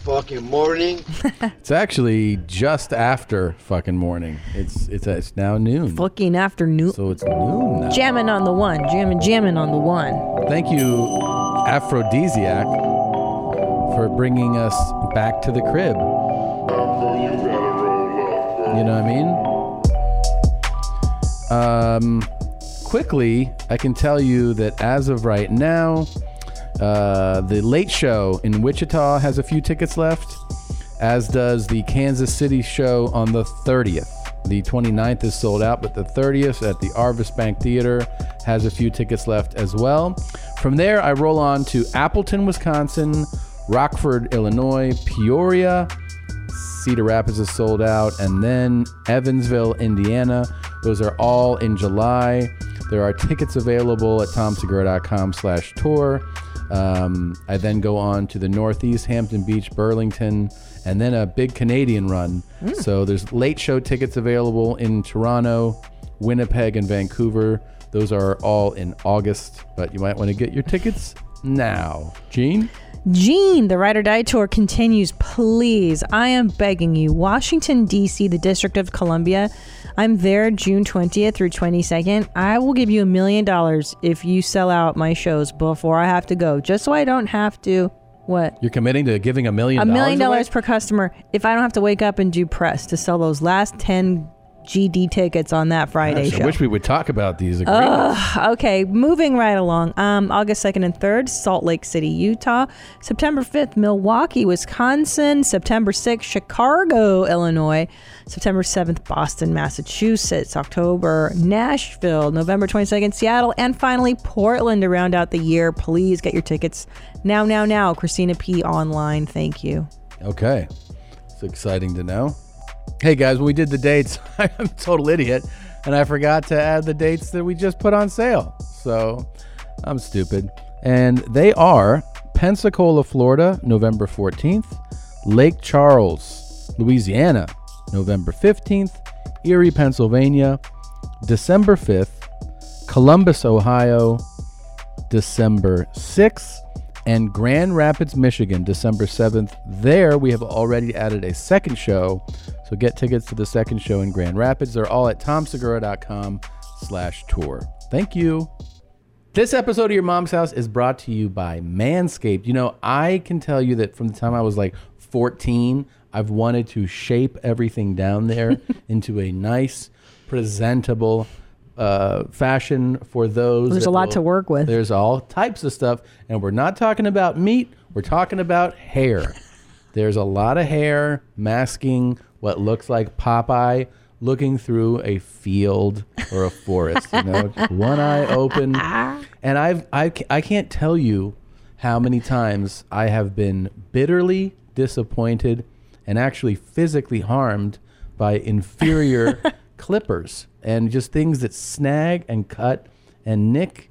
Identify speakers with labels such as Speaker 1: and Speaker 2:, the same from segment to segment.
Speaker 1: fucking morning.
Speaker 2: It's actually just after fucking morning. It's it's, it's now noon.
Speaker 3: Fucking afternoon.
Speaker 2: So it's noon now.
Speaker 3: Jamming on the one, jamming, jamming on the one.
Speaker 2: Thank you, Aphrodisiac, for bringing us back to the crib. You know what I mean? Um, quickly, I can tell you that as of right now, uh, the late show in Wichita has a few tickets left, as does the Kansas City show on the 30th. The 29th is sold out, but the 30th at the Arvis Bank Theater has a few tickets left as well. From there, I roll on to Appleton, Wisconsin, Rockford, Illinois, Peoria, Cedar Rapids is sold out, and then Evansville, Indiana. Those are all in July. There are tickets available at tomsegura.com slash tour. Um, I then go on to the Northeast, Hampton Beach, Burlington, and then a big Canadian run.
Speaker 3: Hmm.
Speaker 2: So there's late show tickets available in Toronto, Winnipeg, and Vancouver. Those are all in August, but you might want to get your tickets now. Gene?
Speaker 3: Gene, the Ride or Die Tour continues. Please, I am begging you. Washington, D.C., the District of Columbia. I'm there June 20th through 22nd. I will give you a million dollars if you sell out my shows before I have to go, just so I don't have to. What?
Speaker 2: You're committing to giving a million
Speaker 3: A
Speaker 2: dollars?
Speaker 3: million
Speaker 2: away?
Speaker 3: dollars per customer if I don't have to wake up and do press to sell those last 10 GD tickets on that Friday
Speaker 2: Gosh,
Speaker 3: show. Oh.
Speaker 2: I wish we would talk about these agreements.
Speaker 3: Okay, moving right along. Um, August 2nd and 3rd, Salt Lake City, Utah. September 5th, Milwaukee, Wisconsin. September 6th, Chicago, Illinois. September 7th, Boston, Massachusetts. October, Nashville. November 22nd, Seattle. And finally, Portland to round out the year. Please get your tickets now, now, now. Christina P. Online. Thank you.
Speaker 2: Okay. It's exciting to know. Hey guys, when we did the dates, I'm a total idiot and I forgot to add the dates that we just put on sale. So I'm stupid. And they are Pensacola, Florida, November 14th, Lake Charles, Louisiana, November 15th, Erie, Pennsylvania, December 5th, Columbus, Ohio, December 6th, and Grand Rapids, Michigan, December 7th. There, we have already added a second show, so get tickets to the second show in Grand Rapids. They're all at tomsegura.com slash tour. Thank you. This episode of Your Mom's House is brought to you by Manscaped. You know, I can tell you that from the time I was like 14, I've wanted to shape everything down there into a nice, presentable uh, fashion for those.
Speaker 3: There's a
Speaker 2: that
Speaker 3: lot to work with.
Speaker 2: There's all types of stuff. And we're not talking about meat, we're talking about hair. There's a lot of hair masking what looks like Popeye looking through a field or a forest. You know, Just one eye open. And I've I, ca- I can't tell you how many times I have been bitterly disappointed and actually physically harmed by inferior clippers and just things that snag and cut and nick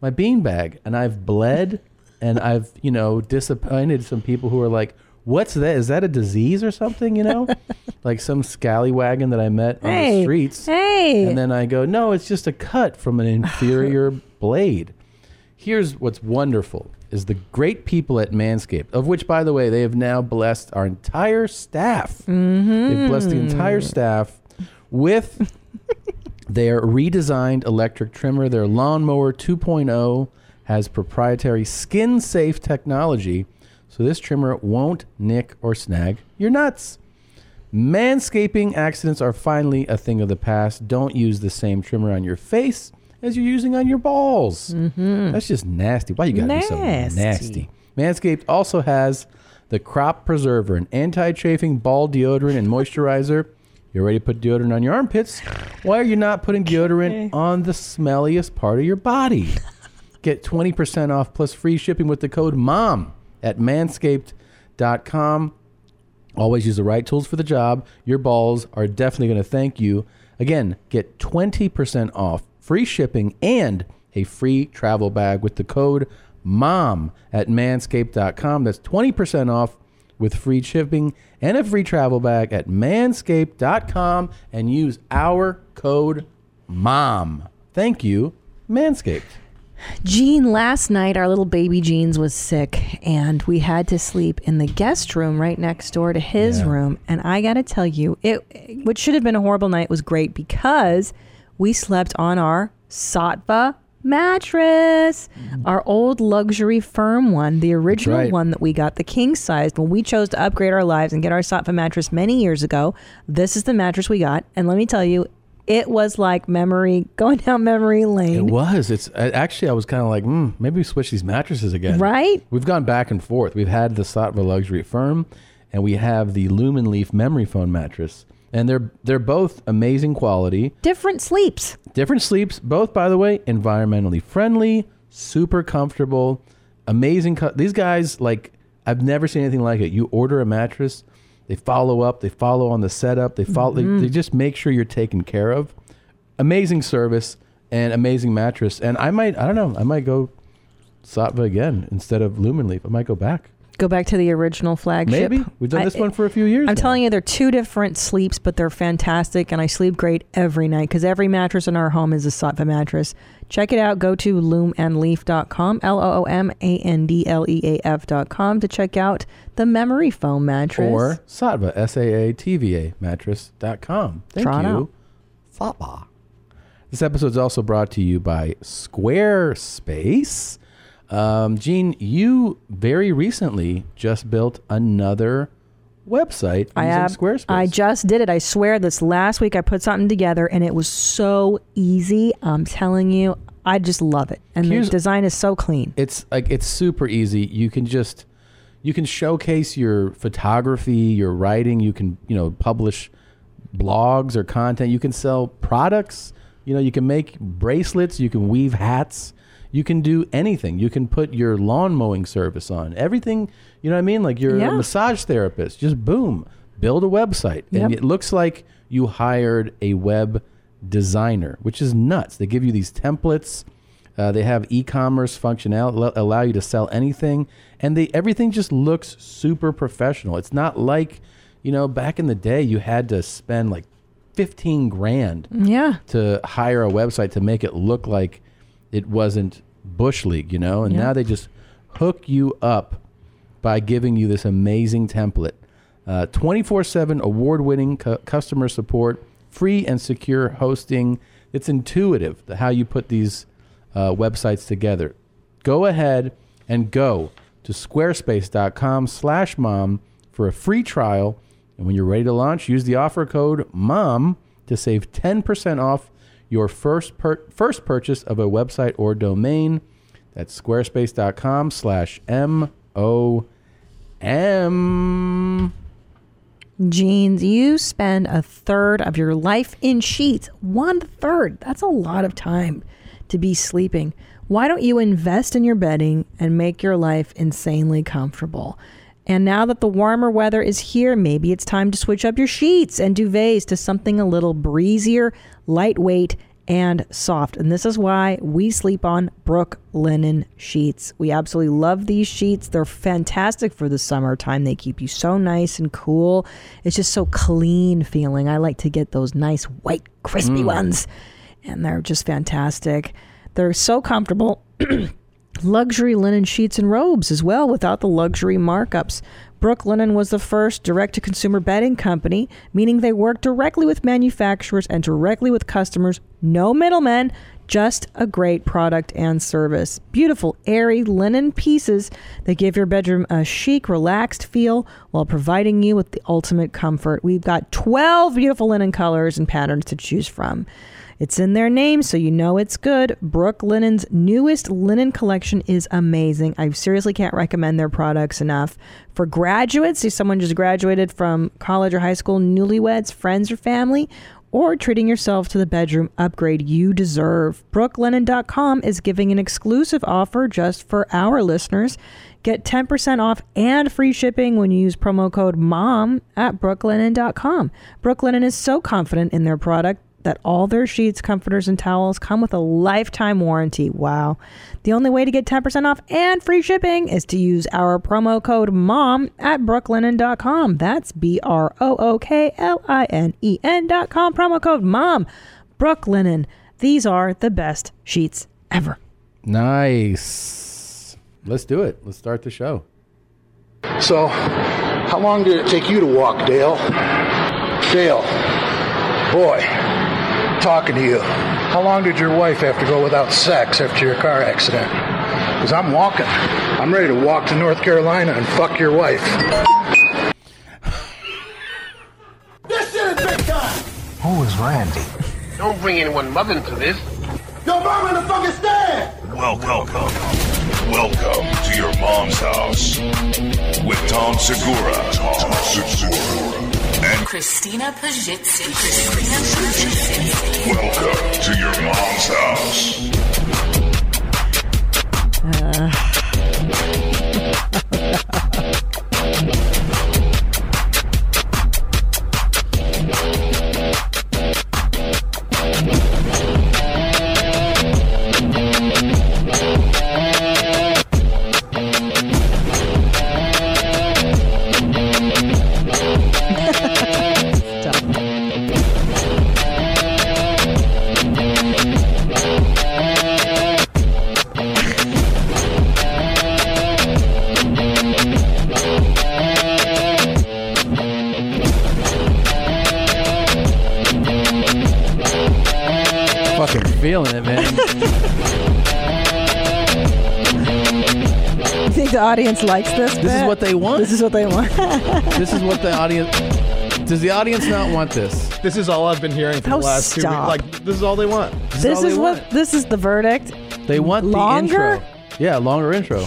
Speaker 2: my beanbag and I've bled and I've, you know, disappointed some people who are like, what's that? Is that a disease or something? You know, like some scallywagon that I met on the
Speaker 3: Hey,
Speaker 2: streets.
Speaker 3: hey.
Speaker 2: And then I go, no, it's just a cut from an inferior blade. Here's what's wonderful is the great people at Manscaped, of which, by the way, they have now blessed our entire staff. They've blessed the entire staff with their redesigned electric trimmer, their lawnmower 2.0, has proprietary skin safe technology, so this trimmer won't nick or snag your nuts. Manscaping accidents are finally a thing of the past. Don't use the same trimmer on your face as you're using on your balls. Mm-hmm. That's just nasty. Why you gotta do something
Speaker 3: Nasty.
Speaker 2: nasty? Manscaped also has the crop preserver, an anti-chafing ball deodorant and moisturizer. You already put deodorant on your armpits. Why are you not putting deodorant on the smelliest part of your body? Get 20% off plus free shipping with the code MOM at manscaped.com. Always use the right tools for the job. Your balls are definitely going to thank you. Again, get 20% off, free shipping, and a free travel bag with the code MOM at manscaped.com. That's 20% off with free shipping and a free travel bag at manscaped.com and use our code MOM. Thank you, Manscaped.
Speaker 3: Jean, last night our little baby Jeans was sick, and we had to sleep in the guest room right next door to his
Speaker 2: Yeah.
Speaker 3: room. And I got to tell you, it what should have been a horrible night was great because we slept on our Satva mattress, our old luxury firm one, the original
Speaker 2: Mm. right.
Speaker 3: one that we got, the king sized. When we chose to upgrade our lives and get our Satva mattress many years ago, this is the mattress we got. And let me tell you. It was like memory going down memory lane.
Speaker 2: It was. It's I- actually I was kind of like, hmm, maybe we switch these mattresses again.
Speaker 3: Right?
Speaker 2: We've gone back and forth. We've had the Satva Luxury Firm, and we have the Lumen Leaf Memory Foam mattress, and they're they're both amazing quality,
Speaker 3: different sleeps.
Speaker 2: different sleeps. Both, by the way, environmentally friendly, super comfortable, amazing. Co- These guys, like, I've never seen anything like it. You order a mattress, they follow up, they follow on the setup, they follow,
Speaker 3: Mm-hmm.
Speaker 2: they, they just make sure you're taken care of. Amazing service and amazing mattress. And I might, I don't know, I might go. Satva again instead of Lumen Leaf. I might go back.
Speaker 3: Go back to the original flagship.
Speaker 2: Maybe we've done
Speaker 3: I-
Speaker 2: this one for a few years.
Speaker 3: I'm telling you, they're two different sleeps, but they're fantastic, and I sleep great every night because every mattress in our home is a Sattva mattress. Check it out. Go to loomandleaf.com, L O O M A N D L E A F.com to check out the memory foam mattress.
Speaker 2: or Satva S A A T V A mattress dot com. Thank
Speaker 3: Try it
Speaker 2: you.
Speaker 3: out.
Speaker 2: Satva. This episode is also brought to you by Squarespace. Um, Gene, you very recently just built another website
Speaker 3: I
Speaker 2: using
Speaker 3: ab-
Speaker 2: Squarespace.
Speaker 3: I just did it. I swear this last week I put something together and it was so easy. I'm telling you, I just love it. And
Speaker 2: Here's-
Speaker 3: the design is so clean.
Speaker 2: it's like it's super easy you can just you can showcase your photography your writing you can you know publish blogs or content you can sell products you know you can make bracelets you can weave hats you can do anything you can put your lawn mowing service on everything you know what i mean like you're a
Speaker 3: Yeah.
Speaker 2: massage therapist just boom build a website
Speaker 3: Yep.
Speaker 2: and it looks like you hired a web designer which is nuts they give you these templates uh, they have e-commerce functionality lo- allow you to sell anything, and they everything just looks super professional. It's not like, you know, back in the day you had to spend like fifteen grand
Speaker 3: Yeah.
Speaker 2: to hire a website to make it look like it wasn't bush league, you know. And
Speaker 3: Yeah.
Speaker 2: now they just hook you up by giving you this amazing template, twenty four seven award winning cu- customer support, free and secure hosting. It's intuitive the- how you put these uh, websites together. Go ahead and go to squarespace.com/mom for a free trial. And when you're ready to launch, use the offer code MOM to save 10% off your first per- first purchase of a website or domain. That's squarespace.com slash M-O-M.
Speaker 3: Mm, Jeans, you spend a third of your life in sheets. One third. That's a lot of time to be sleeping. Why don't you invest in your bedding and make your life insanely comfortable? And now that the warmer weather is here, maybe it's time to switch up your sheets and duvets to something a little breezier, lightweight, and soft. And this is why we sleep on Brook linen sheets. We absolutely love these sheets. They're fantastic for the summertime. They keep you so nice and cool. It's just so clean feeling. I like to get those nice white crispy ones. And they're just fantastic. They're so comfortable luxury linen sheets and robes as well without the luxury markups. Brook Linen was the first direct to consumer bedding company, meaning they work directly with manufacturers and directly with customers, no middlemen, just a great product and service. Beautiful, airy linen pieces that give your bedroom a chic, relaxed feel while providing you with the ultimate comfort. We've got 12 beautiful linen colors and patterns to choose from. It's in their name, so you know it's good. Brook Linen's newest linen collection is amazing. I seriously can't recommend their products enough. For graduates, if someone just graduated from college or high school, newlyweds, friends, or family, or treating yourself to the bedroom upgrade you deserve. Brooklinen.com is giving an exclusive offer just for our listeners. Get 10% off and free shipping when you use promo code MOM at brooklinen.com. Brooklinen is so confident in their product that all their sheets, comforters, and towels come with a lifetime warranty. Wow. The only way to get 10% off and free shipping is to use our promo code MOM at brooklinen.com. That's B R O O K L I N E N.com. Promo code MOM. Brooklinen. These are the best sheets ever.
Speaker 2: Nice. Let's do it. Let's start the show.
Speaker 1: So, how long did it take you to walk, Dale? Dale, boy, talking to you. How long did your wife have to go without sex after your car accident? Because I'm walking. I'm ready to walk to North Carolina and fuck your wife.
Speaker 4: This is big time!
Speaker 1: Who is Randy?
Speaker 5: Don't bring anyone mother into this.
Speaker 4: Yo, mom in the fucking stand!
Speaker 6: Welcome. Welcome to your mom's house with Tom Segura. Tom Segura. And
Speaker 7: Christina Pajitsin. Christina Pajitsin.
Speaker 6: welcome to your mom's house.
Speaker 2: Fucking feeling it, man.
Speaker 3: You think the audience likes this?
Speaker 2: This is what they want.
Speaker 3: This is what they want.
Speaker 2: this is what the audience. Does the audience not want this?
Speaker 8: This is all I've been hearing for
Speaker 3: Oh,
Speaker 8: the last two
Speaker 3: stop.
Speaker 8: weeks. Like this is all they want.
Speaker 3: this
Speaker 2: all
Speaker 3: is
Speaker 2: they
Speaker 3: what.
Speaker 2: want.
Speaker 3: This is the verdict.
Speaker 2: They want
Speaker 3: Longer?
Speaker 2: the intro. Yeah, longer intro.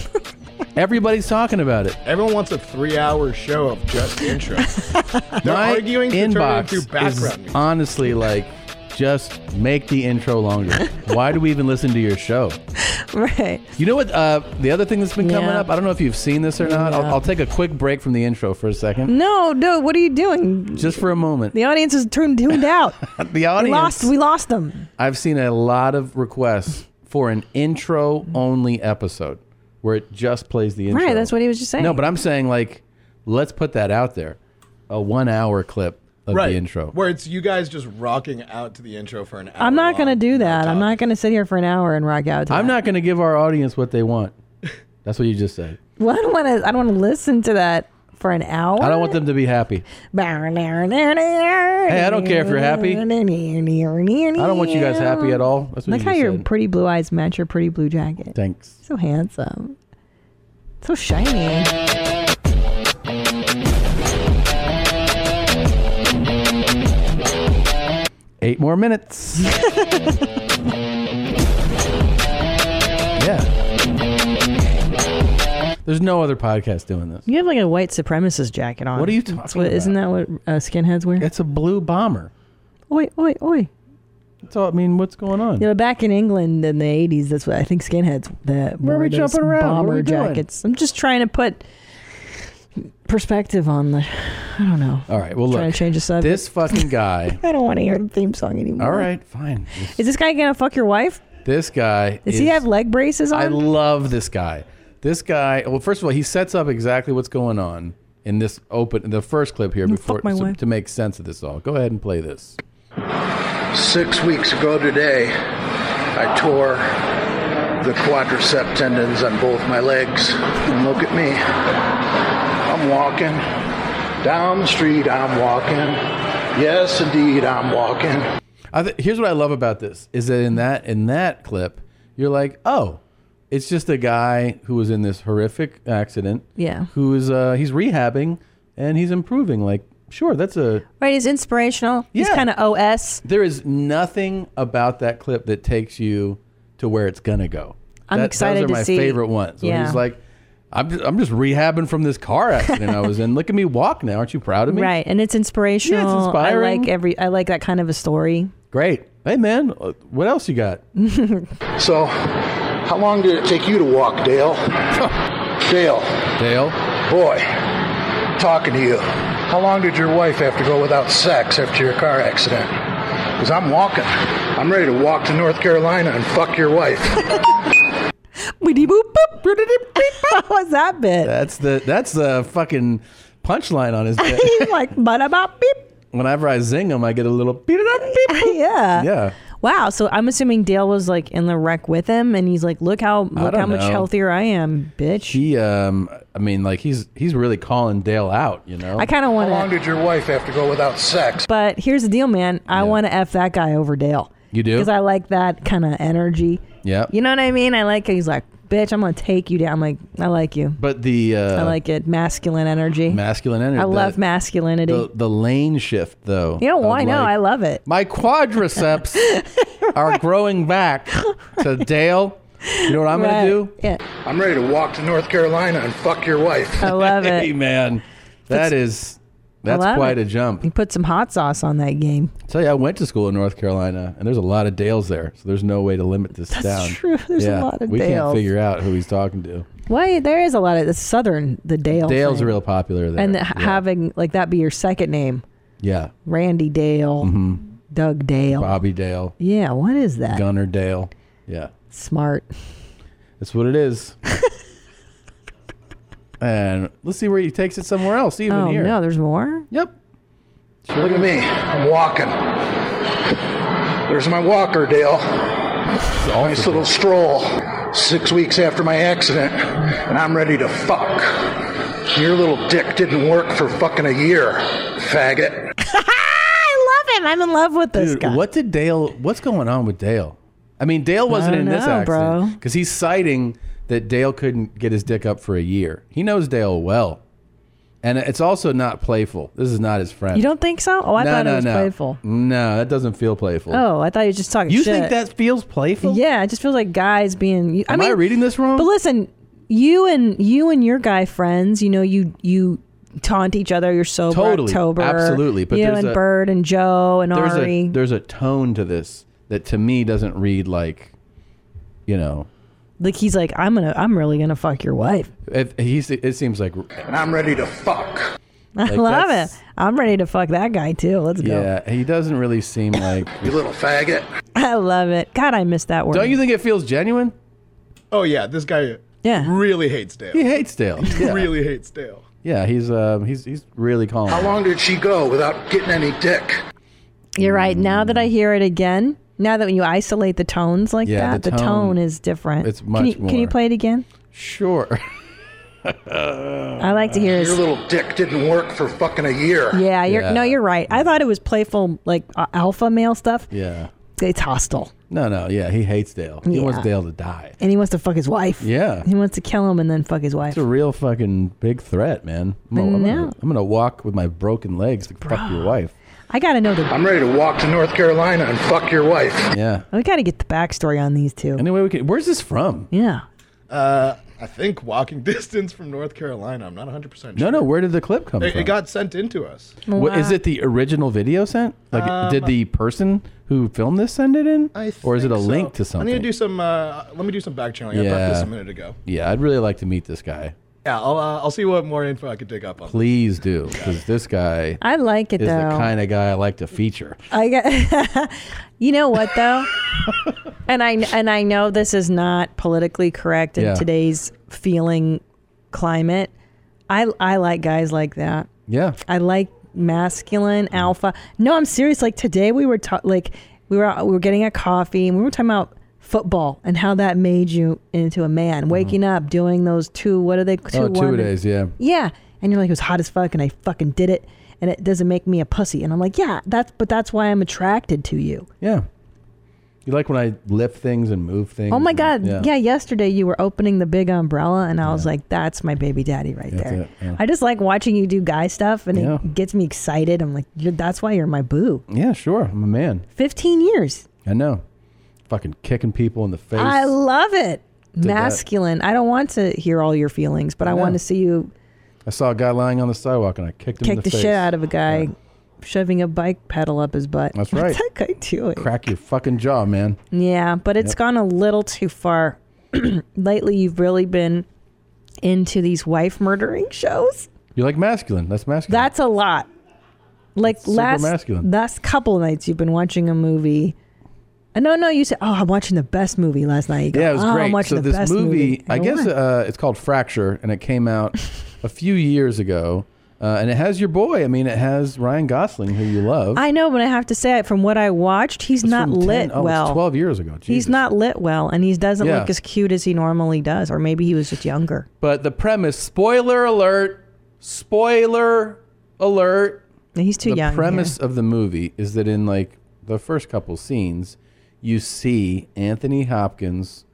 Speaker 2: Everybody's talking about it.
Speaker 8: Everyone wants a three-hour show of just intros. They're
Speaker 2: My
Speaker 8: arguing to turn
Speaker 2: inbox
Speaker 8: it into background
Speaker 2: is
Speaker 8: music.
Speaker 2: honestly like, just make the intro longer. Why do we even listen to your show?
Speaker 3: Right.
Speaker 2: You know what? Uh, the other thing that's been coming
Speaker 3: Yeah.
Speaker 2: up. I don't know if you've seen this or not. I'll,
Speaker 3: Yeah.
Speaker 2: I'll take a quick break from the intro for a second,
Speaker 3: No, no. What are you doing?
Speaker 2: just for a moment.
Speaker 3: The audience is tuned tuned out.
Speaker 2: The
Speaker 3: we
Speaker 2: audience.
Speaker 3: lost. We lost them.
Speaker 2: I've seen a lot of requests for an intro only episode where it just plays the intro.
Speaker 3: Right. That's what he was just saying.
Speaker 2: No, but I'm saying like, let's put that out there. A one hour clip of
Speaker 8: right.
Speaker 2: the intro.
Speaker 8: Where it's you guys just rocking out to the intro for an hour.
Speaker 3: I'm not gonna
Speaker 8: long,
Speaker 3: do
Speaker 8: no
Speaker 3: that. I'm not
Speaker 8: topic.
Speaker 3: gonna sit here for an hour and rock out. To
Speaker 2: I'm
Speaker 3: that.
Speaker 2: not going to give our audience what they want. That's what you just said.
Speaker 3: Well, I don't want to. I don't want to listen to that for an hour.
Speaker 2: I don't want them to be happy.
Speaker 3: Hey,
Speaker 2: I don't care if you're happy.
Speaker 3: I don't
Speaker 2: don't want you guys happy at all. That's what
Speaker 3: Look
Speaker 2: you
Speaker 3: how
Speaker 2: just
Speaker 3: your
Speaker 2: said.
Speaker 3: pretty blue eyes match your pretty blue jacket.
Speaker 2: Thanks.
Speaker 3: So handsome. So shiny.
Speaker 2: Eight more minutes. yeah. There's no other podcast doing this.
Speaker 3: You have like a white supremacist jacket on.
Speaker 2: What are you
Speaker 3: That's
Speaker 2: talking
Speaker 3: what- Isn't that what uh, skinheads wear?
Speaker 2: It's a blue bomber.
Speaker 3: Oi, oi, oi.
Speaker 2: So I mean, what's going on?
Speaker 3: Yeah, but back in England in the 80s, that's what I think skinheads that
Speaker 2: Where are
Speaker 3: wore
Speaker 2: we
Speaker 3: those
Speaker 2: jumping around? What are
Speaker 3: bomber
Speaker 2: we doing?
Speaker 3: jackets. I'm just trying to put perspective on the. I don't know.
Speaker 2: All right. Well, look.
Speaker 3: Trying to change the subject.
Speaker 2: This fucking guy.
Speaker 3: I don't want to hear the theme song anymore.
Speaker 2: All right, fine. This,
Speaker 3: Is this guy gonna fuck your wife?
Speaker 2: this guy.
Speaker 3: Does
Speaker 2: is,
Speaker 3: he have leg braces on?
Speaker 2: I love this guy. This guy. Well, first of all, he sets up exactly what's going on in this open, the first clip here before
Speaker 3: fuck my
Speaker 2: so-
Speaker 3: wife.
Speaker 2: to make sense of this all. Go ahead and play this.
Speaker 1: Six weeks ago today, I tore the quadricep tendons on both my legs. And look at me. I'm walking. Down the street, I'm walking. Yes, indeed, I'm walking.
Speaker 2: I th- here's what I love about this is that in that in that clip, you're like, oh, it's just a guy who was in this horrific accident.
Speaker 3: Yeah.
Speaker 2: Who is uh he's rehabbing and he's improving. Like, sure, that's a
Speaker 3: right, he's inspirational. He's
Speaker 2: Yeah.
Speaker 3: kind of OS.
Speaker 2: there is nothing about that clip that takes you to where it's gonna go.
Speaker 3: I'm
Speaker 2: That-
Speaker 3: excited
Speaker 2: Those are
Speaker 3: to
Speaker 2: my
Speaker 3: see-
Speaker 2: favorite ones. When
Speaker 3: yeah.
Speaker 2: he's like, I'm just, I'm just rehabbing from this car accident I was in. Look at me walk now. Aren't you proud of me?
Speaker 3: Right, and it's inspirational. I
Speaker 2: inspiring.
Speaker 3: like every. I like that kind of a story.
Speaker 2: Great. Hey man, uh, what else you got?
Speaker 1: So, how long did it take you to walk, Dale? Dale,
Speaker 2: Dale.
Speaker 1: boy, talking to you. How long did your wife have to go without sex after your car accident? Because I'm walking. I'm ready to walk to North Carolina and fuck your wife.
Speaker 3: Weedy boop boop. What was that bit?
Speaker 2: That's the that's the fucking punchline on his bit.
Speaker 3: He's like bada bop beep.
Speaker 2: Whenever I zing him, I get a little beat it up beep.
Speaker 3: Yeah.
Speaker 2: Yeah.
Speaker 3: wow. So I'm assuming Dale was like in the wreck with him, and he's like, "Look how look
Speaker 2: don't
Speaker 3: how much
Speaker 2: know.
Speaker 3: healthier I am, bitch."
Speaker 2: He, um, I mean, like he's he's really calling Dale out, you know.
Speaker 3: I kind of
Speaker 1: How
Speaker 3: want
Speaker 1: long
Speaker 3: to,
Speaker 1: did your wife have to go without sex?
Speaker 3: but here's the deal, man. I want to f that guy over Dale.
Speaker 2: You do?
Speaker 3: because I like that kind of energy.
Speaker 2: yeah.
Speaker 3: You know what I mean? I like. He's like, "Bitch, I'm gonna take you down." I'm like, I like you.
Speaker 2: but the uh,
Speaker 3: I like it. Masculine energy.
Speaker 2: masculine energy.
Speaker 3: I
Speaker 2: the-
Speaker 3: love masculinity.
Speaker 2: the, the lane shift though.
Speaker 3: you know
Speaker 2: of,
Speaker 3: why? No,
Speaker 2: like,
Speaker 3: I love it.
Speaker 2: my quadriceps are growing back. So Dale, you know what I'm
Speaker 3: Right.
Speaker 2: gonna do?
Speaker 3: Yeah,
Speaker 1: I'm ready to walk to North Carolina and fuck your wife.
Speaker 2: Oh,
Speaker 3: I love it.
Speaker 2: Hey man, that is that's
Speaker 3: love
Speaker 2: quite
Speaker 3: it.
Speaker 2: a jump.
Speaker 3: You put some hot sauce on that game.
Speaker 2: tell you, I went to school in North Carolina, and there's a lot of Dales there, so there's no way to limit this
Speaker 3: That's
Speaker 2: down.
Speaker 3: true. There's a
Speaker 2: yeah,
Speaker 3: lot of
Speaker 2: we
Speaker 3: Dales.
Speaker 2: can't figure out who he's talking to.
Speaker 3: Why there is a lot of the southern the Dale.
Speaker 2: Dale's
Speaker 3: thing.
Speaker 2: real popular there.
Speaker 3: and the,
Speaker 2: yeah.
Speaker 3: having like that be your second name,
Speaker 2: yeah,
Speaker 3: Randy Dale,
Speaker 2: Mm-hmm.
Speaker 3: Doug Dale.
Speaker 2: Bobby Dale,
Speaker 3: Yeah, what is that?
Speaker 2: Gunner Dale. Yeah,
Speaker 3: Smart.
Speaker 2: that's what it is. and let's see where he takes it somewhere else. Even
Speaker 3: Oh
Speaker 2: here.
Speaker 3: no, there's more.
Speaker 2: Yep.
Speaker 1: Look at me. I'm walking. There's my walker, Dale. Nice little stroll. Six weeks after my accident, and I'm ready to fuck. Your little dick didn't work for fucking a year, faggot.
Speaker 3: I love him. I'm in love with this
Speaker 2: Dude,
Speaker 3: guy.
Speaker 2: what did Dale? What's going on with Dale? I mean, Dale wasn't
Speaker 3: don't
Speaker 2: in this
Speaker 3: know, bro.
Speaker 2: accident because he's citing that Dale couldn't get his dick up for a year. He knows Dale well, and it's also not playful. This is not his friend.
Speaker 3: You don't think so? Oh, I
Speaker 2: no,
Speaker 3: thought
Speaker 2: no,
Speaker 3: it was
Speaker 2: no.
Speaker 3: playful.
Speaker 2: No, that doesn't feel playful.
Speaker 3: Oh, I thought you were just talking
Speaker 2: you
Speaker 3: shit.
Speaker 2: think that feels playful?
Speaker 3: Yeah, it just feels like guys being. You, I
Speaker 2: Am I
Speaker 3: mean,
Speaker 2: reading this wrong?
Speaker 3: But listen, you and you and your guy friends, you know, you you taunt each other. You're sober.
Speaker 2: Totally,
Speaker 3: October,
Speaker 2: absolutely, but
Speaker 3: you
Speaker 2: there's
Speaker 3: and
Speaker 2: a-
Speaker 3: Bird and Joe and
Speaker 2: There's
Speaker 3: Ari.
Speaker 2: a there's a tone to this that to me doesn't read like, you know,
Speaker 3: like he's like, I'm gonna, I'm really gonna fuck your wife.
Speaker 2: if he's it seems like
Speaker 1: And I'm ready to fuck.
Speaker 3: I love it.
Speaker 2: that's-
Speaker 3: I'm ready to fuck that guy too. Let's go.
Speaker 2: yeah he doesn't really seem like.
Speaker 1: You little faggot.
Speaker 3: I love it. God, I miss that word.
Speaker 2: don't you think it feels genuine?
Speaker 8: Oh yeah, this guy
Speaker 3: Yeah.
Speaker 8: really hates Dale.
Speaker 2: He hates Dale. Yeah. Oh.
Speaker 8: Really hates Dale.
Speaker 2: Yeah, he's um, he's he's really calm.
Speaker 1: How long did she go without getting any dick?
Speaker 3: You're right. Now that I hear it again, now that when you isolate the tones like
Speaker 2: Yeah,
Speaker 3: that,
Speaker 2: the
Speaker 3: the tone,
Speaker 2: tone-
Speaker 3: is different.
Speaker 2: it's
Speaker 3: Can
Speaker 2: much
Speaker 3: you, Can you
Speaker 2: more.
Speaker 3: play it again?
Speaker 2: Sure.
Speaker 3: I like to hear.
Speaker 1: Your
Speaker 3: His,
Speaker 1: little dick didn't work for fucking a year.
Speaker 3: yeah, you're no,
Speaker 2: Yeah.
Speaker 3: you're right. I thought it was playful, like uh, alpha male stuff.
Speaker 2: yeah.
Speaker 3: It's hostile,
Speaker 2: No, no. Yeah, he hates Dale. He wants
Speaker 3: Yeah.
Speaker 2: Dale to die.
Speaker 3: and he wants to fuck his wife.
Speaker 2: Yeah.
Speaker 3: he wants to kill him and then fuck his wife.
Speaker 2: It's a real fucking big threat, man. I'm gonna, I'm gonna,
Speaker 3: know.
Speaker 2: I'm gonna walk with my broken legs to fuck your wife.
Speaker 3: I gotta know the.
Speaker 1: I'm ready to walk to North Carolina and fuck your wife.
Speaker 2: Yeah.
Speaker 3: We gotta get the backstory on these two.
Speaker 2: Anyway, we can. Where's this from?
Speaker 3: Yeah.
Speaker 8: Uh, I think walking distance from North Carolina. I'm not 100 percent
Speaker 2: No,
Speaker 8: sure.
Speaker 2: no. Where did the clip come
Speaker 8: It,
Speaker 2: from?
Speaker 8: it got sent into us.
Speaker 2: What, is it the original video sent? Like, did the person who filmed this send it in,
Speaker 8: Uh, I
Speaker 2: or is it a
Speaker 8: think so.
Speaker 2: link to something?
Speaker 8: I need to do some. Uh, let me do some back channeling. I thought
Speaker 2: Yeah.
Speaker 8: this a minute ago.
Speaker 2: yeah, I'd really like to meet this guy.
Speaker 8: Yeah, I'll uh, I'll see what more info I could dig up on.
Speaker 2: Please do, because this guy
Speaker 3: I like it
Speaker 2: is
Speaker 3: though.
Speaker 2: the kind of guy I like to feature.
Speaker 3: I got, you know what though, and I and I know this is not politically correct in
Speaker 2: Yeah.
Speaker 3: today's feeling climate. I I like guys like that.
Speaker 2: Yeah. Mm-hmm.
Speaker 3: I like masculine alpha. No, I'm serious. Like today we were ta- like we were out- we were getting a coffee and we were talking about football and how that made you into a man. Waking up, doing those two what are they two
Speaker 2: Mm-hmm. Oh, two
Speaker 3: one-
Speaker 2: days. Yeah.
Speaker 3: yeah. And you're like, it was hot as fuck, and I fucking did it, and it doesn't make me a pussy. And I'm like, yeah, that's but that's why I'm attracted to you.
Speaker 2: Yeah. You like when I lift things and move things?
Speaker 3: Oh my
Speaker 2: and-
Speaker 3: god, yeah. Yesterday you were opening the big umbrella, and I was like, that's my baby daddy right
Speaker 2: That's
Speaker 3: there.
Speaker 2: it, yeah.
Speaker 3: I just like watching you do guy stuff, and
Speaker 2: Yeah.
Speaker 3: it gets me excited. I'm like, you're, that's why you're my boo.
Speaker 2: Yeah, sure. I'm a man.
Speaker 3: 15 years,
Speaker 2: I know. Fucking kicking people in the face.
Speaker 3: I love it.
Speaker 2: that.
Speaker 3: Masculine. I don't want to hear all your feelings, but I want to see you
Speaker 2: I saw a guy lying on the sidewalk and I kicked him in
Speaker 3: kick
Speaker 2: the,
Speaker 3: the,
Speaker 2: face.
Speaker 3: shit out of a guy. Shoving a bike pedal up his butt.
Speaker 2: That's
Speaker 3: What's
Speaker 2: right.
Speaker 3: that guy doing?
Speaker 2: Crack your fucking jaw, man.
Speaker 3: Yeah, but it's gone a little too far. Lately, you've really been into these wife murdering shows.
Speaker 2: You're like masculine. That's masculine.
Speaker 3: That's a lot. Like
Speaker 2: super
Speaker 3: last
Speaker 2: masculine.
Speaker 3: last couple nights, you've been watching a movie. Uh, No, no, you said, "Oh, I'm watching the best movie last night." You go,
Speaker 2: yeah, it was
Speaker 3: "Oh, I'm
Speaker 2: great.
Speaker 3: watching
Speaker 2: So
Speaker 3: the
Speaker 2: this
Speaker 3: best
Speaker 2: movie,
Speaker 3: movie."
Speaker 2: I
Speaker 3: And
Speaker 2: guess
Speaker 3: what?
Speaker 2: uh, it's called Fracture, and it came out a few years ago, Uh, and it has your boy. I mean, it has Ryan Gosling, who you love.
Speaker 3: I know, but I have to say, from what I watched, he's
Speaker 2: It's
Speaker 3: not
Speaker 2: from 10
Speaker 3: lit
Speaker 2: oh, it's
Speaker 3: well.
Speaker 2: Twelve years ago.
Speaker 3: He's
Speaker 2: Jesus.
Speaker 3: not lit well, and he doesn't
Speaker 2: Yeah.
Speaker 3: look as cute as he normally does, or maybe he was just younger.
Speaker 2: But the premise. Spoiler alert. Spoiler alert.
Speaker 3: He's too
Speaker 2: the
Speaker 3: young.
Speaker 2: premise of the movie is that in like the first couple scenes, you see Anthony Hopkins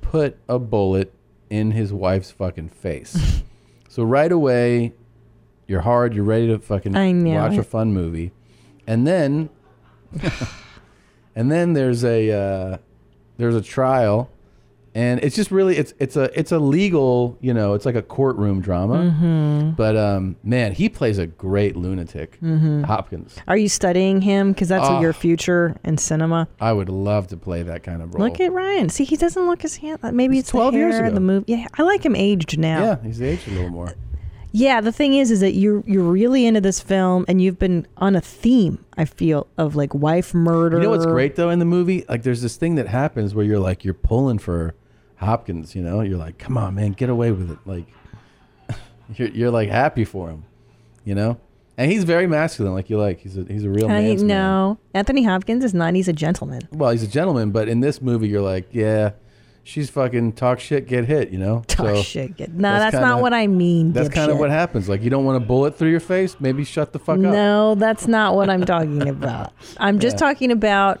Speaker 2: put a bullet in his wife's fucking face. so right away, you're hard. You're ready to fucking
Speaker 3: I know
Speaker 2: watch a
Speaker 3: it.
Speaker 2: fun movie, and then, and then there's a uh, there's a trial, and it's just really it's it's a it's a legal you know it's like a courtroom drama.
Speaker 3: Mm-hmm.
Speaker 2: But um, man, he plays a great lunatic,
Speaker 3: Mm-hmm.
Speaker 2: Hopkins.
Speaker 3: Are you studying him? Because that's
Speaker 2: Oh.
Speaker 3: your future in cinema.
Speaker 2: I would love to play that kind of role.
Speaker 3: Look at Ryan. See, he doesn't look as hand. Maybe it's
Speaker 2: 12
Speaker 3: the hair,
Speaker 2: years ago.
Speaker 3: the move. Yeah, I like him aged now.
Speaker 2: yeah, he's aged a little more.
Speaker 3: Yeah, the thing is, is that you're you're really into this film, and you've been on a theme. I feel of like wife murder.
Speaker 2: You know what's great though in the movie? Like, there's this thing that happens where you're like, you're pulling for Hopkins. You know, you're like, come on, man, get away with it. Like, you're, you're like happy for him. You know, and he's very masculine. Like you like, he's a he's a real
Speaker 3: I
Speaker 2: man's man.
Speaker 3: know Anthony Hopkins is not. He's a gentleman.
Speaker 2: Well, he's a gentleman, but in this movie, you're like, yeah, she's fucking talk shit, get hit. You know,
Speaker 3: Talk
Speaker 2: So-
Speaker 3: shit. Good. No, that's,
Speaker 2: that's
Speaker 3: not
Speaker 2: kinda-
Speaker 3: what I mean.
Speaker 2: That's kind
Speaker 3: dipshit.
Speaker 2: of what happens. Like, you don't want a bullet through your face? Maybe shut the fuck up.
Speaker 3: No, that's not what I'm talking about. I'm just talking about.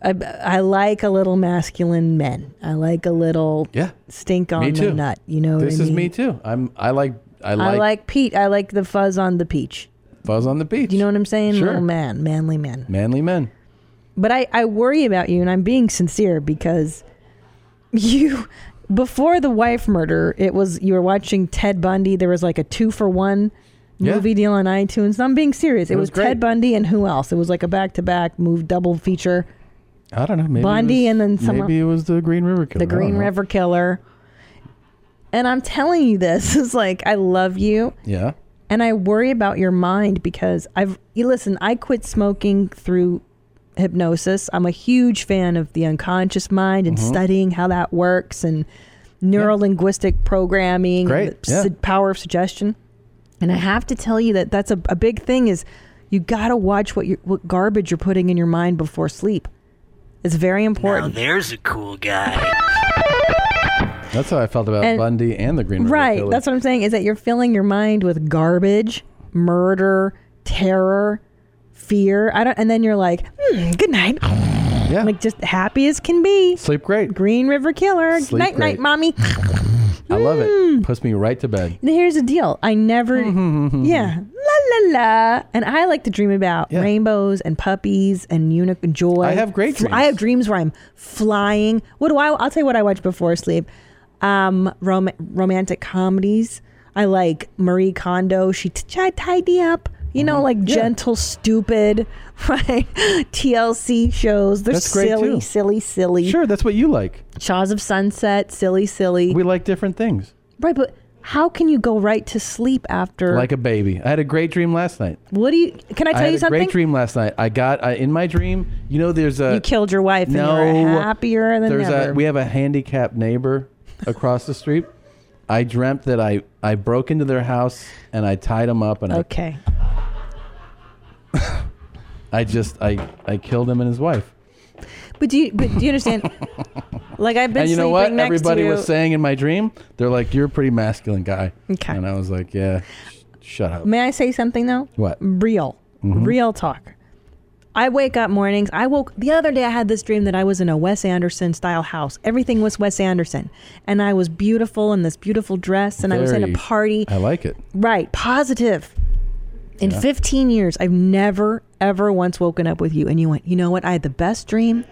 Speaker 3: I, I like a little masculine men. I like a little
Speaker 2: Yeah.
Speaker 3: stink on the
Speaker 2: too.
Speaker 3: nut. You know
Speaker 2: This
Speaker 3: what I
Speaker 2: is
Speaker 3: mean?
Speaker 2: me too. I'm. I like. I
Speaker 3: I
Speaker 2: like,
Speaker 3: like Pete. I like the fuzz on the peach.
Speaker 2: fuzz on the beach.
Speaker 3: Do you know what I'm saying?
Speaker 2: Sure.
Speaker 3: Little man, manly man.
Speaker 2: Manly men.
Speaker 3: But I, I worry about you, and I'm being sincere because you, before the wife murder, it was you were watching Ted Bundy. There was like a two for one
Speaker 2: Yeah.
Speaker 3: movie deal on iTunes. No, I'm being serious. It, was,
Speaker 2: was great.
Speaker 3: Ted Bundy and who else? It was like a back to back move double feature.
Speaker 2: I don't know. Maybe it
Speaker 3: Bondi
Speaker 2: was-
Speaker 3: and then someone-
Speaker 2: Maybe it was the Green River Killer.
Speaker 3: The
Speaker 2: I don't
Speaker 3: Green
Speaker 2: know.
Speaker 3: River Killer. And I'm telling you this is like I love you,
Speaker 2: Yeah.
Speaker 3: and I worry about your mind because I've you listen, I quit smoking through hypnosis. I'm a huge fan of the unconscious mind and
Speaker 2: Mm-hmm.
Speaker 3: studying how that works and neurolinguistic linguistic programming,
Speaker 2: Great,
Speaker 3: and the su-
Speaker 2: yeah.
Speaker 3: power of suggestion. And I have to tell you that that's a, a big thing is you got to watch what you what garbage you're putting in your mind before sleep. It's very important.
Speaker 9: Oh, there's a cool guy.
Speaker 2: That's how I felt about
Speaker 3: And-
Speaker 2: Bundy and the Green River
Speaker 3: Right.
Speaker 2: Killer.
Speaker 3: That's what I'm saying is that you're filling your mind with garbage, murder, terror, fear. I don't, and then you're like, hmm, good night.
Speaker 2: Yeah.
Speaker 3: Like just happy as can be.
Speaker 2: Sleep great.
Speaker 3: Green River Killer.
Speaker 2: Sleep
Speaker 3: night, night,
Speaker 2: great.
Speaker 3: mommy.
Speaker 2: I love
Speaker 3: Hmm.
Speaker 2: it. Puts me right to bed.
Speaker 3: And here's the deal. I never, yeah, la la la. And I like to dream about
Speaker 2: Yeah.
Speaker 3: rainbows and puppies and unicorn joy.
Speaker 2: I have great
Speaker 3: I
Speaker 2: dreams.
Speaker 3: have dreams where I'm flying. What do I? I'll tell you what I watch before sleep. Um, rom- romantic comedies. I like Marie Kondo. She t- tried to tidy up. You
Speaker 2: Mm-hmm.
Speaker 3: know, like gentle, stupid, right? TLC shows. They're
Speaker 2: That's great,
Speaker 3: silly,
Speaker 2: too.
Speaker 3: silly, silly.
Speaker 2: Sure, that's what you like.
Speaker 3: Shaws of Sunset, silly, silly.
Speaker 2: We like different things.
Speaker 3: right, but how can you go right to sleep after?
Speaker 2: Like a baby. I had a great dream last night.
Speaker 3: What do you? Can I
Speaker 2: I
Speaker 3: tell
Speaker 2: had
Speaker 3: you
Speaker 2: a
Speaker 3: something?
Speaker 2: great dream last night. I got I, in my dream. You know, there's a
Speaker 3: You killed your wife, and
Speaker 2: no
Speaker 3: you're happier than
Speaker 2: there's
Speaker 3: ever.
Speaker 2: A, we have a handicapped neighbor across the street. I dreamt that I I broke into their house and I tied him up and
Speaker 3: okay.
Speaker 2: I I just I I killed him and his wife.
Speaker 3: But do you? But do you understand? like I've been
Speaker 2: And
Speaker 3: sleeping
Speaker 2: you know what?
Speaker 3: next
Speaker 2: Everybody
Speaker 3: to you.
Speaker 2: was saying in my dream, they're like, "You're a pretty masculine guy."
Speaker 3: Okay.
Speaker 2: And I was like, "Yeah, sh- shut up."
Speaker 3: May I say something though?
Speaker 2: What?
Speaker 3: Real,
Speaker 2: Mm-hmm.
Speaker 3: real talk. I wake up mornings. I woke the other day. I had this dream that I was in a Wes Anderson style house. Everything was Wes Anderson, and I was beautiful in this beautiful dress, and I was in a
Speaker 2: Very-
Speaker 3: party.
Speaker 2: I like it.
Speaker 3: Right, positive. In 15 years, I've never ever once woken up with you and you went, "You know what? I had the best dream.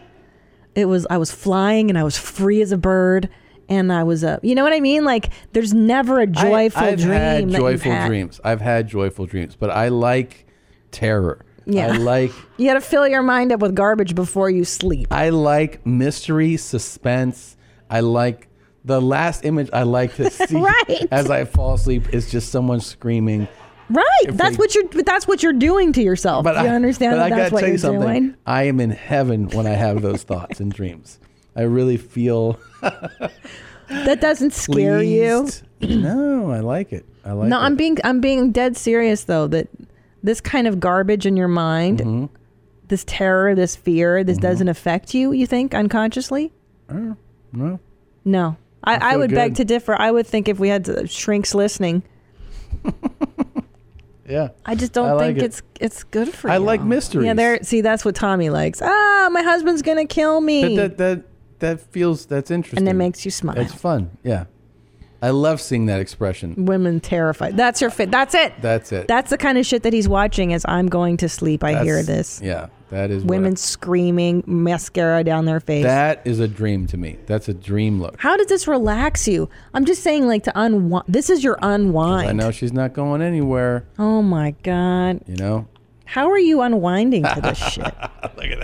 Speaker 3: It was I was flying and I was free as a bird and I was a You know what I mean? Like there's never a joyful
Speaker 2: I, have
Speaker 3: dream
Speaker 2: Had
Speaker 3: that
Speaker 2: joyful
Speaker 3: you've had.
Speaker 2: dreams. I've had joyful dreams, but I like terror.
Speaker 3: Yeah.
Speaker 2: I like
Speaker 3: You got to fill your mind up with garbage before you sleep.
Speaker 2: I like mystery, suspense. I like the last image I like to see
Speaker 3: Right.
Speaker 2: as I fall asleep is just someone screaming.
Speaker 3: Right. That's
Speaker 2: we-
Speaker 3: what you're that's what you're doing to yourself.
Speaker 2: But
Speaker 3: Do you
Speaker 2: I
Speaker 3: understand
Speaker 2: But
Speaker 3: that
Speaker 2: I
Speaker 3: that's
Speaker 2: gotta
Speaker 3: what
Speaker 2: tell you
Speaker 3: you're
Speaker 2: something.
Speaker 3: doing?
Speaker 2: I am in heaven when I have those thoughts and dreams. I really feel
Speaker 3: That doesn't scare
Speaker 2: pleased
Speaker 3: you.
Speaker 2: no, I like it. I like
Speaker 3: No,
Speaker 2: it.
Speaker 3: I'm being I'm being dead serious though that this kind of garbage in your mind,
Speaker 2: Mm-hmm.
Speaker 3: this terror, this fear, this doesn't affect you. You think unconsciously?
Speaker 2: no.
Speaker 3: No, I, I
Speaker 2: feel
Speaker 3: would beg
Speaker 2: good.
Speaker 3: to differ. I would think if we had to, shrinks listening,
Speaker 2: Yeah.
Speaker 3: I just don't
Speaker 2: I like
Speaker 3: think
Speaker 2: it.
Speaker 3: it's it's good for
Speaker 2: I
Speaker 3: you.
Speaker 2: like mysteries.
Speaker 3: Yeah, there. See, that's what Tommy likes. Ah, my husband's gonna kill me.
Speaker 2: But that that that feels that's interesting.
Speaker 3: and it makes you smile.
Speaker 2: It's fun. Yeah. I love seeing that expression.
Speaker 3: Women terrified. That's your fit. That's it.
Speaker 2: That's it.
Speaker 3: That's the kind of shit that he's watching as I'm going to sleep. I hear
Speaker 2: That's-
Speaker 3: this.
Speaker 2: Yeah. That is what I-
Speaker 3: Women screaming, mascara down their face.
Speaker 2: that is a dream to me. That's a dream look.
Speaker 3: How does this relax you? I'm just saying, like, to unwind. This is your unwind.
Speaker 2: I know she's not going anywhere,
Speaker 3: Oh my God.
Speaker 2: you know?
Speaker 3: How are you unwinding to this shit?
Speaker 2: Look at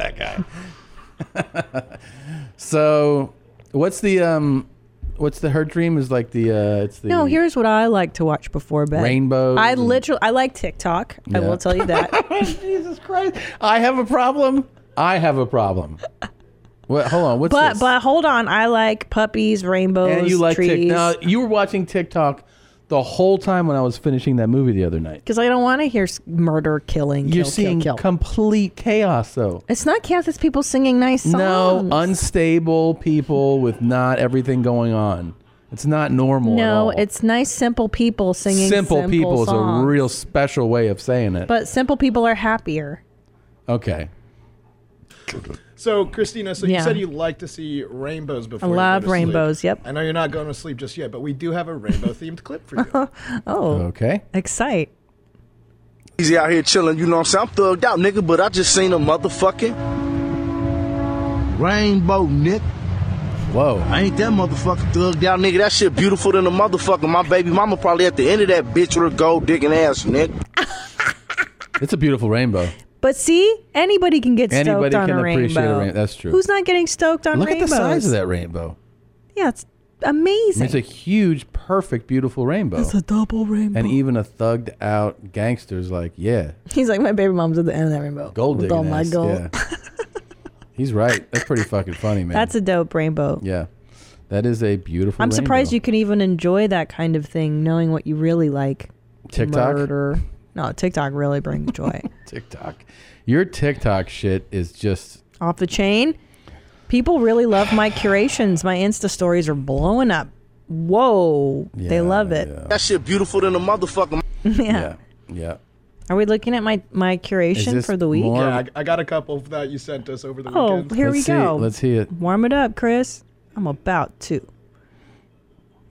Speaker 2: that guy. so, what's the um, what's the her dream is like the uh, it's the
Speaker 3: No, here's what I like to watch before bed.
Speaker 2: Rainbows
Speaker 3: I
Speaker 2: and-
Speaker 3: literally, I like TikTok. I
Speaker 2: Yeah.
Speaker 3: will tell you that.
Speaker 2: Jesus Christ. I have a problem. I have a problem. What? Hold on. What's
Speaker 3: but
Speaker 2: this?
Speaker 3: but hold on, I like puppies, rainbows,
Speaker 2: and you like
Speaker 3: trees.
Speaker 2: TikTok? Now you were watching TikTok the whole time when I was finishing that movie the other night.
Speaker 3: Because I don't want to hear s- murder, killing.
Speaker 2: You're
Speaker 3: kill,
Speaker 2: seeing
Speaker 3: kill, kill.
Speaker 2: complete chaos though.
Speaker 3: It's not chaos. It's people singing nice songs.
Speaker 2: No, unstable people with not everything going on. It's not normal. at
Speaker 3: no,
Speaker 2: all.
Speaker 3: it's nice, simple people singing
Speaker 2: simple, people is
Speaker 3: songs.
Speaker 2: a real special way of saying it.
Speaker 3: But simple people are happier.
Speaker 2: okay.
Speaker 8: So, Christina, so
Speaker 3: Yeah.
Speaker 8: you said you like to see rainbows before. you go
Speaker 3: love
Speaker 8: to sleep.
Speaker 3: rainbows, yep.
Speaker 8: I know you're not going to sleep just yet, but we do have a rainbow themed clip for you.
Speaker 3: Oh,
Speaker 2: Okay.
Speaker 3: excite.
Speaker 10: Easy out here chilling, you know what I'm saying? I'm thugged out, nigga, but I just seen a motherfucking rainbow, nigga.
Speaker 2: Whoa.
Speaker 10: I ain't that motherfucker thugged out, nigga. That shit beautiful than a motherfucker. My baby mama probably at the end of that bitch with her gold digging ass, nigga.
Speaker 2: It's a beautiful rainbow.
Speaker 3: But see, anybody can get stoked
Speaker 2: Anybody
Speaker 3: on
Speaker 2: can
Speaker 3: a rainbow.
Speaker 2: appreciate a rain- that's true.
Speaker 3: Who's not getting stoked on
Speaker 2: Look at
Speaker 3: rainbows?
Speaker 2: the size of that rainbow.
Speaker 3: Yeah, it's amazing.
Speaker 2: It's a huge, perfect, beautiful rainbow.
Speaker 3: double rainbow.
Speaker 2: and e- even a thugged out gangster's like, yeah,
Speaker 3: He's like, my baby mom's at the end of that rainbow.
Speaker 2: gold
Speaker 3: With
Speaker 2: digging.
Speaker 3: all my
Speaker 2: ass.
Speaker 3: gold.
Speaker 2: Yeah. He's right. That's pretty fucking funny, man.
Speaker 3: That's a dope rainbow.
Speaker 2: yeah. That is a beautiful.
Speaker 3: I'm surprised you can even enjoy that kind of thing, knowing what you really like.
Speaker 2: TikTok.
Speaker 3: Murder. No, TikTok really brings joy.
Speaker 2: TikTok. Your TikTok shit is just
Speaker 3: Off the chain. People really love my curations. My Insta stories are blowing up. Whoa. they
Speaker 2: Yeah,
Speaker 3: love it.
Speaker 10: That shit beautiful than a motherfucker.
Speaker 2: yeah, yeah.
Speaker 3: Are we looking at my, my curation
Speaker 2: this
Speaker 3: for the week?
Speaker 2: more-
Speaker 8: yeah, I, I got a couple that you sent us over the
Speaker 3: Oh,
Speaker 8: weekend.
Speaker 3: here
Speaker 2: Let's
Speaker 3: we
Speaker 2: see,
Speaker 3: go.
Speaker 2: Let's see it.
Speaker 3: Warm it up, Chris. I'm about to.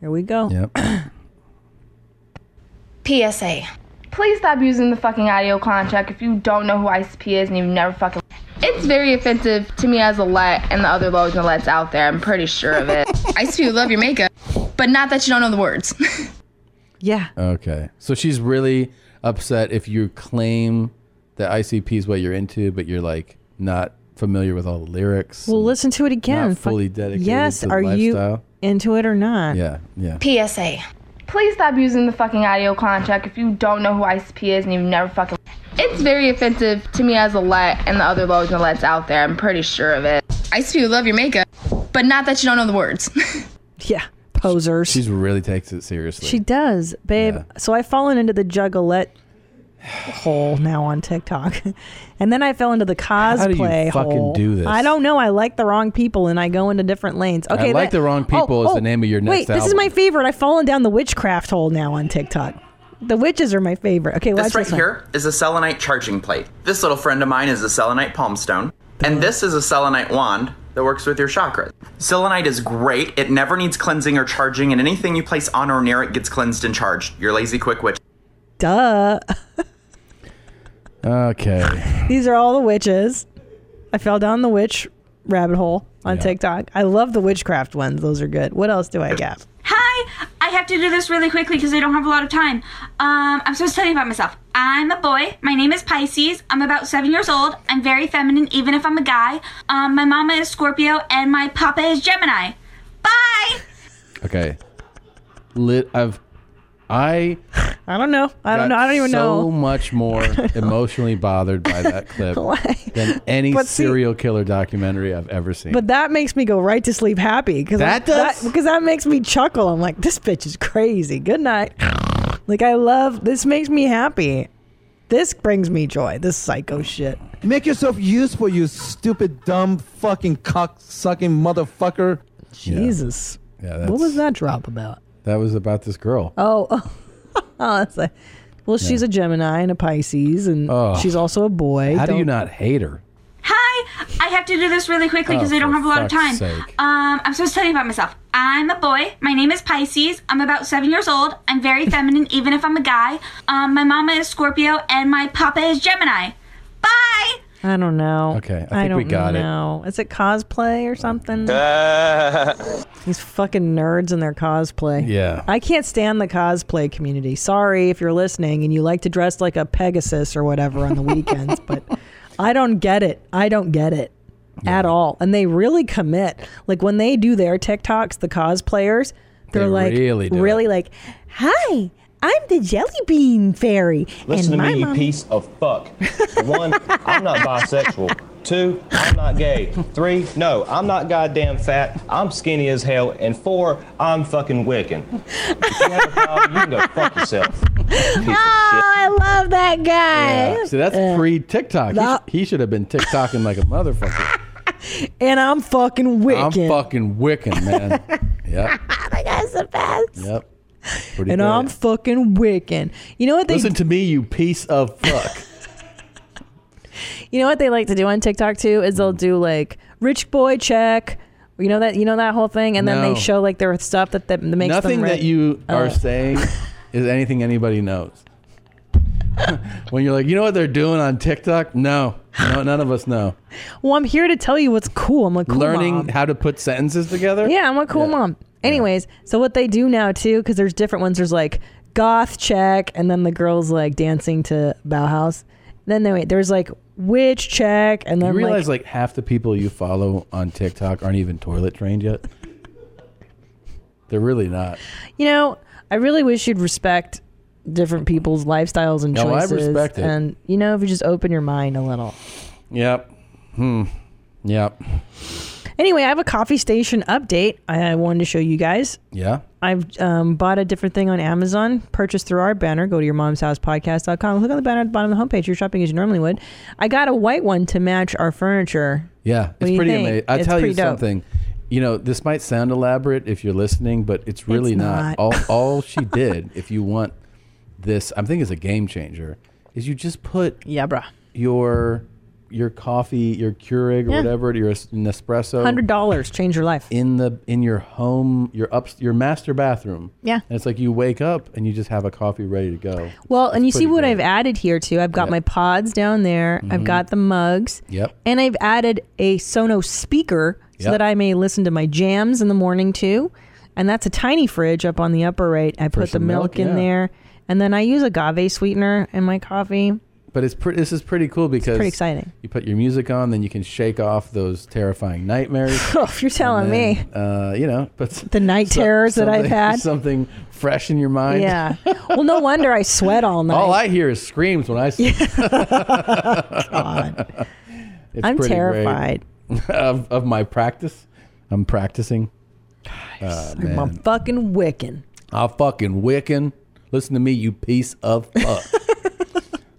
Speaker 3: Here we go.
Speaker 2: Yep.
Speaker 11: PSA. Please stop using the fucking audio contract if you don't know who ICP is and you've never fucking. It's very offensive to me as a let and the other loads and lets out there. I'm pretty sure of it. ICP, we love your makeup, but not that you don't know the words.
Speaker 3: Yeah.
Speaker 2: Okay. So she's really upset if you claim that ICP is what you're into, but you're like not familiar with all the lyrics.
Speaker 3: Well, listen to it again.
Speaker 2: Not
Speaker 3: Fuck-
Speaker 2: fully dedicated
Speaker 3: Yes.
Speaker 2: to the
Speaker 3: are
Speaker 2: lifestyle.
Speaker 3: you into it or not?
Speaker 2: yeah, yeah.
Speaker 11: PSA. Please stop using the fucking audio contract if you don't know who ICP is and you've never fucking. It's very offensive to me as a let and the other loads and lets out there. I'm pretty sure of it. ICP, we love your makeup, but not that you don't know the words.
Speaker 3: Yeah. Posers.
Speaker 2: She really takes it seriously.
Speaker 3: she does, babe.
Speaker 2: Yeah.
Speaker 3: So I've fallen into the juggalette hole now on TikTok. and then I fell into the cosplay
Speaker 2: do you fucking
Speaker 3: hole.
Speaker 2: do this?
Speaker 3: I don't know. I like the wrong people and I go into different lanes. Okay.
Speaker 2: like
Speaker 3: that-
Speaker 2: the wrong
Speaker 3: Oh,
Speaker 2: people is the
Speaker 3: oh,
Speaker 2: name of your
Speaker 3: Wait,
Speaker 2: next
Speaker 3: this is
Speaker 2: album.
Speaker 3: my favorite. I've fallen down the witchcraft hole now on TikTok. The witches are my favorite. Okay, watch
Speaker 12: This right
Speaker 3: this one.
Speaker 12: here is a selenite charging plate. This little friend of mine is a selenite palm stone. And this is a selenite wand that works with your chakras. Selenite is great. It never needs cleansing or charging, and anything you place on or near it gets cleansed and charged. Your lazy quick witch.
Speaker 3: Duh.
Speaker 2: okay.
Speaker 3: These are all the witches. I fell down the witch rabbit hole on
Speaker 2: Yeah.
Speaker 3: TikTok. I love the witchcraft ones. Those are good. What else do I get?
Speaker 13: Hi, I have to do this really quickly because I don't have a lot of time. Um, I'm supposed to tell you about myself. I'm a boy. My name is Pisces. I'm about seven years old. I'm very feminine, even if I'm a guy. Um, my mama is Scorpio, and my papa is Gemini. Bye.
Speaker 2: Okay. Lit. I've I
Speaker 3: I don't know. I don't know. I don't even
Speaker 2: so
Speaker 3: know.
Speaker 2: much more emotionally bothered by that clip than any
Speaker 3: But see-
Speaker 2: serial killer documentary I've ever seen.
Speaker 3: But that makes me go right to sleep happy because
Speaker 2: That does?
Speaker 3: because that makes me chuckle. I'm like, this bitch is crazy. Good night. like I love this. Makes me happy. This brings me joy. This psycho shit.
Speaker 14: Make yourself useful, you stupid, dumb, fucking cock sucking motherfucker.
Speaker 3: Jesus.
Speaker 2: Yeah,
Speaker 3: what was that drop about?
Speaker 2: that was about this girl.
Speaker 3: Oh, oh, it's like, well, she's a Gemini and a Pisces, and
Speaker 2: Oh.
Speaker 3: she's also a boy.
Speaker 2: How do you
Speaker 3: Don't-
Speaker 2: not hate her?
Speaker 13: Hi, I have to do this really quickly because
Speaker 2: Oh,
Speaker 13: I don't
Speaker 2: for
Speaker 13: have a lot of time.
Speaker 2: fuck's sake.
Speaker 13: Um, I'm supposed to tell you about myself. I'm a boy. My name is Pisces. I'm about seven years old. I'm very feminine, even if I'm a guy. Um, my mama is Scorpio, and my papa is Gemini.
Speaker 3: I don't know.
Speaker 2: Okay, I
Speaker 3: I
Speaker 2: think
Speaker 3: don't
Speaker 2: we got it.
Speaker 3: know. Is it cosplay or something? These fucking nerds and their cosplay.
Speaker 2: Yeah.
Speaker 3: I can't stand the cosplay community. Sorry if you're listening and you like to dress like a Pegasus or whatever on the weekends, but I don't get it. I don't get it at all. And they really commit. Like when they do their TikToks, the cosplayers, they're
Speaker 2: They
Speaker 3: like
Speaker 2: really do
Speaker 3: really like, "Hi, I'm the jelly bean fairy."
Speaker 15: Listen
Speaker 3: and
Speaker 15: to
Speaker 3: my
Speaker 15: me, you
Speaker 3: mom-
Speaker 15: piece of fuck. One, I'm not bisexual. Two, I'm not gay. Three, no, I'm not goddamn fat. I'm skinny as hell. And four, I'm fucking Wiccan. If you have a problem, you can go fuck yourself.
Speaker 8: Ah,
Speaker 3: Oh, I love that guy.
Speaker 2: See, that's
Speaker 3: uh,
Speaker 2: pre TikTok. He, sh- he should have been TikToking like a motherfucker.
Speaker 3: And I'm fucking wicked.
Speaker 2: I'm fucking wicking, man. yep.
Speaker 3: that guy's the best.
Speaker 2: Yep. Pretty
Speaker 3: and
Speaker 2: good.
Speaker 3: I'm fucking wicking. You know what they
Speaker 2: Listen to me, you piece of fuck.
Speaker 3: you know what they like to do on TikTok too is
Speaker 2: Hmm.
Speaker 3: they'll do like rich boy check. You know that you know that whole thing, and then
Speaker 2: No.
Speaker 3: they show like their stuff that that, that makes them
Speaker 2: Nothing
Speaker 3: rich.
Speaker 2: that you are
Speaker 3: Oh.
Speaker 2: saying is anything anybody knows. when you're like, you know what they're doing on TikTok? No, no none of us know.
Speaker 3: Well, I'm here to tell you what's cool. I'm a cool
Speaker 2: Learning
Speaker 3: mom.
Speaker 2: how to put sentences together.
Speaker 3: Yeah, I'm a cool mom. Anyways, so what they do now too, because there's different ones. There's like goth check, and then the girls like dancing to Bauhaus. Then they wait. There's like witch check, and
Speaker 2: You
Speaker 3: then
Speaker 2: realize like, half the people you follow on TikTok aren't even toilet trained yet. They're really not.
Speaker 3: You know, I really wish you'd respect different people's lifestyles and
Speaker 2: No, I
Speaker 3: choices.
Speaker 2: respect it.
Speaker 3: And you know, if you just open your mind a little.
Speaker 2: Yep. Hmm. Yep.
Speaker 3: Anyway, I have a coffee station update. I I wanted to show you guys.
Speaker 2: Yeah.
Speaker 3: I've um, bought a different thing on Amazon, purchased through our banner. Go to your mom's house podcast.com. Click on the banner at the bottom of the homepage. You're shopping as you normally would. I got a white one to match our furniture.
Speaker 2: Yeah,
Speaker 3: do
Speaker 2: it's
Speaker 3: you
Speaker 2: pretty
Speaker 3: think?
Speaker 2: amazing. I
Speaker 3: It's
Speaker 2: tell you
Speaker 3: pretty dope.
Speaker 2: something. You know, this might sound elaborate if you're listening, but it's really
Speaker 3: It's not.
Speaker 2: not. All all she did, if you want this, I'm thinking it's a game changer, is you just put
Speaker 3: yeah, bruh.
Speaker 2: your your coffee, your Keurig or
Speaker 3: Yeah.
Speaker 2: whatever, your es- Nespresso,
Speaker 3: Hundred dollars change your life.
Speaker 2: in the in your home, your up your master bathroom.
Speaker 3: Yeah.
Speaker 2: and it's like you wake up and you just have a coffee ready to go.
Speaker 3: Well, and you
Speaker 2: It's
Speaker 3: see
Speaker 2: pretty
Speaker 3: what I've added here too. I've got my pods down there. I've
Speaker 2: Mhm.
Speaker 3: got the mugs.
Speaker 2: Yep.
Speaker 3: And I've added a Sonos speaker so
Speaker 2: Yep.
Speaker 3: that I may listen to my jams in the morning too. And that's a tiny fridge up on the upper right. I put the
Speaker 2: some
Speaker 3: milk,
Speaker 2: milk,
Speaker 3: in
Speaker 2: yeah.
Speaker 3: there. And then I use agave sweetener in my coffee.
Speaker 2: But it's pre- this is pretty cool because
Speaker 3: pretty exciting.
Speaker 2: You put your music on, then you can shake off those terrifying nightmares.
Speaker 3: Oh, if you're telling
Speaker 2: And
Speaker 3: me.
Speaker 2: then, Uh, you know, but the
Speaker 3: night terrors that I've had.
Speaker 2: Something fresh in your mind.
Speaker 3: Yeah. well, no wonder I sweat all night.
Speaker 2: All I hear is screams when I sleep. It's
Speaker 3: I'm
Speaker 2: pretty great.
Speaker 3: terrified.
Speaker 2: of, of my practice. I'm practicing. Ah,
Speaker 3: I'm a
Speaker 2: man.
Speaker 3: fucking Wiccan.
Speaker 2: I'll fucking wicking. Listen to me, you piece of fuck.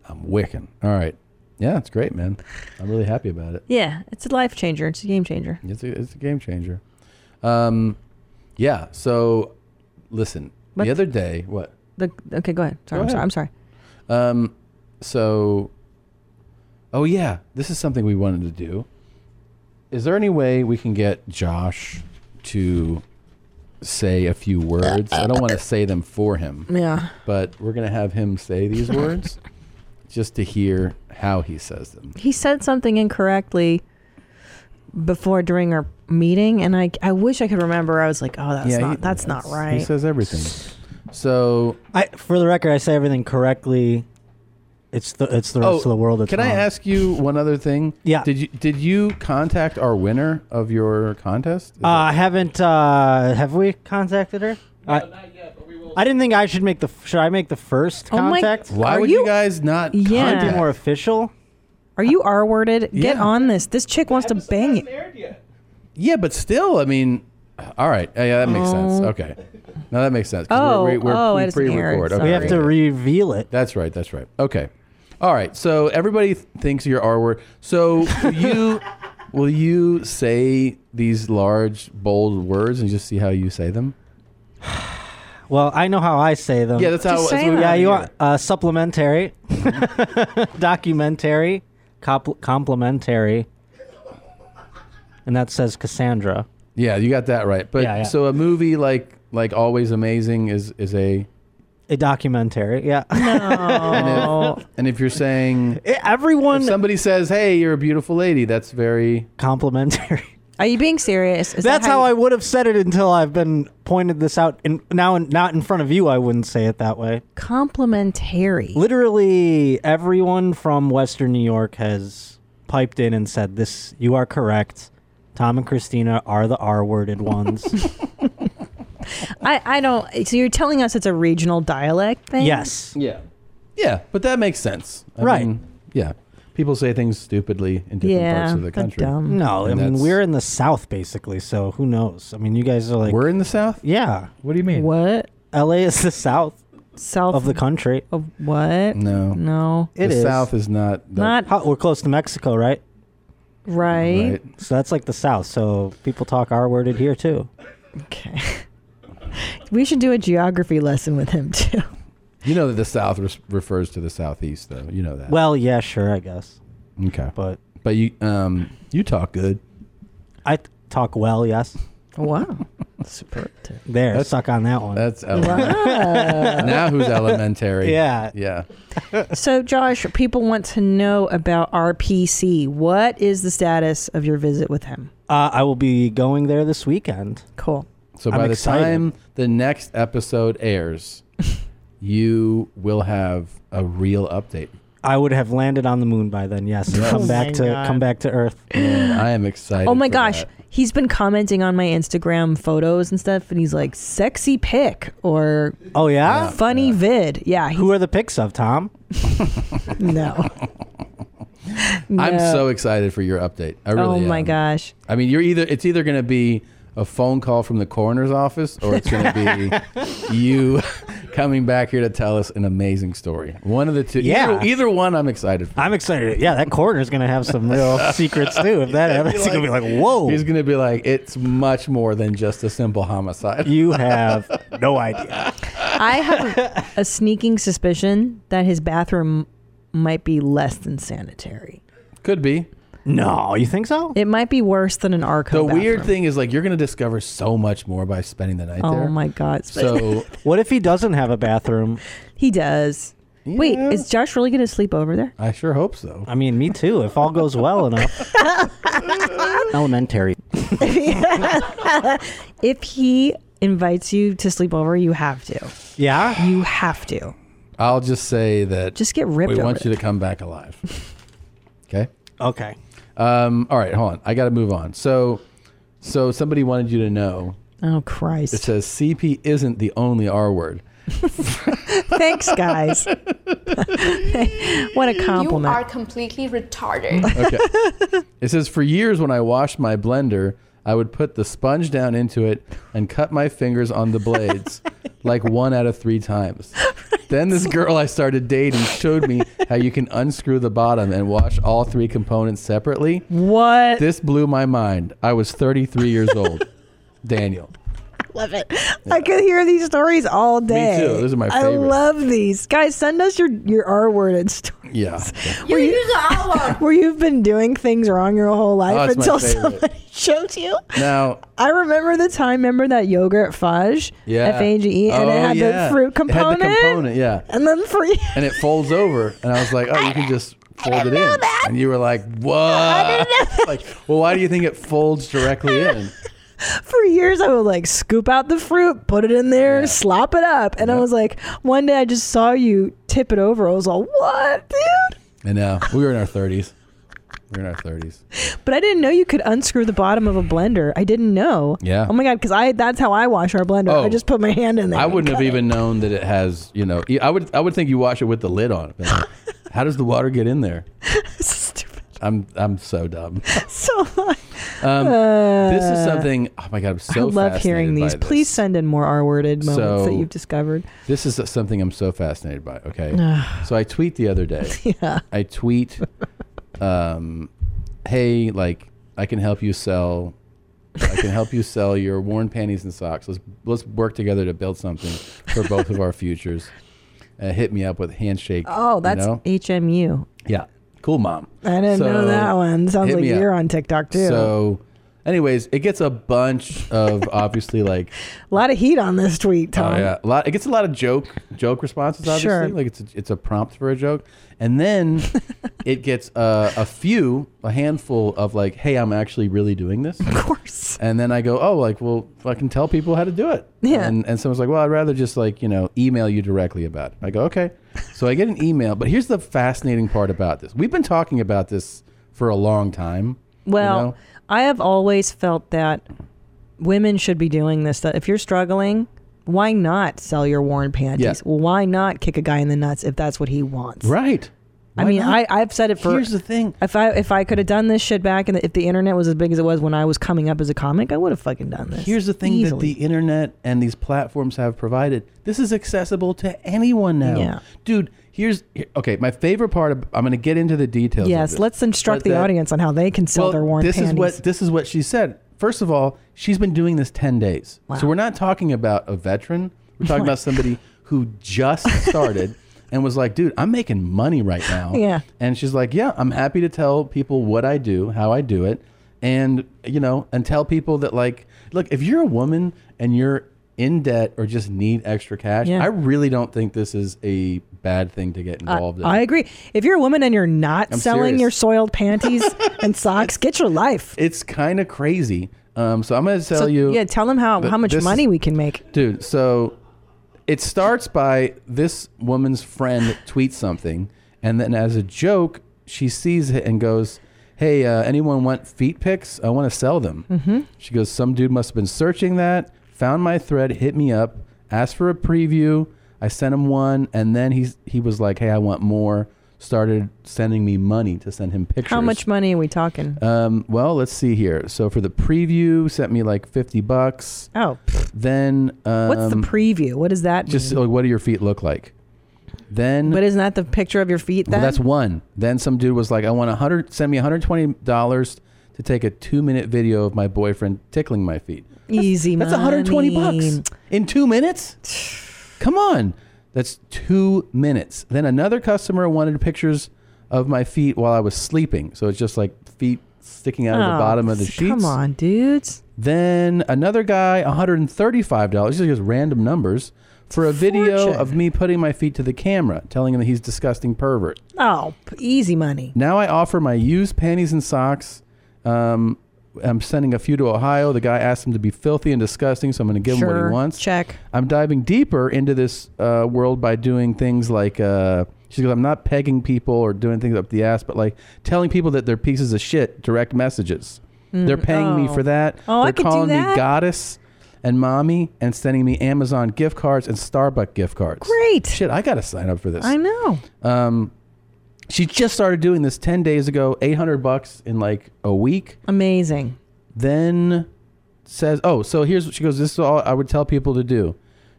Speaker 2: I'm wicking. All right. Yeah, it's great, man. I'm really happy about it.
Speaker 3: Yeah, it's a life changer. It's a game changer.
Speaker 2: It's a, it's a game changer. Um, yeah. So, listen.
Speaker 3: What?
Speaker 2: The other day, what?
Speaker 3: The, okay, go ahead. Sorry,
Speaker 2: Go
Speaker 3: I'm sorry.
Speaker 2: ahead.
Speaker 3: I'm sorry.
Speaker 2: Um, so, oh yeah, this is something we wanted to do. Is there any way we can get Josh to say a few words? I don't want to say them for him.
Speaker 3: Yeah.
Speaker 2: But we're gonna have him say these words, just to hear how he says them.
Speaker 3: he said something incorrectly before during our meeting and I I wish I could remember. I was like, "Oh, that's
Speaker 2: Yeah, he-
Speaker 3: not that's not right."
Speaker 2: He says everything. So
Speaker 16: I, for the record, I say everything correctly. It's the it's the rest of the world. That's
Speaker 2: Oh, Can I
Speaker 16: wrong.
Speaker 2: ask you one other thing?
Speaker 16: Yeah.
Speaker 2: Did you did you contact our winner of your contest?
Speaker 16: Uh, I haven't. Uh, have we contacted her? I, I didn't think I should make the. Should I make the first
Speaker 3: Oh my-
Speaker 16: contact?
Speaker 3: Why Are would you you-
Speaker 2: guys not?
Speaker 3: Yeah.
Speaker 16: Be
Speaker 3: contact?
Speaker 16: more official.
Speaker 3: Are you R worded? Get
Speaker 2: Yeah.
Speaker 3: on this. This chick wants to bang it.
Speaker 2: Yeah, but still, I mean, all right. Yeah, yeah, that makes sense.
Speaker 3: Oh.
Speaker 2: Okay. No, that makes sense. 'cause
Speaker 3: Oh, oh, I just didn't hear it.
Speaker 2: pre-record.
Speaker 3: We have to
Speaker 16: reveal it.
Speaker 2: That's right. That's right. Okay. All right. So everybody th- thinks you're R word. So will you will you say these large bold words and just see how you say them?
Speaker 16: Well, I know how I say them.
Speaker 2: Yeah, that's how- Just that's say what we them.
Speaker 16: yeah,
Speaker 2: wanna
Speaker 16: you
Speaker 2: hear.
Speaker 16: want uh, supplementary, documentary, compl- complimentary, and that says Cassandra.
Speaker 2: Yeah, you got that right. But
Speaker 16: Yeah, yeah.
Speaker 2: so a movie like like Always Amazing is is a
Speaker 16: a documentary. Yeah. Oh.
Speaker 2: and,
Speaker 3: Oh.
Speaker 2: if, and if you're saying
Speaker 16: everyone,
Speaker 2: if somebody says, "Hey, you're a beautiful lady," that's very
Speaker 16: complimentary.
Speaker 3: Are you being serious? Is that
Speaker 16: that's
Speaker 3: how
Speaker 16: how,
Speaker 3: you-
Speaker 16: I would have said it until I've been pointed this out. And now, in- not in front of you, I wouldn't say it that way.
Speaker 3: Complimentary.
Speaker 16: Literally everyone from Western New York has piped in and said, "This, you are correct. Tom and Christina are the R-worded ones."
Speaker 3: I, I don't. So you're telling us it's a regional dialect thing?
Speaker 16: Yes.
Speaker 2: Yeah. Yeah, but that makes sense. I
Speaker 16: Right.
Speaker 2: mean, yeah. People say things stupidly in different
Speaker 16: Yeah,
Speaker 2: parts of the
Speaker 16: they're
Speaker 2: country.
Speaker 16: dumb. No, I
Speaker 2: And
Speaker 16: mean
Speaker 2: that's-
Speaker 16: we're in the South basically, so who knows? I mean, you guys are like
Speaker 2: we're in the South.
Speaker 16: Yeah.
Speaker 2: What do you mean?
Speaker 3: What?
Speaker 16: L.A. is the South.
Speaker 3: South
Speaker 16: of the country.
Speaker 3: Of what?
Speaker 2: No.
Speaker 3: No.
Speaker 16: It
Speaker 2: the
Speaker 16: is.
Speaker 2: South is not. the-
Speaker 3: Not- Eh?
Speaker 16: How- we're close to Mexico, right?
Speaker 3: Right.
Speaker 16: So that's like the South. So people talk R-worded here too.
Speaker 3: We should do a geography lesson with him too.
Speaker 2: You know that the South res- refers to the Southeast, though. You know that.
Speaker 16: Well, yeah, sure, I guess.
Speaker 2: Okay.
Speaker 16: But
Speaker 2: but you um you talk good.
Speaker 16: I th- talk well. Yes.
Speaker 3: Wow. Super.
Speaker 16: There, suck on that one.
Speaker 2: That's now who's elementary?
Speaker 16: Yeah.
Speaker 2: Yeah.
Speaker 3: so, Josh, people want to know about RPC. What is the status of your visit with him?
Speaker 16: Uh, I will be going there this weekend.
Speaker 3: Cool.
Speaker 2: So by the time the next episode airs, you will have a real update.
Speaker 16: I would have landed on the moon by then, yes.
Speaker 2: Yes.
Speaker 16: Come
Speaker 2: Oh
Speaker 16: back
Speaker 2: my
Speaker 16: to
Speaker 2: God.
Speaker 16: come back to Earth.
Speaker 2: I am excited.
Speaker 3: oh my
Speaker 2: for
Speaker 3: gosh,
Speaker 2: that.
Speaker 3: he's been commenting on my Instagram photos and stuff, and he's like, "sexy pic" or
Speaker 16: "Oh yeah,
Speaker 3: funny vid." Yeah, he,
Speaker 16: Who are the pics of Tom?
Speaker 3: no.
Speaker 2: I'm
Speaker 3: No.
Speaker 2: so excited for your update. I really
Speaker 3: oh
Speaker 2: am.
Speaker 3: my gosh.
Speaker 2: I mean, you're either it's either going to be a phone call from the coroner's office or it's going to be you coming back here to tell us an amazing story. One of the two.
Speaker 16: Yeah.
Speaker 2: Either, either one I'm excited for.
Speaker 16: I'm excited. Yeah, that coroner's gonna have some real secrets too. If that happens, he's gonna be like, "Whoa!"
Speaker 2: He's going to be like, it's much more than just a simple homicide.
Speaker 16: You have no idea.
Speaker 3: I have a sneaking suspicion that his bathroom might be less than sanitary.
Speaker 2: Could be.
Speaker 16: No, you think so?
Speaker 3: It might be worse than an Arco.
Speaker 2: The
Speaker 3: bathroom.
Speaker 2: weird thing is, like, you're going to discover so much more by spending the night
Speaker 3: Oh
Speaker 2: there.
Speaker 3: my God.
Speaker 2: So
Speaker 16: what if he doesn't have a bathroom?
Speaker 3: He does. Wait, is Josh really going to sleep over there?
Speaker 2: I sure hope so.
Speaker 16: I mean, me too. If all goes well enough. Elementary.
Speaker 3: if he invites you to sleep over, you have to.
Speaker 16: Yeah?
Speaker 3: You have to.
Speaker 2: I'll just say that.
Speaker 3: Just get ripped
Speaker 2: We
Speaker 3: over
Speaker 2: want you
Speaker 3: it.
Speaker 2: to come back alive. okay.
Speaker 16: Okay.
Speaker 2: Um, all right, hold on. I got to move on. So, so somebody wanted you to know.
Speaker 3: Oh Christ!
Speaker 2: It says CP isn't the only R word.
Speaker 3: Thanks, guys. what a
Speaker 17: You
Speaker 3: compliment.
Speaker 17: are completely retarded.
Speaker 2: Okay. it says for years when I washed my blender, I would put the sponge down into it and cut my fingers on the blades like one out of three times. Then this girl I started dating showed me how you can unscrew the bottom and wash all three components separately.
Speaker 3: What?
Speaker 2: This blew my mind. I was 33 years old. Daniel.
Speaker 3: love it. I could hear these stories all day.
Speaker 2: too. Those are my
Speaker 3: I
Speaker 2: favorites.
Speaker 3: love these guys. Send us your your R worded stories.
Speaker 2: Yeah.
Speaker 3: You use the R where you've been doing things wrong your whole life
Speaker 2: Oh, it's my
Speaker 3: until
Speaker 2: favorite.
Speaker 3: somebody shows you.
Speaker 2: Now,
Speaker 3: I remember the time. Remember that yogurt fudge?
Speaker 2: Yeah.
Speaker 3: F A G E, and it
Speaker 2: Oh,
Speaker 3: had
Speaker 2: yeah.
Speaker 3: the fruit
Speaker 2: It had the
Speaker 3: component.
Speaker 2: component, yeah.
Speaker 3: And then free.
Speaker 2: and it folds over. And I was like, oh, you can just fold it in. And you were like, what? like, well, why do you think it folds directly in?
Speaker 3: For years, I would like scoop out the fruit, put it in there, slop it up, and I was like, one day I just saw you tip it over. I was like, what, dude?
Speaker 2: And now we were in our 30s. We're in our thirties.
Speaker 3: But I didn't know you could unscrew the bottom of a blender. I didn't know.
Speaker 2: Yeah.
Speaker 3: Oh my god, because I that's how I wash our blender.
Speaker 2: Oh.
Speaker 3: I just put my hand in there.
Speaker 2: I wouldn't have even known that it has. You know, e, I would. I would think you wash it with the lid on. But how does the water get in there?
Speaker 3: Stupid.
Speaker 2: I'm I'm so dumb.
Speaker 3: So
Speaker 2: Um, this is
Speaker 3: Uh,
Speaker 2: something. Oh my god, I'm so.
Speaker 3: I love hearing
Speaker 2: fascinated by
Speaker 3: these.
Speaker 2: this.
Speaker 3: Please send in more R-worded moments
Speaker 2: So-
Speaker 3: that you've discovered.
Speaker 2: This is something I'm so fascinated by. Okay, so I tweet the other day.
Speaker 3: Yeah.
Speaker 2: I tweet, um, "Hey, like I can help you sell, I can help you sell your worn panties and socks. Let's let's work together to build something for both of our futures." Uh, hit me up with handshake.
Speaker 3: Oh, that's
Speaker 2: you know?
Speaker 3: HMU.
Speaker 2: yeah, cool, mom.
Speaker 3: I didn't know
Speaker 2: So,
Speaker 3: that one. Sounds
Speaker 2: hit
Speaker 3: like
Speaker 2: me up.
Speaker 3: you're on TikTok too.
Speaker 2: So, anyways, it gets a bunch of obviously like
Speaker 3: a lot of heat on this tweet, Tom.
Speaker 2: Oh, yeah, a lot. It gets a lot of joke joke responses. Obviously,
Speaker 3: Sure.
Speaker 2: like it's a, it's a prompt for a joke, and then it gets uh, a few, a handful of like, "Hey, I'm actually really doing this." Of
Speaker 3: course.
Speaker 2: And then I go, "Oh, like, well, fucking tell people how to do it."
Speaker 3: Yeah.
Speaker 2: And and someone's like, "Well, I'd rather just like you know email you directly about it." I go, "Okay." So I get an email, but here's the fascinating part about this. We've been talking about this for a long time. you
Speaker 3: Well,
Speaker 2: know?
Speaker 3: I have always felt that women should be doing this. That if you're struggling, why not sell your worn panties?
Speaker 2: Yeah.
Speaker 3: Why not kick a guy in the nuts if that's what he wants?
Speaker 2: Right.
Speaker 3: I
Speaker 2: Why
Speaker 3: mean,
Speaker 2: not?
Speaker 3: I, I've said it for.
Speaker 2: Here's the thing.
Speaker 3: If I if I could have done this shit back, and if the internet was as big as it was when I was coming up as a comic, I would have fucking done this.
Speaker 2: Here's the thing that the internet and these platforms have provided. This is accessible to anyone now.
Speaker 3: Yeah.
Speaker 2: Dude, here's here- okay, my favorite part of, I'm going to get into the details. of
Speaker 3: yes,
Speaker 2: this.
Speaker 3: let's instruct
Speaker 2: But
Speaker 3: the
Speaker 2: that-
Speaker 3: audience on how they can sell
Speaker 2: well,
Speaker 3: their worn
Speaker 2: this
Speaker 3: panties.
Speaker 2: is what this is what she said. First of all, she's been doing this 10 days. So we're not talking about a veteran. We're talking about somebody who just started and was like, "Dude, I'm making money right now."
Speaker 3: Yeah.
Speaker 2: And she's like, "Yeah, I'm happy to tell people what I do, how I do it, and you know, and tell people that like, look, if you're a woman and you're in debt or just need extra cash,
Speaker 3: Yeah.
Speaker 2: I really don't think this is a bad thing to get
Speaker 3: I,
Speaker 2: involved in."
Speaker 3: I agree. If you're a woman and you're not
Speaker 2: I'm
Speaker 3: selling
Speaker 2: serious.
Speaker 3: your soiled panties and socks, get your life.
Speaker 2: it's kind of crazy. Um, so I'm going to tell
Speaker 3: So,
Speaker 2: you.
Speaker 3: yeah, tell them how
Speaker 2: th-
Speaker 3: how much
Speaker 2: this is-
Speaker 3: money we can make.
Speaker 2: Dude, so it starts by this woman's friend tweets something, and then as a joke, she sees it and goes, Hey, uh, anyone want feet pics? I want to sell them.
Speaker 3: Mm-hmm.
Speaker 18: Mhm.
Speaker 2: She goes, Some dude must have been searching that, found my thread, hit me up, asked for a preview. I sent him one, and then he's, he was like, Hey, I want more. Started sending me money to send him pictures.
Speaker 3: How much money are we talking?
Speaker 2: Um, well, let's see here. So for the preview, sent me like fifty bucks.
Speaker 3: Oh.
Speaker 2: Then um,
Speaker 3: What's the preview? What does that
Speaker 2: Just
Speaker 3: mean?
Speaker 2: like what do your feet look like? Then
Speaker 3: But isn't that the picture of your feet? Then
Speaker 2: well, that's one. Then some dude was like, I want a hundred. Send me one hundred twenty dollars to take a two minute video of my boyfriend tickling my feet.
Speaker 3: easy.
Speaker 2: That's 120
Speaker 3: money.
Speaker 2: bucks in two minutes. Come on, that's two minutes. Then another customer wanted pictures of my feet while I was sleeping. So it's just like feet sticking out of
Speaker 3: Oh,
Speaker 2: the bottom of the
Speaker 3: come
Speaker 2: sheets.
Speaker 3: on, dudes.
Speaker 2: Then another guy, one hundred and thirty-five dollars. These are just random numbers for a video
Speaker 3: fortune.
Speaker 2: of me putting my feet to the camera, telling him that he's disgusting pervert.
Speaker 3: Oh, p- easy money.
Speaker 2: Now I offer my used panties and socks. Um, I'm sending a few to Ohio. The guy asked him to be filthy and disgusting, so I'm going to give him what
Speaker 3: Sure,
Speaker 2: he wants.
Speaker 3: check.
Speaker 2: I'm diving deeper into this uh, world by doing things like uh, she goes, I'm not pegging people or doing things up the ass, but like telling people that they're pieces of shit. Direct messages.
Speaker 3: Mm,
Speaker 2: they're paying me
Speaker 3: oh.
Speaker 2: for that.
Speaker 3: Oh, I
Speaker 2: they're
Speaker 3: could do
Speaker 2: calling
Speaker 3: that.
Speaker 2: me goddess and mommy and sending me Amazon gift cards and Starbucks gift cards.
Speaker 3: Great.
Speaker 2: Shit, I got to sign up for this.
Speaker 3: I know.
Speaker 2: Um, she just started doing this ten days ago. Eight hundred bucks in like a week.
Speaker 3: Amazing.
Speaker 2: Then says, "Oh, so here's what she goes. This is all I would tell people to do.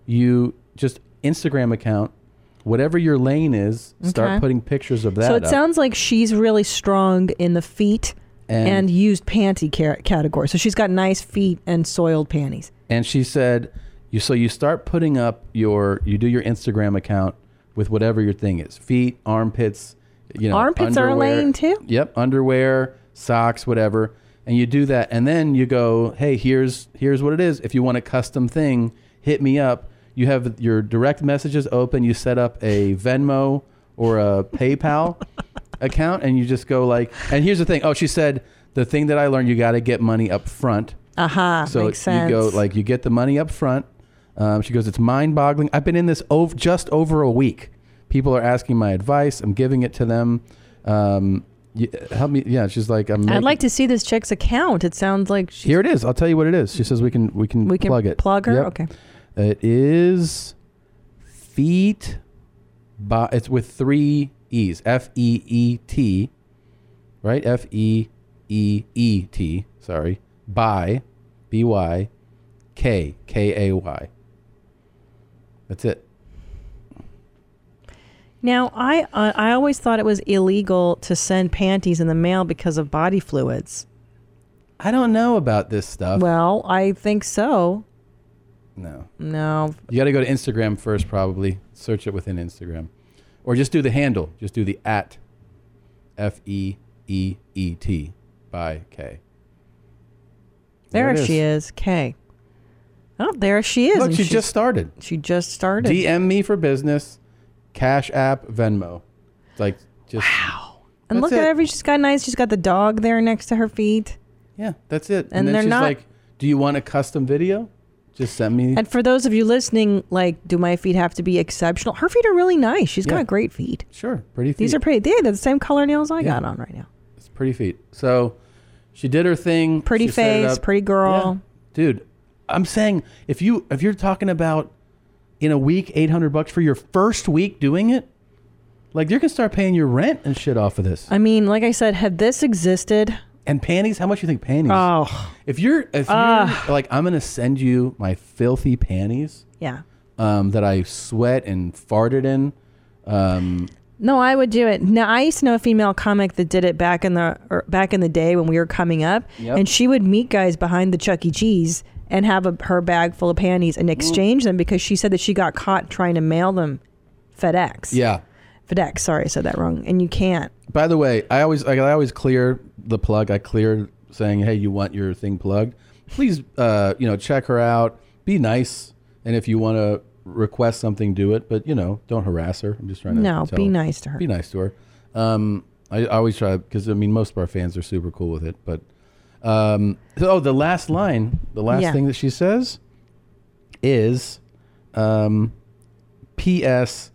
Speaker 2: You just Instagram account, whatever your lane is,
Speaker 3: Okay.
Speaker 2: start putting pictures of that.
Speaker 3: so it
Speaker 2: up.
Speaker 3: sounds like she's really strong in the feet and,
Speaker 2: And-
Speaker 3: used panty car- category. So she's got nice feet and soiled panties.
Speaker 2: And she said, "You so you start putting up your you do your Instagram account with whatever your thing is: feet, armpits, you know,
Speaker 3: Armpits are a
Speaker 2: underwear.
Speaker 3: lane, too?
Speaker 2: Yep, underwear, socks, whatever. And you do that, and then you go, "Hey, here's here's what it is. If you want a custom thing, hit me up. You have your direct messages open. You set up a Venmo or a PayPal." account and you just go like and here's the thing oh she said the thing that i learned you got to get money up front
Speaker 3: Aha,
Speaker 2: so
Speaker 3: Ah, makes sense.
Speaker 2: you go like you get the money up front. Um, she goes, it's mind boggling. I've been in this over just over a week. People are asking my advice. I'm giving it to them. Um, y- help me. Yeah, she's like, I'm.
Speaker 3: I'd
Speaker 2: making-
Speaker 3: like to see this chick's account. It sounds like she,
Speaker 2: Here it is. I'll tell you what it is. She says we can we can
Speaker 3: we can
Speaker 2: plug it.
Speaker 3: Plug her.
Speaker 2: Yep.
Speaker 3: Okay.
Speaker 2: It is feet. By, it's with three e's. F e e t, right? F e e e t. Sorry. By, b y, k k a y. That's it.
Speaker 3: Now, I uh, I always thought it was illegal to send panties in the mail because of body fluids.
Speaker 2: I don't know about this stuff.
Speaker 3: Well, I think so.
Speaker 2: No.
Speaker 3: No.
Speaker 2: You got to go to Instagram first, probably. Search it within Instagram, or just do the handle. Just do the at f e e e t by k.
Speaker 3: There,
Speaker 2: it
Speaker 3: she is. K. Oh, there she is.
Speaker 2: Look,
Speaker 3: and
Speaker 2: she
Speaker 3: she's-
Speaker 2: just started.
Speaker 3: She just started.
Speaker 2: DM me for business, Cash App, Venmo. It's Like just wow.
Speaker 3: And look at every. She's got nice. She's got the dog there next to her feet.
Speaker 2: Yeah, that's it.
Speaker 3: And
Speaker 2: then
Speaker 3: they're
Speaker 2: she's
Speaker 3: not-
Speaker 2: like, "Do you want a custom video? Just send me."
Speaker 3: And for those of you listening, like, do my feet have to be exceptional? Her feet are really nice. She's
Speaker 2: Yeah.
Speaker 3: got great feet.
Speaker 2: Sure, pretty. Feet.
Speaker 3: These are pretty. They, they're the same color nails I
Speaker 2: Yeah.
Speaker 3: got on right now.
Speaker 2: It's pretty feet. So she did her thing.
Speaker 3: Pretty
Speaker 2: She set it
Speaker 3: face,
Speaker 2: up.
Speaker 3: pretty girl.
Speaker 2: Yeah. Dude, I'm saying if you if you're talking about in a week 800 bucks for your first week doing it, like you can start paying your rent and shit off of this.
Speaker 3: I mean, like I said, had this existed,
Speaker 2: And panties, how much you think panties?
Speaker 3: Oh.
Speaker 2: If you're if you're
Speaker 3: Ah.
Speaker 2: like I'm going to send you my filthy panties
Speaker 3: yeah.
Speaker 2: um, that I sweat and farted in um,
Speaker 3: No, I would do it. Now, I used to know a female comic that did it back in the or back in the day when we were coming up,
Speaker 2: Yep.
Speaker 3: and she would meet guys behind the Chuck E. Cheese and have a, her bag full of panties
Speaker 2: Mm.
Speaker 3: and exchange them because she said that she got caught trying to mail them FedEx.
Speaker 2: yeah.
Speaker 3: FedEx. Sorry, I said that wrong. And you can't.
Speaker 2: By the way, I always I, I always clear the plug. I clear saying, "Hey, you want your thing plugged? Please, uh, you know, check her out. Be nice, and if you want to request something, do it. But you know, don't harass her. I'm just trying to
Speaker 3: No,
Speaker 2: tell
Speaker 3: be nice to her.
Speaker 2: Be nice to her. Um, I, I always try because I mean, most of our fans are super cool with it. But um, so oh, the last line, the last
Speaker 3: Yeah.
Speaker 2: thing that she says is, um, "P.S."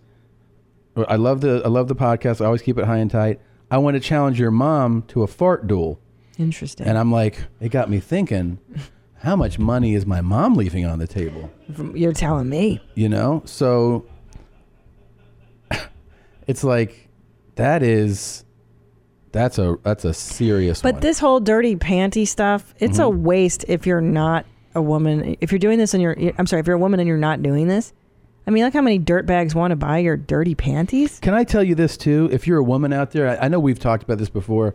Speaker 2: I love the I love the podcast. I always keep it high and tight. I want to challenge your mom to a fart duel.
Speaker 3: Interesting.
Speaker 2: And I'm like, it got me thinking, how much money is my mom leaving on the table?
Speaker 3: You're telling me.
Speaker 2: You know? So it's like that is that's a that's a serious
Speaker 3: But
Speaker 2: one. Mm-hmm.
Speaker 3: this whole dirty panty stuff, it's a waste if you're not a woman. If you're doing this and you're, I'm sorry, if you're a woman and you're not doing this, I mean, look how many dirtbags want to buy your dirty panties.
Speaker 2: Can I tell you this too? If you're a woman out there, I, I know we've talked about this before,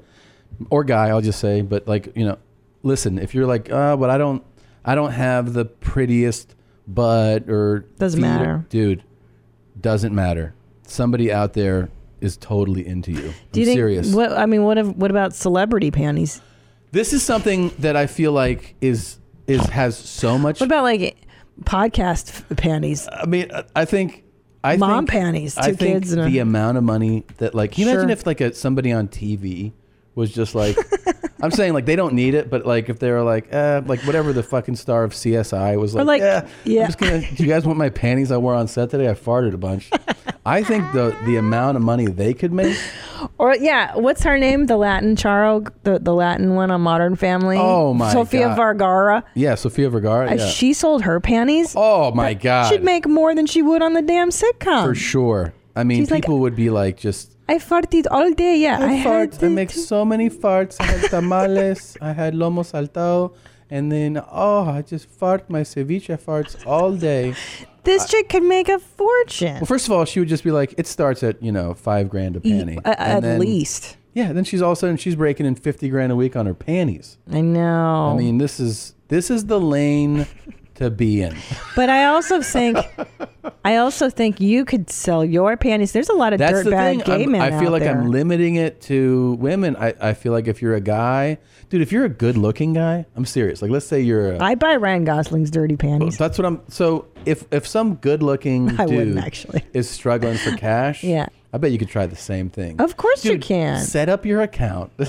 Speaker 2: or guy, I'll just say, but like you know, listen. If you're like, uh, but I don't, I don't have the prettiest butt or
Speaker 3: Doesn't
Speaker 2: feet or-"
Speaker 3: matter.
Speaker 2: dude. Doesn't matter. Somebody out there is totally into you. I'm
Speaker 3: Do you think?
Speaker 2: serious.
Speaker 3: What I mean, what if, what about celebrity panties?
Speaker 2: This is something that I feel like is is has so much.
Speaker 3: What about like podcast f- panties?
Speaker 2: I mean, uh, I think I
Speaker 3: mom
Speaker 2: think-
Speaker 3: panties, two
Speaker 2: I think
Speaker 3: kids, and a-
Speaker 2: the amount of money that like can you imagine
Speaker 3: Sure.
Speaker 2: if like a, somebody on TV was just like I'm saying like they don't need it, but like if they were like uh, like whatever the fucking star of CSI was
Speaker 3: Or like,
Speaker 2: like, yeah,
Speaker 3: yeah.
Speaker 2: I'm just gonna, do you guys want my panties I wore on set today? I farted a bunch. I think the the amount of money they could make.
Speaker 3: Or yeah, what's her name? The Latin Charo, the, the Latin one on Modern Family.
Speaker 2: Oh, my
Speaker 3: Sofia
Speaker 2: God.
Speaker 3: Vergara.
Speaker 2: Yeah, Sophia Vergara.
Speaker 3: Uh,
Speaker 2: yeah.
Speaker 3: She sold her panties.
Speaker 2: Oh my god,
Speaker 3: She'd make more than she would on the damn sitcom.
Speaker 2: for sure. I mean,
Speaker 3: She's like-
Speaker 2: people would be like just
Speaker 3: I farted all day. Yeah,
Speaker 2: I,
Speaker 3: I, had
Speaker 2: farts. I make so many farts. I had tamales. I had lomo saltado. And then, oh, I just fart my ceviche farts all day.
Speaker 3: this chick could make a fortune.
Speaker 2: Well, first of all, she would just be like, it starts at, you know, five grand a
Speaker 3: E-
Speaker 2: panty.
Speaker 3: a- at
Speaker 2: And then-
Speaker 3: least.
Speaker 2: Yeah, then she's all of a sudden, she's breaking in 50 grand a week on her panties.
Speaker 3: I know.
Speaker 2: I mean, this is this is the lane to be in.
Speaker 3: But I also think, I also think you could sell your panties. There's a lot of
Speaker 2: That's the thing.
Speaker 3: dirtbag gay
Speaker 2: I'm-
Speaker 3: men.
Speaker 2: I feel
Speaker 3: out
Speaker 2: like
Speaker 3: there.
Speaker 2: I'm limiting it to women. I, I feel like if you're a guy, dude, if you're a good looking guy, I'm serious. Like, let's say you're a,
Speaker 3: I buy Ryan Gosling's dirty panties.
Speaker 2: That's what I'm. So if if some good looking
Speaker 3: I wouldn't
Speaker 2: dude
Speaker 3: actually.
Speaker 2: is struggling for cash,
Speaker 3: Yeah.
Speaker 2: I bet you could try the same thing.
Speaker 3: Of course you can.
Speaker 2: Set up your account.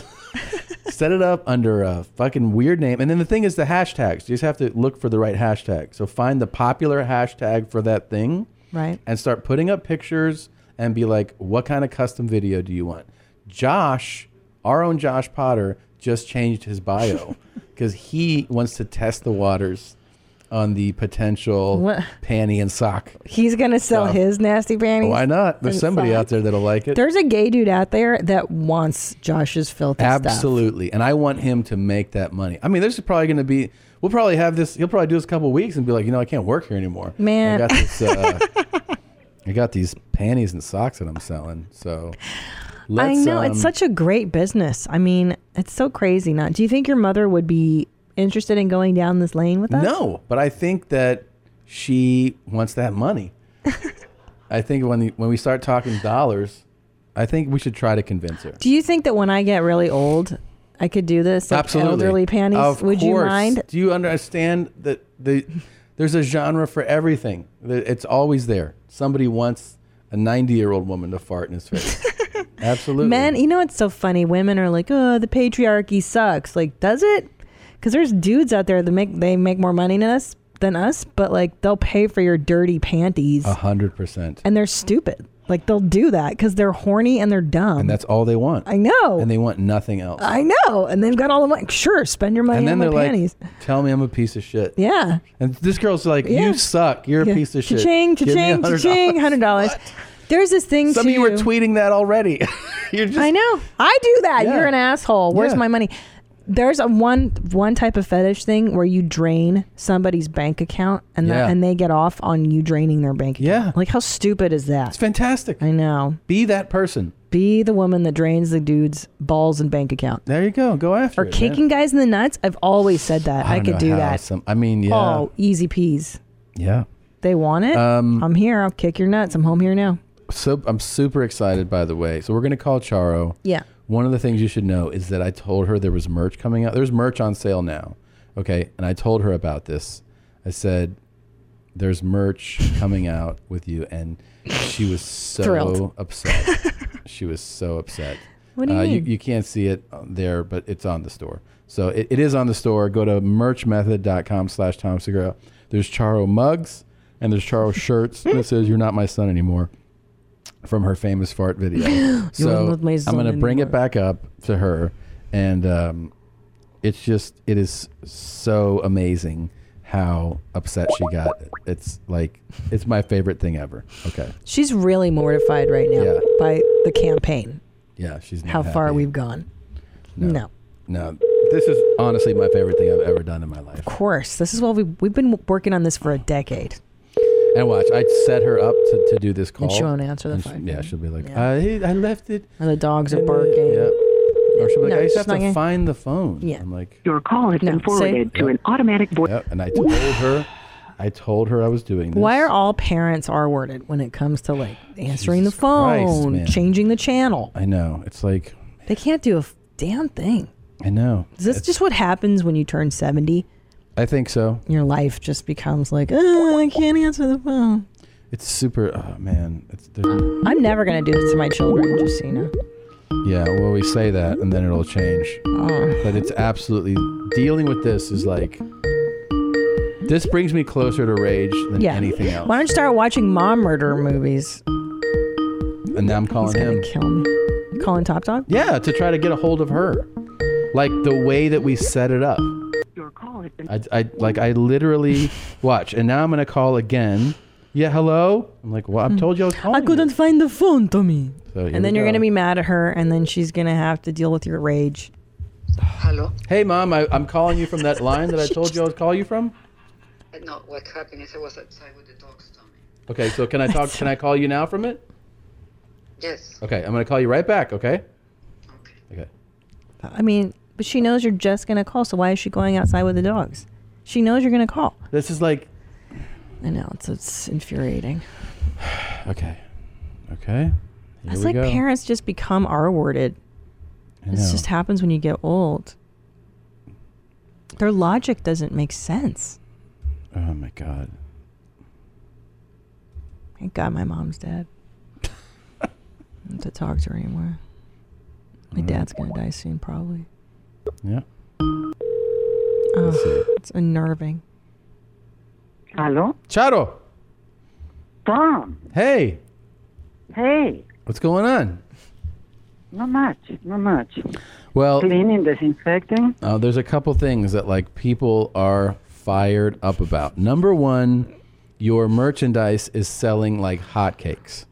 Speaker 2: Set it up under a fucking weird name, and then the thing is the hashtags. You just have to look for the right hashtag. So find the popular hashtag for that thing,
Speaker 3: Right.
Speaker 2: and start putting up pictures and be like, "What kind of custom video do you want?" Josh Our own Josh Potter just changed his bio because he wants to test the waters on the potential
Speaker 3: What?
Speaker 2: panty and sock.
Speaker 3: He's gonna sell
Speaker 2: Stop.
Speaker 3: his nasty panties.
Speaker 2: Why not? There's
Speaker 3: and
Speaker 2: somebody
Speaker 3: socks.
Speaker 2: out there that'll like it.
Speaker 3: There's a gay dude out there that wants Josh's filthy stuff.
Speaker 2: Absolutely. And I want him to make that money. I mean, this is probably going to be, we'll probably have this, he'll probably do this a couple of weeks and be like, you know, I can't work here anymore.
Speaker 3: Man.
Speaker 2: I got, this, uh, I got these panties and socks that I'm selling. So
Speaker 3: I
Speaker 2: let's,
Speaker 3: know it's
Speaker 2: um,
Speaker 3: such a great business. I mean, it's so crazy. Not. Do you think your mother would be interested in going down this lane with us?
Speaker 2: No, but I think that she wants that money. I think when, when we start talking dollars, I think we should try to convince her.
Speaker 3: Do you think that when I get really old, I could do this? Like
Speaker 2: Absolutely.
Speaker 3: Elderly panties.
Speaker 2: Of
Speaker 3: would you
Speaker 2: course.
Speaker 3: mind?
Speaker 2: Do you understand that the there's a genre for everything? The- It's always there. Somebody wants a 90 year old woman to fart in his face. Absolutely.
Speaker 3: Men, you know it's so funny. Women are like, "Oh, the patriarchy sucks." Like, does it? Because there's dudes out there that make they make more money than us than us, but like they'll pay for your dirty panties,
Speaker 2: A hundred percent.
Speaker 3: and they're stupid. Like they'll do that because they're horny and they're dumb.
Speaker 2: And that's all they want.
Speaker 3: I know.
Speaker 2: And they want nothing else.
Speaker 3: Oh. I know. And they've got all the money. Sure, spend your money
Speaker 2: and then
Speaker 3: on
Speaker 2: they're
Speaker 3: my panties.
Speaker 2: like, "Tell me I'm a piece of shit."
Speaker 3: yeah.
Speaker 2: And this girl's like,
Speaker 3: Yeah.
Speaker 2: "You suck. You're a piece of shit."
Speaker 3: Cha-ching,
Speaker 2: Give me
Speaker 3: cha-ching,
Speaker 2: $100."
Speaker 3: cha-ching, hundred dollars. There's this thing.
Speaker 2: Some of you were tweeting that already. You're just,
Speaker 3: I know. I do that.
Speaker 2: Yeah.
Speaker 3: You're an asshole. Where's
Speaker 2: Yeah.
Speaker 3: my money? There's a one one type of fetish thing where you drain somebody's bank account and
Speaker 2: Yeah.
Speaker 3: that, and they get off on you draining their bank account.
Speaker 2: Yeah.
Speaker 3: Like how stupid is that? It's
Speaker 2: fantastic.
Speaker 3: I know.
Speaker 2: Be that person.
Speaker 3: Be the woman that drains the dude's balls and bank account.
Speaker 2: There you go. Go after
Speaker 3: Or
Speaker 2: it, man.
Speaker 3: kicking guys in the nuts. I've always said that. I,
Speaker 2: don't
Speaker 3: could
Speaker 2: know
Speaker 3: do
Speaker 2: how
Speaker 3: that.
Speaker 2: some- I mean, yeah,
Speaker 3: Oh, easy peas.
Speaker 2: yeah.
Speaker 3: They want it.
Speaker 2: Um,
Speaker 3: I'm here. I'll kick your nuts. I'm home here now.
Speaker 2: So I'm super excited, by the way. So we're gonna call Charo.
Speaker 3: Yeah.
Speaker 2: One of the things you should know is that I told her there was merch coming out. There's merch on sale now. Okay, and I told her about this. I said, "There's merch coming out with you," and she was so
Speaker 3: Thrilled.
Speaker 2: upset. she was so upset.
Speaker 3: What do you
Speaker 2: uh,
Speaker 3: mean?
Speaker 2: You, you can't see it uh, there, but it's on the store. So it, it is on the store. Go to merchmethod.com slash Tom Segura. There's Charo mugs and there's Charo shirts that says, You're not my son anymore from her famous fart video.
Speaker 3: You're
Speaker 2: so
Speaker 3: not my
Speaker 2: I'm
Speaker 3: son
Speaker 2: going to bring it back up to her. And um, it's just, it is so amazing how upset she got. It's like, it's my favorite thing ever. Okay.
Speaker 3: She's really mortified right now
Speaker 2: Yeah.
Speaker 3: by the campaign.
Speaker 2: Yeah, she's not
Speaker 3: how far
Speaker 2: happy.
Speaker 3: we've gone. No.
Speaker 2: No, this is honestly my favorite thing I've ever done in my life.
Speaker 3: Of course. This is what we we've been working on this for a decade.
Speaker 2: And watch, I set her up to, to do this call.
Speaker 3: And she won't answer the
Speaker 2: And she-
Speaker 3: phone.
Speaker 2: yeah, she'll be like,
Speaker 3: Yeah.
Speaker 2: "Uh, I, left it.
Speaker 3: And the dogs are barking.
Speaker 2: yeah. Or she'll be like,
Speaker 3: No,
Speaker 2: I just
Speaker 3: she's
Speaker 2: have
Speaker 3: not
Speaker 2: to
Speaker 3: gonna-
Speaker 2: find the phone.
Speaker 3: Yeah.
Speaker 2: I'm like,
Speaker 18: Your call has been
Speaker 3: No,
Speaker 18: forwarded
Speaker 3: see?
Speaker 18: to an automatic voice.
Speaker 2: yep. And I told her, I told her I was doing this.
Speaker 3: Why are all parents R worded when it comes to like answering the
Speaker 2: Christ,
Speaker 3: phone,
Speaker 2: man.
Speaker 3: changing the channel?
Speaker 2: I know. It's like,
Speaker 3: They can't do a f- damn thing.
Speaker 2: I know.
Speaker 3: Is this just what happens when you turn 70?
Speaker 2: I think so.
Speaker 3: Your life just becomes like, "Uh, I can't answer the phone.
Speaker 2: It's super, oh man. It's, there's-
Speaker 3: I'm never going to do this to my children, just so you know.
Speaker 2: yeah, well, we say that and then it'll change.
Speaker 3: Ah.
Speaker 2: But it's absolutely, dealing with this is like, this brings me closer to rage than
Speaker 3: Yeah.
Speaker 2: anything else.
Speaker 3: Why don't you start watching mom murder movies?
Speaker 2: And now I'm
Speaker 3: He's
Speaker 2: calling
Speaker 3: gonna
Speaker 2: him.
Speaker 3: kill me. Calling Top Dog?
Speaker 2: Yeah, to try to get a hold of her. Like the way that we set it up. I, I like I literally watch, and now I'm gonna call again. Yeah, hello. I'm like, well, I told you I was calling.
Speaker 3: I couldn't Hmm. find the phone, Tommy.
Speaker 2: So here
Speaker 3: and then
Speaker 2: we
Speaker 3: you're
Speaker 2: go.
Speaker 3: gonna be mad at her, and then she's gonna have to deal with your rage.
Speaker 19: Hello?
Speaker 2: Hey, mom, I, I'm calling you from that line that I told you I was calling you from.
Speaker 19: Uh, No, what happened is I was outside with the dogs, Tommy.
Speaker 2: Okay, so can I talk? Can I call you now from it?
Speaker 19: Yes.
Speaker 2: Okay, I'm gonna call you right back. Okay. Okay.
Speaker 3: I mean, but she knows you're just gonna call, so why is she going outside with the dogs? She knows you're gonna call.
Speaker 2: This is like.
Speaker 3: I know it's it's infuriating.
Speaker 2: Okay. Okay. Here
Speaker 3: it's
Speaker 2: we
Speaker 3: like
Speaker 2: go.
Speaker 3: parents just become R-worded.
Speaker 2: I
Speaker 3: This
Speaker 2: know.
Speaker 3: just happens when you get old. Their logic doesn't make sense.
Speaker 2: Oh my god.
Speaker 3: Thank God my mom's dead. I don't have to talk to her anymore. My
Speaker 2: Mm.
Speaker 3: dad's gonna die soon, probably.
Speaker 2: Yeah.
Speaker 3: Ugh,
Speaker 2: see.
Speaker 3: it's unnerving.
Speaker 18: Hello?
Speaker 2: Charo.
Speaker 18: Tom.
Speaker 2: Hey,
Speaker 18: Hey.
Speaker 2: what's going on?
Speaker 18: Not much, not much.
Speaker 2: Well,
Speaker 18: Cleaning, disinfecting.
Speaker 2: Uh, there's a couple things that like people are fired up about. Number one, your merchandise is selling like hotcakes.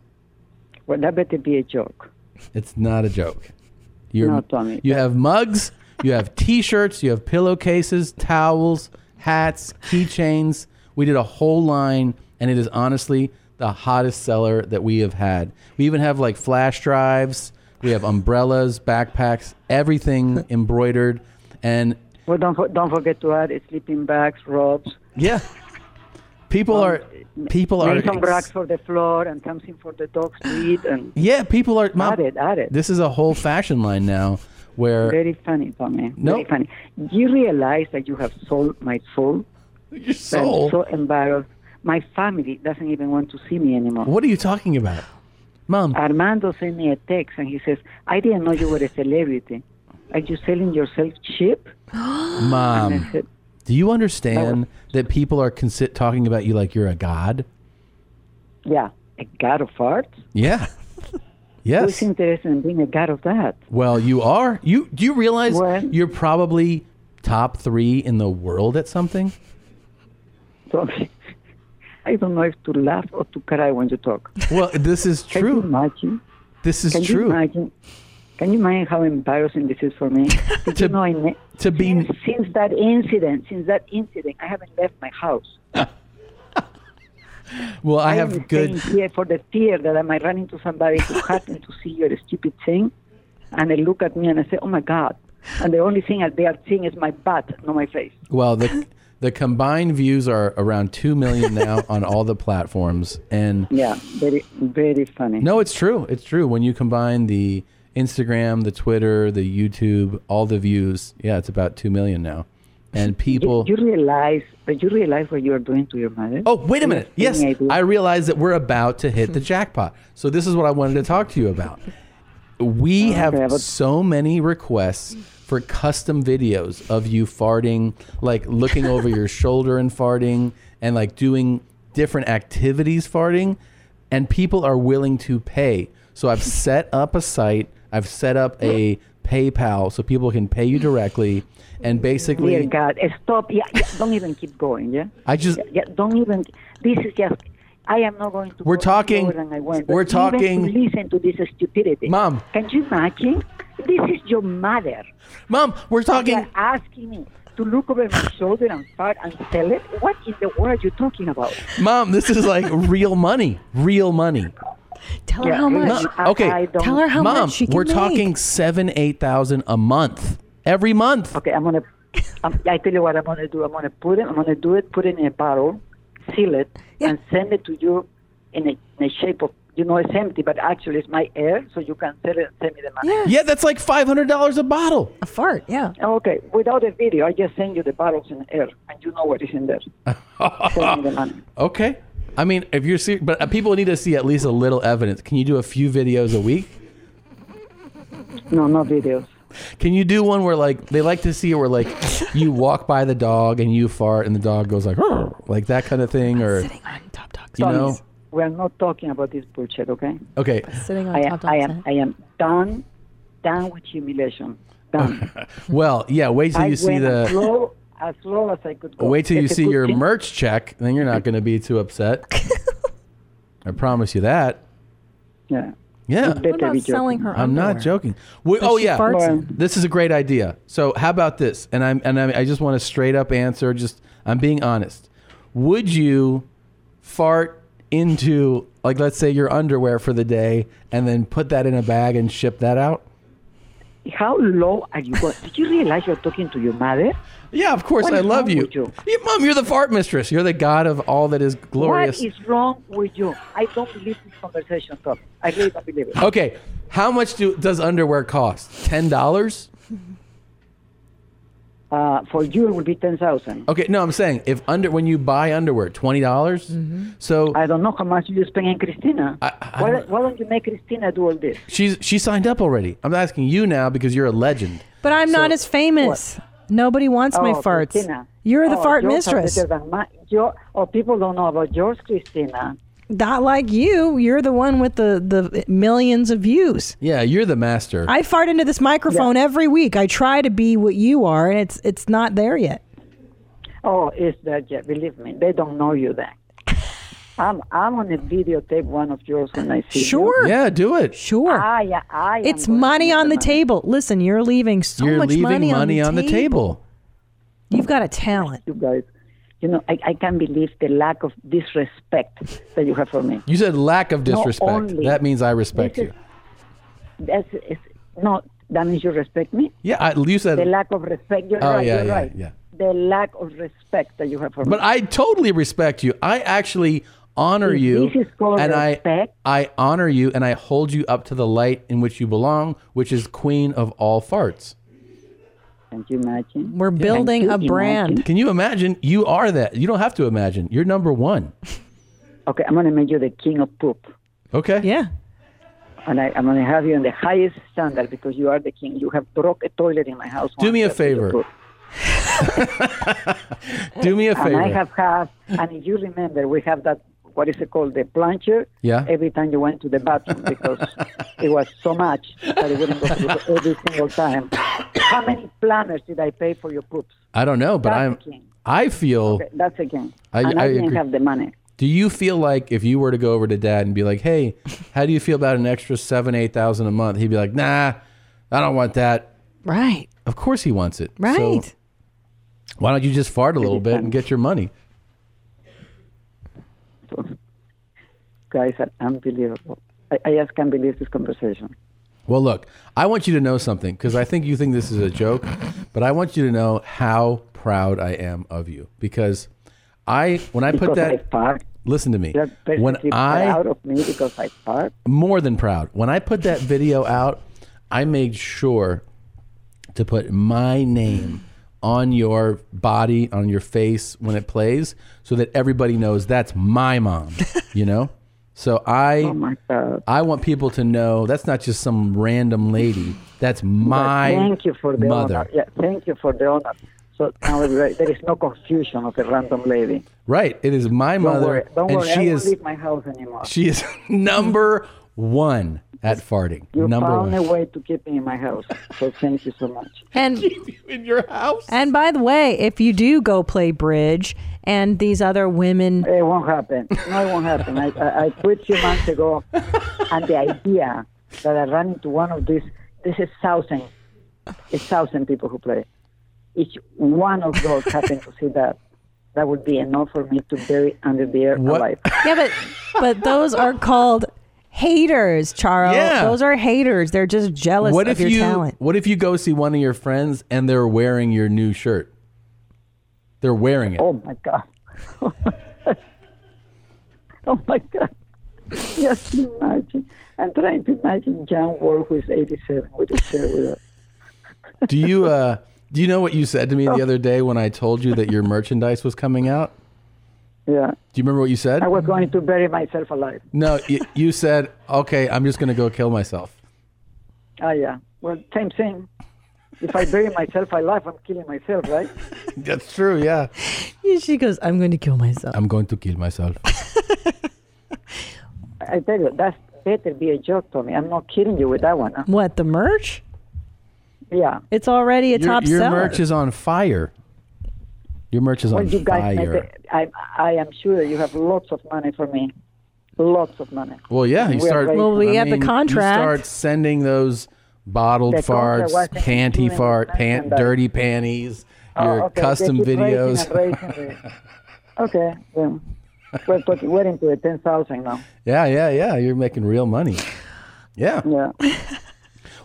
Speaker 18: Well, that better be a joke.
Speaker 2: It's not a joke. You're,
Speaker 18: No, Tommy.
Speaker 2: You have mugs, you have T-shirts, you have pillowcases, towels, hats, keychains. We did a whole line, and it is honestly the hottest seller that we have had. We even have like flash drives. We have umbrellas, backpacks, everything embroidered, and
Speaker 18: Well, don't fo- don't forget to add sleeping bags, robes.
Speaker 2: yeah, people are people are
Speaker 18: Make some
Speaker 2: ex-
Speaker 18: rugs for the floor and something for the dogs to eat and
Speaker 2: Yeah, people are. Mom,
Speaker 18: add it, add it.
Speaker 2: This is a whole fashion line now, where
Speaker 18: Very funny, Tommy. Very
Speaker 2: Nope.
Speaker 18: funny. Do you realize that you have sold my soul?
Speaker 2: Your
Speaker 18: I'm
Speaker 2: soul?
Speaker 18: so embarrassed. My family doesn't even want to see me anymore.
Speaker 2: What are you talking about? Mom.
Speaker 18: Armando sent me a text and he says, I didn't know you were a celebrity. Are you selling yourself cheap?
Speaker 2: Mom, do you understand that people are consi- talking about you like you're a god?
Speaker 18: Yeah. A god of art?
Speaker 2: Yeah. yes.
Speaker 18: Who's interested in being a god of that?
Speaker 2: Well, you are. You do you realize you're probably top three in the world at something?
Speaker 18: Tommy, I don't know if to laugh or to cry when you talk.
Speaker 2: Well, this is
Speaker 18: true. Can you imagine?
Speaker 2: This is
Speaker 18: Can
Speaker 2: true.
Speaker 18: You imagine, can you imagine how embarrassing this is for me? Did you know I ne-
Speaker 2: to be
Speaker 18: since that incident, since that incident, I haven't left my house.
Speaker 2: well, I
Speaker 18: am
Speaker 2: have good.
Speaker 18: staying here for the fear that I might run into somebody who happened to see your stupid thing, and they look at me and I say, "Oh my God!" And the only thing that they are seeing is my butt, not my face.
Speaker 2: Well, the the combined views are around two million now on all the platforms, and
Speaker 18: Yeah, very, very funny.
Speaker 2: No, it's true. It's true. When you combine the Instagram, the Twitter, the YouTube, all the views, yeah, it's about two million now. And people,
Speaker 18: You realize, but you realize what you are doing to your mother. Oh,
Speaker 2: wait a minute. Yes, I realize that we're about to hit the jackpot. So this is what I wanted to talk to you about. We have so many requests for custom videos of you farting, like looking over your shoulder and farting, and like doing different activities farting, and people are willing to pay. So I've set up a site. I've set up a PayPal so people can pay you directly, and basically,
Speaker 18: Dear God, eh, stop! Yeah, yeah, don't even keep going. Yeah.
Speaker 2: I just-
Speaker 18: Yeah, yeah, don't even. This is just. I am not going to.
Speaker 2: We're
Speaker 18: go any
Speaker 2: talking-
Speaker 18: lower than I went, but
Speaker 2: we're
Speaker 18: even to
Speaker 2: talking-
Speaker 18: listen to this stupidity, Mom. Can you imagine? This is your mother.
Speaker 2: Mom, we're talking.
Speaker 18: You're asking me to look over my shoulder and fart and sell it. What in the world are you talking about?
Speaker 2: Mom, this is like real money, real money.
Speaker 3: Tell
Speaker 18: Yeah,
Speaker 2: No, okay. Mom, we're talking seven, eight thousand a month, every month.
Speaker 18: Okay, I'm gonna. I'm, I tell you what I'm gonna do. I'm gonna put it. I'm gonna do it. Put it in a bottle, seal it, and send it to you in a, in a shape of. You know, it's empty, but actually it's my air, so you can sell it and send me the money.
Speaker 2: Yeah, that's like five hundred dollars a bottle.
Speaker 3: A fart, yeah.
Speaker 18: Oh, Okay, without a video, I just send you the bottles in air, and you know what is in there. send me the money.
Speaker 2: Okay, I mean, if you're serious, but uh, people need to see at least a little evidence. Can you do a few videos a week?
Speaker 18: No, no videos.
Speaker 2: Can you do one where like they like to see it where like you walk by the dog and you fart and the dog goes like "Rrr," like that kind of thing or you know
Speaker 18: Thomas, we are not talking about this bullshit, okay?
Speaker 2: okay
Speaker 3: Sitting on
Speaker 18: I,
Speaker 3: top of
Speaker 18: am, I am, I am done, done with humiliation.
Speaker 2: well yeah wait till
Speaker 18: I
Speaker 2: you see
Speaker 18: went as
Speaker 2: the
Speaker 18: low as low as I could go.
Speaker 2: wait till you
Speaker 18: It's a
Speaker 2: see
Speaker 18: good
Speaker 2: your
Speaker 18: thing.
Speaker 2: merch check then you're not going to be too upset I promise you that
Speaker 18: Yeah.
Speaker 2: Yeah.
Speaker 18: You better What about be joking. selling her
Speaker 2: I'm not
Speaker 18: underwear?
Speaker 2: joking. We-
Speaker 18: Does
Speaker 2: oh
Speaker 18: she
Speaker 2: yeah.
Speaker 18: fart? Well-
Speaker 2: This is a great idea. So how about this? And I'm and i I just want a straight up answer. Just I'm being honest. Would you fart into like let's say your underwear for the day and then put that in a bag and ship that out?
Speaker 18: How low are you going? Did you realize you're talking to your mother?
Speaker 2: Yeah, of course.
Speaker 18: What
Speaker 2: I
Speaker 18: is
Speaker 2: love
Speaker 18: wrong
Speaker 2: you.
Speaker 18: with you?
Speaker 2: Yeah, Mom, you're the fart mistress. You're the god of all that is glorious.
Speaker 18: What is wrong with you? I don't believe this conversation, Tom. I really don't believe it.
Speaker 2: okay. How much do does underwear cost? Ten dollars?
Speaker 18: Uh, for you, it will be ten thousand.
Speaker 2: Okay, no, I'm saying if under when you buy underwear, twenty dollars. So
Speaker 18: Mm-hmm. I don't know how much you spend in Christina.
Speaker 2: I
Speaker 18: why,
Speaker 2: don't-
Speaker 18: why don't you make Christina do all this?
Speaker 2: she's she signed up already. I'm asking you now because you're a legend.
Speaker 3: But I'm not as famous. Nobody wants my
Speaker 18: Oh,
Speaker 3: farts.
Speaker 18: Christina.
Speaker 3: You're the
Speaker 18: Oh,
Speaker 3: fart
Speaker 18: yours are
Speaker 3: mistress.
Speaker 18: better than my- your- oh, people don't know about yours, Christina.
Speaker 3: Not like you. You're the one with the, the millions of views.
Speaker 2: Yeah, you're the master.
Speaker 3: I fart into this microphone every week. I try to be what you are, and it's it's not there yet.
Speaker 18: Oh, it's that yeah, believe me, they don't know you then. I'm I'm on a videotape one of yours when I see you.
Speaker 3: Sure.
Speaker 2: Yeah, do it.
Speaker 3: Sure.
Speaker 18: Ah, yeah, I am
Speaker 3: It's money on the table. Listen, you're leaving so
Speaker 2: you're
Speaker 3: much
Speaker 2: leaving
Speaker 3: money,
Speaker 2: on the table.
Speaker 3: You've got a talent.
Speaker 18: You guys, you know, I, I can't believe the lack of disrespect that you have for me.
Speaker 2: You said lack of
Speaker 18: Not
Speaker 2: disrespect.
Speaker 18: only-
Speaker 2: That means I respect
Speaker 18: This
Speaker 2: you.
Speaker 18: is- That's it's, no, that means you respect me.
Speaker 2: Yeah, I, you said.
Speaker 18: the lack of respect. You're
Speaker 2: oh
Speaker 18: right.
Speaker 2: yeah,
Speaker 18: you're
Speaker 2: yeah,
Speaker 18: right.
Speaker 2: yeah.
Speaker 18: The lack of respect that you have for me.
Speaker 2: But I totally respect you. I actually honor you,
Speaker 18: This is called
Speaker 2: and
Speaker 18: respect.
Speaker 2: I I honor you, and I hold you up to the light in which you belong, which is queen of all farts.
Speaker 18: Can you imagine?
Speaker 3: We're building a brand.
Speaker 2: Can you imagine? You are that. You don't have to imagine. You're number one.
Speaker 18: Okay, I'm gonna make you the king of poop,
Speaker 2: Okay.
Speaker 3: Yeah.
Speaker 18: and I, I'm gonna have you in the highest standard because you are the king. You have broke a toilet in my house.
Speaker 2: Do me a favor. Do me a
Speaker 18: and I
Speaker 2: favor.
Speaker 18: have had, and if you remember, we have that. What is it called? The plunger.
Speaker 2: Yeah.
Speaker 18: Every time you went to the bathroom because it was so much that it wouldn't go through every single time. How many planners did I pay for your poops?
Speaker 2: I don't know, but
Speaker 18: That's
Speaker 2: I'm.
Speaker 18: the king.
Speaker 2: I feel.
Speaker 18: Okay, that's a king.
Speaker 2: Oh. I-
Speaker 18: and
Speaker 2: I
Speaker 18: I, didn't
Speaker 2: agree.
Speaker 18: have the money.
Speaker 2: Do you feel like if you were to go over to dad and be like, "Hey, how do you feel about an extra seven, eight thousand a month?" He'd be like, "Nah, I don't want that."
Speaker 3: Right.
Speaker 2: Of course, he wants it. So
Speaker 3: Right.
Speaker 2: why don't you just fart a little bit and get your money?
Speaker 18: Guys, are unbelievable. I, I just can't believe this conversation.
Speaker 2: Well, look, I want you to know something because I think you think this is a joke, but I want you to know how proud I am of you because I, when I put
Speaker 18: Because I
Speaker 2: that, listen to me, when
Speaker 18: Basically,
Speaker 2: I
Speaker 18: proud of me because I fart.
Speaker 2: more than proud. When I put that video out, I made sure to put my name on your body, on your face when it plays, so that everybody knows that's my mom. You know, so I,
Speaker 18: Oh
Speaker 2: I want people to know that's not just some random lady. That's my
Speaker 18: thank you for the
Speaker 2: mother.
Speaker 18: honor. Yeah, thank you for the honor. So now there there is no confusion of a random lady.
Speaker 2: Right, it is my
Speaker 18: Don't
Speaker 2: mother,
Speaker 18: worry. Don't
Speaker 2: and
Speaker 18: worry. I
Speaker 2: she
Speaker 18: won't
Speaker 2: is
Speaker 18: leave my house anymore.
Speaker 2: she is number one at farting.
Speaker 18: you
Speaker 2: number
Speaker 18: found
Speaker 2: one.
Speaker 18: a way to keep me in my house. So thank you so much.
Speaker 3: And
Speaker 2: in your house.
Speaker 3: And by the way, if you do go play bridge and these other women,
Speaker 18: it won't happen. No, it won't happen. I, I, I quit a few months ago, and the idea that I ran into one of these, this is thousand, it's thousand people who play. Each one of those happened to see that. That would be enough for me to bury under the air alive.
Speaker 3: yeah, but but those are called haters, Charles.
Speaker 2: Yeah.
Speaker 3: Those are haters. They're just jealous
Speaker 2: What
Speaker 3: of
Speaker 2: if
Speaker 3: your
Speaker 2: you
Speaker 3: talent.
Speaker 2: What if you go see one of your friends and they're wearing your new shirt? They're wearing it.
Speaker 18: Oh my god. oh my god. Just imagine. I'm trying to imagine John Wall, who is 87, with a shirt with a
Speaker 2: Do you uh do you know what you said to me the other day when I told you that your merchandise was coming out?
Speaker 18: Yeah.
Speaker 2: Do you remember what you said?
Speaker 18: I was going to bury myself alive.
Speaker 2: No, you, you said, "Okay, I'm just going to go kill myself."
Speaker 18: Ah, yeah. Well, same thing. If I bury myself alive, I'm killing myself, right?
Speaker 2: That's true, yeah.
Speaker 3: She goes, I'm going to kill myself.
Speaker 2: I'm going to kill myself.
Speaker 18: I tell you, that's better be a joke, Tommy. I'm not kidding you with that one. huh?
Speaker 3: What the merch?
Speaker 18: Yeah.
Speaker 3: It's already a
Speaker 2: your
Speaker 3: top
Speaker 2: your
Speaker 3: seller.
Speaker 2: merch is on fire. Your merch is
Speaker 18: Well,
Speaker 2: on
Speaker 18: you guys make
Speaker 2: fire.
Speaker 18: it, I, I am sure you have lots of money for me. Lots of money.
Speaker 2: Well, yeah, you
Speaker 18: We are
Speaker 2: start.
Speaker 18: raising- Well, we
Speaker 2: I
Speaker 18: have the
Speaker 2: mean,
Speaker 18: contract.
Speaker 2: You start sending those bottled
Speaker 18: The
Speaker 2: farts,
Speaker 18: contract was
Speaker 2: panty
Speaker 18: including
Speaker 2: fart, pant,
Speaker 18: merchandise.
Speaker 2: dirty panties,
Speaker 18: Oh,
Speaker 2: your
Speaker 18: okay. They
Speaker 2: custom
Speaker 18: keep
Speaker 2: videos.
Speaker 18: raising and raising it. okay. Well, we're, talking, we're into it. 10,000 now.
Speaker 2: yeah, yeah, yeah. You're making real money. Yeah.
Speaker 18: Yeah.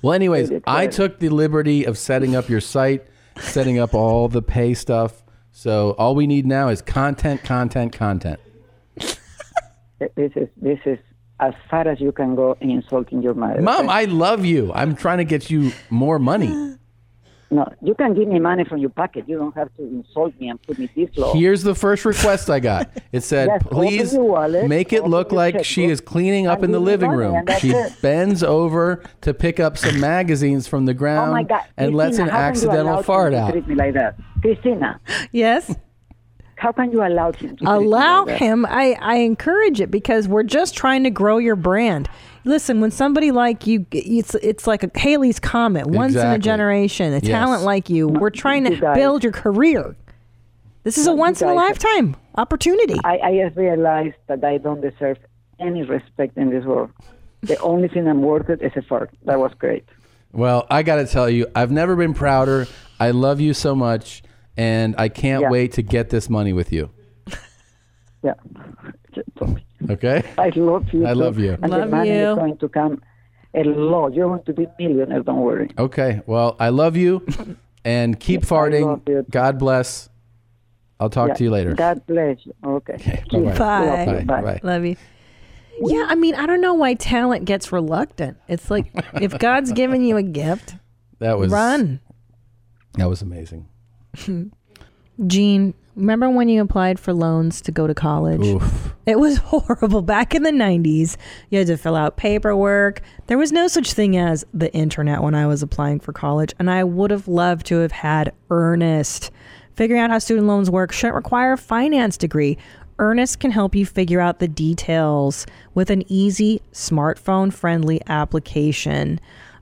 Speaker 2: Well, anyways, I took the liberty of setting up your site, setting up all the pay stuff. So all we need now is content, content, content.
Speaker 18: This is, this is as far as you can go in insulting your mother.
Speaker 2: Mom, I love you. I'm trying to get you more money.
Speaker 18: No, you can give me money from your pocket. You don't have to insult me and put me this low.
Speaker 2: Here's the first request I got. It said,
Speaker 18: Yes, open
Speaker 2: please
Speaker 18: your wallet,
Speaker 2: make it look like she is cleaning up in the living
Speaker 18: money,
Speaker 2: room.
Speaker 18: and that's
Speaker 2: She
Speaker 18: it."
Speaker 2: bends over to pick up some magazines from the ground
Speaker 18: oh my God,
Speaker 2: and lets
Speaker 18: Christina,
Speaker 2: an
Speaker 18: how can you allow
Speaker 2: accidental
Speaker 18: them
Speaker 2: fart
Speaker 18: to
Speaker 2: out.
Speaker 18: Treat me like that, Christina.
Speaker 3: yes.
Speaker 18: How can you allow him to do it?
Speaker 3: allow him I, I encourage it because we're just trying to grow your brand listen when somebody like you it's it's like a haley's comet once in a
Speaker 2: Exactly.
Speaker 3: generation a
Speaker 2: Yes.
Speaker 3: talent like you we're trying to
Speaker 18: You guys-
Speaker 3: build your career this is a
Speaker 18: You
Speaker 3: once in a
Speaker 18: guys-
Speaker 3: lifetime opportunity
Speaker 18: I, I have realized that I don't deserve any respect in this world. The only thing I'm worth it is a fart. That was great.
Speaker 2: Well, I got to tell you, I've never been prouder. I love you so much, and I can't
Speaker 18: Yeah.
Speaker 2: wait to get this money with you.
Speaker 18: Yeah.
Speaker 2: Okay?
Speaker 18: I love you.
Speaker 2: I
Speaker 18: too.
Speaker 2: love you.
Speaker 18: And the
Speaker 2: Love
Speaker 18: money
Speaker 2: you.
Speaker 18: is going to come a lot. You're going to be millionaires. Don't worry.
Speaker 2: Okay. Well, I love you, and keep farting. God bless. I'll talk
Speaker 18: Yeah.
Speaker 2: to you later.
Speaker 18: God bless you. Okay.
Speaker 2: Bye-bye.
Speaker 18: Keep-
Speaker 3: Bye.
Speaker 2: Bye. Bye.
Speaker 3: Love you. Yeah, I mean, I don't know why talent gets reluctant. It's like if God's given you a gift,
Speaker 2: That was
Speaker 3: run.
Speaker 2: That was amazing.
Speaker 3: Gene, remember when you applied for loans to go to college?
Speaker 2: Oof.
Speaker 3: It was horrible. Back in the 90s, you had to fill out paperwork. There was no such thing as the internet when I was applying for college, and I would have loved to have had Earnest. Figuring out how student loans work shouldn't require a finance degree. Earnest can help you figure out the details with an easy, smartphone friendly application.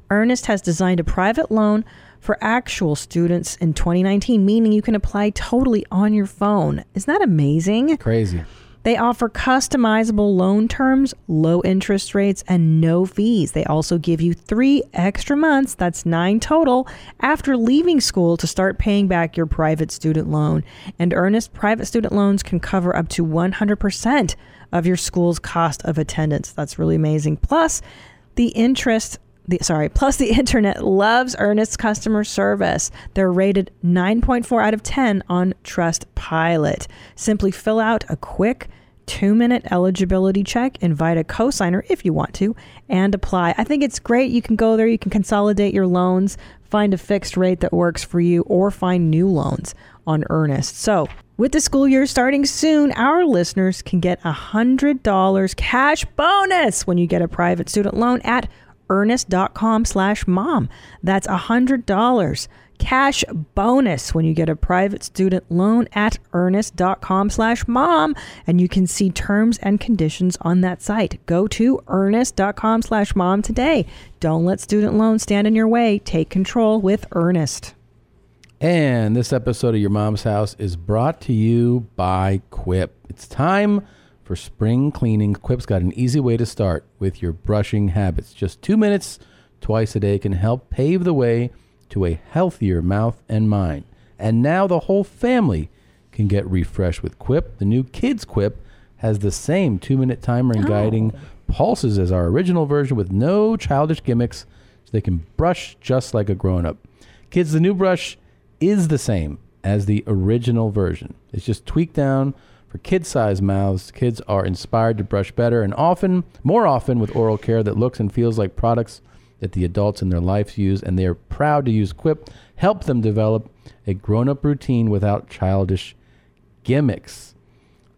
Speaker 3: Earnest has designed a private loan for actual students in 2019, meaning you can apply totally on your phone. Isn't that amazing?
Speaker 2: Crazy.
Speaker 3: They offer customizable loan terms, low interest rates, and no fees. They also give you three extra months, that's nine total, after leaving school to start paying back your private student loan. And Earnest private student loans can cover up to 100% of your school's cost of attendance. That's really amazing. Plus, the interest the sorry plus the internet loves earnest customer service they're rated 9.4 out of 10 on trustpilot simply fill out a quick two minute eligibility check invite a cosigner if you want to and apply i think it's great you can go there you can consolidate your loans find a fixed rate that works for you or find new loans on earnest so with the school year starting soon, our listeners can get a $100 cash bonus when you get a private student loan at earnest.com slash mom. That's a $100 cash bonus when you get a private student loan at earnest.com slash mom. And you can see terms and conditions on that site. Go to earnest.com slash mom today. Don't let student loans stand in your way. Take control with Earnest.
Speaker 2: And this episode of Your Mom's House is brought to you by Quip. It's time for spring cleaning. Quip's got an easy way to start with your brushing habits. Just two minutes twice a day can help pave the way to a healthier mouth and mind. And now the whole family can get refreshed with Quip. The new Kids Quip has the same two minute timer and guiding pulses as our original version with no childish gimmicks so they can brush just like a grown up. Kids, the new brush is the same as the original version. It's just tweaked down for kid sized mouths. Kids are inspired to brush better and often, more often, with oral care that looks and feels like products that the adults in their lives use, and they are proud to use Quip, help them develop a grown up routine without childish gimmicks.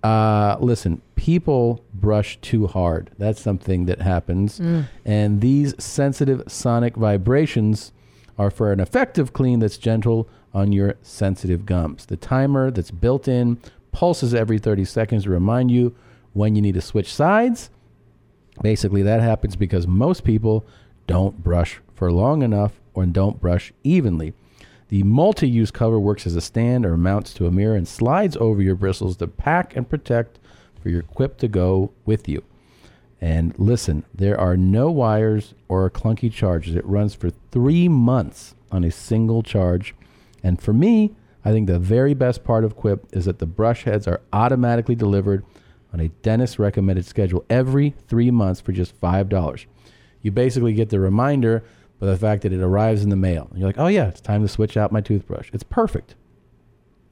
Speaker 2: Uh, listen, people brush too hard. That's something that happens.
Speaker 20: Mm.
Speaker 2: And these sensitive sonic vibrations are for an effective clean that's gentle on your sensitive gums. The timer that's built in pulses every 30 seconds to remind you when you need to switch sides. Basically, that happens because most people don't brush for long enough or don't brush evenly. The multi use cover works as a stand or mounts to a mirror and slides over your bristles to pack and protect for your quip to go with you. And listen, there are no wires or clunky charges. It runs for three months on a single charge. And for me, I think the very best part of Quip is that the brush heads are automatically delivered on a dentist recommended schedule every three months for just $5. You basically get the reminder by the fact that it arrives in the mail. And you're like, oh, yeah, it's time to switch out my toothbrush. It's perfect.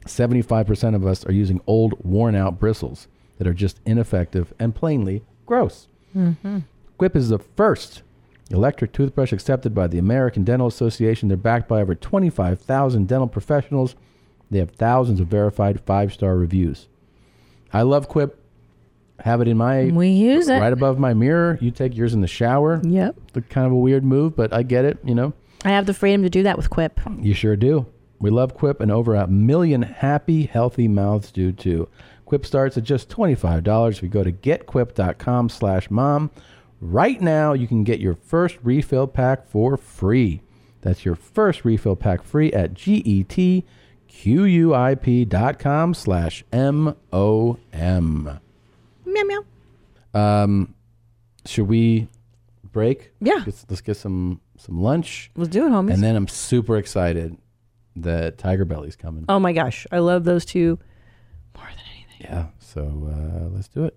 Speaker 2: 75% of us are using old, worn out bristles that are just ineffective and plainly gross.
Speaker 20: Mm-hmm.
Speaker 2: Quip is the first electric toothbrush accepted by the American Dental Association. They're backed by over 25,000 dental professionals. They have thousands of verified five star reviews. I love Quip. Have it in my
Speaker 3: We use it.
Speaker 2: right above my mirror. You take yours in the shower.
Speaker 3: Yep.
Speaker 2: The kind of a weird move, but I get it. You know,
Speaker 3: I have the freedom to do that with Quip.
Speaker 2: you sure do. We love Quip, and over a million happy, healthy mouths do too. Quip starts at just $25. If you go to getquip.com slash mom, right now you can get your first refill pack for free. That's your first refill pack free at getquip.com slash M-O-M.
Speaker 3: Meow meow.
Speaker 2: Um, should we break?
Speaker 3: Yeah.
Speaker 2: Let's, let's get some, some lunch.
Speaker 3: Let's do it, homies.
Speaker 2: And then I'm super excited that Tiger Belly's coming.
Speaker 3: Oh my gosh, I love those two.
Speaker 2: Yeah. So uh, let's do it.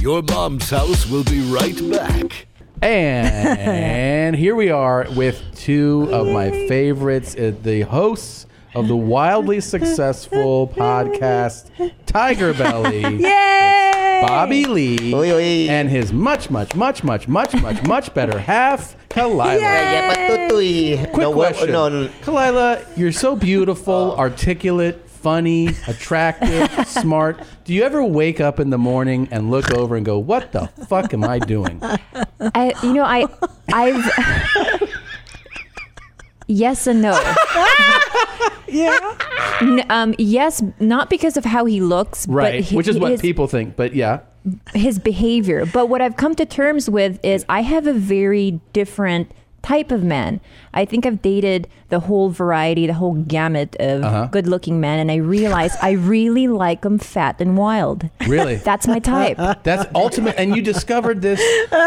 Speaker 20: Your mom's house will be right back.
Speaker 2: And here we are with two of my favorites, uh, the hosts of the wildly successful podcast Tiger Belly.
Speaker 3: Yay!
Speaker 2: Bobby Lee and his much, much, much, much, much, much, much better half, Kalila. Quick
Speaker 21: No, what-
Speaker 2: question.
Speaker 21: no, no. Oh.
Speaker 2: Kalila, you're so beautiful, articulate, funny, attractive, smart. Do you ever wake up in the morning and look over and go, what the fuck am I doing?
Speaker 22: I, you know, I, I've. yes and no.
Speaker 3: yeah.
Speaker 22: um, yes, not because of how he looks,
Speaker 2: Right.
Speaker 22: But hi-
Speaker 2: Which is what
Speaker 22: his,
Speaker 2: people think, but yeah.
Speaker 22: his behavior. But what I've come to terms with is I have a very different type of man. I think I've dated the whole variety, the whole gamut of
Speaker 2: Uh-huh.
Speaker 22: good-looking men, and I realize I really like them fat and wild.
Speaker 2: Really?
Speaker 22: That's my type.
Speaker 2: That's ultimate. And you discovered this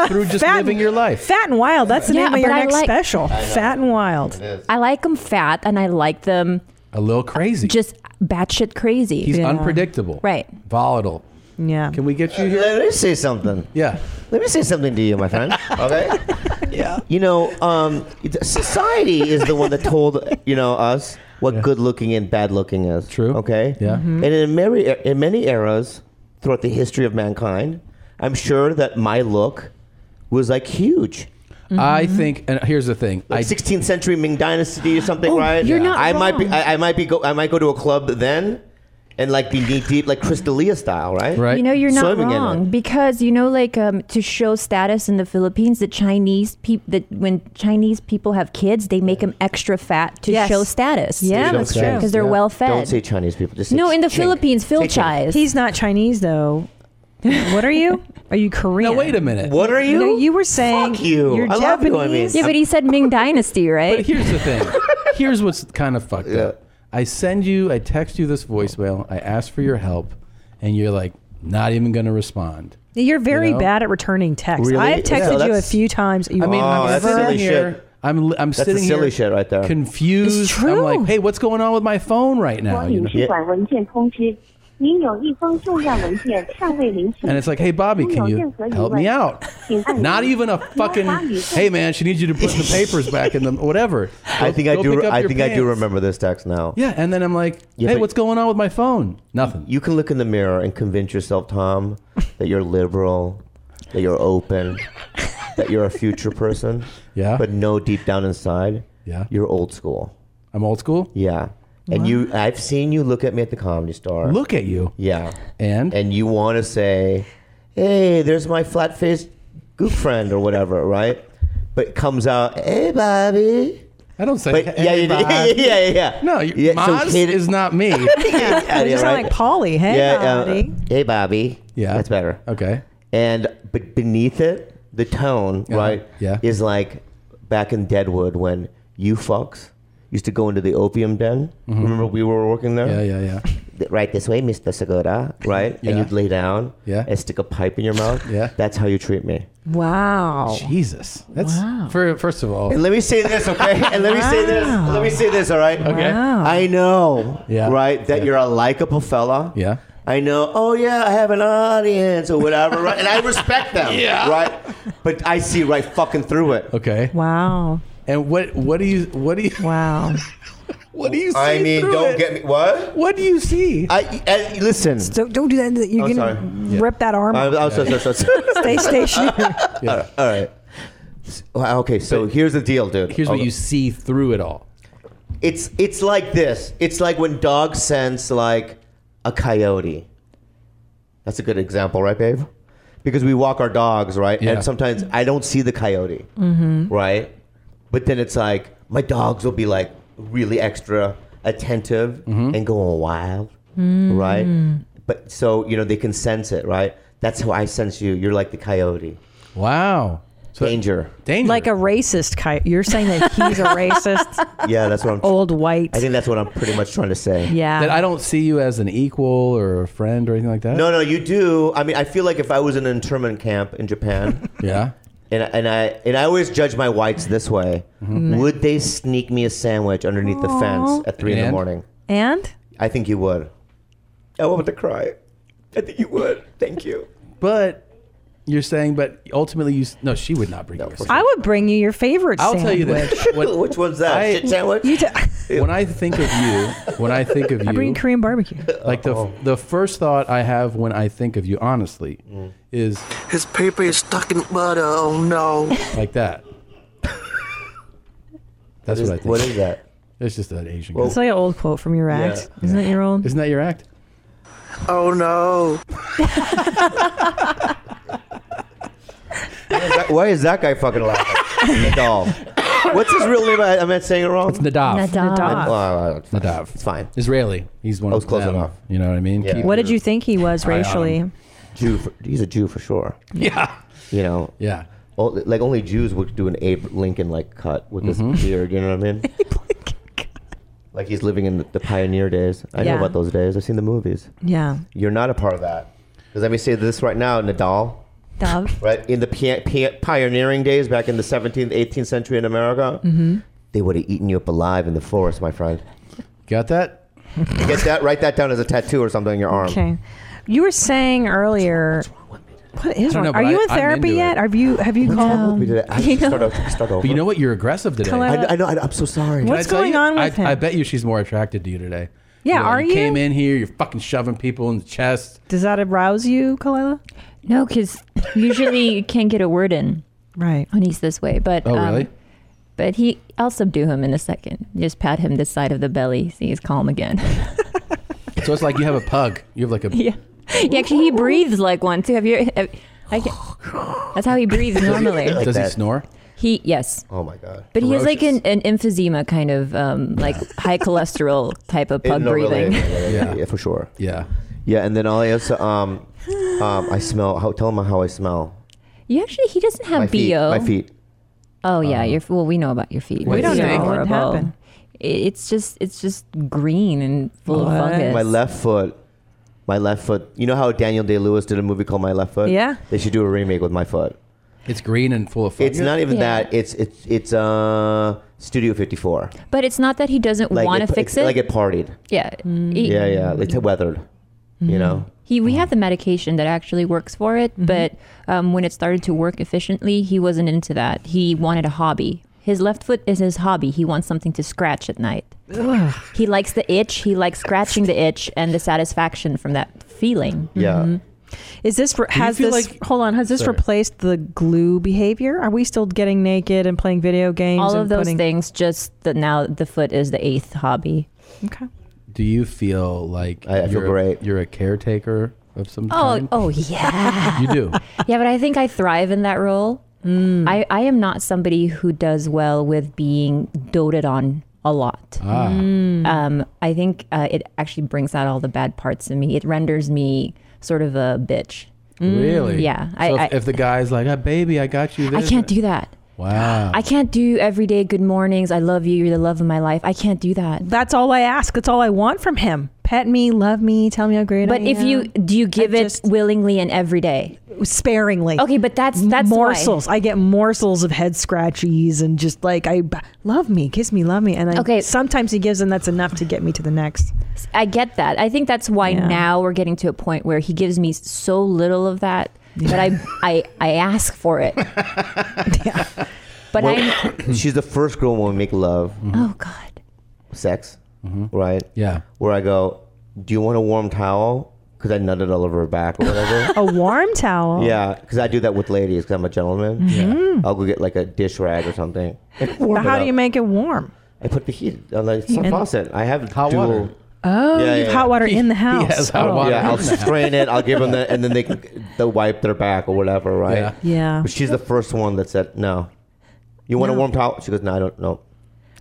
Speaker 2: through just living your life.
Speaker 3: Fat and Wild. That's the
Speaker 22: Yeah,
Speaker 3: name of your
Speaker 22: but I
Speaker 3: next
Speaker 22: like-
Speaker 3: special.
Speaker 22: I know.
Speaker 3: Fat and Wild.
Speaker 22: I like them fat, and I like them
Speaker 2: A little crazy.
Speaker 22: just batshit crazy.
Speaker 2: He's unpredictable.
Speaker 22: Right.
Speaker 2: Volatile.
Speaker 3: Yeah.
Speaker 2: Can we get you
Speaker 21: here? Let me say something.
Speaker 2: Yeah.
Speaker 21: Let me say something to you, my friend. Okay. yeah. You know, um, it- society is the one that told you know us what good looking and bad looking is. True. Okay.
Speaker 2: Yeah.
Speaker 21: And in many in many eras throughout the history of mankind, I'm sure that my look was like huge.
Speaker 2: I
Speaker 21: Mm-hmm.
Speaker 2: think, and here's the thing:
Speaker 21: like 16th century Ming Dynasty or something, right?
Speaker 2: Oh, you're not
Speaker 21: I might be.
Speaker 2: wrong.
Speaker 21: I, I might be. Go, I might go to a club then, and like be knee deep, like Crystalia style, right? Right.
Speaker 22: You know, you're not wrong because you know, like um, to show status in the Philippines, the Chinese people that when Chinese people have kids, they make them extra fat to
Speaker 3: Yes.
Speaker 22: show status.
Speaker 3: Yeah, that's true.
Speaker 22: Because they're well fed.
Speaker 21: Don't say Chinese people. Just say
Speaker 22: no, in the
Speaker 21: Chink.
Speaker 22: Philippines, Philippines,
Speaker 3: He's not Chinese though. what are you? Are you Korean? No, wait
Speaker 2: a minute.
Speaker 21: What are you?
Speaker 3: No, you were saying
Speaker 21: you.
Speaker 3: are
Speaker 21: I love
Speaker 3: Japanese.
Speaker 21: you, I mean.
Speaker 22: Yeah, but he said Ming Dynasty, right?
Speaker 2: But here's the thing. here's what's kind of fucked up. I send you, I text you this voicemail, I ask for your help, and you're like, not even going to respond.
Speaker 3: You're very
Speaker 2: You know?
Speaker 3: bad at returning texts.
Speaker 2: Really?
Speaker 3: I have
Speaker 2: Yeah,
Speaker 3: texted you a
Speaker 2: that's-
Speaker 3: few times. You
Speaker 2: I mean,
Speaker 3: are
Speaker 2: I'm sitting here. I'm li- I'm
Speaker 21: That's the
Speaker 2: sitting
Speaker 21: silly
Speaker 2: here
Speaker 21: shit right there.
Speaker 2: confused. I'm like, hey, what's going on with my phone right now? You know?
Speaker 23: 文件通知，您有一封重要文件尚未领取
Speaker 2: And it's like, hey, Bobby, can you help me out? Not even a fucking, hey, man, she needs you to put the papers back in the whatever.
Speaker 21: I think I
Speaker 2: Go
Speaker 21: do.
Speaker 2: pick up
Speaker 21: I
Speaker 2: your
Speaker 21: think I do
Speaker 2: pants.
Speaker 21: remember this text now.
Speaker 2: Yeah, and then I'm like,
Speaker 21: Yeah,
Speaker 2: hey,
Speaker 21: but-
Speaker 2: what's going on with my phone? Nothing.
Speaker 21: You can look in the mirror and convince yourself, Tom, that you're liberal, that you're open, that you're a future person.
Speaker 2: Yeah.
Speaker 21: But no, deep down inside,
Speaker 2: Yeah.
Speaker 21: you're old school.
Speaker 2: I'm old school.
Speaker 21: Yeah. And you, I've seen you look at me at the comedy store.
Speaker 2: Look at you.
Speaker 21: Yeah.
Speaker 2: And
Speaker 21: and you want to say, "Hey, there's my flat-faced gook friend" or whatever, right? But it comes out, "Hey, Bobby."
Speaker 2: I don't say.
Speaker 21: But, yeah, you- yeah,
Speaker 2: Bobby.
Speaker 21: yeah, yeah.
Speaker 2: No, you- Moz is not me.
Speaker 3: You just sound like Polly. Hey,
Speaker 21: yeah,
Speaker 3: Bobby.
Speaker 21: Uh, hey, Bobby. Yeah, that's better.
Speaker 2: Okay. Uh-huh.
Speaker 21: And but beneath it, the tone, right?
Speaker 2: yeah.
Speaker 21: is like back in Deadwood when you fucks used to go into the opium den.
Speaker 2: Mhm.
Speaker 21: Remember we were working there?
Speaker 2: Yeah, yeah, yeah.
Speaker 21: Th- Right this way, Mr. Segura. Right, and
Speaker 2: Yeah.
Speaker 21: you'd lay down.
Speaker 2: Yeah.
Speaker 21: and stick a pipe in your mouth. yeah, that's how you treat me.
Speaker 3: Wow.
Speaker 2: Jesus. That's for first of all.
Speaker 21: And let me say this, okay? And let me say this.
Speaker 2: Wow.
Speaker 21: Let me say this, all right?
Speaker 2: Okay. Wow.
Speaker 21: I know,
Speaker 2: Yeah.
Speaker 21: right, that you're a likable fella.
Speaker 2: Yeah.
Speaker 21: I know, oh yeah, I have an audience or whatever, right? And I respect them, yeah. right? But I see right fucking through it.
Speaker 2: Okay.
Speaker 3: Wow.
Speaker 2: And what what do you what do you
Speaker 3: Wow.
Speaker 2: what do you see
Speaker 21: I mean,
Speaker 2: through
Speaker 21: don't
Speaker 2: it?
Speaker 21: get me. What?
Speaker 2: What do you see?
Speaker 21: I, I listen.
Speaker 3: Don't, don't do that. You're
Speaker 21: I'm
Speaker 3: gonna
Speaker 21: sorry.
Speaker 3: rip that arm.
Speaker 21: I'm, I'm
Speaker 3: off.
Speaker 21: so, so, so, so.
Speaker 3: Stay stationary.
Speaker 21: All right. All right. S- wow, Okay, so here's the deal, dude.
Speaker 2: Here's what you see through it all.
Speaker 21: It's it's like this. It's like when dogs sense like a coyote. That's a good example, right, babe? Because we walk our dogs, right?
Speaker 2: Yeah.
Speaker 21: And sometimes I don't see the coyote,
Speaker 2: Mhm.
Speaker 21: right? But then it's like my dogs will be like really extra, attentive
Speaker 2: Mm-hmm.
Speaker 21: and going wild, Mm-hmm.
Speaker 8: Mm-hmm.
Speaker 22: Mm.
Speaker 21: right? But so you know they can sense it, right? That's how I sense you. You're like the coyote.
Speaker 2: Wow.
Speaker 21: danger.
Speaker 2: Danger.
Speaker 3: Like a racist. Ki- You're saying that he's a racist.
Speaker 21: Yeah, that's what I'm.
Speaker 3: Old white.
Speaker 21: I think that's what I'm pretty much trying to say.
Speaker 3: Yeah.
Speaker 2: That I don't see you as an equal or a friend or anything like that.
Speaker 21: No, no, you do. I mean, I feel like if I was in an internment camp in Japan,
Speaker 2: yeah,
Speaker 21: and and I and I always judge my whites this way:
Speaker 3: Mhm.
Speaker 21: would they sneak me a sandwich underneath the
Speaker 3: Aw.
Speaker 21: fence at three in the
Speaker 2: And?
Speaker 21: morning?
Speaker 3: And
Speaker 21: I think you would. I want to cry. I think you would. Thank you.
Speaker 2: But you're saying, but ultimately, you s- no, she would not bring you. a sandwich.
Speaker 3: I would bring you your favorite.
Speaker 2: I'll tell you
Speaker 3: sandwich.
Speaker 2: this.
Speaker 21: Which one's that? Shit sandwich?
Speaker 2: when I think of you, when I think of
Speaker 3: I bring
Speaker 2: you,
Speaker 3: you Korean barbecue.
Speaker 2: like the f- the first thought I have when I think of you, honestly,
Speaker 21: Mm.
Speaker 2: is
Speaker 9: His paper is stuck in butter. Oh no.
Speaker 2: like that. That's what, I think.
Speaker 21: What is that?
Speaker 2: It's just that Asian.
Speaker 3: It's like an old quote from your act.
Speaker 2: Yeah.
Speaker 3: Isn't that your old?
Speaker 2: Isn't that your act?
Speaker 9: Oh no.
Speaker 21: Why is that guy fucking laughing? Nadal. What's his real name? I, am not saying it wrong. It's
Speaker 2: Nadav. Nadav. Nadav.
Speaker 21: Nadav. It's fine.
Speaker 2: Israeli. He's one
Speaker 21: I
Speaker 2: of
Speaker 21: was close
Speaker 2: them.
Speaker 21: enough.
Speaker 2: You know what I mean?
Speaker 21: Yeah.
Speaker 3: What did you think he was
Speaker 21: Eye on
Speaker 3: racially?
Speaker 21: him. Jew. For, he's a Jew for sure.
Speaker 2: um, Yeah.
Speaker 21: You know.
Speaker 2: Yeah.
Speaker 21: Well, like only Jews would do an Abe Lincoln like cut with
Speaker 2: Mhm.
Speaker 21: this beard. You know what I mean? like he's living in the pioneer days. I
Speaker 3: Yeah.
Speaker 21: know about those days. I've seen the movies.
Speaker 3: Yeah.
Speaker 21: You're not a part of that. Because let me say this right now, Nadal.
Speaker 3: Dove.
Speaker 21: Right in the pi- pi- pioneering days, back in the 17th, 18th century in America,
Speaker 3: Mhm.
Speaker 21: they would have eaten you up alive in the forest, my friend.
Speaker 2: Got that?
Speaker 21: Get that. Write that down as a tattoo or something on your arm.
Speaker 3: Okay. You were saying earlier. What
Speaker 21: I
Speaker 3: is wrong?
Speaker 21: don't know,
Speaker 3: Are
Speaker 21: but
Speaker 3: you
Speaker 21: I-
Speaker 3: in
Speaker 21: I'm
Speaker 3: therapy
Speaker 21: into
Speaker 3: yet? Have you have you called?
Speaker 21: We did it. I start, over, start over.
Speaker 2: But you know what? You're aggressive today.
Speaker 3: Kalila- I- I
Speaker 21: know. I'm so sorry.
Speaker 2: Can
Speaker 3: What's
Speaker 2: I tell
Speaker 3: going
Speaker 2: you?
Speaker 3: on with
Speaker 2: I,
Speaker 3: him?
Speaker 2: I bet you she's more attracted to you today.
Speaker 3: Yeah,
Speaker 2: know,
Speaker 3: are you?
Speaker 2: Came in here. You're fucking shoving people in the chest.
Speaker 3: Does that arouse you, Kalila?
Speaker 22: No, because usually you can't get a word in.
Speaker 3: Right.
Speaker 22: When he's this way, but um,
Speaker 2: Oh, really?
Speaker 22: But he, I'll subdue him in a second. Just pat him the side of the belly, see he's calm again.
Speaker 2: So it's like you have a pug. You have like a.
Speaker 22: yeah. yeah, actually, he breathes like one too. Have you? Have, I can, that's how he breathes normally.
Speaker 2: Does he snore?
Speaker 22: He yes.
Speaker 21: Oh my god.
Speaker 22: But he has like an, an emphysema kind of um, like high cholesterol type of
Speaker 21: It-
Speaker 22: pug
Speaker 21: no, really,
Speaker 22: breathing.
Speaker 21: yeah, yeah, yeah, yeah, for sure.
Speaker 2: Yeah.
Speaker 21: Yeah, and then all I also um, um, I smell. How, tell him how I smell.
Speaker 22: You actually he doesn't have
Speaker 21: my
Speaker 22: bo.
Speaker 21: feet. My feet. Um,
Speaker 22: Oh yeah, your well we know about your feet.
Speaker 21: We don't
Speaker 22: They're
Speaker 21: know. It
Speaker 22: horrible.
Speaker 21: wouldn't happen.
Speaker 22: It- It's just it's just green and full of fungus.
Speaker 21: My left foot. My left foot. You know how Daniel Day Lewis did a movie called My Left Foot?
Speaker 22: Yeah.
Speaker 21: They should do a remake with my foot.
Speaker 2: It's green and full of. fungus?
Speaker 21: It's not even
Speaker 22: Yeah.
Speaker 21: that. It's it's it's uh Studio 54.
Speaker 22: But it's not that he doesn't
Speaker 21: Like
Speaker 22: want to
Speaker 21: it-
Speaker 22: fix
Speaker 21: it's
Speaker 22: it.
Speaker 21: Like it partied.
Speaker 22: yeah. he-
Speaker 21: yeah, yeah. Like it weathered.
Speaker 22: Mm-hmm.
Speaker 21: You know.
Speaker 22: He, we have the medication that actually works for it, but um, when it started to work efficiently, he wasn't into that. He wanted a hobby. His left foot is his hobby. He wants something to scratch at night. He likes the itch. He likes scratching the itch and the satisfaction from that feeling.
Speaker 21: Yeah.
Speaker 3: Is this re-
Speaker 22: Do you
Speaker 3: has
Speaker 22: feel
Speaker 3: this
Speaker 22: like-
Speaker 3: hold on? Has this
Speaker 22: Sorry.
Speaker 3: replaced the glue behavior? Are we still getting naked and playing video games?
Speaker 22: All
Speaker 3: and
Speaker 22: of those
Speaker 3: putting,
Speaker 22: things. Just that now the foot is the eighth hobby.
Speaker 2: Do you feel like I,
Speaker 21: feel
Speaker 2: you're, great. you're a caretaker of some
Speaker 22: Oh,
Speaker 2: kind?
Speaker 22: oh yeah.
Speaker 2: You do.
Speaker 22: yeah, but I think I thrive in that role.
Speaker 2: Hmm.
Speaker 22: I, I am not somebody who does well with being doted on a lot.
Speaker 4: Ah.
Speaker 2: Hmm.
Speaker 4: Mm.
Speaker 22: Um, I think uh, it actually brings out all the bad parts in me. It renders me sort of a bitch.
Speaker 2: Really?
Speaker 22: Mm, Yeah.
Speaker 2: So
Speaker 22: I,
Speaker 2: if,
Speaker 22: I,
Speaker 2: if the guy's like, "Ah, "Baby, I got you
Speaker 22: I
Speaker 2: this,"
Speaker 22: can't do that.
Speaker 2: Wow.
Speaker 22: I can't do everyday good mornings. I love you. You're the love of my life. I can't do that.
Speaker 3: That's all I ask. That's all I want from him. Pet me, love me, tell me how great I
Speaker 22: But
Speaker 3: am.
Speaker 22: if you do you give it willingly and every day?
Speaker 3: sparingly.
Speaker 22: Okay, but that's that's why.
Speaker 3: morsels. I get morsels of head scratchies and just like I b- love me, kiss me, love me, and I, okay. Sometimes he gives, and that's enough to get me to the next.
Speaker 22: I get that. I think that's why now we're getting to a point where he gives me so little of that that I I I ask for it. But I
Speaker 21: she's the first girl when we make love.
Speaker 22: oh god.
Speaker 21: Sex. Right.
Speaker 2: Yeah.
Speaker 21: Where I go, do you want a warm towel? Because I nutted all over her back or whatever.
Speaker 3: A warm towel.
Speaker 21: Yeah, because I do that with ladies because I'm a gentleman.
Speaker 3: Mhm.
Speaker 21: I'll go get like a dish rag or something. and warm
Speaker 3: But
Speaker 21: it
Speaker 3: how do
Speaker 21: up.
Speaker 3: you make it warm?
Speaker 21: I put the heat on the
Speaker 3: And-
Speaker 21: faucet. I have hot
Speaker 2: water.
Speaker 3: Oh, you have hot water in the house. Oh.
Speaker 21: Yeah, I'll
Speaker 2: in the house.
Speaker 21: strain it. I'll give them that, and then they can they wipe their back or whatever, right?
Speaker 2: Yeah.
Speaker 3: Yeah.
Speaker 21: But she's the first one that said no. You want a warm towel? She goes, no, I don't. No.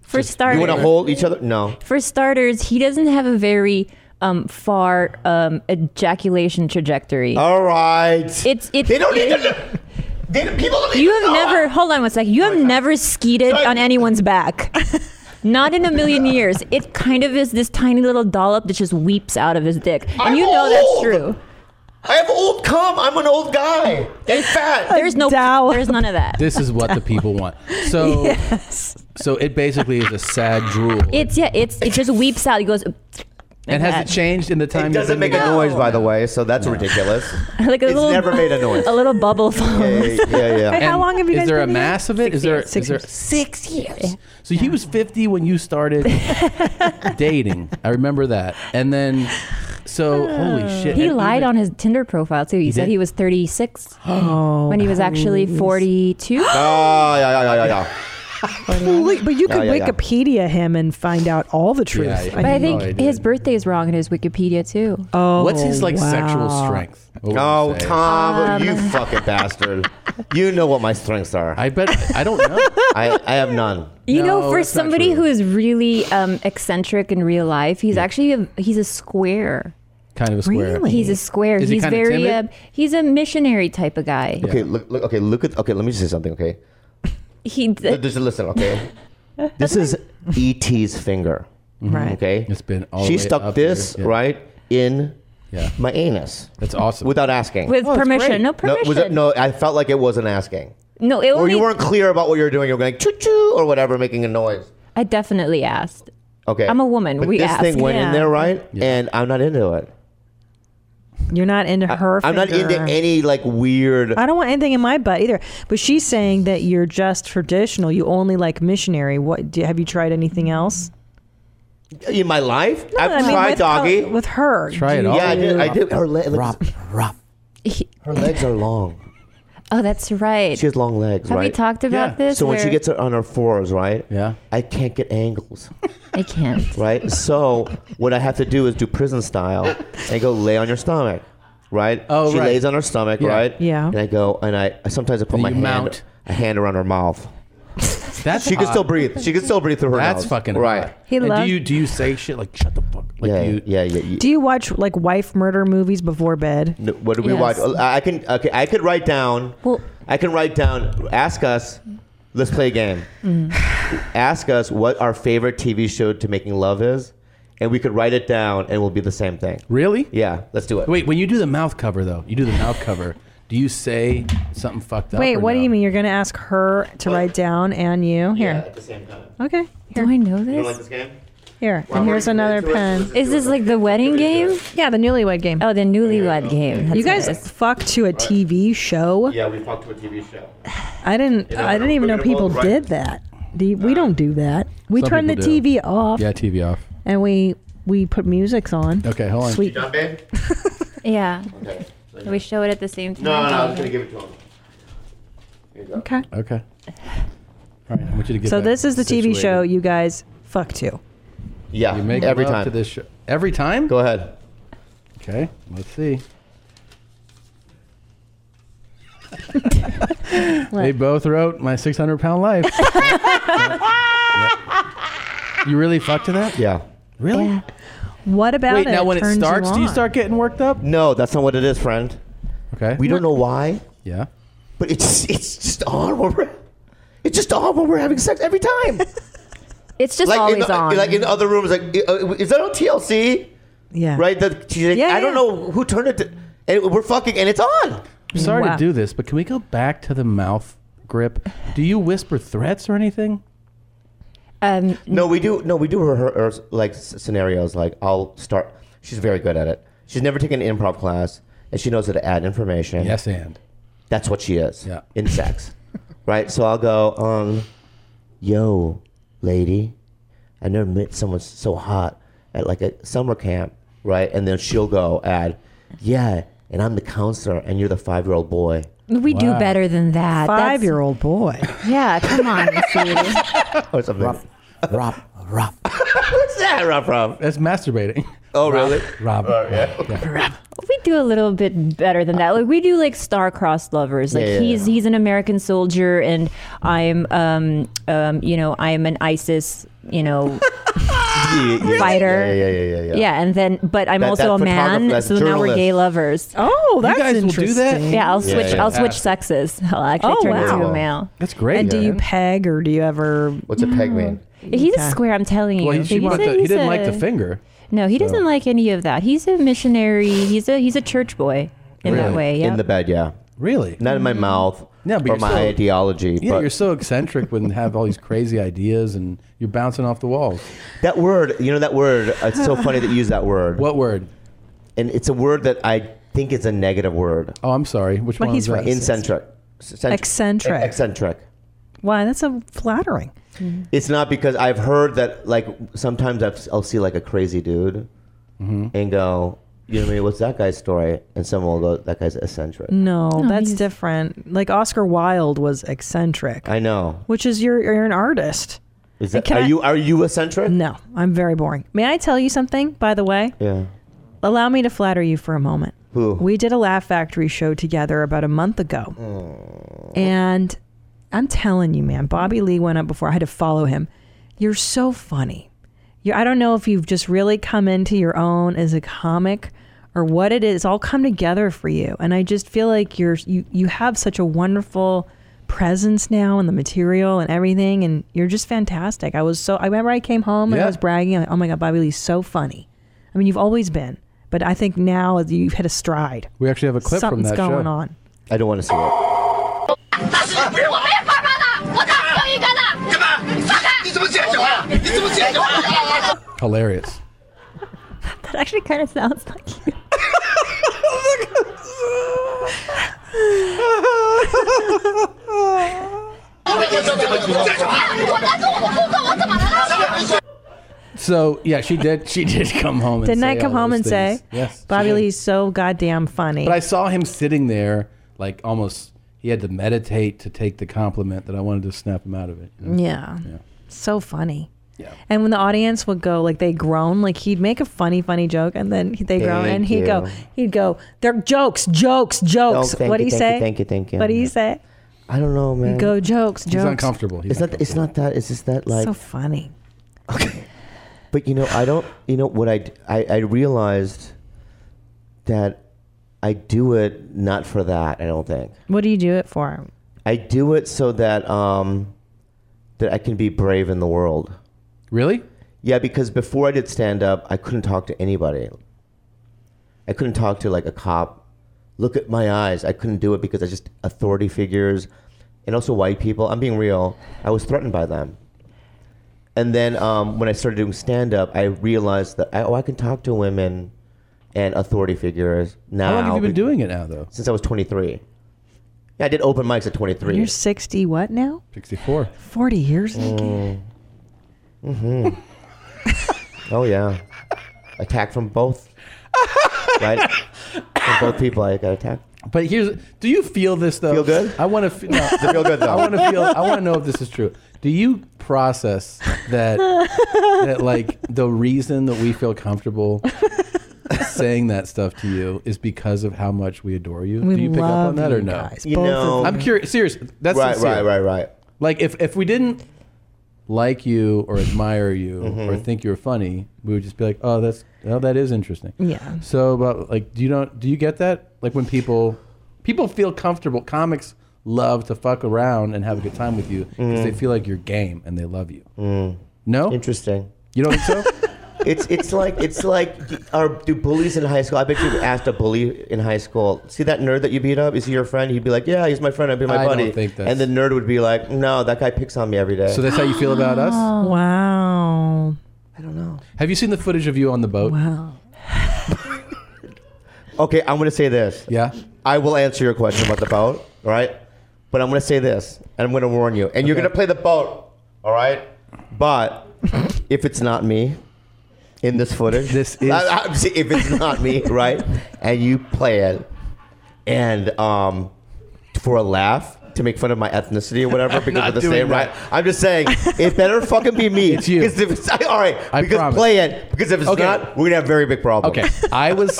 Speaker 22: For starters,
Speaker 21: You want to hold each other? No.
Speaker 22: for starters, he doesn't have a very um, far um, ejaculation trajectory.
Speaker 21: All right.
Speaker 22: It's it's. They don't
Speaker 21: need to. people
Speaker 22: you have never hold on one second. You have never skeeted on anyone's back. Not in a million years. It kind of is this tiny little dollop that just weeps out of his dick, and
Speaker 21: I'm
Speaker 22: you know that's
Speaker 21: old.
Speaker 22: true.
Speaker 21: I have old cum. I'm an old guy. And fat.
Speaker 22: There's no. There's none of that.
Speaker 2: This is what the people want. So,
Speaker 22: Yes.
Speaker 2: so it basically is a sad drool.
Speaker 22: It's yeah. It's it just weeps out. He goes. like
Speaker 2: and has
Speaker 22: that.
Speaker 2: it changed in the time?
Speaker 21: It doesn't
Speaker 2: you've been
Speaker 21: make a
Speaker 2: together?
Speaker 21: noise, by the way, so that's ridiculous.
Speaker 22: Like a
Speaker 21: It's
Speaker 22: little,
Speaker 21: never made a noise.
Speaker 22: A little bubble forms.
Speaker 21: yeah, yeah.
Speaker 22: Wait, how long have you
Speaker 2: is
Speaker 22: guys
Speaker 2: there a
Speaker 22: been together?
Speaker 2: mass of it? Is there? Is
Speaker 22: Six
Speaker 2: there?
Speaker 22: years. Six years.
Speaker 2: So he was 50 when you started dating. I remember that. And then, so holy shit.
Speaker 22: He
Speaker 2: and
Speaker 22: lied on his Tinder profile too. He, said
Speaker 2: did?
Speaker 22: he was 36
Speaker 3: Oh,
Speaker 22: when he was actually
Speaker 21: please.
Speaker 22: 42.
Speaker 21: Ah, yeah, yeah, yeah, yeah, yeah.
Speaker 22: Holy-
Speaker 3: but you
Speaker 21: Yeah,
Speaker 3: could
Speaker 21: yeah, yeah.
Speaker 3: Wikipedia him and find out all the truth.
Speaker 2: Yeah, yeah.
Speaker 22: But I think
Speaker 2: No idea.
Speaker 22: his birthday is wrong in his Wikipedia too.
Speaker 3: Oh,
Speaker 2: What's his like sexual
Speaker 22: wow.
Speaker 2: strength?
Speaker 21: Oh, Tom,
Speaker 22: Um,
Speaker 21: you fucking bastard. You know what my strengths are. I
Speaker 2: bet I don't know.
Speaker 21: I, I have none.
Speaker 22: You know, for somebody who is really um, eccentric in real life, he's actually a, he's a square.
Speaker 2: kind of a square.
Speaker 22: He's a square.
Speaker 21: Is he
Speaker 22: he's
Speaker 21: kinda
Speaker 22: very
Speaker 21: timid?
Speaker 22: uh, he's a missionary type of guy.
Speaker 21: Okay, look, look. Okay, look at. Okay, let me just say something. Okay,
Speaker 22: He
Speaker 21: L- just listen. Okay, this is E.T.'s finger.
Speaker 22: Mm-hmm. Right.
Speaker 21: Okay, it's
Speaker 2: been. All
Speaker 21: she
Speaker 2: the way
Speaker 21: stuck
Speaker 2: up
Speaker 21: this
Speaker 2: there, yeah.
Speaker 21: right in.
Speaker 2: Yeah.
Speaker 21: My anus.
Speaker 2: That's awesome.
Speaker 21: Without asking.
Speaker 22: With Oh, that's permission. great. No
Speaker 21: No, was it-
Speaker 22: permission.
Speaker 21: no, I felt like it wasn't asking.
Speaker 22: No, it
Speaker 21: or
Speaker 22: only
Speaker 21: you weren't clear about what you were doing. You were going choo choo or whatever, making a noise.
Speaker 22: I definitely asked.
Speaker 21: Okay.
Speaker 22: I'm a woman.
Speaker 21: But
Speaker 22: We
Speaker 21: this
Speaker 22: ask.
Speaker 21: thing went
Speaker 22: Yeah.
Speaker 21: in there, right? And I'm not into it.
Speaker 3: You're not into her.
Speaker 21: I'm not into
Speaker 3: finger.
Speaker 21: any like weird.
Speaker 3: I don't want anything in my butt either. But she's saying that you're just traditional. You only like missionary. What do, have you tried anything else?
Speaker 21: in my life. I've
Speaker 3: I mean,
Speaker 21: tried
Speaker 3: with
Speaker 21: doggy.
Speaker 3: her- with her. Try it Do all.
Speaker 21: Yeah, I did. I did. Her, le-
Speaker 2: Rop, rop.
Speaker 21: her legs are long.
Speaker 22: Oh, that's right.
Speaker 21: She has long legs,
Speaker 22: Have we
Speaker 21: right?
Speaker 22: talked about Yeah. this
Speaker 21: So when she
Speaker 22: where-
Speaker 21: gets on her fours, right?
Speaker 2: Yeah.
Speaker 21: I can't get angles,
Speaker 22: I can't.
Speaker 21: right? so what I have to do is do prison style and go lay on your stomach, right?
Speaker 2: Oh,
Speaker 21: she
Speaker 2: right.
Speaker 21: lays on her stomach,
Speaker 2: Yeah.
Speaker 21: right?
Speaker 2: Yeah.
Speaker 21: And I go and I sometimes I put
Speaker 2: Then
Speaker 21: my
Speaker 2: you
Speaker 21: hand
Speaker 2: mount.
Speaker 21: a hand around her mouth.
Speaker 2: That's
Speaker 21: she can
Speaker 2: hot.
Speaker 21: still breathe. She can still breathe through her
Speaker 2: That's
Speaker 21: nose.
Speaker 2: fucking
Speaker 21: right.
Speaker 2: hot.
Speaker 3: He
Speaker 2: And do
Speaker 3: loved-
Speaker 2: you do you say shit like shut the fuck? Like
Speaker 21: yeah,
Speaker 2: do you,
Speaker 21: yeah, yeah, yeah.
Speaker 3: Do you watch like wife murder movies before bed?
Speaker 21: No, what do we
Speaker 3: Yes.
Speaker 21: watch? I I can. Okay, I could write down.
Speaker 22: Well-
Speaker 21: I can write down. Ask us. Let's play a game.
Speaker 3: Mm.
Speaker 21: Ask us what our favorite TV show to making love is, and we could write it down, and we'll be the same thing.
Speaker 2: Really?
Speaker 21: Yeah. Let's do it.
Speaker 2: Wait, when you do the mouth cover though, you do the mouth cover. Do you say something fucked up?
Speaker 3: Wait,
Speaker 2: or
Speaker 3: what
Speaker 2: no?
Speaker 3: do you mean? You're going to ask her to write down and you here?
Speaker 21: the same time.
Speaker 3: Okay.
Speaker 22: Do I know
Speaker 21: You
Speaker 22: this?
Speaker 21: don't like this game?
Speaker 3: Here,
Speaker 22: Well,
Speaker 3: and
Speaker 22: we're
Speaker 3: here's
Speaker 22: gonna
Speaker 3: another
Speaker 22: do it.
Speaker 3: pen.
Speaker 22: Is this like the wedding game?
Speaker 3: Yeah, the newlywed game.
Speaker 22: Oh, the newlywed game. That's
Speaker 3: you
Speaker 22: what it
Speaker 3: guys
Speaker 22: is.
Speaker 3: fuck to a TV show?
Speaker 21: Yeah, we talked to a TV show.
Speaker 3: I didn't.
Speaker 21: You know,
Speaker 3: I didn't
Speaker 21: we're
Speaker 3: even know
Speaker 21: gonna
Speaker 3: people
Speaker 21: both write-
Speaker 3: did that. Do you- we don't do that. We
Speaker 2: Some
Speaker 3: turn the
Speaker 2: people do.
Speaker 3: TV off
Speaker 2: Yeah, TV off.
Speaker 3: and we we put music on.
Speaker 2: Okay, hold on.
Speaker 3: Sweet.
Speaker 21: babe?
Speaker 22: Yeah.
Speaker 21: Okay.
Speaker 22: We show it at the same time.
Speaker 21: No, no, no, I was gonna give it to him. Here you go.
Speaker 3: Okay.
Speaker 2: Okay. All right, I want you to get.
Speaker 3: So
Speaker 2: back
Speaker 3: this is the TV
Speaker 2: situated.
Speaker 3: show you guys fuck to.
Speaker 21: Yeah.
Speaker 2: You make
Speaker 21: every
Speaker 2: love
Speaker 21: time.
Speaker 2: to this show. Every time?
Speaker 21: Go ahead.
Speaker 2: Okay, let's see. They both wrote my 600 pound life. You really fucked to that?
Speaker 21: Yeah.
Speaker 2: Really?
Speaker 3: What about
Speaker 2: Wait,
Speaker 3: it?
Speaker 2: now when it
Speaker 3: turns
Speaker 2: starts, do you
Speaker 3: on?
Speaker 2: start getting worked up?
Speaker 21: No, that's not what it is, friend.
Speaker 2: Okay.
Speaker 21: We don't know why.
Speaker 2: Yeah.
Speaker 21: But it's it's just on when we're it's just on when we're having sex every time.
Speaker 22: It's just
Speaker 21: like
Speaker 22: always
Speaker 21: in, the-
Speaker 22: on.
Speaker 21: Like in other rooms, like uh, is that on TLC?
Speaker 3: Yeah.
Speaker 21: Right. The, she's like, I don't know who turned it. To, and we're fucking, and it's on.
Speaker 2: I'm sorry
Speaker 21: Wow.
Speaker 2: to do this, but can we go back to the mouth grip? Do you whisper threats or anything?
Speaker 22: Um,
Speaker 21: No, we do. No, we do her, her, her like s- scenarios. Like I'll start. She's very good at it. She's never taken an improv class, and she knows how to add information.
Speaker 2: Yes, and.
Speaker 21: That's what she is.
Speaker 2: Yeah.
Speaker 21: In sex, right? So I'll go, um, yo, lady, I never met someone so hot at like a summer camp, right? And then she'll go add, yeah, and I'm the counselor, and you're the five year old boy.
Speaker 22: we do better than that.
Speaker 21: Five
Speaker 3: year old boy.
Speaker 22: Yeah, come on. Mercedes.
Speaker 21: or something.
Speaker 2: Rob, Rob, Rob.
Speaker 21: What's that, Rob? Rob?
Speaker 2: That's masturbating.
Speaker 21: Oh, really?
Speaker 2: Rob.
Speaker 22: We do a little bit better than that. Like we do like star-crossed lovers. Like
Speaker 21: Yeah, yeah,
Speaker 22: he's he's an American soldier and I'm um um you know I'm an ISIS you know fighter.
Speaker 21: Yeah, yeah, yeah, yeah.
Speaker 22: Yeah. and then but I'm
Speaker 21: That-
Speaker 22: also
Speaker 21: that
Speaker 22: a man,
Speaker 21: photographer,
Speaker 22: so
Speaker 21: that
Speaker 22: now we're
Speaker 21: journalist.
Speaker 22: gay lovers.
Speaker 3: Oh,
Speaker 22: that's
Speaker 3: guys will do that? interesting.
Speaker 22: Yeah, I'll
Speaker 21: Yeah,
Speaker 22: switch.
Speaker 21: yeah.
Speaker 22: I'll switch sexes. I'll actually
Speaker 3: Oh,
Speaker 22: turn into
Speaker 3: wow.
Speaker 22: a male.
Speaker 2: That's
Speaker 3: And do you peg or do you ever? Mm.
Speaker 21: What's a peg man?
Speaker 22: He's a square. I'm telling you.
Speaker 2: Well, he, she
Speaker 22: He's a-
Speaker 2: wanted the- he
Speaker 22: he's
Speaker 2: didn't like
Speaker 22: a-
Speaker 2: the finger.
Speaker 22: No, he
Speaker 2: So-
Speaker 22: doesn't like any of that. He's a missionary. He's a he's a church boy in that
Speaker 21: Really?
Speaker 22: way. Yeah.
Speaker 21: In the bed, yeah.
Speaker 2: Really?
Speaker 21: Not in my
Speaker 3: Mm.
Speaker 21: mouth.
Speaker 2: No, but
Speaker 21: or
Speaker 2: you're
Speaker 21: my
Speaker 2: still-
Speaker 21: ideology.
Speaker 2: Yeah,
Speaker 21: but
Speaker 2: you're so eccentric and have all these crazy ideas, and you're bouncing off the walls.
Speaker 21: That word, you know that word. It's so funny that you use that word.
Speaker 2: What word?
Speaker 21: And it's a word that I think is a negative word.
Speaker 2: Oh, I'm sorry. Which
Speaker 3: Well, one he's is that? racist.
Speaker 21: Eccentric. Eccentric.
Speaker 3: Eccentric.
Speaker 21: Eccentric.
Speaker 3: Why? That's a flattering.
Speaker 2: Mm.
Speaker 21: It's not because I've heard that. Like sometimes I've, I'll see like a crazy dude,
Speaker 2: Mm-hmm.
Speaker 21: and go, you know what I mean? What's that guy's story? And someone will go, that guy's eccentric.
Speaker 3: No, that's different. Like Oscar Wilde was eccentric,
Speaker 21: I know.
Speaker 3: which is you're, you're an artist.
Speaker 21: Is
Speaker 3: And
Speaker 21: that,
Speaker 3: can
Speaker 21: are
Speaker 3: I- Mm.
Speaker 21: you are you eccentric?
Speaker 3: No, I'm very boring. May I tell you something? By the way,
Speaker 21: Yeah.
Speaker 3: allow me to flatter you for a moment.
Speaker 21: Who?
Speaker 3: We did a Laugh Factory show together about a month ago. And I'm telling you, man, Bobby Lee went up before. I had to follow him. You're so funny. You I don't know if you've just really come into your own as a comic or what it is. It's all come together for you. And I just feel like you're you you have such a wonderful presence now and the material and everything and you're just fantastic. I was so I remember I came home and I
Speaker 2: Yeah.
Speaker 3: was bragging like, "Oh my god, Bobby Lee's so funny." I mean, you've always been, but I think now you've hit a stride.
Speaker 2: We actually have a clip
Speaker 3: Something's
Speaker 2: from that show.
Speaker 3: going on.
Speaker 21: I don't want to see it.
Speaker 2: Hilarious.
Speaker 22: That actually kind of sounds like you.
Speaker 2: So yeah, she did. She did come home. and
Speaker 3: Didn't I
Speaker 2: say
Speaker 3: come
Speaker 2: all
Speaker 3: home
Speaker 2: those
Speaker 3: and
Speaker 2: things.
Speaker 3: say,
Speaker 2: Yes, she
Speaker 3: Bobby
Speaker 2: did.
Speaker 3: Lee's so goddamn funny.
Speaker 2: But I saw him sitting there, like almost. He had to meditate to take the compliment that I wanted to snap him out of it. you know?
Speaker 3: yeah. So funny. Yeah. And when the audience would go, like they groan, like he'd make a funny, funny joke, and then he- they groan,
Speaker 21: Thank
Speaker 3: and he'd go,
Speaker 21: you.
Speaker 3: he'd go, they're jokes, jokes, jokes.
Speaker 21: Oh, thank
Speaker 3: what do
Speaker 21: you,
Speaker 3: you
Speaker 21: thank
Speaker 3: say?
Speaker 21: you, thank you, thank you.
Speaker 3: What do you say?
Speaker 21: I don't know, man.
Speaker 3: Go jokes,
Speaker 21: He's
Speaker 3: jokes.
Speaker 21: uncomfortable. He's It's not- it's not that. It's just that like
Speaker 3: so funny.
Speaker 21: But you know, I don't. You know what I, d- I- I realized that I do it not for that. I don't think
Speaker 3: What do you do it for?
Speaker 21: I do it so that um that I can be brave in the world.
Speaker 2: Really?
Speaker 21: Yeah, because before I did stand up, I couldn't talk to anybody. I couldn't talk to like a cop. Look at my eyes. I couldn't do it because I just authority figures and also white people. I'm being real. I was threatened by them. And then um, when I started doing stand up, I realized that I, oh, I can talk to women and authority figures now.
Speaker 2: How long have you been
Speaker 21: be-
Speaker 2: doing it now, though?
Speaker 21: Since I was 23. Yeah, I did open mics at 23.
Speaker 3: You're 60, what now?
Speaker 2: 64.
Speaker 3: 40 years?
Speaker 21: Mm. hmm oh yeah, attack from both. right, from both people. I got attacked.
Speaker 2: But here's, do you feel this though? Feel good? I want to feel. No,
Speaker 21: Does it feel good, though?
Speaker 2: I want to feel. I want to know if this is true. Do you process that? that like the reason that we feel comfortable saying that stuff to you is because of how much we adore you.
Speaker 21: We
Speaker 2: Do you pick up on
Speaker 21: love
Speaker 2: that or
Speaker 21: you
Speaker 2: no?
Speaker 21: guys, You both of know- you.
Speaker 2: I'm curious. Serious. That's
Speaker 21: Right,
Speaker 2: sincere.
Speaker 21: right, right, right.
Speaker 2: Like if if we didn't like you or admire you or
Speaker 21: Mhm.
Speaker 2: think you're funny, we would just be like, oh, that's oh, that is interesting.
Speaker 21: Yeah.
Speaker 2: So, but like, do you don't do you get that? Like when people people feel comfortable. Comics love to fuck around and have a good time with you because
Speaker 21: Mm.
Speaker 2: they feel like you're game and they love you.
Speaker 21: Mm.
Speaker 2: No.
Speaker 21: Interesting.
Speaker 2: You don't think so?
Speaker 21: It's it's like it's like are do bullies in high school? I bet you asked a bully in high school. See that nerd that you beat up? Is he your friend? He'd be like, Yeah, he's my friend. I'd be my
Speaker 2: I don't
Speaker 21: buddy.
Speaker 2: think that's-
Speaker 21: and the nerd would be like, No, that guy picks on me every day.
Speaker 2: So that's how you feel about us?
Speaker 3: Oh, Wow.
Speaker 21: I don't know.
Speaker 2: Have you seen the footage of you on the boat?
Speaker 3: Wow.
Speaker 21: Okay, I'm gonna say this.
Speaker 2: Yeah.
Speaker 21: I will answer your question about the boat, all right? But I'm gonna say this, and I'm gonna warn you, and you're
Speaker 2: Okay.
Speaker 21: gonna play the boat, all right? But if it's not me in this footage, this is if it's not me, right? And you play it, and um, for a laugh, to make fun of my ethnicity or whatever because
Speaker 2: Not
Speaker 21: of the
Speaker 2: doing
Speaker 21: same,
Speaker 2: that.
Speaker 21: right? I'm just saying it better fucking be me. It's you. If it's, all right,
Speaker 2: I
Speaker 21: because
Speaker 2: promise.
Speaker 21: play it. Because if it's
Speaker 2: Okay.
Speaker 21: not, we're gonna have very big problems.
Speaker 2: Okay, I was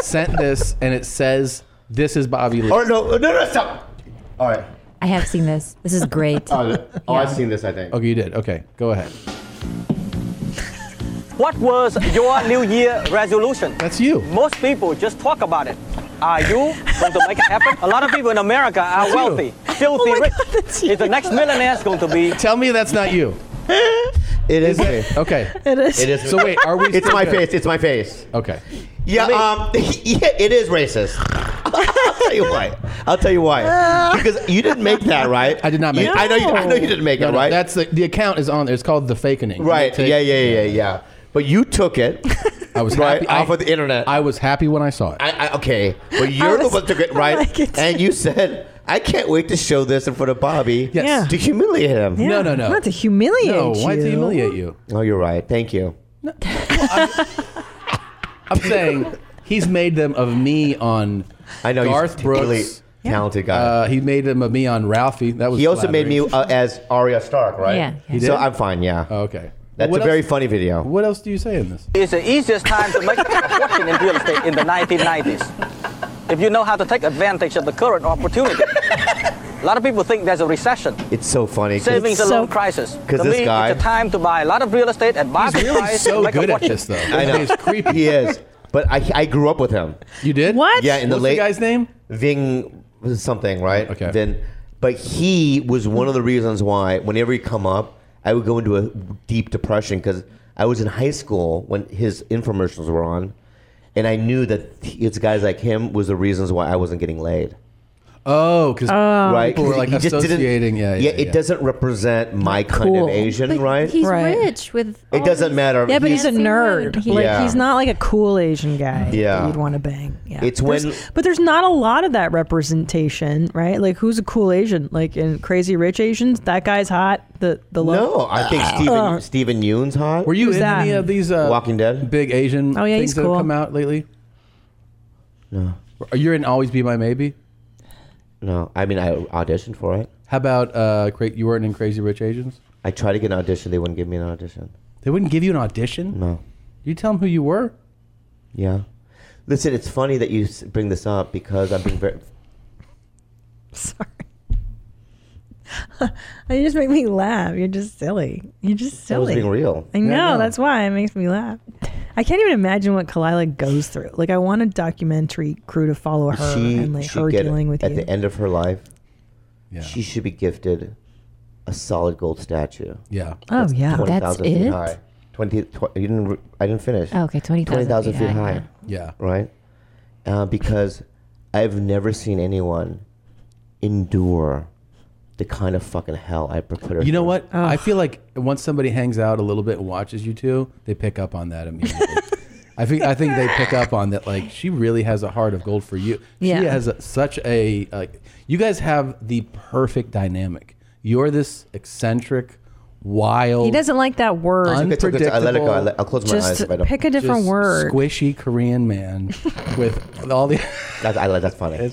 Speaker 2: sent this, and it says this is Bobby Lee.
Speaker 21: Or Oh, no, no, no, stop. All right.
Speaker 22: I have seen this. This is great.
Speaker 21: Oh, I've
Speaker 2: Yeah.
Speaker 21: seen this. I think.
Speaker 2: Okay, you did. Okay, go ahead.
Speaker 4: What was your New Year resolution?
Speaker 2: That's you.
Speaker 4: Most people just talk about it. Are you going to make it happen? A lot of people in America are
Speaker 2: That's you.
Speaker 4: wealthy, filthy
Speaker 21: Oh
Speaker 4: rich. Is the next millionaire is going to be?
Speaker 2: Tell me that's not you.
Speaker 21: It is me.
Speaker 2: Okay.
Speaker 4: It is.
Speaker 21: It is.
Speaker 2: So wait, are we
Speaker 21: It's
Speaker 2: still
Speaker 21: my
Speaker 2: good?
Speaker 21: face. It's my face.
Speaker 2: Okay.
Speaker 21: Yeah. Um. Yeah. It is racist. I'll tell you why. I'll tell you why. Because you didn't make that, right? I
Speaker 2: did not make
Speaker 21: you,
Speaker 2: it.
Speaker 21: I know. You, I know you didn't make
Speaker 2: No,
Speaker 21: it,
Speaker 2: no,
Speaker 21: right?
Speaker 2: That's the, the account is on there. It's called the Fakening.
Speaker 21: Right. Yeah, yeah, yeah, yeah. But you took it.
Speaker 2: I was
Speaker 21: right
Speaker 2: happy. I-
Speaker 21: off of the internet.
Speaker 2: I was happy when I saw it.
Speaker 21: I, I, okay, but
Speaker 2: I
Speaker 21: you're the
Speaker 2: was-
Speaker 21: one took it
Speaker 2: I
Speaker 21: right,
Speaker 2: like it
Speaker 21: and
Speaker 2: too.
Speaker 21: you said, "I can't wait to show this in front of Bobby
Speaker 2: Yes. Yeah.
Speaker 21: to humiliate him."
Speaker 2: No, no, no.
Speaker 3: Not to humiliate
Speaker 2: No, why
Speaker 3: you.
Speaker 2: to humiliate you?
Speaker 21: Oh, you're right. Thank you.
Speaker 2: I'm saying he's made them of me on.
Speaker 21: I know he's
Speaker 2: Garth
Speaker 21: particularly
Speaker 2: Brooks,
Speaker 21: talented guy.
Speaker 2: Uh, he made them of me on Ralphie. That was.
Speaker 21: he also made me
Speaker 2: flattering.
Speaker 21: uh, as Arya Stark, right?
Speaker 2: Yeah, yeah. He
Speaker 21: So
Speaker 2: did? Oh,
Speaker 21: I'm fine. Yeah.
Speaker 2: okay.
Speaker 21: That's
Speaker 2: What
Speaker 21: a very
Speaker 2: else-
Speaker 21: funny video.
Speaker 2: What else do you say in this?
Speaker 4: It's the easiest time to make a fortune in real estate in the 1990s. If you know how to take advantage of the current opportunity. A lot of people think there's a recession.
Speaker 21: It's so funny. 'cause-
Speaker 4: Savings and loan crisis.
Speaker 21: 'cause
Speaker 4: to
Speaker 21: this
Speaker 4: me,
Speaker 21: guy-
Speaker 4: it's a time to buy a lot of real estate at market price. and make a fortune.
Speaker 21: I know. He's creepy. He is. But I, I grew up with him.
Speaker 2: You did?
Speaker 4: What?
Speaker 21: Yeah, in the
Speaker 2: What's the
Speaker 21: late
Speaker 2: guy's name?
Speaker 21: Ving something, right? Okay. Then, but he was one of the reasons why whenever he come up, I would go into a deep depression because I was in high school when his infomercials were on, and I knew that it's guys like him was the reasons why I wasn't getting laid.
Speaker 2: Oh, because
Speaker 21: right,
Speaker 2: people were
Speaker 21: 'Cause
Speaker 2: like
Speaker 21: he just didn't-
Speaker 2: associating. Yeah, yeah,
Speaker 21: it doesn't represent my kind of Asian, right?
Speaker 22: He's rich with.
Speaker 21: It doesn't matter.
Speaker 3: Yeah, but he's a nerd. Like
Speaker 21: Yeah.
Speaker 3: he's not like a cool Asian guy
Speaker 21: Yeah.
Speaker 3: that you'd want to bang. Yeah.
Speaker 21: It's
Speaker 3: There's-
Speaker 21: when-
Speaker 3: but there's not a lot of that representation, right? Like who's a cool Asian? Like in Crazy Rich Asians, that guy's hot. The the
Speaker 21: No,
Speaker 3: low.
Speaker 21: Oh,
Speaker 3: Ah.
Speaker 21: I think Stephen Stephen Yoon's hot.
Speaker 2: Were you
Speaker 3: Uh. Who's
Speaker 2: in
Speaker 3: that?
Speaker 2: any of these uh,
Speaker 21: Walking Dead?
Speaker 2: Big Asian
Speaker 3: Oh, yeah,
Speaker 2: things
Speaker 3: he's
Speaker 2: that have
Speaker 3: cool.
Speaker 2: come out lately? Oh,
Speaker 21: No.
Speaker 2: You're in Always Be My Maybe?
Speaker 21: No, I mean I auditioned for it.
Speaker 2: How about uh, cra- you weren't in Crazy Rich Asians?
Speaker 21: I tried to get an audition. They wouldn't give me an audition.
Speaker 2: They wouldn't give you an audition?
Speaker 21: No.
Speaker 2: You tell them who you were?
Speaker 21: Yeah. Listen, it's funny that you s- bring this up because I'm being very.
Speaker 3: Sorry. Oh, you just make me laugh. You're just silly. You're just
Speaker 21: That was
Speaker 3: silly.
Speaker 21: being real.
Speaker 3: I
Speaker 21: Yeah,
Speaker 3: know,
Speaker 21: I know.
Speaker 3: That's why it makes me laugh. I can't even imagine what Kalila goes through. Like, I want a documentary crew to follow her and
Speaker 21: She
Speaker 3: like
Speaker 21: should
Speaker 3: her
Speaker 21: get
Speaker 3: dealing with
Speaker 21: at
Speaker 3: you.
Speaker 21: the end of her life. She should be gifted a solid gold statue.
Speaker 2: Yeah.
Speaker 3: Oh, yeah.
Speaker 21: twenty
Speaker 3: That's
Speaker 21: thousand feet
Speaker 3: it?
Speaker 21: high. Twenty. Tw- you didn't. re- I didn't finish.
Speaker 22: Oh, okay, 20,000
Speaker 21: 20,000
Speaker 22: feet
Speaker 21: feet
Speaker 22: high,
Speaker 21: high.
Speaker 2: yeah.
Speaker 21: Right. Uh, because I've never seen anyone endure the kind of fucking hell I put her.
Speaker 2: You know what? I feel like once somebody hangs out a little bit and watches you two, they pick up on that immediately. I think I think they pick up on that. Like she really has a heart of gold for you. She
Speaker 5: Yeah.
Speaker 2: has a, such a like. You guys have the perfect dynamic. You're this eccentric, wild.
Speaker 3: he doesn't like that word.
Speaker 2: unpredictable.
Speaker 3: just Pick a different
Speaker 2: just
Speaker 3: word.
Speaker 2: Squishy Korean man with all the.
Speaker 21: that's, I like that's funny.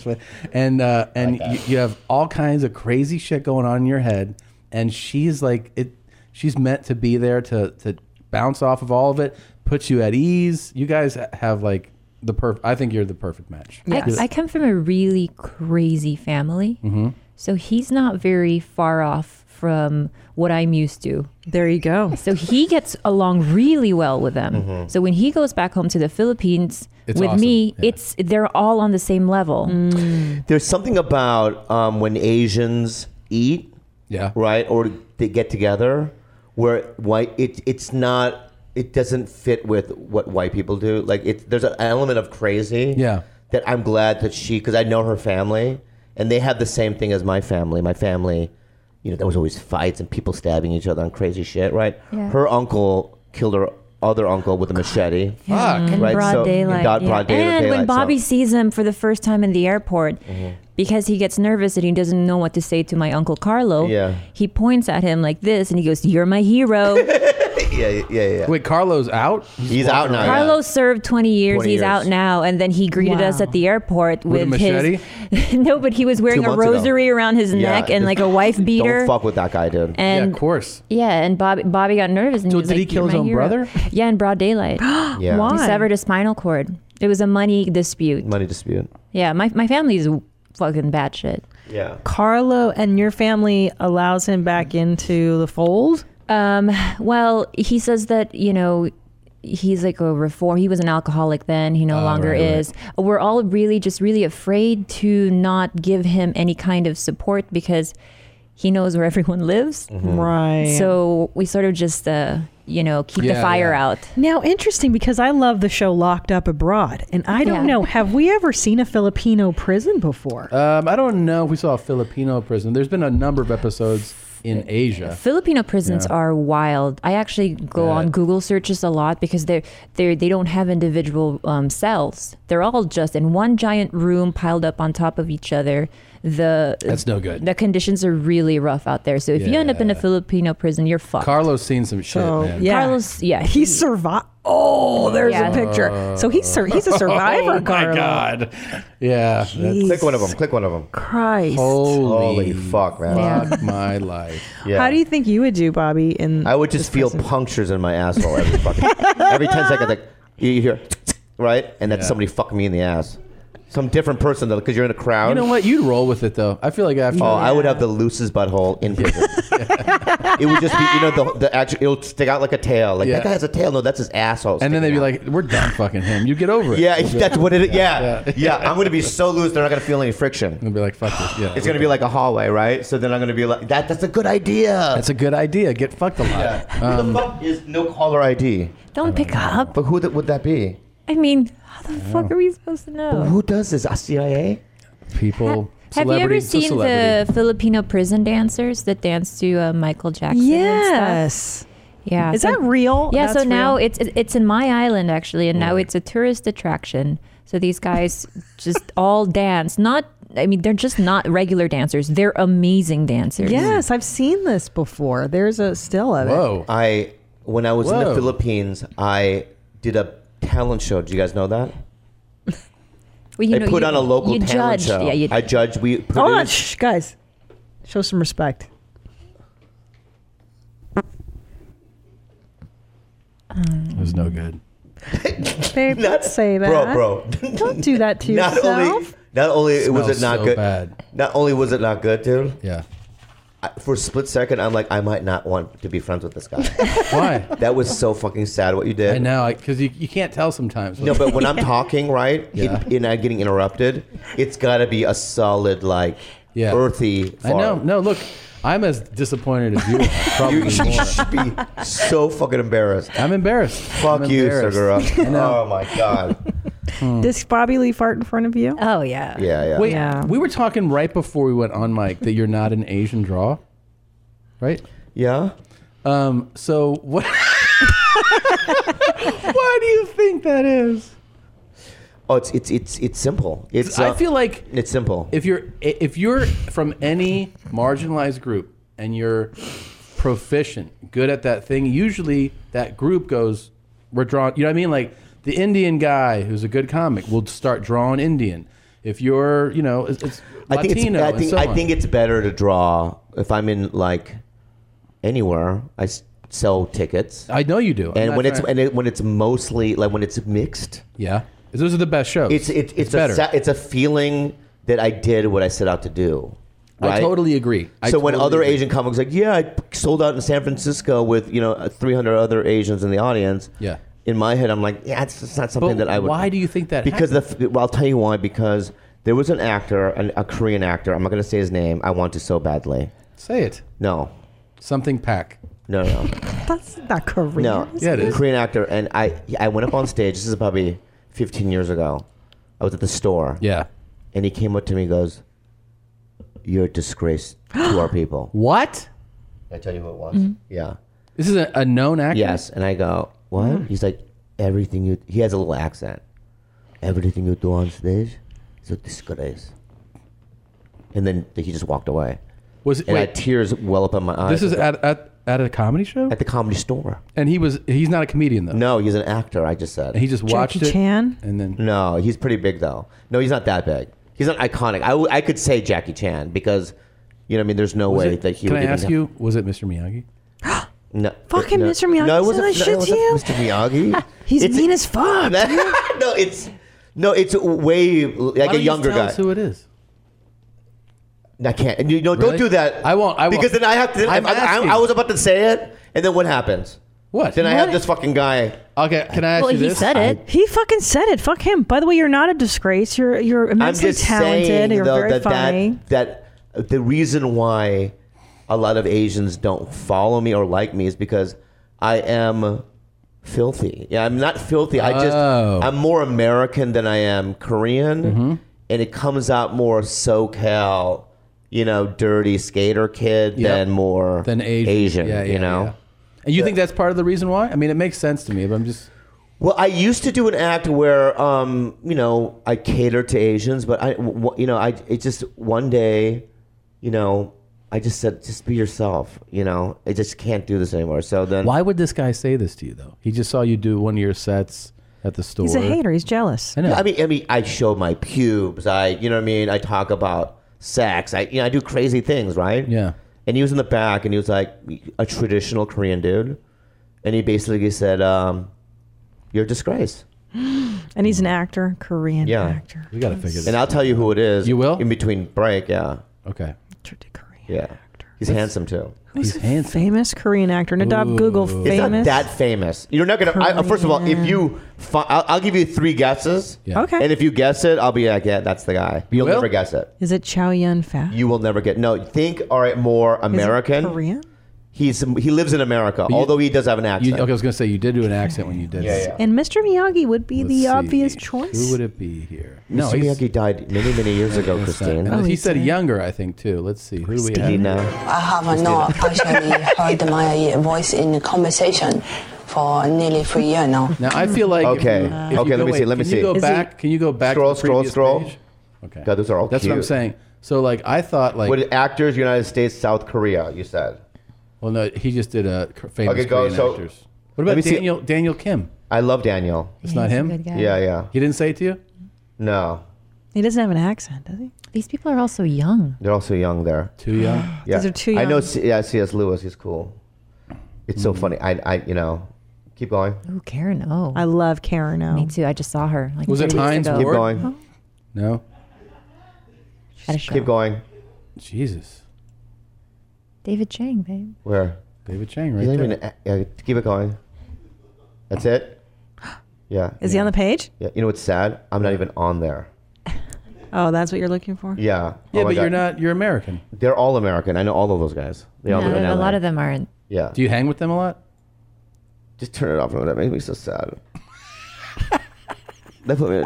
Speaker 2: and uh, and you, you have all kinds of crazy shit going on in your head, and she's like it. She's meant to be there to to bounce off of all of it, puts you at ease. You guys have like the perfect. I think you're the perfect match.
Speaker 22: I, I come from a really crazy family.
Speaker 21: Mm-hmm.
Speaker 2: Mhm.
Speaker 22: So he's not very far off from what I'm used to.
Speaker 3: There you go.
Speaker 22: So he gets along really well with them.
Speaker 5: Mhm.
Speaker 22: So when he goes back home to the Philippines
Speaker 21: Mm-hmm. It's
Speaker 22: with
Speaker 21: awesome.
Speaker 22: me, it's they're all on the same level.
Speaker 3: Mm.
Speaker 21: There's something about um, when Asians eat,
Speaker 2: yeah,
Speaker 21: right, or they get together, where white it it's not it doesn't fit with what white people do. Like it, there's an element of crazy.
Speaker 2: Yeah.
Speaker 21: That I'm glad that she, because I know her family, and they have the same thing as my family. My family, you know, there was always fights and people stabbing each other on crazy shit, right?
Speaker 22: Yeah.
Speaker 21: Her uncle killed her other uncle with a machete.
Speaker 22: Yeah. Mm. In broad
Speaker 21: so- in
Speaker 22: daylight.
Speaker 21: broad-
Speaker 22: yeah.
Speaker 21: broad daylight,
Speaker 22: and when
Speaker 21: so-
Speaker 22: Bobby sees him for the first time in the airport,
Speaker 21: Mhm.
Speaker 22: because he gets nervous and he doesn't know what to say to my uncle Carlo,
Speaker 21: Yeah.
Speaker 22: he points at him like this and he goes, "You're my hero."
Speaker 21: Yeah, yeah, yeah. yeah.
Speaker 2: Wait, Carlo's out?
Speaker 21: He's out now. Oh, yeah.
Speaker 22: Carlos served 20 years.
Speaker 21: 20
Speaker 22: He's
Speaker 21: years.
Speaker 22: out now, and then he greeted us at the airport
Speaker 21: With a
Speaker 22: with, his. no, but he was wearing
Speaker 21: Two
Speaker 22: a
Speaker 21: months ago.
Speaker 22: rosary around his
Speaker 21: Yeah,
Speaker 22: neck and
Speaker 21: just
Speaker 22: like a wife beater.
Speaker 21: Don't fuck with that guy, dude.
Speaker 22: And yeah,
Speaker 2: course.
Speaker 22: and Bobby Bobby got nervous. And
Speaker 21: So
Speaker 22: he was
Speaker 21: did he
Speaker 22: like,
Speaker 21: kill
Speaker 22: "You're
Speaker 21: his
Speaker 22: my
Speaker 21: own
Speaker 22: hero."
Speaker 21: brother?
Speaker 22: Yeah, in broad daylight.
Speaker 21: Yeah.
Speaker 22: He
Speaker 21: Why?
Speaker 22: severed his spinal cord. It was a money dispute.
Speaker 21: Money dispute.
Speaker 22: Yeah, my my family's fucking batshit.
Speaker 21: Yeah.
Speaker 3: Carlo and your family allows him back into the fold.
Speaker 22: Um, well, he says that, you know, he's like a reform. He was an alcoholic then. He no longer Ah, right, right. is. We're all really just really afraid to not give him any kind of support because he knows where everyone lives.
Speaker 3: Mm-hmm. Right.
Speaker 22: So we sort of just, uh, you know, keep the fire out.
Speaker 3: Now, interesting because I love the show Locked Up Abroad, and I don't
Speaker 22: Yeah.
Speaker 3: know, have we ever seen a Filipino prison before?
Speaker 2: Um, I don't know if we saw a Filipino prison. There's been a number of episodes in Asia.
Speaker 22: Filipino prisons
Speaker 2: Yeah.
Speaker 22: are wild. I actually go on Google searches a lot because they're they they don't have individual um, cells. They're all just in one giant room piled up on top of each other. The
Speaker 2: That's no good.
Speaker 22: The conditions are really rough out there. So if you end up in a Filipino prison, you're fucked.
Speaker 2: Carlos seen some shit. man.
Speaker 22: yeah. Carlos, yeah, he
Speaker 3: Oh, survived. Oh, there's
Speaker 22: Yeah.
Speaker 3: a
Speaker 2: Uh.
Speaker 3: picture. So he's sur- he's a survivor.
Speaker 2: Oh my
Speaker 3: Carlo.
Speaker 2: god. Yeah.
Speaker 3: Jeez. Click one of 'em,
Speaker 21: Click one of them.
Speaker 3: Christ.
Speaker 21: Holy, fuck, man.
Speaker 2: Fuck my life.
Speaker 21: Yeah.
Speaker 3: How do you think you would do, Bobby? In
Speaker 21: I would just feel punctures in my asshole every fucking every ten seconds. Like you you hear, right, and that's
Speaker 2: Yeah.
Speaker 21: somebody fucking me in the ass. Some different person though, because you're in a crowd.
Speaker 2: You know what? You'd roll with it though. I feel like after.
Speaker 21: Oh, I would have the loosest butthole in prison. it would just be, you know, the, the actual, it'll stick out like a tail. Like,
Speaker 2: Yeah.
Speaker 21: that guy has a tail. No, that's his asshole.
Speaker 2: And then they'd be like, "We're done fucking him. You get over it."
Speaker 21: Yeah,
Speaker 2: You'd be
Speaker 21: that's
Speaker 2: like,
Speaker 21: what it is. Yeah. Yeah. I'm going to be so loose, they're not going to feel any friction. I'll
Speaker 2: be like, fuck this. Yeah.
Speaker 21: It's going to be like a hallway, right? So then I'm going to be like, that, that's a good idea. That's
Speaker 2: a good idea. Get fucked a lot. Um,
Speaker 21: Who the fuck is no caller ID?
Speaker 22: Don't pick up.
Speaker 21: But who th- would that be?
Speaker 22: I mean, how the fuck are we supposed to know?
Speaker 21: Who does this? A CIA?
Speaker 2: People.
Speaker 22: Oh. Have you ever seen the Filipino prison dancers that dance to uh, Michael Jackson? and
Speaker 3: Yes.
Speaker 22: stuff? Yeah.
Speaker 3: Is that real?
Speaker 22: Yeah. so
Speaker 3: Oh, That's
Speaker 22: now
Speaker 3: real.
Speaker 22: it's it- it's in my island actually, and now it's a tourist attraction. So these guys just all dance. Not. I mean, they're just not regular dancers. They're amazing dancers.
Speaker 3: Yes, I've seen this before. There's a still of it.
Speaker 21: I when I was in
Speaker 3: Whoa.
Speaker 21: the Philippines, I did a talent show. Do you guys know that?
Speaker 22: Well, you
Speaker 21: I
Speaker 22: know,
Speaker 21: put
Speaker 22: you-
Speaker 21: on a local
Speaker 22: you
Speaker 21: talent
Speaker 22: judged.
Speaker 21: show.
Speaker 22: Yeah, you
Speaker 21: I judged. We
Speaker 3: Hold on,
Speaker 21: produced.
Speaker 3: shh, guys. Show some respect.
Speaker 2: It was no good.
Speaker 3: Babe, not, say that.
Speaker 21: bro, bro.
Speaker 3: Don't do that to
Speaker 21: not
Speaker 3: yourself.
Speaker 21: only not only was
Speaker 2: Smells
Speaker 21: it not
Speaker 2: so
Speaker 21: good.
Speaker 2: bad.
Speaker 21: Not only was it not good, dude.
Speaker 2: Yeah.
Speaker 21: I, for a split second, I'm like, I might not want to be friends with this guy.
Speaker 2: Why?
Speaker 21: That was so fucking sad what you did.
Speaker 2: I know, because you, you can't tell sometimes.
Speaker 21: No, but when I'm talking, right,
Speaker 2: Yeah.
Speaker 21: it, and I'm getting interrupted, it's got to be a solid, like,
Speaker 2: Yeah.
Speaker 21: earthy.
Speaker 2: I
Speaker 21: fart.
Speaker 2: know. No, look, I'm as disappointed as you are. Probably
Speaker 21: You should- you
Speaker 2: more.
Speaker 21: should be so fucking embarrassed.
Speaker 2: I'm embarrassed.
Speaker 21: Fuck
Speaker 2: I'm
Speaker 21: you,
Speaker 2: embarrassed.
Speaker 21: Segura.
Speaker 2: I know.
Speaker 21: Oh my god. Hmm.
Speaker 3: Does Bobby Lee fart in front of you?
Speaker 22: Oh yeah.
Speaker 2: Wait, we were talking right before we went on mic that you're not an Asian draw, right?
Speaker 21: Yeah.
Speaker 2: Um. So what? Why do you think that is?
Speaker 21: Oh, it's it's it's it's simple. It's.
Speaker 2: I
Speaker 21: uh,
Speaker 2: feel like
Speaker 21: it's simple.
Speaker 2: if you're if you're from any marginalized group and you're proficient, good at that thing, usually that group goes, we're drawn. You know what I mean? Like the Indian guy who's a good comic will start drawing Indian. If you're, you know, it's, it's
Speaker 21: I think
Speaker 2: Latino.
Speaker 21: it's. I
Speaker 2: and
Speaker 21: think
Speaker 2: so
Speaker 21: I
Speaker 2: on.
Speaker 21: think it's better to draw if I'm in like anywhere. I s- sell tickets.
Speaker 2: I know you do. I'm
Speaker 21: And
Speaker 2: not
Speaker 21: when it's
Speaker 2: trying-
Speaker 21: and it, when it's mostly like when it's mixed.
Speaker 2: Yeah. Those are the best shows.
Speaker 21: It's it's it's, a
Speaker 2: better.
Speaker 21: sa- it's a feeling that I did what I set out to do.
Speaker 2: I
Speaker 21: right?
Speaker 2: totally agree. I
Speaker 21: so when
Speaker 2: totally
Speaker 21: other
Speaker 2: agree.
Speaker 21: Asian comics like, yeah, I sold out in San Francisco with you know 300 other Asians in the audience.
Speaker 2: Yeah.
Speaker 21: In my head, I'm like, yeah, it's just not something
Speaker 2: But
Speaker 21: that I would.
Speaker 2: why do you think that
Speaker 21: Because the, f- well, I'll tell you why. Because there was an actor, an, a Korean actor. I'm not going to say his name. I want to so badly.
Speaker 2: Say it.
Speaker 21: No.
Speaker 2: Something Pack.
Speaker 21: No, no.
Speaker 3: That's not Korean.
Speaker 21: No,
Speaker 3: is
Speaker 21: Korean actor, and I I went up on stage. This is probably 15 years ago. I was at the store.
Speaker 2: Yeah,
Speaker 21: and he came up to me and goes, "You're a disgrace to our people."
Speaker 2: What?
Speaker 21: I tell you who it was.
Speaker 2: Mm.
Speaker 21: Yeah,
Speaker 2: this is a, a known actor.
Speaker 21: Yes, and I go, "What?"
Speaker 2: Mm.
Speaker 21: He's like, "Everything you." He has a little accent. Everything you do on stage is a disgrace. And then he just walked away.
Speaker 2: Was it-
Speaker 21: And I
Speaker 2: wait.
Speaker 21: had tears well up in my eyes.
Speaker 2: This is at, at At a comedy show?
Speaker 21: At the comedy store.
Speaker 2: And he was he's not a comedian though.
Speaker 21: No, he's an actor, I just said.
Speaker 2: He just watched Jackie it Chan? and then
Speaker 21: No, he's pretty big though. No, he's not that big. He's not iconic. I, w- I could say Jackie Chan because you know what I mean there's no
Speaker 2: Was
Speaker 21: way
Speaker 2: it-
Speaker 21: that he
Speaker 2: Can
Speaker 21: would
Speaker 2: I
Speaker 21: even
Speaker 2: ask
Speaker 21: have-
Speaker 2: you, was it Mr. Miyagi?
Speaker 21: No.
Speaker 3: Fucking
Speaker 21: no.
Speaker 3: Mr. Miyagi
Speaker 21: No, it
Speaker 3: said
Speaker 21: wasn't,
Speaker 3: that
Speaker 21: no,
Speaker 3: shit
Speaker 21: it
Speaker 3: to
Speaker 21: wasn't
Speaker 3: you?
Speaker 21: Mr. Miyagi.
Speaker 3: He's mean as fuck.
Speaker 21: no, it's no, it's way like a younger guy.
Speaker 2: who it is?
Speaker 21: I can't. And you know,
Speaker 2: Really?
Speaker 21: don't do that.
Speaker 2: I won't- I won't.
Speaker 21: Because then I have to.
Speaker 2: I'm
Speaker 21: I, I,
Speaker 2: asking.
Speaker 21: I was about to say it, and then what happens?
Speaker 2: What?
Speaker 21: Then I
Speaker 3: What?
Speaker 21: have this fucking guy.
Speaker 2: Okay, can I
Speaker 21: ask Well, you he this? said it.
Speaker 3: he fucking said it. Fuck him. By the way, you're not a disgrace. You're you're
Speaker 21: I'm
Speaker 3: immensely
Speaker 21: just
Speaker 3: talented.
Speaker 21: saying
Speaker 3: You're
Speaker 21: though
Speaker 3: very
Speaker 21: that,
Speaker 3: funny.
Speaker 21: that that the reason why a lot of Asians don't follow me or like me is because I am filthy. Yeah, I'm not filthy. I just
Speaker 2: Oh. Mm-hmm.
Speaker 21: I'm more American than I am Korean, and it comes out more SoCal, you know, dirty skater kid
Speaker 2: Yep.
Speaker 21: than more
Speaker 2: Than Asian. Yeah, yeah,
Speaker 21: you know.
Speaker 2: yeah. And you think that's part of the reason why? I mean, it makes sense to me, but I'm just
Speaker 21: Well, I used to do an act where, um, you know, I cater to Asians, but I, w- w- you know, I it just one day, you know, I just said, just be yourself. You know, I just can't do this anymore. So then,
Speaker 2: Why would this guy say this to you though? He just saw you do one of your sets at the store.
Speaker 3: He's a hater. He's jealous.
Speaker 2: I know.
Speaker 21: I mean, I mean, I show my pubes. I, you know, what I mean, I talk about sex. I, you know, I do crazy things, right?
Speaker 2: Yeah.
Speaker 21: And he was in the back, and he was like a traditional Korean dude, and he basically said, um, "You're a disgrace."
Speaker 3: and he's an actor, Korean actor.
Speaker 2: We gotta figure this
Speaker 21: And I'll tell you who it is. You
Speaker 2: will?
Speaker 21: In between break, yeah.
Speaker 2: Okay.
Speaker 21: Yeah. He's
Speaker 3: That's-
Speaker 21: handsome too.
Speaker 3: Who's a famous Korean actor? Nadav Google famous.
Speaker 21: He's not that famous. You're not gonna. I, first of all, if you, fi- I'll, I'll give you three guesses.
Speaker 3: Yeah. Okay.
Speaker 21: And if you guess it, I'll be like, yeah, that's the guy. You'll
Speaker 3: will?
Speaker 21: never guess it.
Speaker 3: Is it Chow Yun Fat?
Speaker 21: You will never get. No, think. All right, more American.
Speaker 3: Korean.
Speaker 21: He's he lives in America,
Speaker 2: you-
Speaker 21: although he does have an accent.
Speaker 2: okay, I was gonna say you did do an accent when you did.
Speaker 21: Yeah,
Speaker 2: it.
Speaker 21: yeah.
Speaker 3: And Mr. Miyagi would be the
Speaker 2: Let's see.
Speaker 3: obvious choice.
Speaker 2: Who would it be here?
Speaker 21: No, Mr. Miyagi died many many years ago, Christine.
Speaker 2: And he said younger, I think too. Let's see who do we have.
Speaker 21: Christina.
Speaker 22: I have not actually heard my voice in the conversation for nearly three years now.
Speaker 2: Now I feel like
Speaker 21: Okay.
Speaker 2: if you
Speaker 21: Okay,
Speaker 2: go-
Speaker 21: let me see,
Speaker 2: wait,
Speaker 21: let me
Speaker 2: can
Speaker 21: see.
Speaker 2: You go
Speaker 21: Is he-
Speaker 2: back. can you go back?
Speaker 21: Scroll,
Speaker 2: to the
Speaker 21: scroll,
Speaker 2: previous
Speaker 21: scroll.
Speaker 2: page? Okay.
Speaker 21: God, those are all.
Speaker 2: That's what I'm
Speaker 21: cute.
Speaker 2: saying. So like I thought like
Speaker 21: What actors? United States, South Korea. You said.
Speaker 2: well no he just did a cr- famous
Speaker 21: Okay, go,
Speaker 2: Korean
Speaker 21: so-
Speaker 2: actors. What
Speaker 21: Let
Speaker 2: about
Speaker 21: me see.
Speaker 2: Daniel Daniel Kim?
Speaker 21: I love Daniel.
Speaker 2: It's not
Speaker 22: he's a
Speaker 2: him.
Speaker 22: good guy.
Speaker 21: Yeah, yeah.
Speaker 2: He didn't say it to you.
Speaker 21: No,
Speaker 3: He doesn't have an accent, does he?
Speaker 22: These people are also young.
Speaker 21: they're also young there.
Speaker 2: Too young.
Speaker 21: Yeah.
Speaker 3: These are too
Speaker 21: I know.
Speaker 3: young.
Speaker 21: C- yeah, C.S. Lewis. He's cool. It's
Speaker 2: Hmm.
Speaker 21: so funny. I, I, you know, keep going.
Speaker 22: Ooh, Karen Oh.
Speaker 3: I love Karen O. Me
Speaker 22: too. I just saw her. Like
Speaker 2: Was it
Speaker 22: three weeks
Speaker 2: Heinz
Speaker 22: ago.
Speaker 21: Keep going.
Speaker 2: No.
Speaker 22: At a show.
Speaker 21: Keep going.
Speaker 2: Jesus.
Speaker 22: David Chang, babe.
Speaker 21: Where?
Speaker 2: David Chang, right
Speaker 21: He's not
Speaker 2: there.
Speaker 21: even- yeah, keep it going. That's it. Yeah.
Speaker 3: Is he on the page?
Speaker 21: Yeah. You know what's sad? I'm not even on there.
Speaker 3: Oh, that's what you're looking for.
Speaker 21: Yeah.
Speaker 2: Yeah,
Speaker 21: Oh my
Speaker 2: but you're
Speaker 21: God.
Speaker 2: not. You're American.
Speaker 21: They're all American. I know all of those guys. They all
Speaker 22: No,
Speaker 21: live in
Speaker 22: a
Speaker 21: LA.
Speaker 22: lot of them aren't.
Speaker 21: Yeah.
Speaker 2: Do you hang with them a lot?
Speaker 21: Just turn it off. That makes me so sad. that put me. In,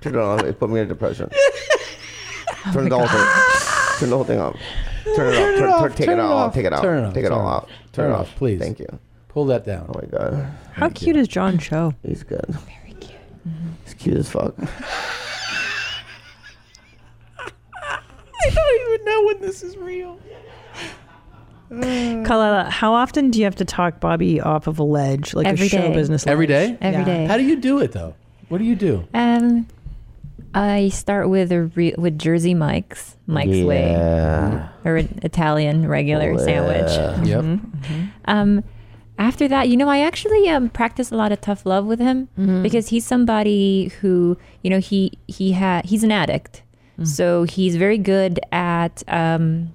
Speaker 21: turn it off. It put me in a depression.
Speaker 2: Oh
Speaker 21: Turn the whole thing. Turn the whole thing off. Turn it off. Turn, turn, take it off. Take it off.
Speaker 2: Turn it off.
Speaker 21: Take it
Speaker 2: turn
Speaker 21: all off.
Speaker 2: Turn it off, please. Thank
Speaker 21: you.
Speaker 2: Pull that down.
Speaker 21: Oh my god.
Speaker 3: How cute is John Cho? Mm-hmm.
Speaker 21: He's good. Very cute. He's cute as fuck.
Speaker 2: I don't even know when this is real.
Speaker 22: Mm.
Speaker 3: Kalala, how often do you have to talk Bobby off of a ledge, like
Speaker 22: Every
Speaker 3: a show
Speaker 22: day.
Speaker 3: business?
Speaker 2: Every day.
Speaker 22: Every day.
Speaker 2: Every day. How do you do it though? What do you do?
Speaker 22: Um, I start with a re- with Jersey Mike's, Mike's Way,
Speaker 21: Yeah.
Speaker 22: or an Italian regular sandwich. Mm-hmm.
Speaker 2: Yep.
Speaker 22: Um, after that, you know, I actually um, practice a lot of tough love with him because he's somebody who, you know, he he had he's an addict, so he's very good at um,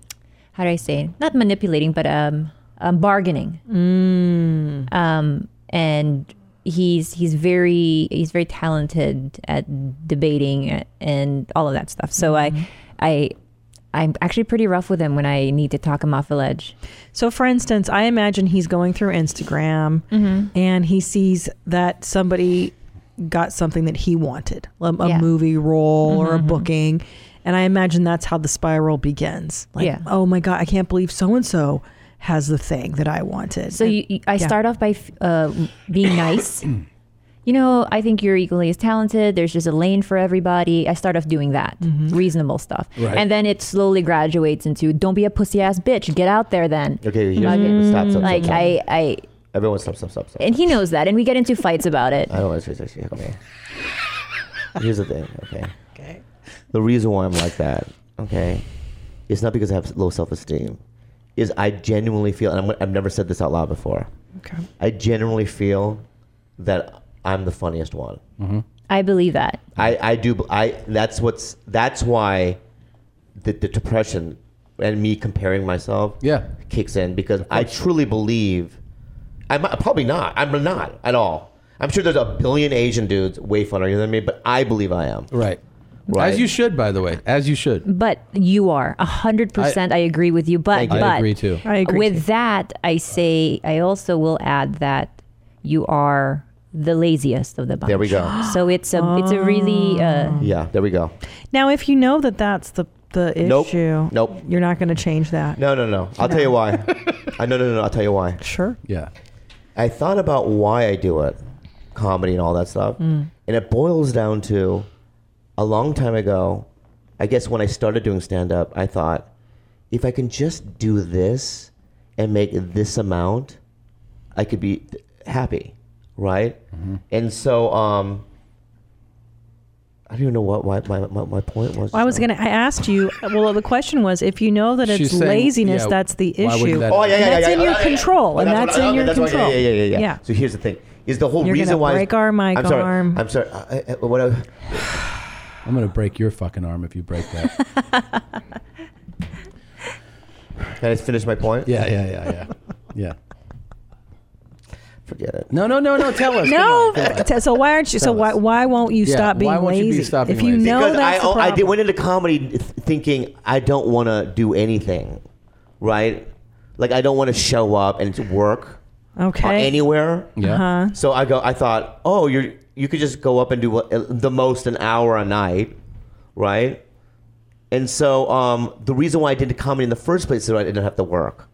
Speaker 22: how do I say not manipulating, but um, um bargaining. Mm. Um, and he's he's very he's very talented at debating and all of that stuff. So
Speaker 3: Mm-hmm.
Speaker 22: I I I'm actually pretty rough with him when I need to talk him off a ledge.
Speaker 3: So, for instance, I imagine he's going through Instagram
Speaker 22: Mm-hmm.
Speaker 3: and he sees that somebody got something that he wanted, um, a,
Speaker 22: Yeah. Mm-hmm.
Speaker 3: movie role or a booking. And I imagine that's how the spiral begins. Like,
Speaker 22: Yeah.
Speaker 3: oh my God, I can't believe so and so has the thing that I wanted.
Speaker 22: So you, you- I
Speaker 3: Yeah.
Speaker 22: start off by f- uh, being nice.
Speaker 5: you know, I think you're equally as talented. There's just a lane for everybody. I start off doing that reasonable stuff,
Speaker 21: Right.
Speaker 5: and then it slowly graduates into don't be a pussy ass bitch. Get out there then.
Speaker 21: Okay, here's,
Speaker 5: Okay.
Speaker 21: stop, stop, stop.
Speaker 5: like
Speaker 21: stop.
Speaker 5: I, I,
Speaker 21: Everyone, stop, stop, stop, stop.
Speaker 5: and he knows that, and we get into fights about it.
Speaker 21: I don't want to say sexy. Okay. Here's the thing. Okay. Okay. The reason why I'm like that, okay, it's not because I have low self-esteem. Is I genuinely feel, and I'm, I've never said this out loud before.
Speaker 3: Okay.
Speaker 21: I genuinely feel that I'm the funniest one.
Speaker 5: I believe that.
Speaker 21: I, I do. I that's what's that's why the, the depression and me comparing myself yeah kicks in because I truly believe I'm probably not. I'm not at all. I'm sure there's a billion Asian dudes way funnier than me, but I believe I am.
Speaker 2: Right.
Speaker 21: Right.
Speaker 2: As you should, by the way. As you should.
Speaker 5: But you are a hundred percent. I agree with you. But
Speaker 2: Thank you. I
Speaker 5: but
Speaker 2: agree too. I
Speaker 3: agree
Speaker 5: with that, I say I also will add that you are the laziest of the bunch.
Speaker 21: There we go.
Speaker 5: So it's a it's a really uh,
Speaker 21: Yeah. There we go.
Speaker 3: Now, if you know that that's the the
Speaker 21: Nope.
Speaker 3: issue,
Speaker 21: Nope.
Speaker 3: you're not going to change that.
Speaker 21: No, no, no. I'll tell you why. I no, no, no, no. I'll tell you why.
Speaker 3: Sure.
Speaker 21: Yeah. I thought about why I do it, comedy and all that stuff,
Speaker 1: Mm.
Speaker 21: and it boils down to a long time ago. I guess when I started doing stand up, I thought if I can just do this and make this amount, I could be th- happy, right? And so, um, I don't even know what, what my, my, my point was.
Speaker 3: Well, I was gonna. I asked you. Well, the question was, if you know that it's
Speaker 21: She's saying-
Speaker 3: laziness,
Speaker 21: yeah,
Speaker 3: that's the
Speaker 21: why would
Speaker 3: issue.
Speaker 21: that- Oh, yeah, yeah, yeah,
Speaker 3: That's
Speaker 21: yeah,
Speaker 3: in
Speaker 21: yeah,
Speaker 3: your
Speaker 21: yeah, yeah.
Speaker 3: control,
Speaker 21: Oh,
Speaker 3: and
Speaker 21: that's
Speaker 3: that's
Speaker 21: what-
Speaker 3: in
Speaker 21: okay,
Speaker 3: your
Speaker 21: that's why-
Speaker 3: control.
Speaker 21: yeah, yeah, yeah, yeah, So here's the thing: is the whole
Speaker 3: You're
Speaker 21: reason
Speaker 3: gonna
Speaker 21: why
Speaker 3: break our mic
Speaker 21: I'm sorry.
Speaker 3: arm.
Speaker 21: I'm sorry. I, I, what I,
Speaker 2: I'm going to break your fucking arm if you break that.
Speaker 21: Can I finish my point?
Speaker 2: Yeah, yeah, yeah, yeah. Yeah.
Speaker 21: Forget it.
Speaker 2: No, no, no, no. Tell us.
Speaker 3: No. uh,
Speaker 2: Come on, come on.
Speaker 3: t- So why aren't you? So
Speaker 2: Tell
Speaker 3: why why won't you
Speaker 21: Yeah,
Speaker 3: stop being
Speaker 21: why won't
Speaker 3: lazy?
Speaker 21: you be
Speaker 2: stopping
Speaker 3: if you know
Speaker 21: because
Speaker 3: that's
Speaker 21: I, oh,
Speaker 3: the problem.
Speaker 21: I did, went into comedy th- thinking I don't want to do anything, right? Like I don't want to show up and to work
Speaker 3: Okay.
Speaker 21: uh, anywhere.
Speaker 3: Yeah. Uh-huh.
Speaker 21: So I go. I thought, oh, you you could just go up and do what, uh, the most an hour a night, right? And so um, the reason why I did comedy in the first place is so I didn't have to work.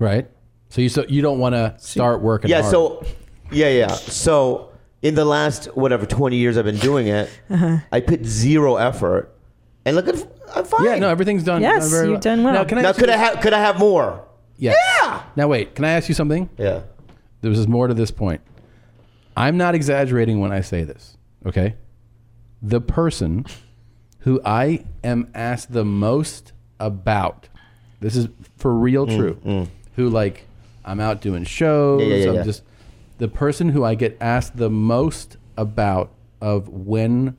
Speaker 2: Right. So you so you don't want to start working
Speaker 21: yeah.
Speaker 2: hard.
Speaker 21: So yeah, yeah. So in the last whatever twenty years I've been doing it,
Speaker 2: Uh-huh.
Speaker 21: I put zero effort, and look at I'm fine.
Speaker 2: Yeah, no, everything's done. Yes, done very you've well. done well. Now, can I
Speaker 21: now
Speaker 2: ask
Speaker 21: could
Speaker 2: you-
Speaker 21: I have could I have more?
Speaker 2: Yes. Yeah. Now wait, can I ask you something?
Speaker 21: Yeah.
Speaker 2: There was more to this point. I'm not exaggerating when I say this. Okay. The person who I am asked the most about, this is for real true. Who like I'm out doing shows.
Speaker 21: Mm, Yeah, yeah, yeah,
Speaker 2: I'm
Speaker 21: yeah.
Speaker 2: just the person who I get asked the most about of when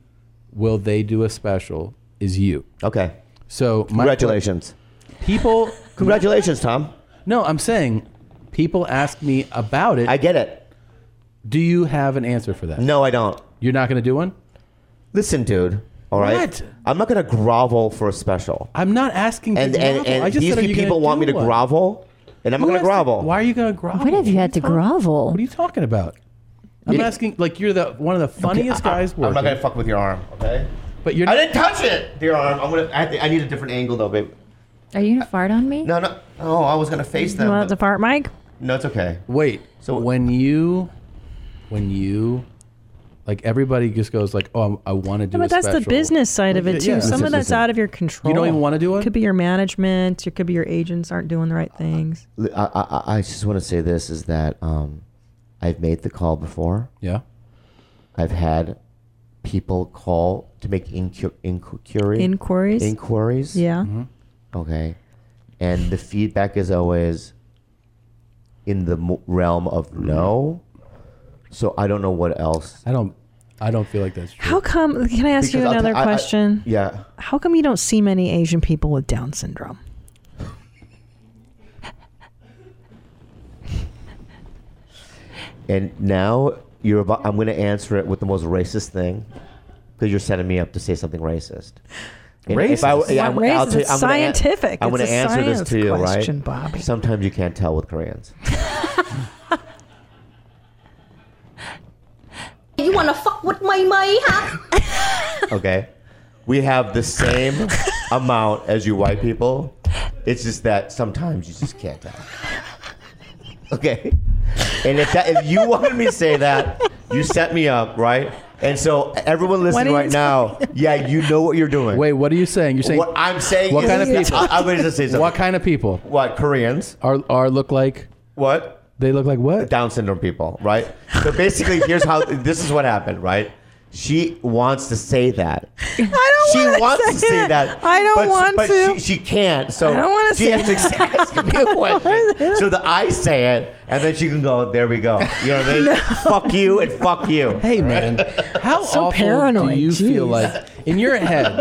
Speaker 2: will they do a special is you.
Speaker 21: Okay.
Speaker 2: So my
Speaker 21: Congratulations.
Speaker 2: people
Speaker 21: Congratulations, Tom.
Speaker 2: No, I'm saying people ask me about it. I
Speaker 21: get it.
Speaker 2: Do you have an answer for that?
Speaker 21: No, I don't.
Speaker 2: You're not going to do one?
Speaker 21: Listen, dude. All right.
Speaker 2: What?
Speaker 21: I'm not gonna grovel for a special.
Speaker 2: I'm not asking
Speaker 21: And
Speaker 2: to
Speaker 21: and,
Speaker 2: grovel.
Speaker 21: and
Speaker 2: I just
Speaker 21: these
Speaker 2: said, are you
Speaker 21: people
Speaker 2: gonna
Speaker 21: want me
Speaker 2: do
Speaker 21: to
Speaker 2: one?
Speaker 21: grovel, and I'm
Speaker 2: Who
Speaker 21: not gonna
Speaker 2: asked to-
Speaker 21: grovel.
Speaker 2: why are you going to grovel?
Speaker 5: What have you had to grovel? What
Speaker 2: are you talking about? I'm
Speaker 21: Yeah.
Speaker 2: asking, like, you're the one of the funniest
Speaker 21: I-
Speaker 2: guys
Speaker 21: I'm not
Speaker 2: working.
Speaker 21: gonna fuck with your arm, okay?
Speaker 2: But you're
Speaker 21: I didn't touch it. Your arm. I'm gonna. I, I need a different angle though, babe.
Speaker 5: Are you gonna fart on me?
Speaker 21: No, no. Oh, I was gonna face them.
Speaker 3: you want
Speaker 21: but-
Speaker 3: the fart, Mike?
Speaker 21: No, it's okay.
Speaker 2: Wait. So when you, when you, like everybody just goes like, oh, I, I want to do.
Speaker 3: No, but
Speaker 2: a
Speaker 3: that's the
Speaker 2: special.
Speaker 3: business side of
Speaker 2: Yeah,
Speaker 3: it too.
Speaker 2: yeah.
Speaker 3: Some of that's out of your control.
Speaker 2: You don't even want to do it.
Speaker 3: Could be your management. It could be your agents aren't doing the right things.
Speaker 21: L- I, I- I- I just want to say this is that um, I've made the call before.
Speaker 2: Yeah.
Speaker 21: I've had people call to make incu- inquiry,
Speaker 3: Inquiries.
Speaker 21: Inquiries.
Speaker 3: Yeah. Mhm.
Speaker 2: Mm-hmm.
Speaker 21: Okay. And the feedback is always in the mo- realm of no. So I don't know what else.
Speaker 2: Mm-hmm. I don't. I don't feel like that's true.
Speaker 3: How come? Can I ask you
Speaker 21: Because I'll t-
Speaker 3: another
Speaker 21: I- I-
Speaker 3: question?
Speaker 21: yeah.
Speaker 3: How come you don't see many Asian people with Down syndrome?
Speaker 21: And now you're about. I'm going to answer it with the most racist thing, because you're setting me up to say something racist.
Speaker 3: Racist? Not
Speaker 21: I'm-
Speaker 3: racist, it's
Speaker 21: I'm gonna an-
Speaker 3: scientific.
Speaker 21: I'm going
Speaker 3: It's
Speaker 21: to
Speaker 3: a
Speaker 21: answer this
Speaker 3: science
Speaker 21: to you,
Speaker 3: question,
Speaker 21: right?
Speaker 3: Bobby.
Speaker 21: Sometimes you can't tell with Koreans.
Speaker 17: You wanna fuck with my money, huh?
Speaker 21: Okay, we have the same amount as you white people. It's just that sometimes you just can't tell. Okay, and if that if you wanted me to say that, You set me up, right? And so everyone listening
Speaker 2: are you
Speaker 21: right now, yeah, you know what you're doing.
Speaker 2: Wait, what are you saying? You're saying
Speaker 21: What I'm saying
Speaker 2: What
Speaker 21: is-
Speaker 2: kind of people?
Speaker 21: I'm gonna just say something.
Speaker 2: What kind of people?
Speaker 21: What Koreans
Speaker 2: are are look like?
Speaker 21: What
Speaker 2: they look like? What
Speaker 21: Down syndrome people, right? So basically, here's how this is what happened, right? She wants to say that.
Speaker 3: I
Speaker 21: don't
Speaker 3: want
Speaker 21: She wants to say that.
Speaker 3: I don't
Speaker 21: but,
Speaker 3: want
Speaker 21: but
Speaker 3: to.
Speaker 21: She, she can't. So
Speaker 3: I don't want
Speaker 21: she
Speaker 3: say
Speaker 21: has to
Speaker 3: that.
Speaker 21: accept- so the I say it, and then she can go. There we go. You know what I mean? Fuck you and fuck you.
Speaker 2: Hey man, how
Speaker 21: So
Speaker 2: awful
Speaker 21: paranoid,
Speaker 2: do you feel
Speaker 21: jeez.
Speaker 2: like in your head?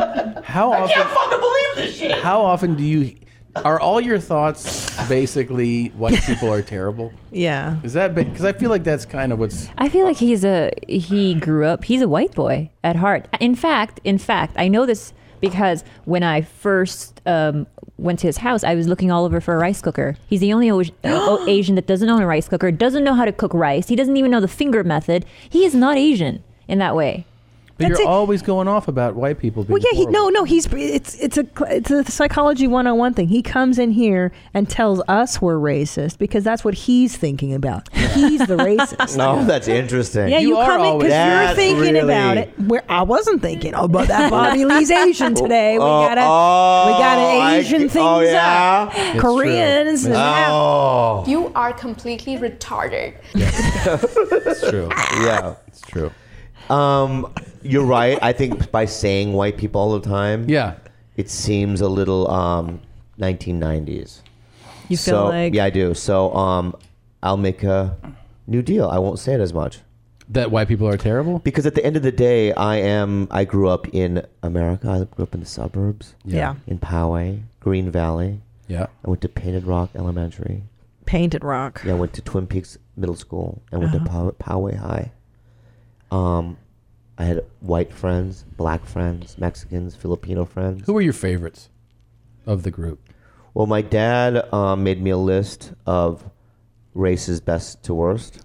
Speaker 2: How often? I can't fucking
Speaker 21: believe this shit.
Speaker 2: How often do you? Are all your thoughts basically white people are terrible?
Speaker 3: Yeah.
Speaker 2: Is that because I feel like that's kind of what's
Speaker 22: I feel like he's a he grew up. He's a white boy at heart. In fact, in fact, I know this because when I first um, went to his house, I was looking all over for a rice cooker. He's the only Oas- uh, Asian that doesn't own a rice cooker, doesn't know how to cook rice. He doesn't even know the finger method. He is not Asian in that way.
Speaker 2: But
Speaker 22: That's
Speaker 2: you're
Speaker 22: it.
Speaker 2: always going off about white people being
Speaker 22: Well,
Speaker 3: Yeah, he, no, no, he's it's it's a it's a psychology 101 thing. He comes in here and tells us we're racist because that's what he's thinking about. He's the racist.
Speaker 21: No, that's interesting.
Speaker 3: Yeah, you, come in because you're
Speaker 21: That's
Speaker 3: thinking about
Speaker 21: really-
Speaker 3: it. Where I wasn't thinking about that Bobby Lee's Asian today. We
Speaker 21: Oh,
Speaker 3: gotta we
Speaker 21: oh,
Speaker 3: gotta
Speaker 21: I-
Speaker 3: Asian
Speaker 21: oh,
Speaker 3: things up.
Speaker 21: yeah? It's
Speaker 3: Koreans
Speaker 21: true.
Speaker 3: and that.
Speaker 21: Oh.
Speaker 1: You are completely retarded.
Speaker 21: It's true. Yeah, it's true. Um, you're right. I think by saying white people all the time, yeah, it seems a little um 1990s.
Speaker 3: You feel
Speaker 21: So-
Speaker 3: like-
Speaker 21: Yeah, I do. So um, I'll make a new deal. I won't say it as much.
Speaker 2: That white people are terrible.
Speaker 21: Because at the end of the day, I am. I grew up in America. I grew up in the suburbs.
Speaker 3: Yeah. Yeah.
Speaker 21: In Poway, Green Valley.
Speaker 2: Yeah.
Speaker 21: I went to Painted Rock Elementary.
Speaker 3: Painted Rock.
Speaker 21: Yeah, I went to Twin Peaks Middle School and went
Speaker 3: Uh-huh.
Speaker 21: to Pow- Poway High. Um, I had white friends, black friends, Mexicans, Filipino friends.
Speaker 2: Who were your favorites of the group?
Speaker 21: Well, my dad um, made me a list of races best to worst.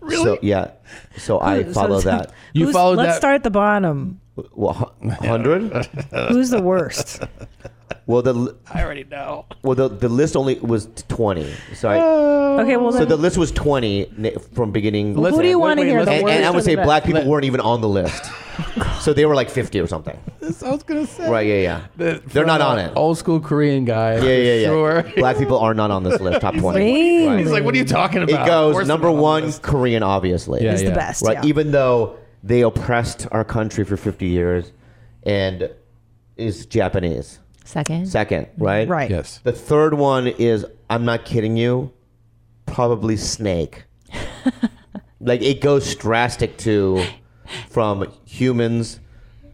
Speaker 21: really? So, yeah. So I
Speaker 3: Who- so-
Speaker 21: follow
Speaker 3: so-
Speaker 21: that.
Speaker 3: who's- let's start at the bottom.
Speaker 21: Hundred.
Speaker 3: Who's the worst?
Speaker 21: Well, the li-
Speaker 2: I already know.
Speaker 21: well the, the list only was twenty. Sorry.
Speaker 3: Oh. okay, well
Speaker 21: so
Speaker 3: then
Speaker 21: the list was twenty na- from beginning.
Speaker 3: Who Listen, do you wait, wanna wait, hear, the
Speaker 21: And, and
Speaker 3: worst
Speaker 21: I
Speaker 3: or
Speaker 21: would
Speaker 3: the
Speaker 21: say
Speaker 3: best?
Speaker 21: black people weren't even on the list, so they were like fifty or something.
Speaker 2: I was gonna say.
Speaker 21: Right? Yeah, yeah. They're not
Speaker 3: uh,
Speaker 21: on it.
Speaker 2: Old school Korean guy.
Speaker 21: Yeah, yeah, yeah.
Speaker 2: Sure.
Speaker 21: Black people are not on this list. Top
Speaker 2: He's
Speaker 21: twenty.
Speaker 2: like, what are you- he's like, what are you talking about?
Speaker 21: It
Speaker 2: Of course
Speaker 21: goes
Speaker 2: they're
Speaker 21: number
Speaker 2: not on
Speaker 21: one, Korean, obviously.
Speaker 2: Yeah, Is the yeah. best,
Speaker 21: Right.
Speaker 2: yeah.
Speaker 21: Even though they oppressed our country for fifty years, and is Japanese.
Speaker 22: Second.
Speaker 21: Second,
Speaker 2: Mm-hmm.
Speaker 21: right?
Speaker 22: Right.
Speaker 21: Yes. The third one is I'm not kidding you, probably snake. like it goes drastic to from humans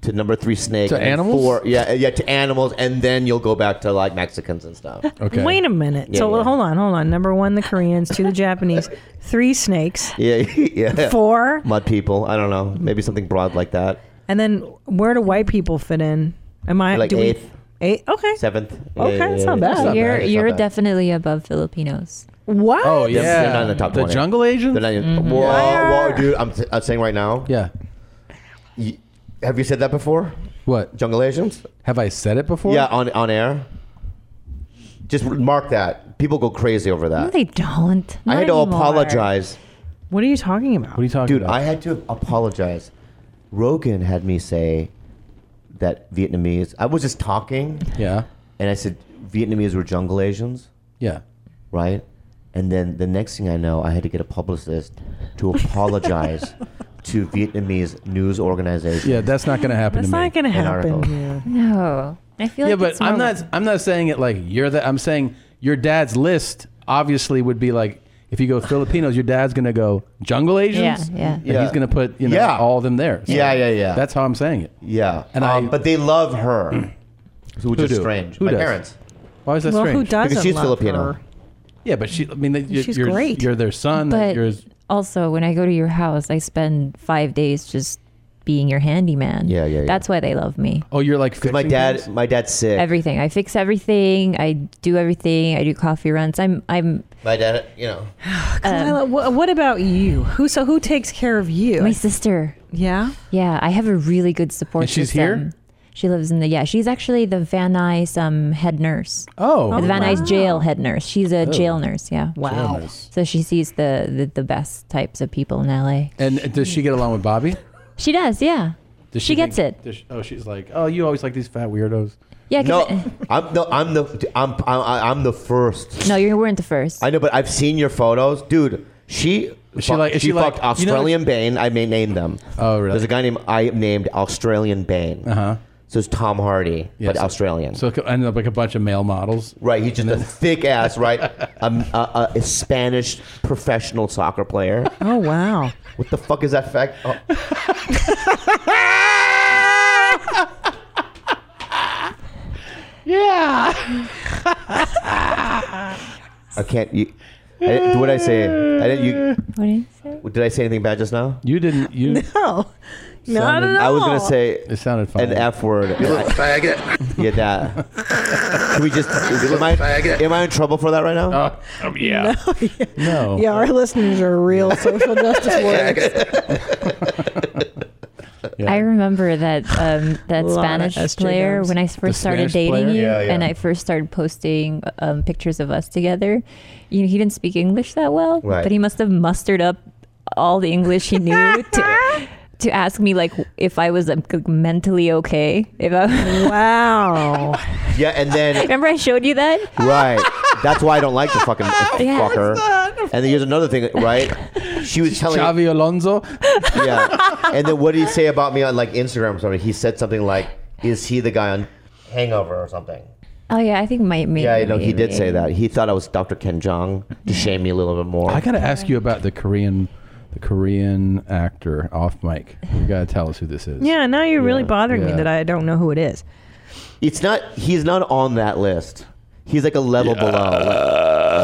Speaker 21: to number three snake
Speaker 2: To
Speaker 21: and then
Speaker 2: animals?
Speaker 21: four- yeah, yeah, to animals, and then you'll go back to like Mexicans and stuff.
Speaker 3: Wait a minute.
Speaker 21: Yeah,
Speaker 3: so
Speaker 21: yeah.
Speaker 3: hold on, hold on. Number one, the Koreans. Two, the Japanese. Three, snakes.
Speaker 21: Yeah, yeah.
Speaker 3: Four.
Speaker 21: mud people. I don't know. Maybe something broad like that.
Speaker 3: And then where do white people fit in? Am I
Speaker 21: Like
Speaker 3: do we-
Speaker 21: eighth.
Speaker 3: eight? Okay.
Speaker 21: Seventh.
Speaker 3: Okay, it's not bad.
Speaker 22: You're
Speaker 21: it's not
Speaker 22: you're
Speaker 21: bad.
Speaker 22: definitely above Filipinos.
Speaker 3: What?
Speaker 21: Oh yeah, they're, they're not in the top
Speaker 2: The
Speaker 21: 20.
Speaker 2: jungle agents?
Speaker 21: They're not in,
Speaker 3: Mm-hmm.
Speaker 22: Mhm.
Speaker 21: whoa,
Speaker 22: Liar.
Speaker 21: whoa, dude! I'm, I'm saying right now.
Speaker 2: Yeah.
Speaker 21: You, have you said that before?
Speaker 2: What?
Speaker 21: Jungle agents?
Speaker 2: Have I said it before?
Speaker 21: Yeah, on on air. Just mark that. People go crazy over
Speaker 22: No,
Speaker 21: that.
Speaker 22: they don't.
Speaker 21: I had to
Speaker 22: Not anymore.
Speaker 21: apologize.
Speaker 3: What are you talking about? What
Speaker 21: are you talking dude, about? Dude, I had to apologize. Rogan had me say that Vietnamese. I was just talking.
Speaker 2: Yeah.
Speaker 21: And I said Vietnamese were jungle Asians.
Speaker 2: Yeah.
Speaker 21: Right? And then the next thing I know, I had to get a publicist to apologize to Vietnamese news organizations.
Speaker 2: Yeah, that's not going to happen to me.
Speaker 21: And articles.
Speaker 22: No, I feel
Speaker 2: yeah,
Speaker 22: like
Speaker 2: but
Speaker 22: it's
Speaker 2: I'm
Speaker 22: more
Speaker 2: not. I'm not saying it like you're that. I'm saying your dad's list obviously would be like if you go Filipinos, your dad's gonna go jungle Asians.
Speaker 22: Yeah, yeah.
Speaker 2: And
Speaker 21: Yeah.
Speaker 2: he's gonna put you know
Speaker 21: Yeah.
Speaker 2: all of them there.
Speaker 21: Yeah, yeah, yeah.
Speaker 2: That's how I'm saying it.
Speaker 21: Yeah,
Speaker 2: and I.
Speaker 21: Um, But they love her, which
Speaker 2: Who
Speaker 21: is
Speaker 2: do?
Speaker 21: strange.
Speaker 2: Who
Speaker 21: My
Speaker 2: does?
Speaker 21: parents.
Speaker 2: Why is that
Speaker 22: Well, who
Speaker 2: strange?
Speaker 21: Because
Speaker 22: doesn't
Speaker 21: she's
Speaker 22: love
Speaker 21: Filipino.
Speaker 22: her?
Speaker 2: Yeah, but she. I mean, they- you're,
Speaker 22: She's
Speaker 2: you're,
Speaker 22: great.
Speaker 2: You're their son.
Speaker 22: But
Speaker 2: you're,
Speaker 22: also, when I go to your house, I spend five days just being your handyman.
Speaker 21: Yeah, yeah, yeah.
Speaker 22: That's why they love me.
Speaker 2: oh, you're like
Speaker 21: because my dad. My dad's sick.
Speaker 22: Everything. I fix everything. I do everything. I do coffee runs. I'm. I'm. um,
Speaker 21: my dad, you know.
Speaker 3: Kyla, wha- what about you? Who so who takes care of you? My
Speaker 22: sister.
Speaker 3: Yeah.
Speaker 22: Yeah, I have a really good support
Speaker 2: And she's
Speaker 22: system.
Speaker 2: here?
Speaker 5: She lives in the yeah. She's actually the Van Nuys um, head nurse.
Speaker 2: Oh.
Speaker 5: the Van
Speaker 2: Oh,
Speaker 5: Nuys
Speaker 2: wow.
Speaker 5: jail head nurse. She's a
Speaker 2: Oh.
Speaker 5: jail nurse. Yeah.
Speaker 2: Wow. Jail nurse.
Speaker 5: So she sees the, the the best types of people in LA.
Speaker 2: And does she get along with Bobby?
Speaker 5: She does. Yeah.
Speaker 2: Does
Speaker 5: she, gets
Speaker 2: think-
Speaker 5: it.
Speaker 2: does she- oh, she's like, oh, you always like these fat weirdos.
Speaker 5: Yeah. 'cause
Speaker 21: No, I'm no, I'm the I'm I'm, I'm the first.
Speaker 5: it- no, you weren't the first.
Speaker 21: I know, but I've seen your photos, dude. She
Speaker 2: she like- is
Speaker 21: she,
Speaker 2: she like-
Speaker 21: fucked
Speaker 2: you know-
Speaker 21: Australian Bane. I may name them.
Speaker 2: Oh, really? Uh-huh.
Speaker 21: There's a guy named I named Australian Bane. Uh huh. So it's Tom Hardy, but Australian.
Speaker 2: So it could end up like a bunch of male models.
Speaker 21: Right, he's just a thick ass, right? Um, a, a, a Spanish professional soccer player.
Speaker 3: Oh wow!
Speaker 21: What the fuck is that fact? Oh.
Speaker 2: Yeah.
Speaker 21: I can't. You, I didn't- what did I say? I didn't. You
Speaker 5: What do you say?
Speaker 21: did I say anything bad just now?
Speaker 2: You didn't. You
Speaker 3: no, not at all.
Speaker 21: I was gonna say
Speaker 2: it sounded fine.
Speaker 21: an F word.
Speaker 2: You
Speaker 21: little faggot. Yeah, that. Can we just? Am I, am I in trouble for that right now?
Speaker 2: Oh, yeah. No.
Speaker 3: Yeah, our listeners are real social justice warriors.
Speaker 5: I remember that um, that
Speaker 3: Lot of
Speaker 5: Spanish
Speaker 3: SJWs.
Speaker 5: player when I first
Speaker 3: The
Speaker 5: started
Speaker 3: Spanish
Speaker 5: dating
Speaker 3: player?
Speaker 5: you,
Speaker 3: Yeah, yeah.
Speaker 5: and I first started posting um, pictures of us together. You know, he didn't speak English that well,
Speaker 22: Right.
Speaker 5: but he must have mustered up all the English he knew to to ask me like if I was um, like, mentally okay. If I
Speaker 3: wow.
Speaker 21: Yeah, and then
Speaker 5: remember I showed you that.
Speaker 21: Right. That's why I don't like the fucking
Speaker 5: Yeah.
Speaker 21: fucker. And then here's another thing, right? She was telling
Speaker 2: Xavi Alonso.
Speaker 21: Yeah. And then what did he say about me on like Instagram or something? He said something like, "Is he the guy on Hangover or something?"
Speaker 5: Oh yeah, I think my maybe.
Speaker 21: yeah, you know, he did
Speaker 5: maybe.
Speaker 21: say that. He thought I was Dr. Ken Jong to shame me a little bit more.
Speaker 2: I gotta ask you about the Korean, the Korean actor off mic. You gotta tell us who this is.
Speaker 3: Yeah, now you're really bothering me
Speaker 21: yeah.
Speaker 3: that I don't know who it is.
Speaker 21: It's not. He's not on that list. He's like a level below.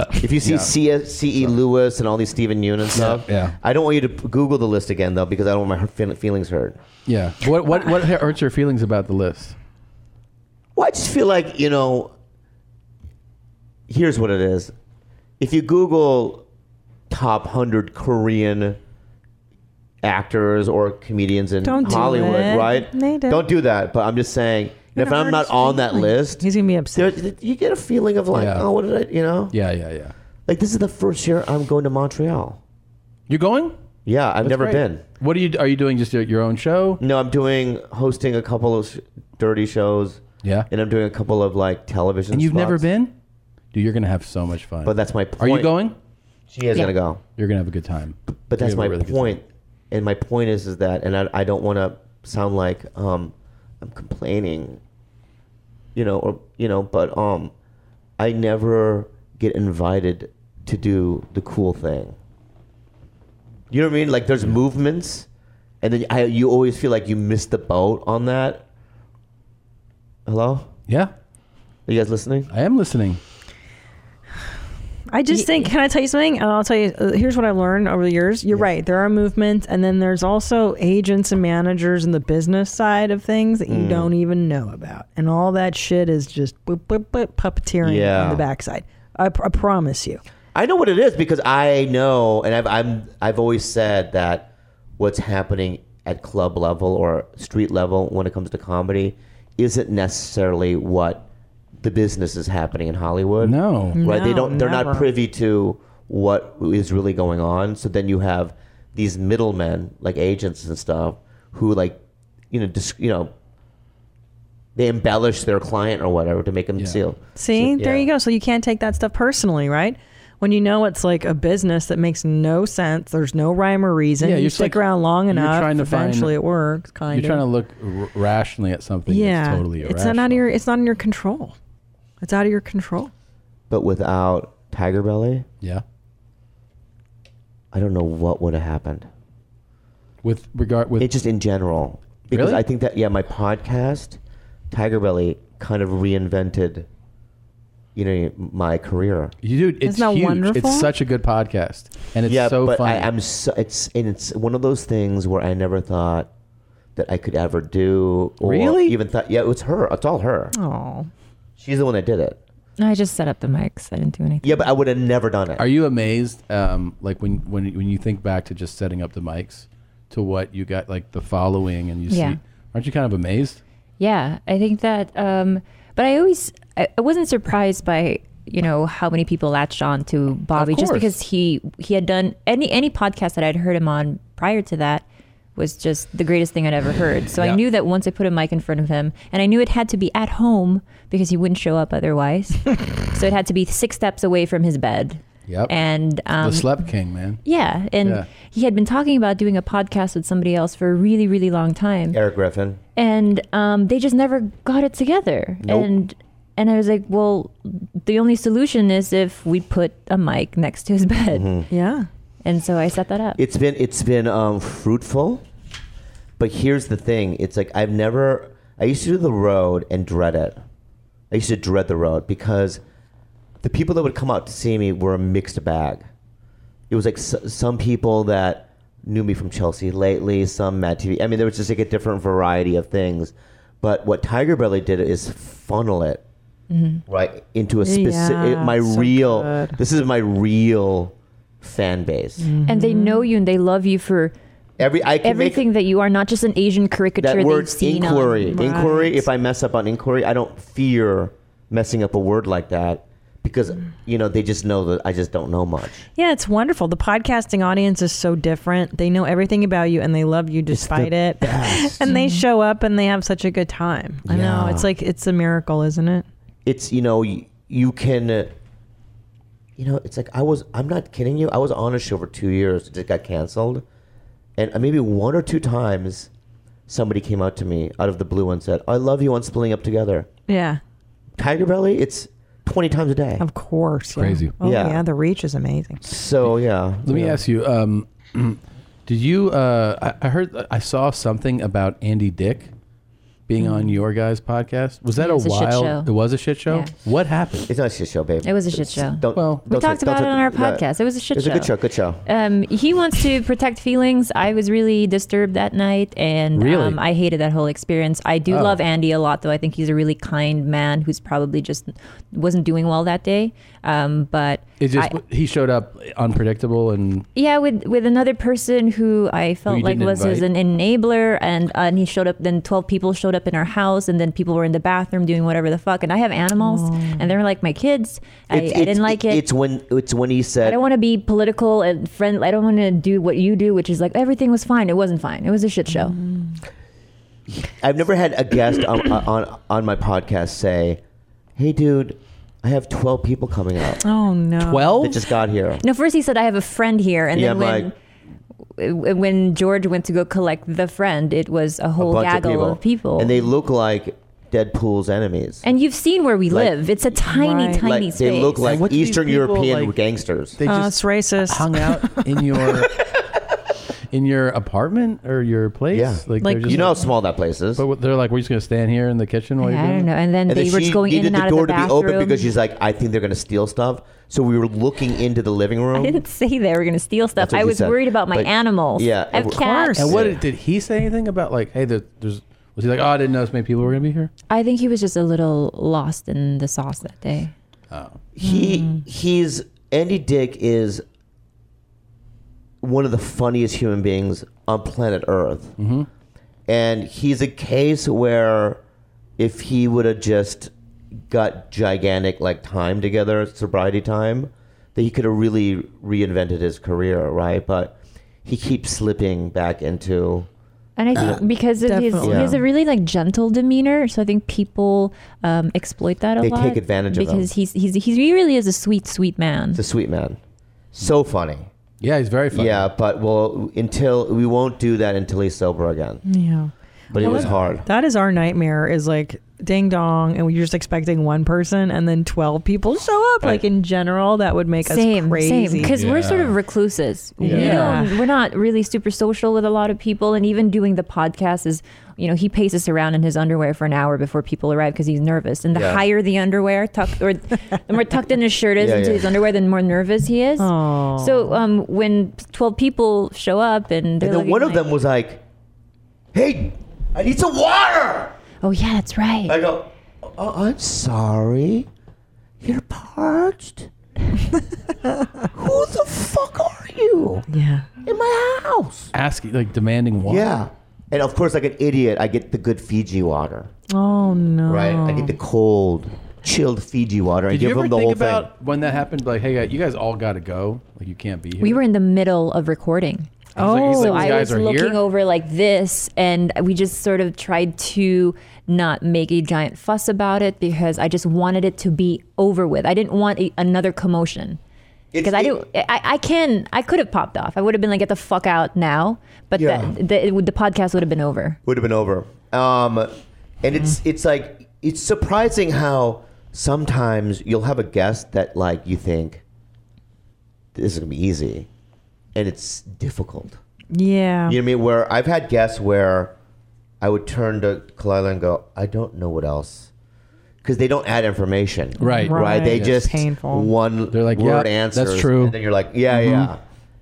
Speaker 21: Like, if you see
Speaker 2: Yeah.
Speaker 21: C.E. C.E. E Lewis and all these Stephen Yoon and stuff,
Speaker 2: yeah.
Speaker 21: I don't want you to p- Google the list again though because I don't want my fe- feelings hurt.
Speaker 2: Yeah. What what what hurts your feelings about the list?
Speaker 21: Well, I just feel like, you know, here's what it is. If you Google top 100 Korean actors or comedians in
Speaker 3: Don't do
Speaker 21: Hollywood,
Speaker 3: it.
Speaker 21: right?
Speaker 3: Nathan.
Speaker 21: Don't do that. But I'm just saying,
Speaker 3: You're
Speaker 21: if
Speaker 3: gonna
Speaker 21: I'm
Speaker 3: hurt
Speaker 21: not
Speaker 3: his
Speaker 21: on that
Speaker 3: feelings.
Speaker 21: list,
Speaker 3: he's going to be upset.
Speaker 21: you get a feeling of like,
Speaker 2: Yeah.
Speaker 21: oh, what did I, you know?
Speaker 2: Yeah, yeah, yeah.
Speaker 21: Like, this is the first year I'm going to Montreal.
Speaker 2: You're going?
Speaker 21: Yeah, I've
Speaker 2: That's
Speaker 21: never
Speaker 2: great.
Speaker 21: been.
Speaker 2: What are you? Are you doing just your- your own show?
Speaker 21: No, I'm doing, hosting a couple of sh- dirty shows.
Speaker 2: Yeah.
Speaker 21: And I'm doing a couple of like television
Speaker 2: And you've
Speaker 21: spots.
Speaker 2: never been? Dude, you're gonna have so much fun.
Speaker 21: But that's my point.
Speaker 2: Are you going?
Speaker 21: She is
Speaker 2: Yeah.
Speaker 21: gonna go.
Speaker 2: You're gonna have a good time.
Speaker 21: But that's
Speaker 2: You're gonna
Speaker 21: my
Speaker 2: have a really good
Speaker 21: point. And my point is is that, and I, I don't want to sound like um, I'm complaining, you know, or you know, but um, I never get invited to do the cool thing. You know what I mean? Like there's movements, and then I, you always feel like you missed the boat on that. Hello.
Speaker 2: Yeah.
Speaker 21: Are you guys listening?
Speaker 2: I am listening.
Speaker 3: I just think, can I tell you something? And I'll tell you, uh, here's what I learned over the years. You're right. There are movements, and then there's also agents and managers and the business side of things that you
Speaker 21: Mm.
Speaker 3: don't even know about. And all that shit is just boop, boop, boop, puppeteering on
Speaker 21: Yeah.
Speaker 3: the backside. I, pr- I promise you.
Speaker 21: I know what it is because I know, and I've I'm I've always said that what's happening at club level or street level when it comes to comedy isn't necessarily what the business is happening in Hollywood.
Speaker 2: No,
Speaker 21: right? they
Speaker 2: No,
Speaker 21: don't. They're not
Speaker 2: never.
Speaker 21: privy to what is really going on. So then you have these middlemen like agents and stuff who like you know dis- you know they embellish their client or whatever to make them feel.
Speaker 3: See,
Speaker 21: So-
Speaker 3: there
Speaker 21: yeah.
Speaker 3: you go. So you can't take that stuff personally, right? When you know it's like a business that makes no sense, there's no rhyme or reason.
Speaker 2: Yeah,
Speaker 3: you
Speaker 2: you're
Speaker 3: stick
Speaker 2: like-
Speaker 3: around long
Speaker 2: you're
Speaker 3: enough,
Speaker 2: trying to find-
Speaker 3: eventually it works. Kind
Speaker 2: You're
Speaker 3: of.
Speaker 2: trying to look r- rationally at something.
Speaker 3: yeah,
Speaker 2: That's totally
Speaker 3: it's
Speaker 2: irrational.
Speaker 3: not out of your. It's not in your control. It's out of your control.
Speaker 21: but without Tiger Belly,
Speaker 2: yeah,
Speaker 21: I don't know what would have happened.
Speaker 2: With regard with
Speaker 21: it just in general, because
Speaker 2: Really?
Speaker 21: I think that yeah, my podcast, Tiger Belly, kind of reinvented, you know, my career.
Speaker 2: You dude, it's
Speaker 21: Isn't that
Speaker 2: huge.
Speaker 21: wonderful?
Speaker 2: It's such a good podcast, and it's
Speaker 21: yeah,
Speaker 2: so
Speaker 21: but
Speaker 2: funny.
Speaker 21: I, I'm so it's and it's one of those things where I never thought that I could ever do. Or
Speaker 5: Really?
Speaker 21: Even thought yeah, it was her. It's all her.
Speaker 3: Oh,
Speaker 21: she's the one that did it.
Speaker 5: No, I just set up the mics. I didn't do anything.
Speaker 21: Yeah, but I would have never done it.
Speaker 2: Are you amazed, um, like when when when you think back to just setting up the mics, to what you got, like the following, and you
Speaker 5: Yeah.
Speaker 2: see? Aren't you kind of amazed?
Speaker 22: Yeah, I think that. Um, but I always, I, I wasn't surprised by you know how many people latched on to Bobby just
Speaker 16: course.
Speaker 22: because he he had done any any podcast that I'd heard him on prior to that was just the greatest thing I'd ever heard. So I
Speaker 16: Yeah.
Speaker 22: knew that once I put a mic in front of him, and I knew it had to be at home because he wouldn't show up otherwise. so it had to be six steps away from his bed.
Speaker 2: Yep.
Speaker 22: And um,
Speaker 2: the Slept King, man.
Speaker 22: Yeah, and
Speaker 2: Yeah.
Speaker 22: he had been talking about doing a podcast with somebody else for a really, really long time
Speaker 21: Eric Griffin.
Speaker 22: and um, they just never got it together.
Speaker 21: Nope.
Speaker 22: And and I was like, well, the only solution is if we put a mic next to his bed.
Speaker 21: Mhm.
Speaker 3: Yeah.
Speaker 22: And so I set that up.
Speaker 21: It's been it's been um, fruitful, but here's the thing: it's like I've never. I used to do the road and dread it. I used to dread the road because the people that would come out to see me were a mixed bag. It was like s- some people that knew me from Chelsea lately, some Mad TV. I mean, there was just like a different variety of things. But what Tiger Belly did is funnel it
Speaker 8: Mhm.
Speaker 21: right into a specific
Speaker 22: Mm-hmm. Yeah,
Speaker 21: my
Speaker 22: so
Speaker 21: real. This is my real fan base.
Speaker 22: And they know you and they love you for
Speaker 21: Every I can make
Speaker 22: everything that you are, not just an Asian caricature
Speaker 21: that word
Speaker 22: they've seen. on-
Speaker 21: inquiry. Inquiry. If I mess up on inquiry, I don't fear messing up a word like that because you know they just know that I just don't know much.
Speaker 3: Yeah, it's wonderful. The podcasting audience is so different. They know everything about you and they love you despite it. and they show up and they have such a good time. I know.
Speaker 21: Yeah.
Speaker 3: It's like it's a miracle, isn't it?
Speaker 21: It's you know you, you can. uh, You know, it's like I was. I'm not kidding you. I was on a show for two years. It just got canceled, and uh, maybe one or two times, somebody came out to me out of the blue and said, "I love you on splitting up together."
Speaker 3: Yeah.
Speaker 21: Tiger Belly. It's twenty times a day.
Speaker 3: Of course. yeah.
Speaker 21: Crazy.
Speaker 3: Oh yeah.
Speaker 21: Yeah.
Speaker 3: the reach is amazing.
Speaker 21: So yeah.
Speaker 2: Let me ask you. Um, did you? Uh, I, I heard. I saw something about Andy Dick being on your guys' podcast. Was that
Speaker 22: Mm. It was
Speaker 2: a
Speaker 22: a shit
Speaker 2: while?
Speaker 22: show.
Speaker 2: It was a shit show.
Speaker 22: Yeah.
Speaker 2: What happened?
Speaker 21: It's not a shit show, babe.
Speaker 22: It was a shit show.
Speaker 21: Don't,
Speaker 22: Well, we
Speaker 21: don't
Speaker 22: talked
Speaker 21: don't
Speaker 22: about it on our
Speaker 21: yeah.
Speaker 22: podcast. It was a shit
Speaker 21: It was a good
Speaker 22: show.
Speaker 21: show. Good show.
Speaker 22: Um, he wants to protect feelings. I was really disturbed that night, and
Speaker 21: Really?
Speaker 22: um, I hated that whole experience. I do
Speaker 21: Oh.
Speaker 22: love Andy a lot, though. I think he's a really kind man who's probably just wasn't doing well that day. Um, but
Speaker 2: It just
Speaker 22: I-
Speaker 2: he showed up unpredictable and
Speaker 22: yeah, with with another person who I felt
Speaker 2: you
Speaker 22: like
Speaker 2: didn't
Speaker 22: was his an
Speaker 2: invite?
Speaker 22: enabler, and uh, and he showed up. Then twelve people showed up in our house, and then people were in the bathroom doing whatever the fuck. And I have animals, and they're like my kids. I,
Speaker 21: It's-
Speaker 22: I didn't like it.
Speaker 21: It's when it's when he
Speaker 22: I
Speaker 21: said
Speaker 22: don't want to be political and friend. I don't want to do what you do, which is like everything was fine. It wasn't fine. It was a shit show.
Speaker 21: I've never had a guest on, uh, on on my podcast say, "Hey, dude, I have twelve people coming out."
Speaker 3: Oh no.
Speaker 21: That just got here.
Speaker 22: No, first he said I have a friend here, and then
Speaker 21: yeah, I'm
Speaker 22: when
Speaker 21: like
Speaker 22: w- when George went to go collect the friend, it was a
Speaker 21: a
Speaker 22: whole
Speaker 21: bunch
Speaker 22: gaggle
Speaker 21: of people,
Speaker 22: of people.
Speaker 21: and they look like Deadpool's enemies.
Speaker 22: And you've seen where we
Speaker 21: Like-
Speaker 22: live. It's a tiny, tiny
Speaker 21: like,
Speaker 22: space.
Speaker 21: They look like
Speaker 2: What's these
Speaker 21: Eastern
Speaker 2: people,
Speaker 21: European
Speaker 2: like-
Speaker 21: gangsters.
Speaker 2: They
Speaker 22: Oh,
Speaker 3: Uh,
Speaker 2: just
Speaker 3: it's racist.
Speaker 2: hung out in your in your apartment or your place.
Speaker 21: Yeah.
Speaker 2: they're
Speaker 21: Like- You know how small that place is.
Speaker 2: But what- they're like, we're just gonna stand here in the kitchen while
Speaker 22: Yeah,
Speaker 2: you're
Speaker 22: I
Speaker 2: doing
Speaker 22: don't
Speaker 2: it?"
Speaker 22: know. And then they were just going in
Speaker 21: needed
Speaker 22: and out
Speaker 21: the door
Speaker 22: of the
Speaker 21: to be
Speaker 22: bathroom.
Speaker 21: open because she's like, "I think they're going to steal stuff." So we were looking into the living room.
Speaker 22: I didn't say they were going to steal stuff.
Speaker 21: That's what
Speaker 22: I
Speaker 21: you
Speaker 22: was
Speaker 21: said.
Speaker 22: worried about my
Speaker 21: But-
Speaker 22: animals.
Speaker 21: yeah,
Speaker 22: I have
Speaker 21: of
Speaker 22: cats.
Speaker 2: And what did, did he say anything about like, hey, there, there's was he like, oh, I didn't know as many people were gonna be here.
Speaker 22: I think he was just a little lost in the sauce that day.
Speaker 21: He
Speaker 2: Mm.
Speaker 21: he's Andy Dick is one of the funniest human beings on planet Earth,
Speaker 2: Mm-hmm.
Speaker 21: and he's a case where if he would have just got gigantic like time together, sobriety time, that he could have really reinvented his career, right? But he keeps slipping back into.
Speaker 22: And I think because of his,
Speaker 21: Definitely.
Speaker 22: he has a really like gentle demeanor, so I think people um, exploit that a
Speaker 21: They
Speaker 22: lot.
Speaker 21: take advantage of him.
Speaker 22: because he's he's he's he really is a sweet sweet man.
Speaker 21: He's a sweet man. So funny.
Speaker 2: Yeah, he's very funny.
Speaker 21: Yeah, but we'll until we won't do that until he's sober again.
Speaker 3: Yeah.
Speaker 21: But it was hard.
Speaker 3: That is our nightmare is like ding dong and we're just expecting one person and then 12 people show up. Like in general, that would make us
Speaker 22: Same,
Speaker 3: crazy.
Speaker 22: same. Because we're sort of recluses. We
Speaker 3: Yeah.
Speaker 22: don't, we're not really super social with a lot of people, and even doing the podcast is, you know, he paces around in his underwear for an hour before people arrive because he's nervous. And the
Speaker 16: Yeah.
Speaker 22: higher the underwear tucked, or the more tucked in his shirt is
Speaker 16: Yeah,
Speaker 22: into
Speaker 16: yeah.
Speaker 22: his underwear, the more nervous he is. So um, when twelve people show up and they're
Speaker 21: And
Speaker 22: looking
Speaker 21: then one of
Speaker 22: like-
Speaker 21: them was like, "Hey, I need some water."
Speaker 22: Oh yeah, that's right.
Speaker 21: I go, "Oh, I'm sorry, you're parched. Who the fuck are you
Speaker 3: Yeah.
Speaker 21: in my house?"
Speaker 2: Asking like demanding water.
Speaker 21: Yeah, and of course, like an idiot, I get the good Fiji water.
Speaker 3: Oh no!
Speaker 21: right? I get the cold, chilled Fiji water and
Speaker 2: Did you
Speaker 21: give
Speaker 2: ever
Speaker 21: them the
Speaker 2: think
Speaker 21: whole thing.
Speaker 2: about when that happened? Like, hey, guys, you guys all got to go. Like, you can't be here.
Speaker 22: We were in the middle of recording.
Speaker 2: Oh. like- he's like,
Speaker 22: so
Speaker 2: "These
Speaker 22: I
Speaker 2: guys
Speaker 22: was
Speaker 2: are
Speaker 22: looking
Speaker 2: here?"
Speaker 22: over like this, and we just sort of tried to not make a giant fuss about it because I just wanted it to be over with. I didn't want a, another commotion because I do. I, I can. I could have popped off. I would have been like, "Get the fuck out now!" But
Speaker 21: Yeah.
Speaker 22: the, the, the podcast would have been over.
Speaker 21: would have been over. Um, and it's
Speaker 3: Mm-hmm.
Speaker 21: it's like it's surprising how sometimes you'll have a guest that like you think this is gonna be easy, and it's difficult.
Speaker 3: Yeah.
Speaker 21: You know what I mean? Where I've had guests where I would turn to Kalila and go, I don't know what else. Because they don't add information.
Speaker 2: Right.
Speaker 21: Right. They
Speaker 2: Right.
Speaker 21: just
Speaker 2: Painful.
Speaker 21: one They're like,
Speaker 2: "Yeah,
Speaker 21: word
Speaker 2: that's
Speaker 21: answers.
Speaker 2: true.
Speaker 21: And then you're like, yeah,
Speaker 2: Mhm.
Speaker 21: yeah.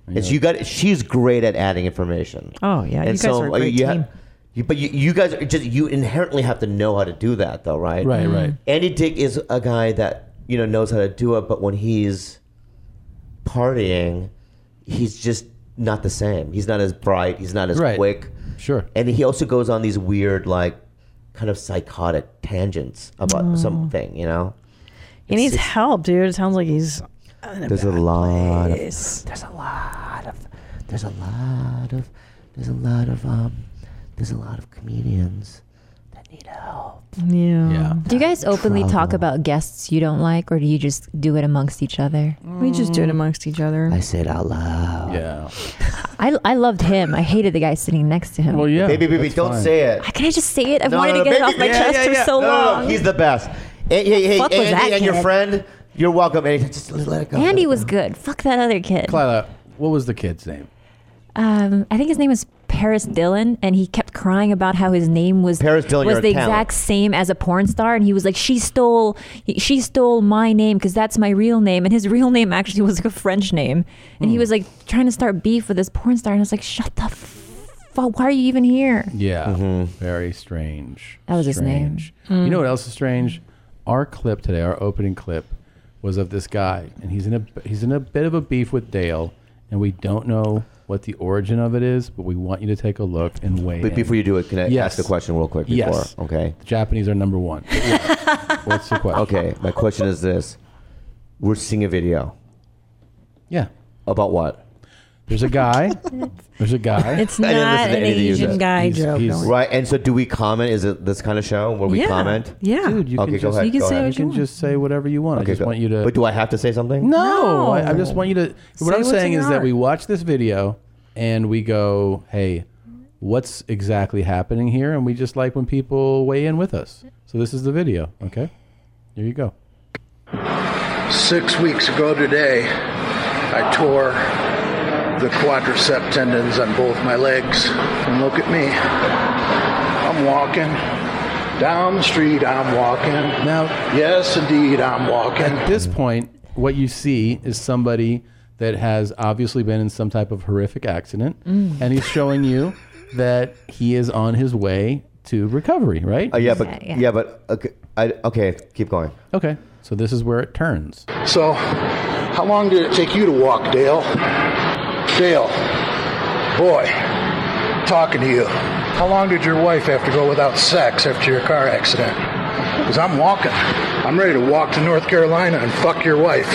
Speaker 21: And so you got she's great at adding information.
Speaker 3: Oh, yeah,
Speaker 21: And
Speaker 3: you guys
Speaker 21: so
Speaker 3: are a great
Speaker 21: you ha-
Speaker 3: team.
Speaker 21: you- but you, you guys are just you inherently have to know how to do that though, right?
Speaker 2: Right, Mhm. right.
Speaker 21: Andy Dick is a guy that, you know, knows how to do it, but when he's partying, he's just not the same. He's not as bright. He's not as
Speaker 2: Right.
Speaker 21: quick.
Speaker 2: Sure.
Speaker 21: And he also goes on these weird, like, kind of psychotic tangents about
Speaker 3: Oh.
Speaker 21: something, you know?
Speaker 3: He needs help, dude. It sounds like he's.
Speaker 21: There's a lot of.
Speaker 3: There's
Speaker 21: a lot of. There's a lot of. There's a lot of. Um, there's a lot of comedians.
Speaker 3: Yeah. yeah.
Speaker 22: Do you guys openly talk about guests you don't like, or do you just do it amongst each other?
Speaker 3: We just do it amongst each other. I
Speaker 21: say it out loud.
Speaker 2: Yeah.
Speaker 22: I, I loved him. I hated the guy sitting next to him.
Speaker 2: Well, yeah.
Speaker 21: Baby, baby, don't say it.
Speaker 22: Can I just say it? I've
Speaker 21: No,
Speaker 22: wanted to
Speaker 21: no,
Speaker 22: get it
Speaker 21: baby,
Speaker 22: off my
Speaker 21: yeah,
Speaker 22: chest
Speaker 21: yeah,
Speaker 22: for
Speaker 21: yeah.
Speaker 22: so
Speaker 21: No, no, no,
Speaker 22: long.
Speaker 21: he's the best. Hey, hey, hey,
Speaker 22: Fuck was
Speaker 21: Andy
Speaker 22: that
Speaker 21: and your
Speaker 22: kid?
Speaker 21: friend, you're welcome. Andy, just let it go.
Speaker 22: Andy was good. Fuck that other kid.
Speaker 2: Clyla, what was the kid's name?
Speaker 22: Um, I think his name was Paris Dillon, and he kept crying about how his name was
Speaker 21: Paris Dillon,
Speaker 22: was
Speaker 21: you're a
Speaker 22: the
Speaker 21: talent.
Speaker 22: exact same as a porn star, and he was like, "She stole, she stole my name because that's my real name," and his real name actually was like a French name, and
Speaker 2: Hmm.
Speaker 22: he was like trying to start beef with this porn star, and I was like, "Shut the fuck! Why are you even here?"
Speaker 2: Yeah.
Speaker 21: Mm-hmm.
Speaker 2: Very strange.
Speaker 22: That was his name.
Speaker 2: strange. You know what else is strange? Our clip today, our opening clip, was of this guy, and he's in a he's in a bit of a beef with Dale, and we don't know what the origin of it is, but we want you to take a look and wait.
Speaker 21: But before you do it, can I
Speaker 2: yes.
Speaker 21: ask a question real quick? Before?
Speaker 2: Yes.
Speaker 21: Okay.
Speaker 2: The Japanese are number one. What's the question?
Speaker 21: Okay, my question is this: We're seeing a video.
Speaker 2: Yeah.
Speaker 21: About what?
Speaker 2: There's a guy. There's a guy.
Speaker 3: It's
Speaker 21: I didn't
Speaker 3: not
Speaker 21: listen to
Speaker 3: an
Speaker 21: anything you
Speaker 3: Asian
Speaker 21: said.
Speaker 3: guy He's- joke, he's- don't worry.
Speaker 21: right? And so, do we comment? Is it this kind of show where we
Speaker 3: Yeah,
Speaker 21: comment?
Speaker 3: yeah. Dude,
Speaker 2: you
Speaker 21: okay,
Speaker 2: can
Speaker 21: go
Speaker 2: just-
Speaker 21: ahead.
Speaker 2: you can
Speaker 21: go
Speaker 2: say
Speaker 21: ahead.
Speaker 2: what you You can want. just say whatever you want. I just want you to.
Speaker 21: But do I have to say something?
Speaker 2: No, I, I just want you to. what
Speaker 21: Say
Speaker 2: I'm
Speaker 21: what's
Speaker 2: saying
Speaker 21: in
Speaker 2: is
Speaker 21: your
Speaker 2: that
Speaker 21: heart.
Speaker 2: we watch this video and we go, hey, what's exactly happening here? And we just like when people weigh in with us. So this is the video. Okay. Here you go.
Speaker 1: Six weeks ago today, I tore the quadricep tendons on both my legs. And look at me. I'm walking down the street. I'm walking.
Speaker 2: Now,
Speaker 1: yes, indeed, I'm walking.
Speaker 2: At this point, what you see is somebody that has obviously been in some type of horrific accident,
Speaker 1: Mm.
Speaker 2: and he's showing you that he is on his way to recovery, right?
Speaker 21: Oh yeah, but yeah, but okay, I, okay, keep going.
Speaker 2: Okay. So this is where it turns.
Speaker 1: So, how long did it take you to walk, Dale? Dale, boy, talking to you. How long did your wife have to go without sex after your car accident? Because I'm walking. I'm ready to walk to North Carolina and fuck your wife.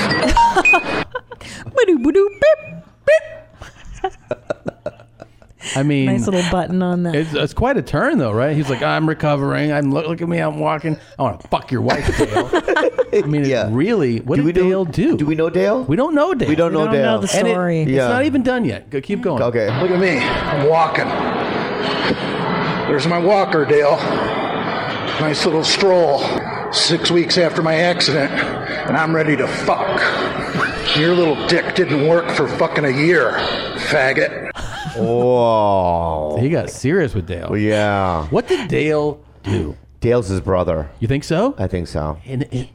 Speaker 2: I mean,
Speaker 3: Nice little button on that.
Speaker 2: It's, it's quite a turn, though, right? He's like, I'm recovering. I'm look, look at me. I'm walking. I want to fuck your wife, Dale. I mean, yeah. really, what did Dale do? Do we
Speaker 21: know Dale?
Speaker 2: We don't know Dale.
Speaker 1: We don't We know don't know Dale. the
Speaker 2: And it-
Speaker 1: story. Yeah.
Speaker 2: It's not even done yet. Go, keep going.
Speaker 21: Okay.
Speaker 1: Look at me. I'm walking. There's my walker, Dale. Nice little stroll. Six weeks after my accident, and I'm ready to fuck. Your little dick didn't work for fucking a year, faggot.
Speaker 21: Oh.
Speaker 2: He got serious with Dale.
Speaker 21: Yeah.
Speaker 2: What did Dale do?
Speaker 21: Dale's his brother.
Speaker 2: You think so?
Speaker 21: I think so.
Speaker 2: And it,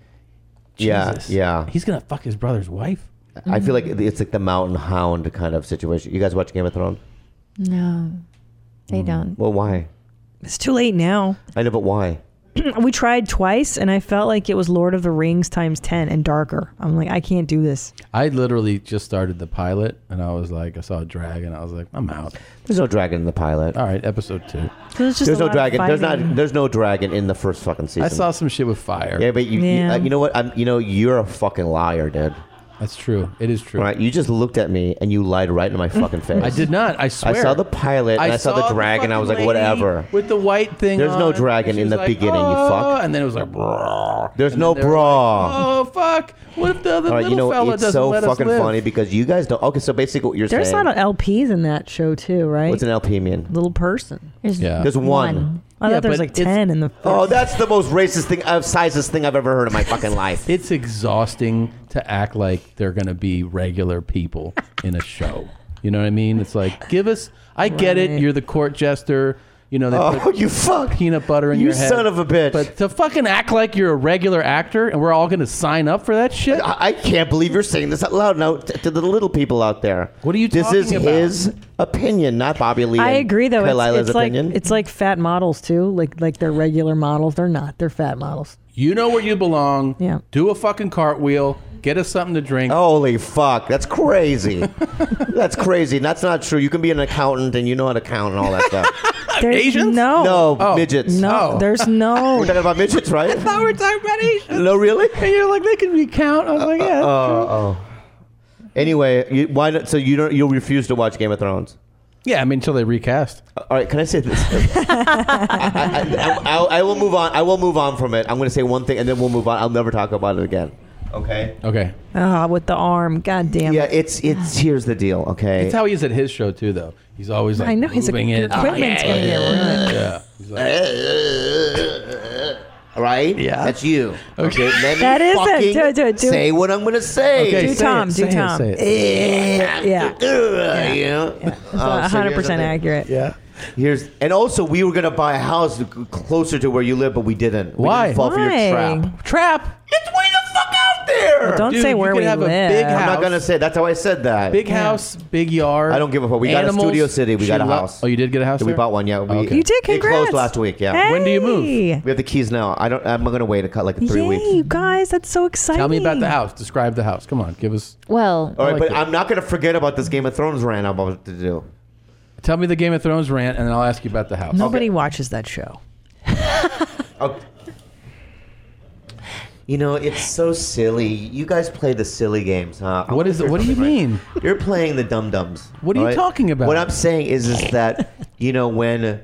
Speaker 21: Yeah,
Speaker 2: Jesus.
Speaker 21: yeah.
Speaker 2: He's gonna fuck his brother's wife.
Speaker 21: I feel like
Speaker 1: Mm-hmm.
Speaker 21: it's like the mountain hound kind of situation. You guys watch Game of Thrones?
Speaker 22: No, they don't.
Speaker 21: Well, why?
Speaker 3: It's too late now.
Speaker 21: I know, but why?
Speaker 3: we tried twice, and I felt like it was Lord of the Rings times ten and darker. I'm like, I can't do this.
Speaker 2: I literally just started the pilot, and I was like, I saw a dragon. I was like, I'm out.
Speaker 21: There's no dragon in the pilot.
Speaker 2: All right, episode two.
Speaker 3: There's just a
Speaker 21: no
Speaker 3: lot of
Speaker 21: dragon. There's
Speaker 3: fighting.
Speaker 21: not. There's no dragon in the first fucking season.
Speaker 2: I saw some shit with fire.
Speaker 21: Yeah, but you,
Speaker 2: Yeah.
Speaker 21: You, uh, you know what? I'm, you know you're a fucking liar, dude.
Speaker 2: That's true. It is true.
Speaker 21: Right? You just looked at me and you lied right in my fucking face.
Speaker 2: I did not. I swear.
Speaker 21: I saw the pilot. and I saw, the dragon. I was like,
Speaker 2: fucking lady
Speaker 21: whatever.
Speaker 2: With the white thing.
Speaker 21: There's no
Speaker 2: on,
Speaker 21: dragon
Speaker 2: and she
Speaker 21: in the
Speaker 2: was like,
Speaker 21: beginning, you
Speaker 2: "Oh,"
Speaker 21: fuck.
Speaker 2: And then it was like, "Brrr."
Speaker 21: There's
Speaker 2: And
Speaker 21: no
Speaker 2: then they were
Speaker 21: bra.
Speaker 2: like, oh fuck! What if the other
Speaker 21: All right,
Speaker 2: little
Speaker 21: you know
Speaker 2: fella
Speaker 21: what? It's
Speaker 2: doesn't
Speaker 21: so
Speaker 2: let
Speaker 21: fucking
Speaker 2: us live?
Speaker 21: funny because you guys don't. Okay, so basically what you're
Speaker 3: There's
Speaker 21: saying.
Speaker 3: not an LPs in that show too, right?
Speaker 21: what's an LP mean?
Speaker 3: Little person.
Speaker 21: There's Yeah. There's one. one.
Speaker 3: I
Speaker 21: Yeah,
Speaker 3: thought there was
Speaker 21: but
Speaker 3: like ten in the.
Speaker 21: Oh, that's the most racist thing, uh, sizest thing I've ever heard in my fucking life.
Speaker 2: It's exhausting to act like they're going to be regular people in a show. You know what I mean? It's like, give us. I get it. You're the court jester. You know, they
Speaker 21: Oh,
Speaker 2: put
Speaker 21: you fuck.
Speaker 2: peanut butter in
Speaker 21: You
Speaker 2: your head.
Speaker 21: son of a bitch.
Speaker 2: But to fucking act like you're a regular actor and we're all going to sign up for that shit?
Speaker 21: I, I can't believe you're saying this out loud now t- to the little people out there. What
Speaker 2: are you
Speaker 21: This is
Speaker 3: talking about?
Speaker 21: his opinion, not Bobby Lee.
Speaker 3: I
Speaker 21: and
Speaker 3: agree, though. It's,
Speaker 21: Kalila's
Speaker 3: it's like
Speaker 21: opinion.
Speaker 3: it's like fat models too. Like like they're regular models. They're not. They're fat models.
Speaker 2: You know where you belong.
Speaker 3: Yeah.
Speaker 2: Do a fucking cartwheel. Get us something to drink.
Speaker 21: Holy fuck, that's crazy. that's crazy. That's not true. You can be an accountant and you know how to count and all that stuff.
Speaker 3: There's No.
Speaker 21: No,
Speaker 2: Oh.
Speaker 21: midgets.
Speaker 3: No. There's no.
Speaker 21: We're talking about midgets, right?
Speaker 2: thought we were talking about Asians.
Speaker 21: No, really?
Speaker 2: And you're like, they can be count. I was like, yeah.
Speaker 21: Oh, oh. Anyway, you, why not? So you don't? You'll refuse to watch Game of Thrones?
Speaker 2: Yeah, I mean, until they recast.
Speaker 21: All right, can I say this? I, I- I- I will move on. I will move on from it. I'm going to say one thing, and then we'll move on. I'll never talk about it again. Okay.
Speaker 2: Okay.
Speaker 3: Ah, with the arm. God damn.
Speaker 21: Yeah, it's it's here's the deal. Oh, Okay.
Speaker 2: It's how he is at his show too, though. He's always like
Speaker 3: I know, his
Speaker 2: moving it.
Speaker 3: equipment's
Speaker 2: yeah,
Speaker 3: gonna get
Speaker 2: yeah,
Speaker 21: ruined.
Speaker 2: yeah. He's like,
Speaker 21: right? Yeah. That's you. Okay. Let me
Speaker 3: That is it.
Speaker 21: fucking
Speaker 3: Do it, do it, do it.
Speaker 21: say what I'm going to say.
Speaker 3: Okay, Do say Tom, it, do say it, Tom. say
Speaker 21: Yeah.
Speaker 3: it. Yeah.
Speaker 21: Yeah. Oh,
Speaker 3: That's 100% accurate.
Speaker 21: Yeah. Here's and also we were gonna buy a house closer to where you live, but we didn't. We
Speaker 2: Why?
Speaker 21: didn't fall for your
Speaker 2: Why?
Speaker 21: trap.
Speaker 2: Trap.
Speaker 21: It's way the fuck out there.
Speaker 2: Well, don't Dude, say you where could we have a live. big
Speaker 21: I'm
Speaker 2: house.
Speaker 21: not gonna say. That's how I said that.
Speaker 2: Big house, big yard.
Speaker 21: I don't give a fuck. We got a
Speaker 2: animals.
Speaker 21: Studio City. We
Speaker 2: She
Speaker 21: got a
Speaker 2: lo-
Speaker 21: house.
Speaker 2: oh, you did get a house.
Speaker 21: We
Speaker 2: there?
Speaker 21: bought one. Yeah, we,
Speaker 2: Okay. You
Speaker 3: did?
Speaker 21: It
Speaker 3: Congrats.
Speaker 21: closed last week. Yeah.
Speaker 3: When do you move?
Speaker 21: We
Speaker 3: Hey.
Speaker 21: have the keys now. I don't. I'm gonna wait a cou- like three
Speaker 3: Yay,
Speaker 21: weeks.
Speaker 3: you guys. That's so exciting.
Speaker 2: Tell me about the house. Describe the house. Come on, give us.
Speaker 22: Well,
Speaker 21: All right,
Speaker 2: I like
Speaker 21: but
Speaker 2: it.
Speaker 21: I'm not gonna forget about this Game of Thrones rant I'm about to do.
Speaker 2: Tell me the Game of Thrones rant, and then I'll ask you about the house.
Speaker 3: Nobody watches that show.
Speaker 21: You know, it's so silly. You guys play the silly games, huh? I
Speaker 2: What
Speaker 21: wanna
Speaker 2: is-
Speaker 21: hear
Speaker 2: what do you
Speaker 21: something, right?
Speaker 2: mean?
Speaker 21: You're playing the dum dums.
Speaker 2: What are you talking about?
Speaker 21: What I'm saying is, is that you know when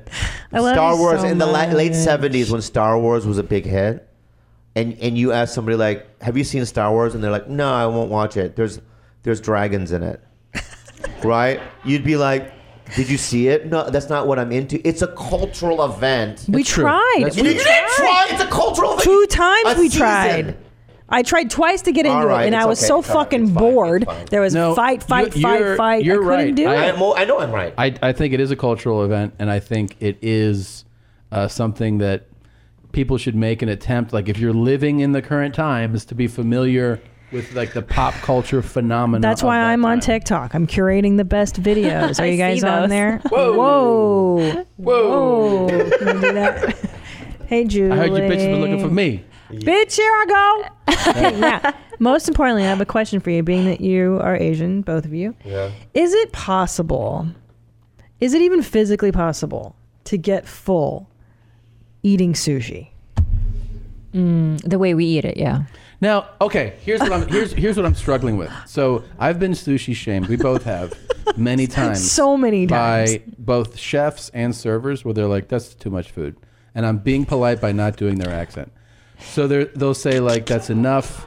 Speaker 3: I love
Speaker 21: Star
Speaker 3: you
Speaker 21: Wars
Speaker 3: so
Speaker 21: in the la- late
Speaker 3: much.
Speaker 21: '70s when Star Wars was a big hit, and and you ask somebody like, "Have you seen Star Wars?" and they're like, "No, I won't watch it. There's there's dragons in it." right? You'd be like, "Did you see it? No, that's not what I'm into. It's a cultural event."
Speaker 3: we tried.
Speaker 21: You didn't try. It's a cultural event.
Speaker 3: Two times
Speaker 21: A
Speaker 3: we
Speaker 21: season.
Speaker 3: tried. I tried twice to get
Speaker 21: All
Speaker 3: into
Speaker 21: right,
Speaker 3: it, and
Speaker 21: it's
Speaker 3: I was
Speaker 21: okay,
Speaker 3: so
Speaker 21: it's all right,
Speaker 3: fucking bored. There was fight, fight,
Speaker 2: you-
Speaker 3: fight,
Speaker 2: you're-
Speaker 3: fight.
Speaker 2: You're
Speaker 3: I couldn't
Speaker 2: right.
Speaker 3: do
Speaker 2: I,
Speaker 3: it.
Speaker 21: I know I'm right.
Speaker 2: I, I think it is a cultural event, and I think it is uh, something that people should make an attempt. Like if you're living in the current times, to be familiar with like the pop culture phenomenon.
Speaker 3: That's
Speaker 2: of
Speaker 3: why
Speaker 2: that.
Speaker 3: I'm on TikTok. I'm curating the best videos. Are
Speaker 2: I
Speaker 3: you guys
Speaker 2: see
Speaker 3: on
Speaker 2: those.
Speaker 3: there?
Speaker 2: Whoa.
Speaker 3: Whoa. Whoa. Can we do that? hey, Julie.
Speaker 2: I heard you bitches been looking for me.
Speaker 3: Bitch, here I go. Okay, now, most importantly, I have a question for you, being that you are Asian, both of you.
Speaker 21: Yeah.
Speaker 3: Is it possible, is it even physically possible to get full eating sushi?
Speaker 22: Mm, the way we eat it, yeah.
Speaker 2: Now, okay, here's what I'm here's here's what I'm struggling with. So I've been sushi shamed. We both have many times.
Speaker 3: So many times.
Speaker 2: by both chefs and servers where they're like, "That's too much food," and I'm being polite by not doing their accent. So they they'll say like, "That's enough."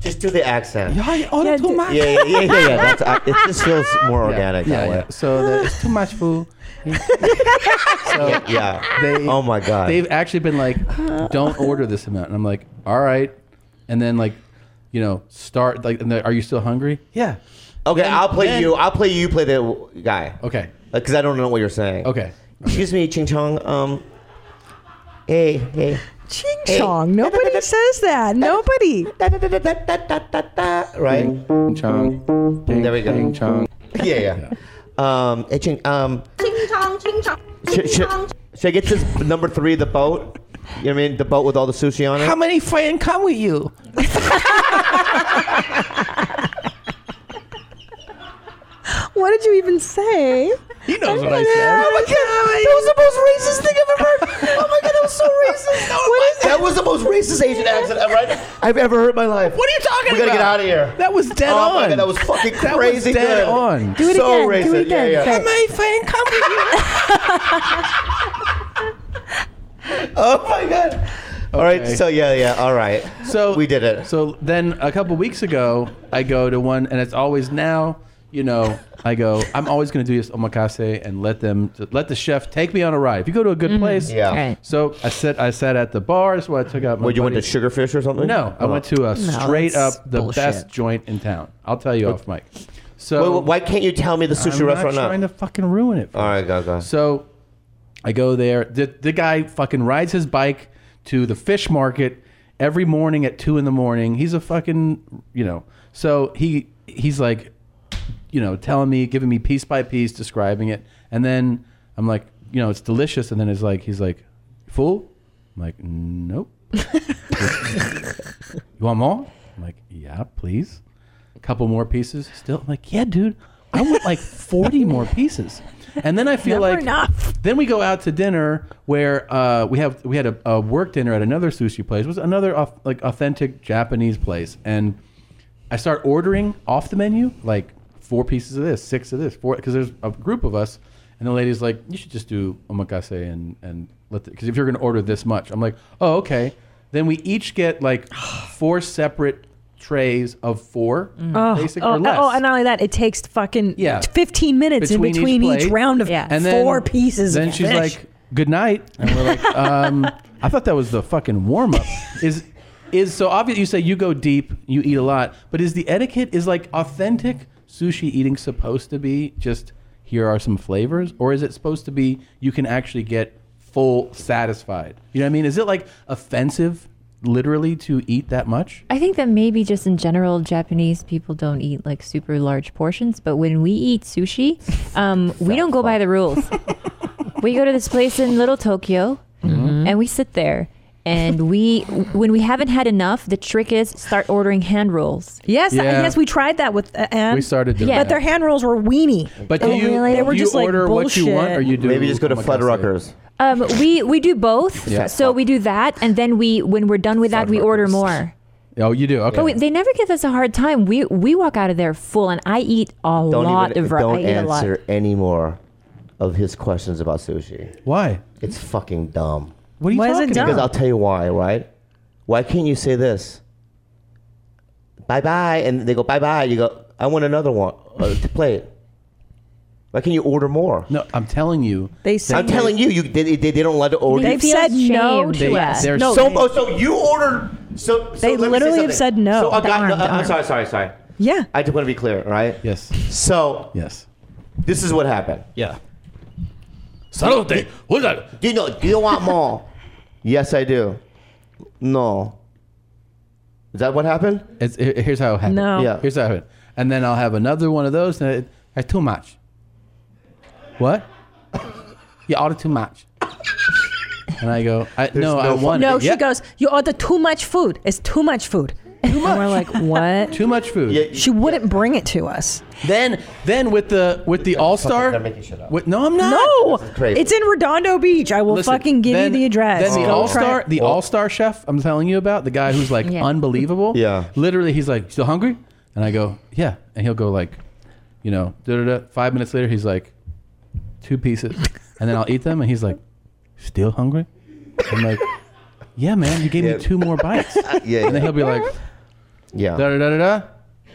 Speaker 21: Just do the accent.
Speaker 2: Yeah, I ordered too much.
Speaker 21: Yeah, yeah, yeah, yeah. yeah. That's, I, it just feels more organic
Speaker 2: yeah,
Speaker 21: that way.
Speaker 2: yeah. So the, it's too much food.
Speaker 21: Yeah. oh my god.
Speaker 2: They've actually been like, "Don't order this amount," and I'm like, "All right," and then like, you know, start like, and they're, "Are you still hungry?" Yeah.
Speaker 21: Okay,
Speaker 2: Then-
Speaker 21: I'll play
Speaker 2: then-
Speaker 21: you. I'll play you. you Play the w- guy.
Speaker 2: Okay.
Speaker 21: Because I don't know what you're saying.
Speaker 2: Okay.
Speaker 21: Excuse me, Ching Chong. Um. Hey, hey.
Speaker 3: Ching chong. Nobody says that. Nobody.
Speaker 21: Right.
Speaker 2: Ching Chong.
Speaker 21: there we go. Ching
Speaker 2: Chong.
Speaker 21: Yeah, yeah. Um. Hey, Ching. Um.
Speaker 17: Ching chong, ching chong,
Speaker 21: Should,
Speaker 17: ching
Speaker 21: should,
Speaker 17: chong.
Speaker 21: should I get this number three of the boat? You know what I mean? The boat with all the sushi on it.
Speaker 7: How many friends come with you?
Speaker 3: What did you even say?
Speaker 7: He knows what I said.
Speaker 3: Oh my god, that was the most racist thing I've ever heard. Oh my god, that was so racist. what is
Speaker 21: that was the most racist Asian accent I've ever- I've ever heard in my life.
Speaker 7: What are you talking
Speaker 21: We gotta
Speaker 7: about?
Speaker 21: get out of here.
Speaker 7: That was dead
Speaker 21: Oh my
Speaker 7: on.
Speaker 21: God, that was fucking
Speaker 7: That was
Speaker 21: crazy
Speaker 7: dead
Speaker 21: good.
Speaker 7: on.
Speaker 21: Do it So again, do it racist. Yeah, again. yeah.
Speaker 7: How many friends come with you?
Speaker 21: Oh my god. All right. So yeah, yeah. All right.
Speaker 2: So
Speaker 21: we did it.
Speaker 2: So then a couple weeks ago, I go to one, and it's always now. You know, I go. I'm always going to do this omakase and let them let the chef take me on a ride. If you go to a good place,
Speaker 21: Yeah. Mm-hmm. Right.
Speaker 2: So I sat. I sat at the bar. That's why I took out. my
Speaker 21: What you went to
Speaker 2: buddy.
Speaker 21: Sugarfish or something?
Speaker 2: No, I
Speaker 21: Oh.
Speaker 2: went to a straight
Speaker 21: that's
Speaker 2: up the
Speaker 21: bullshit.
Speaker 2: best joint in town. I'll tell you off mic.
Speaker 21: Wait,
Speaker 2: So
Speaker 21: wait, why can't you tell me the sushi
Speaker 2: I'm
Speaker 21: restaurant
Speaker 2: Not
Speaker 21: now?
Speaker 2: trying to fucking ruin it.
Speaker 21: All right, go go.
Speaker 2: So I go there. The, the guy fucking rides his bike to the fish market every morning at two in the morning. He's a fucking you know. So he he's like, you know, telling me, giving me piece by piece, describing it, and then I'm like, you know, it's delicious. And then it's like he's like, fool. I'm like, nope. you want more? I'm like, yeah, please. A couple more pieces. Still, I'm like, yeah, dude, I want like 40 more pieces. And then I feel
Speaker 3: Never
Speaker 2: like, then we go out to dinner where uh, we have we had a, a work dinner at another sushi place. It was another au- like authentic Japanese place, and I start ordering off the menu like four pieces of this, six of this, four because there's a group of us, and the lady's like, "You should just do omakase and and let because if you're gonna order this much, I'm like, oh okay. Then we each get like four separate trays of four,
Speaker 3: Oh,
Speaker 2: basic
Speaker 3: oh,
Speaker 2: or less.
Speaker 3: oh, and not only that, it takes fucking
Speaker 2: Yeah.
Speaker 3: 15 minutes in between each,
Speaker 2: plate.
Speaker 3: round of
Speaker 2: And then-
Speaker 3: four pieces.
Speaker 2: Then
Speaker 3: of
Speaker 2: she's
Speaker 3: fish.
Speaker 2: like, "Good night," and we're like, um, "I thought that was the fucking warm up." Is is so obvious? You say you go deep, you eat a lot, but is the etiquette is like authentic sushi eating supposed to be just here are some flavors, or is it supposed to be you can actually get full satisfied? You know what I mean? Is it like offensive, literally, to eat that much?
Speaker 22: I think that maybe just in general, Japanese people don't eat like super large portions. But when we eat sushi, um, we don't go by the rules. we go to this place in Little Tokyo,
Speaker 3: Mm-hmm.
Speaker 22: and we sit there. And we, when we haven't had enough, the trick is start ordering hand rolls.
Speaker 3: Yes, I- Yeah. yes, we tried that with uh, Anne.
Speaker 22: We
Speaker 2: started
Speaker 22: doing
Speaker 3: But
Speaker 22: that.
Speaker 3: their hand rolls were weenie.
Speaker 2: But do
Speaker 22: Oh,
Speaker 3: They-
Speaker 2: you,
Speaker 3: They were
Speaker 2: you
Speaker 3: just
Speaker 2: order
Speaker 3: like
Speaker 2: what
Speaker 3: bullshit.
Speaker 2: you want, or you Oh do
Speaker 21: Maybe just go to
Speaker 2: omakase?
Speaker 21: Fuddruckers.
Speaker 22: Um, we we do both.
Speaker 2: Yeah.
Speaker 22: So we do that, and then we, when we're done with that, we order more.
Speaker 2: Oh, you do. Okay.
Speaker 22: But we, they never give us a hard time. We we walk out of there full, and I eat a lot
Speaker 21: even,
Speaker 22: of rice.
Speaker 21: don't
Speaker 22: I eat a lot.
Speaker 21: answer any more of his questions about sushi.
Speaker 2: Why?
Speaker 21: It's fucking dumb.
Speaker 2: What are you Why is it talking dumb? about?
Speaker 21: Because I'll tell you why, right? Why can't you say this? Bye bye, and they go bye bye. You go. I want another one uh, to play. Why can't you order more?
Speaker 2: No, I'm telling you.
Speaker 3: They
Speaker 21: I'm
Speaker 3: said-
Speaker 21: telling you, you they, they, they don't let to order.
Speaker 3: They've said no to
Speaker 21: They-
Speaker 3: us.
Speaker 21: they're
Speaker 3: no,
Speaker 21: so- oh, so you ordered. So, so
Speaker 3: They
Speaker 21: let me say
Speaker 3: literally have
Speaker 21: something.
Speaker 3: said no.
Speaker 21: So a
Speaker 3: The
Speaker 21: guy,
Speaker 3: arm,
Speaker 21: no, uh,
Speaker 3: the
Speaker 21: I'm
Speaker 3: arm.
Speaker 21: sorry, sorry, sorry.
Speaker 3: Yeah.
Speaker 21: I just want to be clear, all right?
Speaker 2: Yes.
Speaker 21: So
Speaker 2: yes,
Speaker 21: this is what happened.
Speaker 2: Yeah.
Speaker 21: Salute. Who's that? Do you know? Do you want more? yes, I do. No. Is that what happened?
Speaker 2: It's, here- here's how it happened.
Speaker 21: No. Yeah.
Speaker 2: Here's how it happened. And then I'll have another one of those. And it, I too much. What? you order too much. And I go, I, no, I want
Speaker 3: No,
Speaker 2: it.
Speaker 3: she
Speaker 2: Yeah.
Speaker 3: goes, you order too much food. It's too much food. Too much. And we're like, what?
Speaker 2: too much food.
Speaker 3: she wouldn't bring it to us.
Speaker 2: Then, then with the with the all star. No, I'm not.
Speaker 3: No,
Speaker 2: crazy.
Speaker 3: it's in Redondo Beach. I will
Speaker 2: Listen,
Speaker 3: fucking give
Speaker 2: then-
Speaker 3: you the address.
Speaker 2: Then the
Speaker 3: Go
Speaker 2: all
Speaker 3: try
Speaker 2: star,
Speaker 3: it.
Speaker 2: the all star chef I'm telling you about, the guy who's like
Speaker 3: Yeah.
Speaker 2: unbelievable. Yeah. Literally, he's like, still hungry? And I go, yeah. And he'll go like, you know, da da da. Five minutes later, he's like, two pieces, and then I'll eat them, and he's like, still hungry? I'm like, yeah, man, you gave me two more bites.
Speaker 21: yeah.
Speaker 2: And then he'll be like,
Speaker 21: yeah,
Speaker 2: da da da da, da,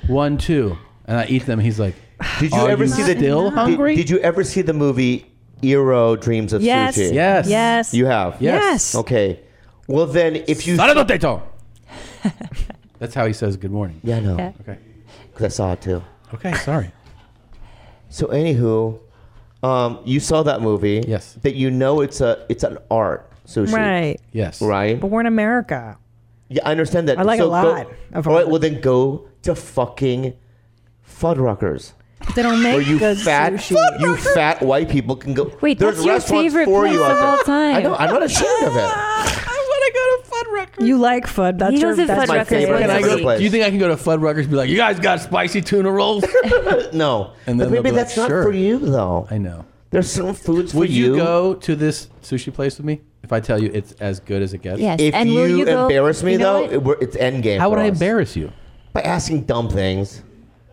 Speaker 2: one two, and I eat them. He's like,
Speaker 21: Did you
Speaker 2: "Are
Speaker 21: ever see the
Speaker 2: still
Speaker 21: did-
Speaker 2: hungry?
Speaker 21: Did, you ever see the movie Eero Dreams of
Speaker 2: Yes.
Speaker 21: Sushi?
Speaker 2: Yes. Yes.
Speaker 21: You have.
Speaker 2: Yes. Yes.
Speaker 21: Okay. Well, then, if you
Speaker 2: That's how he says good morning.
Speaker 21: Yeah, I know.
Speaker 2: Yeah. Okay.
Speaker 21: because I saw it too.
Speaker 2: Okay, sorry.
Speaker 21: So, anywho, um, you saw that movie. Yes. That you know it's a it's an art sushi.
Speaker 3: Right.
Speaker 2: Yes.
Speaker 21: Right.
Speaker 3: But we're in America.
Speaker 21: Yeah, I understand that.
Speaker 3: I like a
Speaker 21: so
Speaker 3: lot
Speaker 21: Go,
Speaker 3: of
Speaker 21: all right. Well, then go to fucking Fuddruckers.
Speaker 3: They don't make
Speaker 21: Where you
Speaker 3: good
Speaker 21: fat,
Speaker 3: sushi.
Speaker 21: you fat white people can go.
Speaker 3: Wait,
Speaker 21: there's
Speaker 3: that's your
Speaker 21: restaurants
Speaker 3: favorite
Speaker 21: for
Speaker 3: place
Speaker 21: you out
Speaker 3: of
Speaker 21: there.
Speaker 3: all time.
Speaker 21: I know. I'm not ashamed of it.
Speaker 3: You like FUD. That's
Speaker 2: He
Speaker 3: your,
Speaker 2: doesn't
Speaker 3: that's
Speaker 2: FUD
Speaker 3: your
Speaker 2: records.
Speaker 3: favorite.
Speaker 2: Can I
Speaker 21: Favorite
Speaker 2: go,
Speaker 21: place.
Speaker 2: do you think I can go to Fuddruckers and be like, you guys got spicy tuna rolls?
Speaker 21: no.
Speaker 2: And
Speaker 21: But
Speaker 2: then
Speaker 21: maybe that's not for
Speaker 2: you,
Speaker 21: though.
Speaker 2: I know.
Speaker 21: There's some foods for
Speaker 2: Would you
Speaker 21: you.
Speaker 2: go to this sushi place with me if I tell you it's as good as it gets?
Speaker 21: If you, embarrass me though, it, we're- it's endgame.
Speaker 2: How would I
Speaker 21: embarrass
Speaker 2: you?
Speaker 21: By asking dumb things.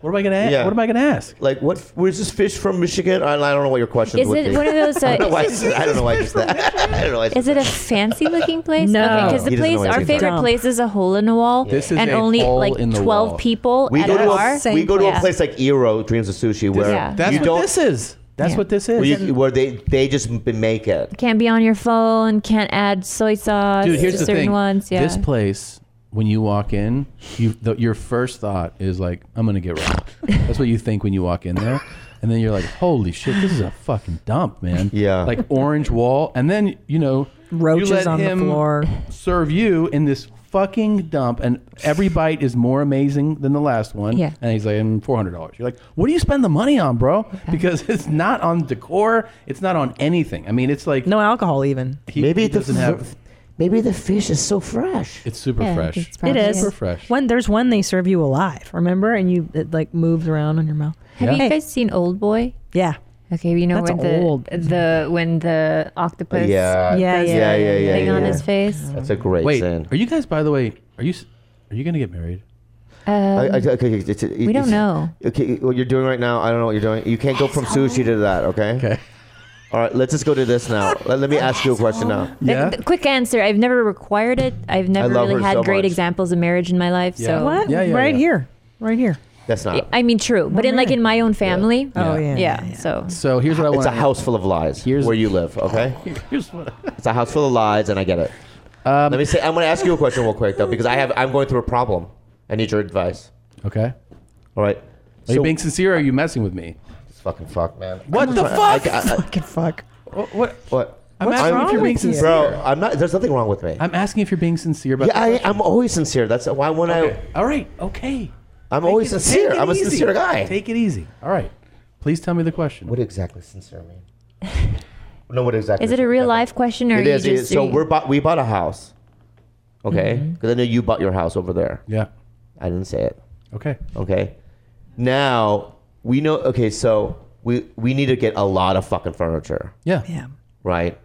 Speaker 2: What am I gonna ask? Eh, What am I gonna ask?
Speaker 21: Like, what? Where's this fish from Michigan? I, I don't know what your question
Speaker 22: Is
Speaker 21: would
Speaker 22: it
Speaker 21: be.
Speaker 22: one of those,
Speaker 21: I don't know
Speaker 22: uh,
Speaker 21: why I
Speaker 22: is
Speaker 21: said- I don't know why I just that. I don't know why I said
Speaker 22: Is it a fancy looking place?
Speaker 21: No.
Speaker 22: because
Speaker 21: He
Speaker 22: the
Speaker 21: doesn't know
Speaker 22: place,
Speaker 21: what he's
Speaker 22: our
Speaker 21: talking
Speaker 22: favorite
Speaker 21: about.
Speaker 22: place, is a hole in a wall,
Speaker 21: This is
Speaker 22: and
Speaker 21: a
Speaker 22: only
Speaker 21: hole
Speaker 22: like
Speaker 21: in the
Speaker 22: twelve
Speaker 21: wall.
Speaker 22: people
Speaker 21: we
Speaker 22: at
Speaker 21: go
Speaker 22: a
Speaker 21: to
Speaker 22: bar.
Speaker 21: a, we go to a place like Iro Dreams of Sushi where
Speaker 22: Yeah.
Speaker 2: That's
Speaker 21: you
Speaker 2: what
Speaker 21: don't
Speaker 2: this is. That's what this is.
Speaker 21: where, you- where they they just m- make it.
Speaker 22: Can't be on your phone. Can't add soy sauce.
Speaker 2: Dude, here's
Speaker 22: to
Speaker 2: the
Speaker 22: certain
Speaker 2: thing.
Speaker 22: ones. Yeah.
Speaker 2: This place, when you walk in, you the, your first thought is like, "I'm gonna get robbed." That's what you think when you walk in there, and then you're like, "Holy shit, this is a fucking dump, man!" Yeah, like orange wall, and then you know,
Speaker 3: Roaches
Speaker 2: you let
Speaker 3: on the
Speaker 2: him
Speaker 3: floor.
Speaker 2: serve you in this fucking dump, and every bite is more amazing than the last one.
Speaker 22: Yeah.
Speaker 2: and he's like, "I'm four hundred dollars." You're like, "What do you spend the money on, bro?" Because it's not on decor, it's not on anything. I mean, it's like
Speaker 3: no alcohol even.
Speaker 2: maybe it
Speaker 21: the
Speaker 2: doesn't have.
Speaker 21: Maybe the fish is so fresh.
Speaker 2: It's super
Speaker 3: Yeah,
Speaker 2: fresh.
Speaker 3: It is
Speaker 2: super fresh.
Speaker 3: When there's one they serve you alive, remember, and you it like moves around on your mouth.
Speaker 22: Have you guys seen Old Boy?
Speaker 3: Yeah.
Speaker 22: Okay, you know
Speaker 3: That's
Speaker 22: when the
Speaker 3: old.
Speaker 22: the when the octopus
Speaker 21: Yeah.
Speaker 22: does the
Speaker 21: yeah, yeah, yeah,
Speaker 22: thing on
Speaker 21: yeah. Oh.
Speaker 22: his face.
Speaker 21: That's a great
Speaker 2: Wait,
Speaker 21: scene.
Speaker 2: are you guys? By the way, are you s- are you gonna get married?
Speaker 22: Um,
Speaker 21: I- I- okay, it's- it's-
Speaker 22: we don't
Speaker 21: it's-
Speaker 22: know.
Speaker 21: Okay, what you're doing right now, I don't know what you're doing. You can't go from sushi to that. Okay. Okay. All right, let's just go to this now. Let, let me ask you a question now.
Speaker 22: The- the Oh. quick answer: I've never required it. I've never
Speaker 21: love
Speaker 22: really
Speaker 21: her
Speaker 22: had
Speaker 21: so
Speaker 22: great
Speaker 21: much.
Speaker 22: examples of marriage in my life.
Speaker 21: Yeah.
Speaker 22: So
Speaker 21: What? Yeah, yeah,
Speaker 3: right
Speaker 21: yeah.
Speaker 3: here, right here.
Speaker 21: That's not.
Speaker 22: I mean, true, but in like in my own family.
Speaker 21: Oh,
Speaker 22: yeah.
Speaker 21: yeah,
Speaker 22: So
Speaker 2: So here's what I
Speaker 21: It's
Speaker 2: want.
Speaker 21: a house full of lies. Here's where you live. Okay.
Speaker 2: Here's what.
Speaker 21: It's a house full of lies, and I get it.
Speaker 2: Um,
Speaker 21: Let me say, I'm going to ask you a question real quick though, because I have I'm going through a problem. I need your advice.
Speaker 2: Okay.
Speaker 21: All right.
Speaker 2: Are you being sincere? or Are you messing with me?
Speaker 21: Fucking fuck, man.
Speaker 2: What the
Speaker 21: I-
Speaker 2: fuck?
Speaker 21: I- I-
Speaker 2: fucking
Speaker 3: fuck.
Speaker 2: What?
Speaker 21: What?
Speaker 2: I'm What's asking wrong if you're being with you? sincere.
Speaker 21: Bro, I'm not. There's nothing wrong with me.
Speaker 2: I'm asking if you're being sincere about.
Speaker 21: yeah, I, I'm always sincere. That's why when
Speaker 2: I. All right. Okay.
Speaker 21: I, I'm always
Speaker 2: Take it-
Speaker 21: sincere.
Speaker 2: take it
Speaker 21: I'm a
Speaker 2: easy.
Speaker 21: sincere guy.
Speaker 2: Take it easy. All right. Please tell me the question. What
Speaker 21: exactly sincere mean? no, what exactly?
Speaker 22: is it a real life question or
Speaker 21: It
Speaker 22: you
Speaker 21: is.
Speaker 22: just
Speaker 21: it
Speaker 22: Mm-hmm.
Speaker 21: is. So
Speaker 22: you-
Speaker 21: we're bought, we bought a house. Okay, because I know you bought your house over there.
Speaker 2: Yeah.
Speaker 21: I didn't say it.
Speaker 2: Okay.
Speaker 21: Okay. Now we know. Okay, so we we need to get a lot of fucking furniture.
Speaker 2: Yeah.
Speaker 3: Yeah.
Speaker 21: Right.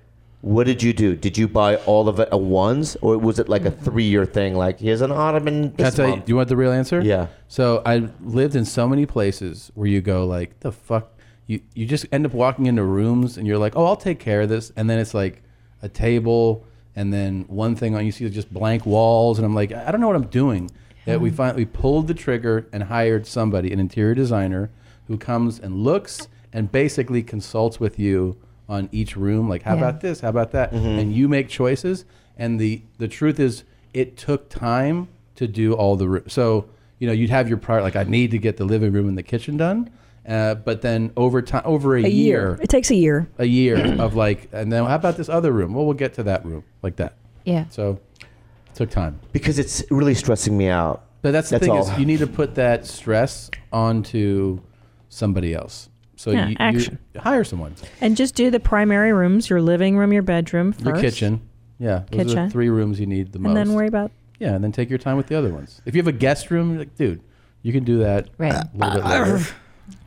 Speaker 21: What did you do? Did you buy all of it at once, or was it like
Speaker 22: Mm-hmm.
Speaker 21: a three-year thing? Like here's an ottoman.
Speaker 2: Can I
Speaker 21: This
Speaker 2: tell you,
Speaker 21: month?
Speaker 2: do you want the real answer?
Speaker 21: Yeah.
Speaker 2: So I lived in so many places where you go like the fuck you you just end up walking into rooms and you're like, "Oh, I'll take care of this." And then it's like a table and then one thing on you see just blank walls and I'm like, "I I don't know what I'm doing." That we finally pulled the trigger and hired somebody, an interior designer, who comes and looks and basically consults with you on each room like, "How
Speaker 8: Yeah.
Speaker 2: about this? How about that?" And you make choices and the the truth is it took time to do all the roo- so you know you'd have your prior like I need to get the living room and the kitchen done, uh, but then over time over a,
Speaker 3: A year. It takes a year.
Speaker 2: a year of like and then how about this other room? Well, we'll get to that room like that.
Speaker 22: Yeah.
Speaker 2: So it took time.
Speaker 21: Because it's really stressing me out.
Speaker 2: But that's the
Speaker 21: That's
Speaker 2: thing
Speaker 21: all.
Speaker 2: is you need to put that stress onto somebody else. So
Speaker 3: Yeah,
Speaker 2: you,
Speaker 3: action.
Speaker 2: you hire someone,
Speaker 3: And just do the primary rooms, your living room, your bedroom, first,
Speaker 2: your kitchen. Yeah, those are
Speaker 3: Kitchen.
Speaker 2: the three rooms you need the
Speaker 3: and
Speaker 2: most.
Speaker 3: then worry about.
Speaker 2: Yeah, and then take your time with the other ones. If you have a guest room, you're like, dude, you can do that
Speaker 22: Right.
Speaker 2: a little bit later.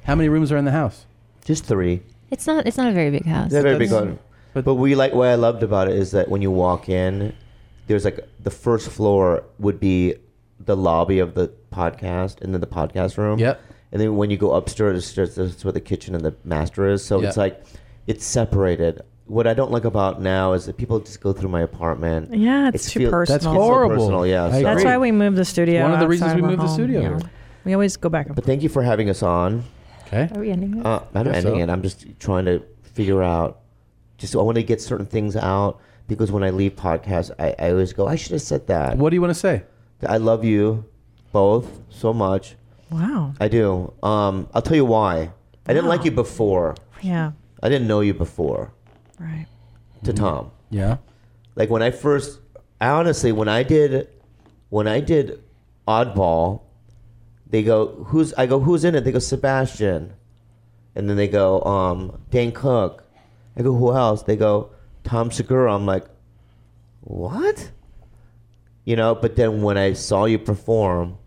Speaker 2: How many rooms are in the house?
Speaker 21: Just three.
Speaker 22: It's not. It's not a very big house.
Speaker 21: Yeah, very big one. But, we like what I loved about it is that when you walk in, there's like the first floor would be the lobby of the podcast and then the podcast room. Yep. And then when you go upstairs, there's- that's where the kitchen and the master is. So
Speaker 8: Yep.
Speaker 21: it's like it's separated. What I don't like about now is that people just go through my apartment.
Speaker 3: Yeah, it's
Speaker 21: It
Speaker 3: too
Speaker 21: feel-
Speaker 3: personal.
Speaker 21: it's so personal, yeah, so-
Speaker 3: That's why we moved the studio.
Speaker 21: One of the
Speaker 3: outside
Speaker 21: reasons we
Speaker 3: our
Speaker 21: moved the
Speaker 3: home,
Speaker 21: studio.
Speaker 3: yeah. We always go back and
Speaker 21: But thank you for having us on.
Speaker 2: Okay.
Speaker 22: Are we ending this?
Speaker 21: Uh, I'm not
Speaker 22: Guess
Speaker 21: ending
Speaker 22: so.
Speaker 21: it. I'm just trying to figure out. Just I want to get certain things out because when I leave podcasts, I, I always go. I should have said that.
Speaker 2: What do you want to say?
Speaker 21: I love you both so much.
Speaker 3: Wow.
Speaker 21: I do. Um, I'll tell you why. I didn't like you before.
Speaker 3: Yeah.
Speaker 21: I didn't know you before.
Speaker 3: Right.
Speaker 21: To Tom.
Speaker 2: Yeah.
Speaker 21: Like when I first, I honestly, when I did, when I did Oddball, they go, who's, I go, who's in it? They go, Sebastian. And then they go, um, Dan Cook. I go, who else? They go, Tom Segura. I'm like, what? you know. But then when I saw you perform,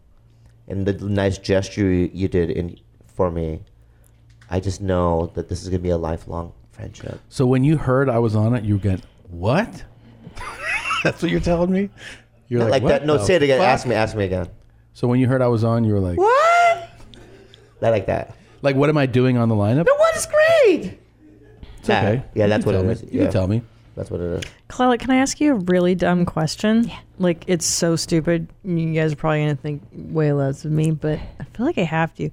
Speaker 21: and the nice gesture you, you did in for me, I just know that this is gonna be a lifelong friendship.
Speaker 2: So when you heard I was on it, you went, "What?" That's what you're telling me. You're
Speaker 21: Not like that.
Speaker 2: "What
Speaker 21: No,
Speaker 2: the
Speaker 21: say it again.
Speaker 2: fuck?"
Speaker 21: Ask me. Ask me again.
Speaker 2: So when you heard I was on, you were like,
Speaker 7: What?
Speaker 21: I like that.
Speaker 2: Like, what am I doing on the lineup?
Speaker 7: The one is great.
Speaker 2: It's okay.
Speaker 21: Yeah,
Speaker 2: You
Speaker 21: that's
Speaker 2: can
Speaker 21: what
Speaker 2: tell
Speaker 21: it is.
Speaker 2: me. You
Speaker 21: Yeah.
Speaker 2: can tell me.
Speaker 21: That's what it is.
Speaker 3: Clara, can I ask you a really dumb question? Yeah. Like it's so stupid. You guys are probably gonna think way less of me, but I feel like I have to.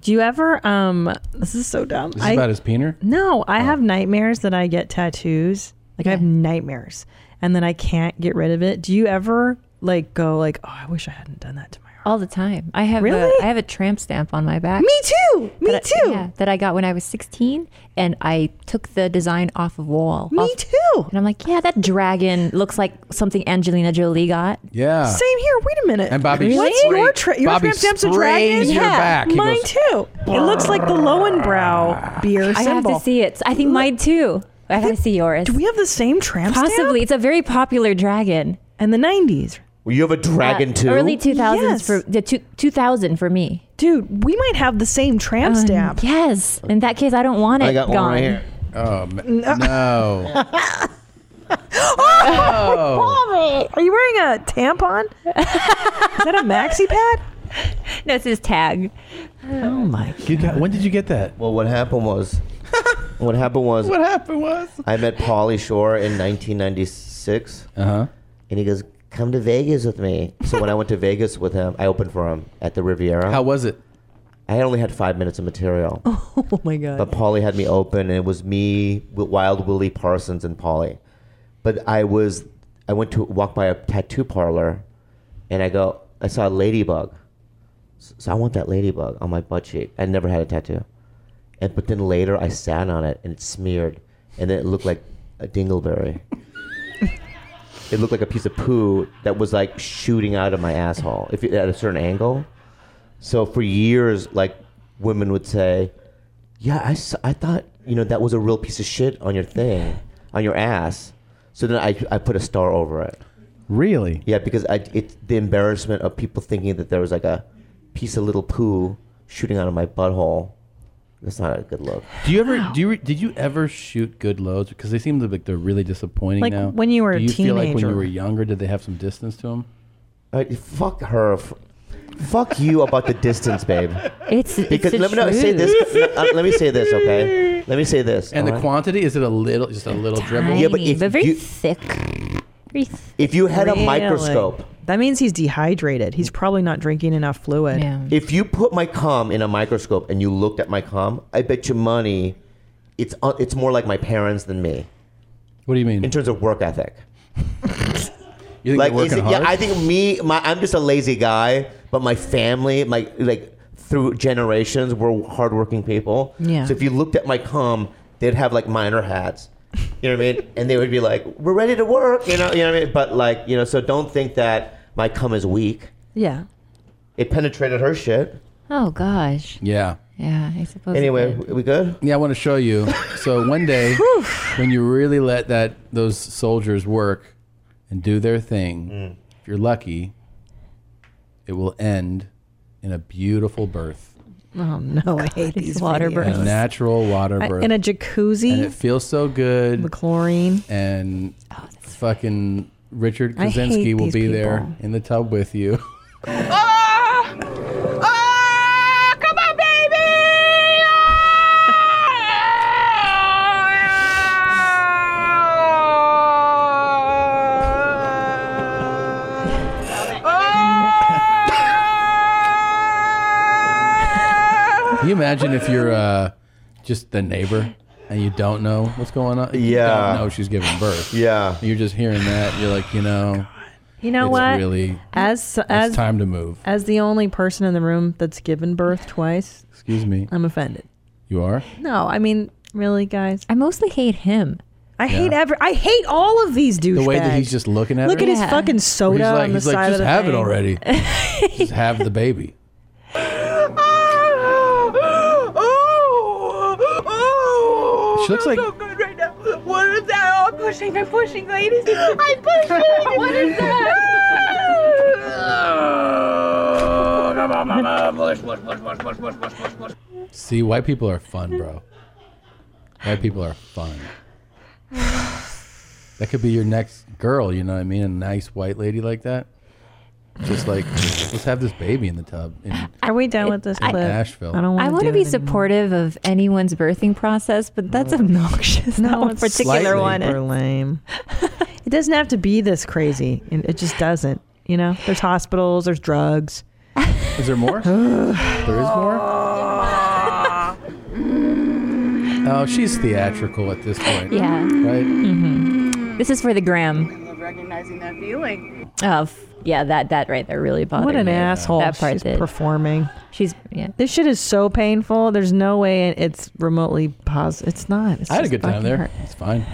Speaker 3: Do you ever? Um, this is so dumb.
Speaker 2: This is
Speaker 3: I,
Speaker 2: about his peener.
Speaker 3: No,
Speaker 22: Oh.
Speaker 3: I have nightmares that I get tattoos. Like I have nightmares, and then I can't get rid of it. Do you ever like go like, oh, I wish I hadn't done that to my
Speaker 22: All the time. I have
Speaker 3: Really?
Speaker 22: a, I have a tramp stamp on my back.
Speaker 3: Me too. Me
Speaker 22: that I,
Speaker 3: too.
Speaker 22: yeah, that I got when I was 16, and I took the design off of wall.
Speaker 3: Me too.
Speaker 22: And I'm like, yeah, that dragon looks like something Angelina Jolie got.
Speaker 2: Yeah.
Speaker 3: Same here. Wait a minute.
Speaker 22: And Bobby
Speaker 3: what's
Speaker 22: Really?
Speaker 3: your tra- your
Speaker 22: Bobby
Speaker 3: tramp stamps a
Speaker 22: sprays
Speaker 3: dragon?
Speaker 22: your
Speaker 3: yeah,
Speaker 22: back. He
Speaker 3: mine
Speaker 22: goes,
Speaker 3: too. It looks like the Lowenbrow beer
Speaker 22: I
Speaker 3: symbol.
Speaker 22: have to see it. I think mine too. I have to see yours. Do we
Speaker 3: have the same tramp
Speaker 22: Possibly. It's a very popular dragon.
Speaker 3: And the 90s.
Speaker 21: Well, you have a dragon
Speaker 22: Uh,
Speaker 21: too.
Speaker 22: Early 2000s for the two, 2000 for me. Um,
Speaker 3: Dude, we might have the same tramp stamp.
Speaker 22: Yes. In that case, I don't want it
Speaker 21: I got
Speaker 22: gone.
Speaker 21: one right here.
Speaker 2: Oh no.
Speaker 3: Oh, Bobby, Are you wearing a tampon? Is that a maxi pad?
Speaker 22: No, it's his tag.
Speaker 3: Oh my!
Speaker 21: You got, when did you get that? Well, what happened was, what happened was,
Speaker 7: What happened was.
Speaker 21: I met Pauly Shore in 1996.
Speaker 2: Uh-huh.
Speaker 21: And he goes, "Come to Vegas with me." So when I went to Vegas with him, I opened for him at the Riviera. How
Speaker 2: was it?
Speaker 21: I only had five minutes of material,
Speaker 3: Oh my god!
Speaker 21: but Pauly had me open, and it was me, Wi- Wild Willie Parsons, and Pauly. But I was, I went to walk by a tattoo parlor, and I go, I saw a ladybug. S- So I want that ladybug on my butt cheek. I never had a tattoo, and but then later I sat on it and it smeared, and then it looked like a dingleberry. it looked like a piece of poo that was like shooting out of my asshole if you, at a certain angle. So for years, like women would say, "Yeah, I, s- I thought you know that was a real piece of shit on your thing, on your ass." So then I, I put a star over it.
Speaker 2: Really?
Speaker 21: Yeah, because I it's the embarrassment of people thinking that there was like a piece of little poo shooting out of my butthole. That's not a good look.
Speaker 2: Do
Speaker 21: Oh.
Speaker 2: you ever do you re- did you ever shoot good loads because they seem to like they're really disappointing
Speaker 21: Like,
Speaker 2: now.
Speaker 21: when you were a
Speaker 2: do you feel like when you
Speaker 21: teenager.
Speaker 2: were younger did they have some distance to them?
Speaker 21: Uh, fuck her. F- fuck you about the distance, babe.
Speaker 22: It's
Speaker 21: Because
Speaker 2: it's
Speaker 21: let me no, say
Speaker 2: true.
Speaker 21: this. uh, let me say this, okay? Let me say this.
Speaker 2: And the
Speaker 21: alright?
Speaker 2: quantity is it a little just a little dribble?
Speaker 21: Yeah, but if
Speaker 22: very
Speaker 21: you,
Speaker 22: thick.
Speaker 21: if you had a microscope,
Speaker 3: that means he's dehydrated. He's probably not drinking enough fluid.
Speaker 21: if you put my cum in a microscope and you looked at my cum, I bet you money, it's uh, it's more like my parents than me.
Speaker 2: What do you mean?
Speaker 21: In terms of work ethic.
Speaker 2: You think
Speaker 21: like,
Speaker 2: they're working
Speaker 21: is it- yeah,
Speaker 2: hard?
Speaker 21: I think me, my, I'm just a lazy guy, but my family, my like through generations, we're hardworking people.
Speaker 8: Yeah.
Speaker 21: So if you looked at my cum, they'd have like miner hats. You know what I mean? And they would be like, "We're ready to work," you know. You know what I mean? But like, you know, so don't think that my cum is weak.
Speaker 22: Yeah.
Speaker 21: It penetrated her shit.
Speaker 22: Oh gosh.
Speaker 2: Yeah.
Speaker 22: Yeah, I suppose. it
Speaker 21: Anyway,
Speaker 22: did.
Speaker 21: we good?
Speaker 2: Yeah, I want to show you. So one day, when you really let that those soldiers work and do their thing,
Speaker 21: Mm.
Speaker 2: if you're lucky, it will end in a beautiful birth,
Speaker 3: Oh no! I hate these water
Speaker 2: a natural water
Speaker 3: I-
Speaker 2: birth,
Speaker 3: in a jacuzzi?
Speaker 2: and it feels so good. The
Speaker 3: chlorine
Speaker 2: and fucking Richard
Speaker 3: Oh, I hate
Speaker 2: Krasinski will
Speaker 3: these
Speaker 2: be
Speaker 3: people.
Speaker 2: there in the tub with you.
Speaker 7: Come on, baby!
Speaker 2: Can you imagine if you're uh, just the neighbor and you don't know what's going on?
Speaker 21: Yeah.
Speaker 2: You don't know she's giving birth.
Speaker 21: Yeah.
Speaker 2: You're just hearing that. You're like, you know,
Speaker 3: You know
Speaker 2: it's
Speaker 3: what?
Speaker 2: really
Speaker 3: as as
Speaker 2: it's time to move.
Speaker 3: as the only person in the room that's given birth twice,
Speaker 2: Excuse me.
Speaker 3: I'm offended.
Speaker 2: You are?
Speaker 3: No, I mean, really, guys.
Speaker 22: I mostly hate him.
Speaker 3: I
Speaker 2: Yeah.
Speaker 3: hate every. I hate all of these douchebags.
Speaker 2: The way that he's just looking at
Speaker 3: Look
Speaker 2: her.
Speaker 3: at his fucking soda
Speaker 2: He's like,
Speaker 3: on the
Speaker 2: he's like,
Speaker 3: side
Speaker 2: just
Speaker 3: of the
Speaker 2: have
Speaker 3: thing.
Speaker 2: it already. just have the baby.
Speaker 3: Oh,
Speaker 2: She looks like Oh,
Speaker 7: What is that? Oh, I'm pushing. I'm pushing, ladies. I'm pushing. what is that?
Speaker 2: See, white people are fun, bro. White people are fun. That could be your next girl, you know what I mean? A nice white lady like that. Just like, let's have this baby in the tub. And
Speaker 3: Are we done with this
Speaker 2: I-
Speaker 3: clip?
Speaker 2: Nashville.
Speaker 3: I don't
Speaker 22: I
Speaker 3: want
Speaker 22: want
Speaker 3: to
Speaker 22: to be supportive of anyone's birthing process, but that's obnoxious. that one particular
Speaker 3: Slightly.
Speaker 22: one.
Speaker 3: Super lame. it doesn't have to be this crazy. It it just doesn't. You know, there's hospitals, there's drugs.
Speaker 2: Is there more? there is more? oh, she's theatrical at this point.
Speaker 22: Yeah.
Speaker 2: Right?
Speaker 3: Mm-hmm.
Speaker 22: hmm This is for the gram.
Speaker 13: recognizing that feeling.
Speaker 22: Oh, f- yeah, that that right there really bothered
Speaker 3: What an
Speaker 22: me.
Speaker 3: asshole.
Speaker 22: That part
Speaker 3: She's
Speaker 22: did.
Speaker 3: performing.
Speaker 22: She's yeah.
Speaker 3: This shit is so painful. There's no way it's remotely positive. It's not. It's
Speaker 2: I had a
Speaker 3: just
Speaker 2: good time
Speaker 3: fucking
Speaker 2: there.
Speaker 3: hurt.
Speaker 2: It's fine.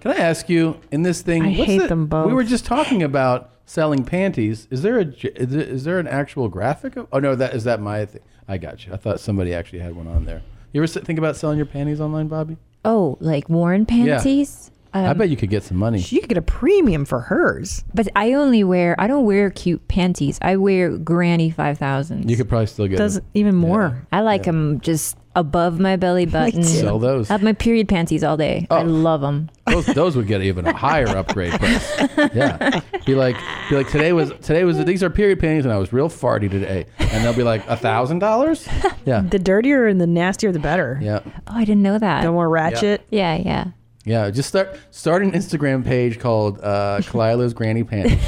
Speaker 2: Can I ask you in this thing?
Speaker 3: I hate them both.
Speaker 2: We were just talking about selling panties. Is there a j- is there- is there an actual graphic? Of, oh no, that is that my thing. I got you. I thought somebody actually had one on there. You ever s- think about selling your panties online, Bobby?
Speaker 22: Oh, like worn
Speaker 2: Yeah.
Speaker 22: panties.
Speaker 2: I bet you could get some money.
Speaker 3: You Um, could get a premium for hers.
Speaker 22: But I only wear I don't wear cute panties. I wear granny five thousand.
Speaker 2: You could probably still get.
Speaker 22: Does-
Speaker 2: them.
Speaker 3: even more.
Speaker 22: I like them just above my belly button.
Speaker 2: too. Sell those.
Speaker 22: I
Speaker 2: Oh.
Speaker 22: have my period panties all day. I love them.
Speaker 2: Those, those would get even a higher upgrade price. Yeah, be like, be like today was today was these are period panties and I was real farty today, and they'll be like a thousand dollars. Yeah,
Speaker 3: The dirtier and the nastier, the better.
Speaker 2: yeah.
Speaker 22: Oh, I didn't know that.
Speaker 3: No more ratchet.
Speaker 22: Yeah, yeah.
Speaker 2: Yeah, just start start an Instagram page called uh, Kalila's Granny Panties,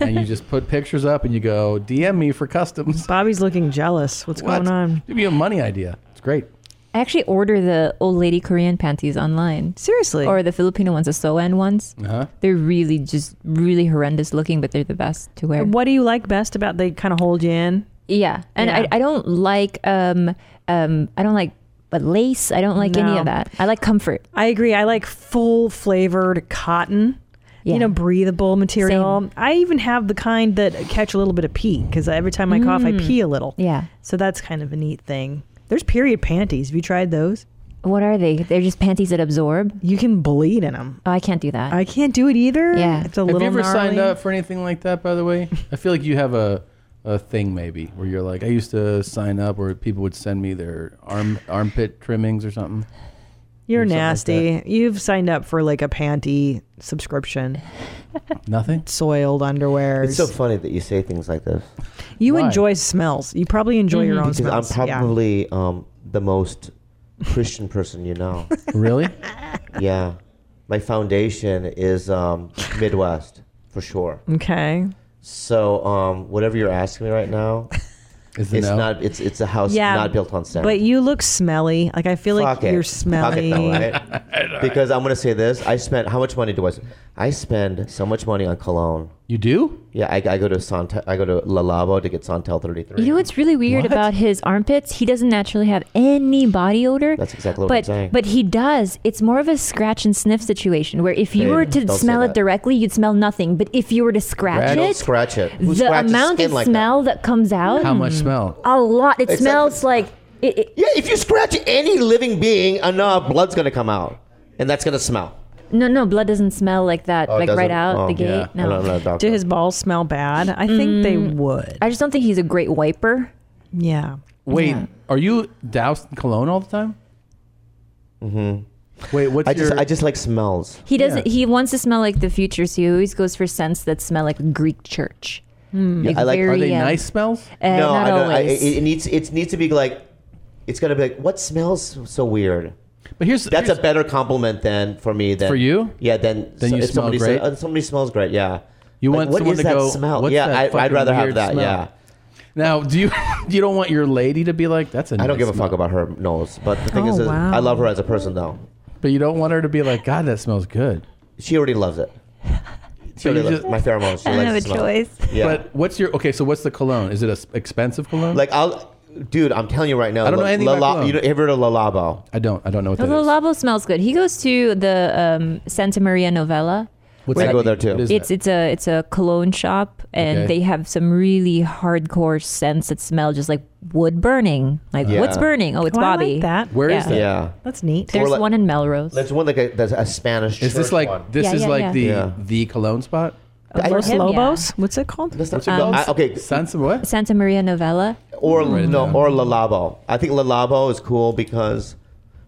Speaker 2: and you just put pictures up, and you go DM me for customs.
Speaker 3: Bobby's looking jealous. What's
Speaker 22: going on?
Speaker 2: Give me a money idea. It's great.
Speaker 22: I actually order the old lady Korean panties online.
Speaker 3: Seriously?
Speaker 22: Or the Filipino ones, the Soan ones.
Speaker 2: Uh-huh.
Speaker 22: They're really just really horrendous looking, but they're the best to wear.
Speaker 3: What do you like best about they kind of hold you in?
Speaker 22: Yeah, and
Speaker 3: Yeah.
Speaker 22: I, I don't like um um I don't like but lace. I don't like any
Speaker 3: No.
Speaker 22: of that. I like comfort.
Speaker 3: I agree. I like full flavored cotton. You
Speaker 22: Yeah.
Speaker 3: know, breathable material. I even have the kind that catch a little bit of pee because every time I cough, I
Speaker 22: Mm.
Speaker 3: pee a little.
Speaker 22: Yeah.
Speaker 3: So that's kind of a neat thing. There's period panties. Have you tried those?
Speaker 22: What are they? They're just panties that absorb.
Speaker 3: You can bleed in them.
Speaker 22: Oh, I can't do that.
Speaker 3: I can't do it either.
Speaker 22: Yeah.
Speaker 3: It's a
Speaker 2: have
Speaker 3: little
Speaker 2: you ever signed
Speaker 3: gnarly.
Speaker 2: up for anything like that? By the way, I feel like you have a a thing maybe where you're like, I used to sign up, where people would send me their arm armpit trimmings or something.
Speaker 3: You're
Speaker 2: or something like
Speaker 3: nasty. You've signed up for like a panty subscription.
Speaker 2: Nothing.
Speaker 3: Soiled underwear.
Speaker 21: It's so funny that you say things like this.
Speaker 3: You
Speaker 21: Why? Mm,
Speaker 3: enjoy smells. You probably enjoy your own
Speaker 21: because
Speaker 3: smells.
Speaker 21: I'm
Speaker 3: Yeah.
Speaker 21: probably um, the most Christian person you know.
Speaker 2: Really?
Speaker 21: yeah. My foundation is um, Midwest for sure.
Speaker 3: Okay.
Speaker 21: So um, whatever you're asking me right now,
Speaker 2: it's
Speaker 21: it's not. It's it's a house not built on sand.
Speaker 3: But you look smelly. Like I feel
Speaker 21: Fuck
Speaker 3: like
Speaker 21: it.
Speaker 3: you're
Speaker 21: Fuck
Speaker 3: smelly.
Speaker 21: it though, right? because I'm gonna say this. I spent how much money do I? Spend? I spend so much money on cologne.
Speaker 2: You do?
Speaker 21: Yeah, I, I go to Santel. I go to La Labo to get Santel 33.
Speaker 22: You know what's really weird about his armpits? He doesn't naturally have any body odor.
Speaker 21: That's exactly what
Speaker 22: but,
Speaker 21: I'm saying.
Speaker 22: But he does. It's more of a scratch and sniff situation where if you
Speaker 21: Hey,
Speaker 22: were to
Speaker 21: don't say
Speaker 22: smell it
Speaker 21: that.
Speaker 22: directly, you'd smell nothing. But if you were to scratch
Speaker 21: Don't
Speaker 22: it,
Speaker 21: scratch it. Who
Speaker 22: the
Speaker 21: scratches
Speaker 22: amount
Speaker 21: skin
Speaker 22: of
Speaker 21: like that?
Speaker 22: smell that? comes out.
Speaker 21: How much
Speaker 22: Mm.
Speaker 21: smell?
Speaker 22: A lot. It
Speaker 21: Exactly.
Speaker 22: smells like. It, it-
Speaker 21: Yeah, if you scratch any living being enough, blood's gonna come out, and that's gonna smell.
Speaker 22: no, no, blood doesn't smell like that,
Speaker 21: Oh, it
Speaker 22: like right
Speaker 21: doesn't?
Speaker 22: out
Speaker 21: Oh,
Speaker 22: the gate.
Speaker 21: yeah.
Speaker 22: No.
Speaker 21: I don't know, doctor.
Speaker 3: Do his balls smell bad? I think they
Speaker 22: Mm.
Speaker 3: would.
Speaker 22: I just don't think he's a great wiper.
Speaker 3: Yeah.
Speaker 2: Wait,
Speaker 22: Yeah.
Speaker 2: are you doused in cologne all the time? Mm-hmm. Wait, what's
Speaker 21: I just
Speaker 2: your?
Speaker 21: I just like smells.
Speaker 22: He doesn't. He wants to smell like the future, so he always goes for scents that smell like a Greek church.
Speaker 21: Yeah, I like- Are they
Speaker 22: um,
Speaker 21: nice
Speaker 2: smells?
Speaker 22: Uh,
Speaker 21: Hmm. no,
Speaker 22: not
Speaker 21: I don't, I,
Speaker 22: always.
Speaker 21: it, it needs it needs to be like, it's gonna be like, what smells so weird?
Speaker 2: But here's
Speaker 21: that's a better compliment than for me than
Speaker 2: For you?
Speaker 21: Yeah, then
Speaker 2: Then you
Speaker 21: if
Speaker 2: smell
Speaker 21: somebody
Speaker 2: great?
Speaker 21: Said, "Oh, somebody smells great. Yeah,
Speaker 2: You
Speaker 21: Like,
Speaker 2: want
Speaker 21: what
Speaker 2: someone
Speaker 21: is
Speaker 2: to
Speaker 21: that
Speaker 2: go
Speaker 21: smell?
Speaker 2: What's
Speaker 21: yeah,
Speaker 2: that
Speaker 21: I, I'd
Speaker 2: fucking
Speaker 21: rather have
Speaker 2: weird
Speaker 21: that.
Speaker 2: smell?"
Speaker 21: Yeah,
Speaker 2: Now, do you you don't want your lady to be like that's a
Speaker 21: I don't
Speaker 2: nice
Speaker 21: give a
Speaker 2: smell."
Speaker 21: fuck about her nose, but the thing
Speaker 2: Oh,
Speaker 21: is, is
Speaker 2: wow.
Speaker 21: I love her as a person though.
Speaker 2: But you don't want her to be like, God, that smells good.
Speaker 21: She already loves it. She already loves my pheromones. She likes the smell. Yeah.
Speaker 2: But what's your okay? So what's the cologne? Is it a s- expensive cologne?
Speaker 21: Like I'll, dude, I'm telling you right now.
Speaker 2: I don't know anything
Speaker 21: La,
Speaker 2: about
Speaker 21: La, you know,
Speaker 2: cologne.
Speaker 21: ever heard of La Labo?
Speaker 2: I don't. I don't know what
Speaker 22: Well, the Labo smells good. He goes to the um, Santa Maria Novella.
Speaker 21: What's I that? go there too. What is
Speaker 22: It's
Speaker 21: that?
Speaker 22: it's a it's a cologne shop, and
Speaker 21: Okay.
Speaker 22: they have some really hardcore scents that smell just like wood burning. Like
Speaker 21: Yeah.
Speaker 22: what's burning? Oh, it's
Speaker 3: Oh, I like
Speaker 22: Bobby.
Speaker 3: that.
Speaker 21: Where
Speaker 22: Where
Speaker 21: is
Speaker 22: is
Speaker 21: that? Yeah.
Speaker 3: That's neat.
Speaker 22: There's
Speaker 21: like-
Speaker 22: one in Melrose.
Speaker 21: That's one like a, that's a Spanish.
Speaker 2: Is this
Speaker 21: church
Speaker 2: like
Speaker 21: one.
Speaker 2: this
Speaker 22: Yeah,
Speaker 2: is
Speaker 22: yeah,
Speaker 2: like
Speaker 22: yeah.
Speaker 2: the
Speaker 21: Yeah.
Speaker 2: the cologne spot?
Speaker 22: for
Speaker 3: Los
Speaker 22: him, yeah. Um,
Speaker 3: Lobos? What's it called?
Speaker 21: What's it called? I- Uh, okay,
Speaker 2: Sansa what?
Speaker 22: Santa Maria Novella.
Speaker 21: Or no, or Lalabo. I think Lalabo is cool because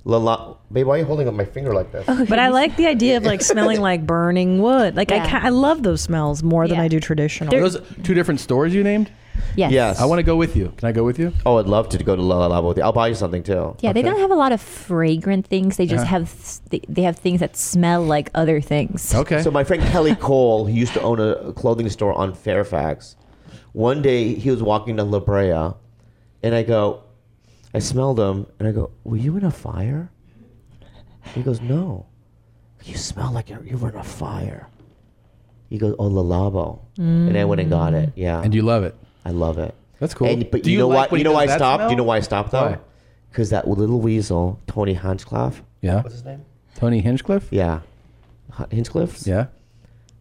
Speaker 21: Lala. Babe, why are you holding up my finger like this?
Speaker 22: Oh,
Speaker 3: But I like the idea of like smelling like burning wood. Like I,
Speaker 21: Yeah.
Speaker 3: ca I love those smells more than I do traditional.
Speaker 2: Are those two different stores you named?
Speaker 22: Yes.
Speaker 2: I want to go with you. Can I go with you?
Speaker 21: Oh, I'd love to go to Lalabo with you. I'll buy you something too.
Speaker 22: Yeah, they don't have a lot of fragrant things. They just
Speaker 21: Uh-huh.
Speaker 22: have th- they- they have things that smell like other things.
Speaker 21: So my friend Kelly Cole, he used to own a clothing store on Fairfax. One day he was walking down La Brea, and I go, I smelled him, and I go, "Were you in a fire?" He goes, "No." You smell like you're, you were in a fire. He goes, "Oh, Lalabo," and I went and got it. Yeah, and
Speaker 2: you love it.
Speaker 21: I love it.
Speaker 2: That's cool.
Speaker 21: And, but
Speaker 2: Do
Speaker 21: you,
Speaker 2: you
Speaker 21: know
Speaker 2: like
Speaker 21: why?
Speaker 2: when
Speaker 21: You
Speaker 2: he
Speaker 21: know
Speaker 2: does
Speaker 21: why I
Speaker 2: that
Speaker 21: stopped.
Speaker 2: smell?
Speaker 21: You know why I stopped
Speaker 2: Why?
Speaker 21: though? Because that little weasel, Tony Hansclaff.
Speaker 2: Yeah.
Speaker 21: What's his name?
Speaker 2: Tony Hinchcliffe?
Speaker 21: Yeah. H- Hinchcliffe's?
Speaker 2: Yeah.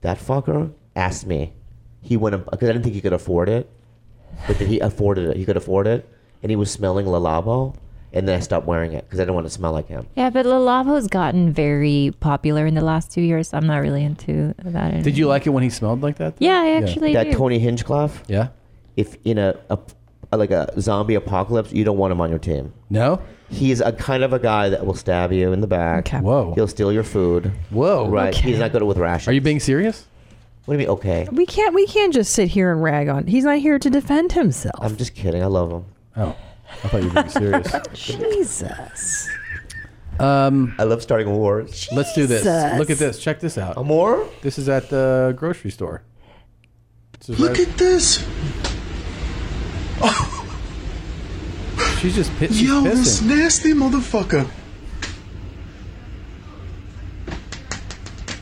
Speaker 21: That fucker asked me. He went because I didn't think he could afford it, but then he afforded it. He could afford it, and he was smelling Lalabo, and then I stopped wearing it because I didn't want to smell like him.
Speaker 22: Yeah, but Lalavo's gotten very popular in the last two years. I'm not really into that. Anymore.
Speaker 2: Did you like it when he smelled like that?
Speaker 22: Yeah, I actually
Speaker 21: that
Speaker 22: do.
Speaker 21: Tony Hinchcliffe.
Speaker 2: Yeah.
Speaker 21: If in a, a like a zombie apocalypse, you don't want him on your team.
Speaker 2: No.
Speaker 21: He's a kind of a guy that will stab you in the back.
Speaker 2: Whoa.
Speaker 21: He'll steal your food.
Speaker 2: Whoa.
Speaker 21: Right.
Speaker 3: Okay.
Speaker 21: He's not good with rations. Are
Speaker 2: you being serious?
Speaker 21: What do you mean? Okay.
Speaker 3: we can't we can't just sit here and rag on. He's not here to defend himself.
Speaker 21: I'm just kidding. I love him.
Speaker 2: Oh, I thought you were being serious.
Speaker 3: Jesus.
Speaker 2: Um,
Speaker 21: I love starting wars.
Speaker 2: Let's do this.
Speaker 21: Jesus.
Speaker 2: Look at this. Check this out. A
Speaker 21: more?
Speaker 2: This is at the grocery store. This is
Speaker 7: Look
Speaker 2: right-
Speaker 7: at this.
Speaker 2: She's just pissed.
Speaker 7: Yo, this nasty motherfucker.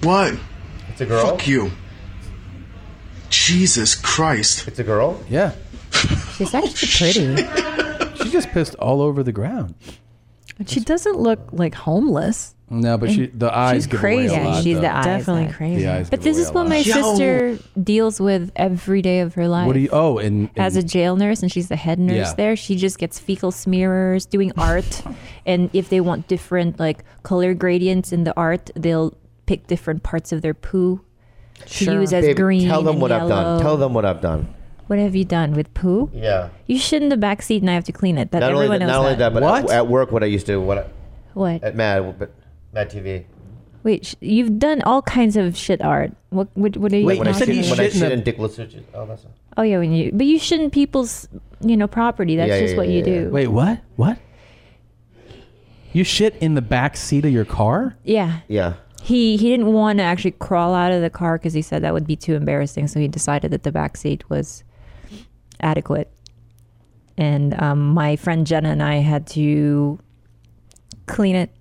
Speaker 7: What?
Speaker 21: It's a girl.
Speaker 7: Fuck you. Jesus Christ.
Speaker 21: It's a girl?
Speaker 2: Yeah.
Speaker 22: She's actually pretty.
Speaker 2: She just pissed all over the ground.
Speaker 3: And she doesn't look like homeless.
Speaker 2: No, but she the eyes.
Speaker 3: She's
Speaker 2: give away a
Speaker 3: crazy.
Speaker 2: lot,
Speaker 3: She's
Speaker 2: though.
Speaker 3: the eyes Definitely that- crazy.
Speaker 2: The eyes
Speaker 22: But
Speaker 2: give
Speaker 22: this
Speaker 2: away
Speaker 22: is
Speaker 2: a
Speaker 22: what
Speaker 2: lot.
Speaker 22: my
Speaker 3: Yo.
Speaker 22: sister deals with every day of her life.
Speaker 2: What do you? Oh, and, and
Speaker 22: as a jail nurse and she's the head nurse
Speaker 2: Yeah.
Speaker 22: there she just gets fecal smearers doing art and if they want different like color gradients in the art they'll pick different parts of their poo to use as
Speaker 21: Babe,
Speaker 22: green
Speaker 21: Tell them
Speaker 22: and
Speaker 21: what I've done.
Speaker 22: yellow.
Speaker 21: Tell them what I've done.
Speaker 22: what have you done with poo
Speaker 21: Yeah.
Speaker 22: you shit in the back seat and i have to clean it that
Speaker 21: not only
Speaker 22: everyone
Speaker 21: that,
Speaker 22: knows
Speaker 21: not only
Speaker 22: that.
Speaker 21: that, but at- At, work, what I used to what I,
Speaker 22: what
Speaker 21: at Mad, but Mad TV.
Speaker 22: wait sh- you've done all kinds of shit art what what, what are you
Speaker 21: Like when I
Speaker 22: talking
Speaker 21: shit,
Speaker 22: about?
Speaker 21: when I shit in Dick Lisucci. Oh, that's
Speaker 22: oh yeah when you but you shit in people's you know property that's
Speaker 21: Yeah,
Speaker 22: just
Speaker 21: yeah,
Speaker 22: what
Speaker 21: yeah,
Speaker 22: you
Speaker 21: yeah.
Speaker 22: do
Speaker 2: Wait, what? What? You shit in the back seat of your car?
Speaker 22: yeah
Speaker 21: yeah.
Speaker 22: He he didn't want to actually crawl out of the car because he said that would be too embarrassing. So he decided that the back seat was adequate. And um, my friend Jenna and I had to clean it.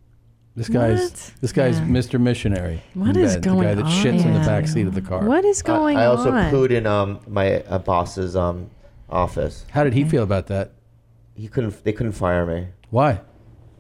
Speaker 2: This guy's this guy's
Speaker 22: Yeah.
Speaker 2: Mr. Missionary.
Speaker 22: What
Speaker 2: What
Speaker 22: is
Speaker 2: is
Speaker 22: going
Speaker 2: The guy that
Speaker 22: on?
Speaker 2: shits in the
Speaker 22: Yeah.
Speaker 2: back seat of the car.
Speaker 3: What is
Speaker 21: I-
Speaker 3: going
Speaker 21: I, also
Speaker 3: on?
Speaker 21: pooed in um, my uh, boss's um, office.
Speaker 2: How did he feel about that?
Speaker 21: He couldn't. They couldn't fire me.
Speaker 2: Why?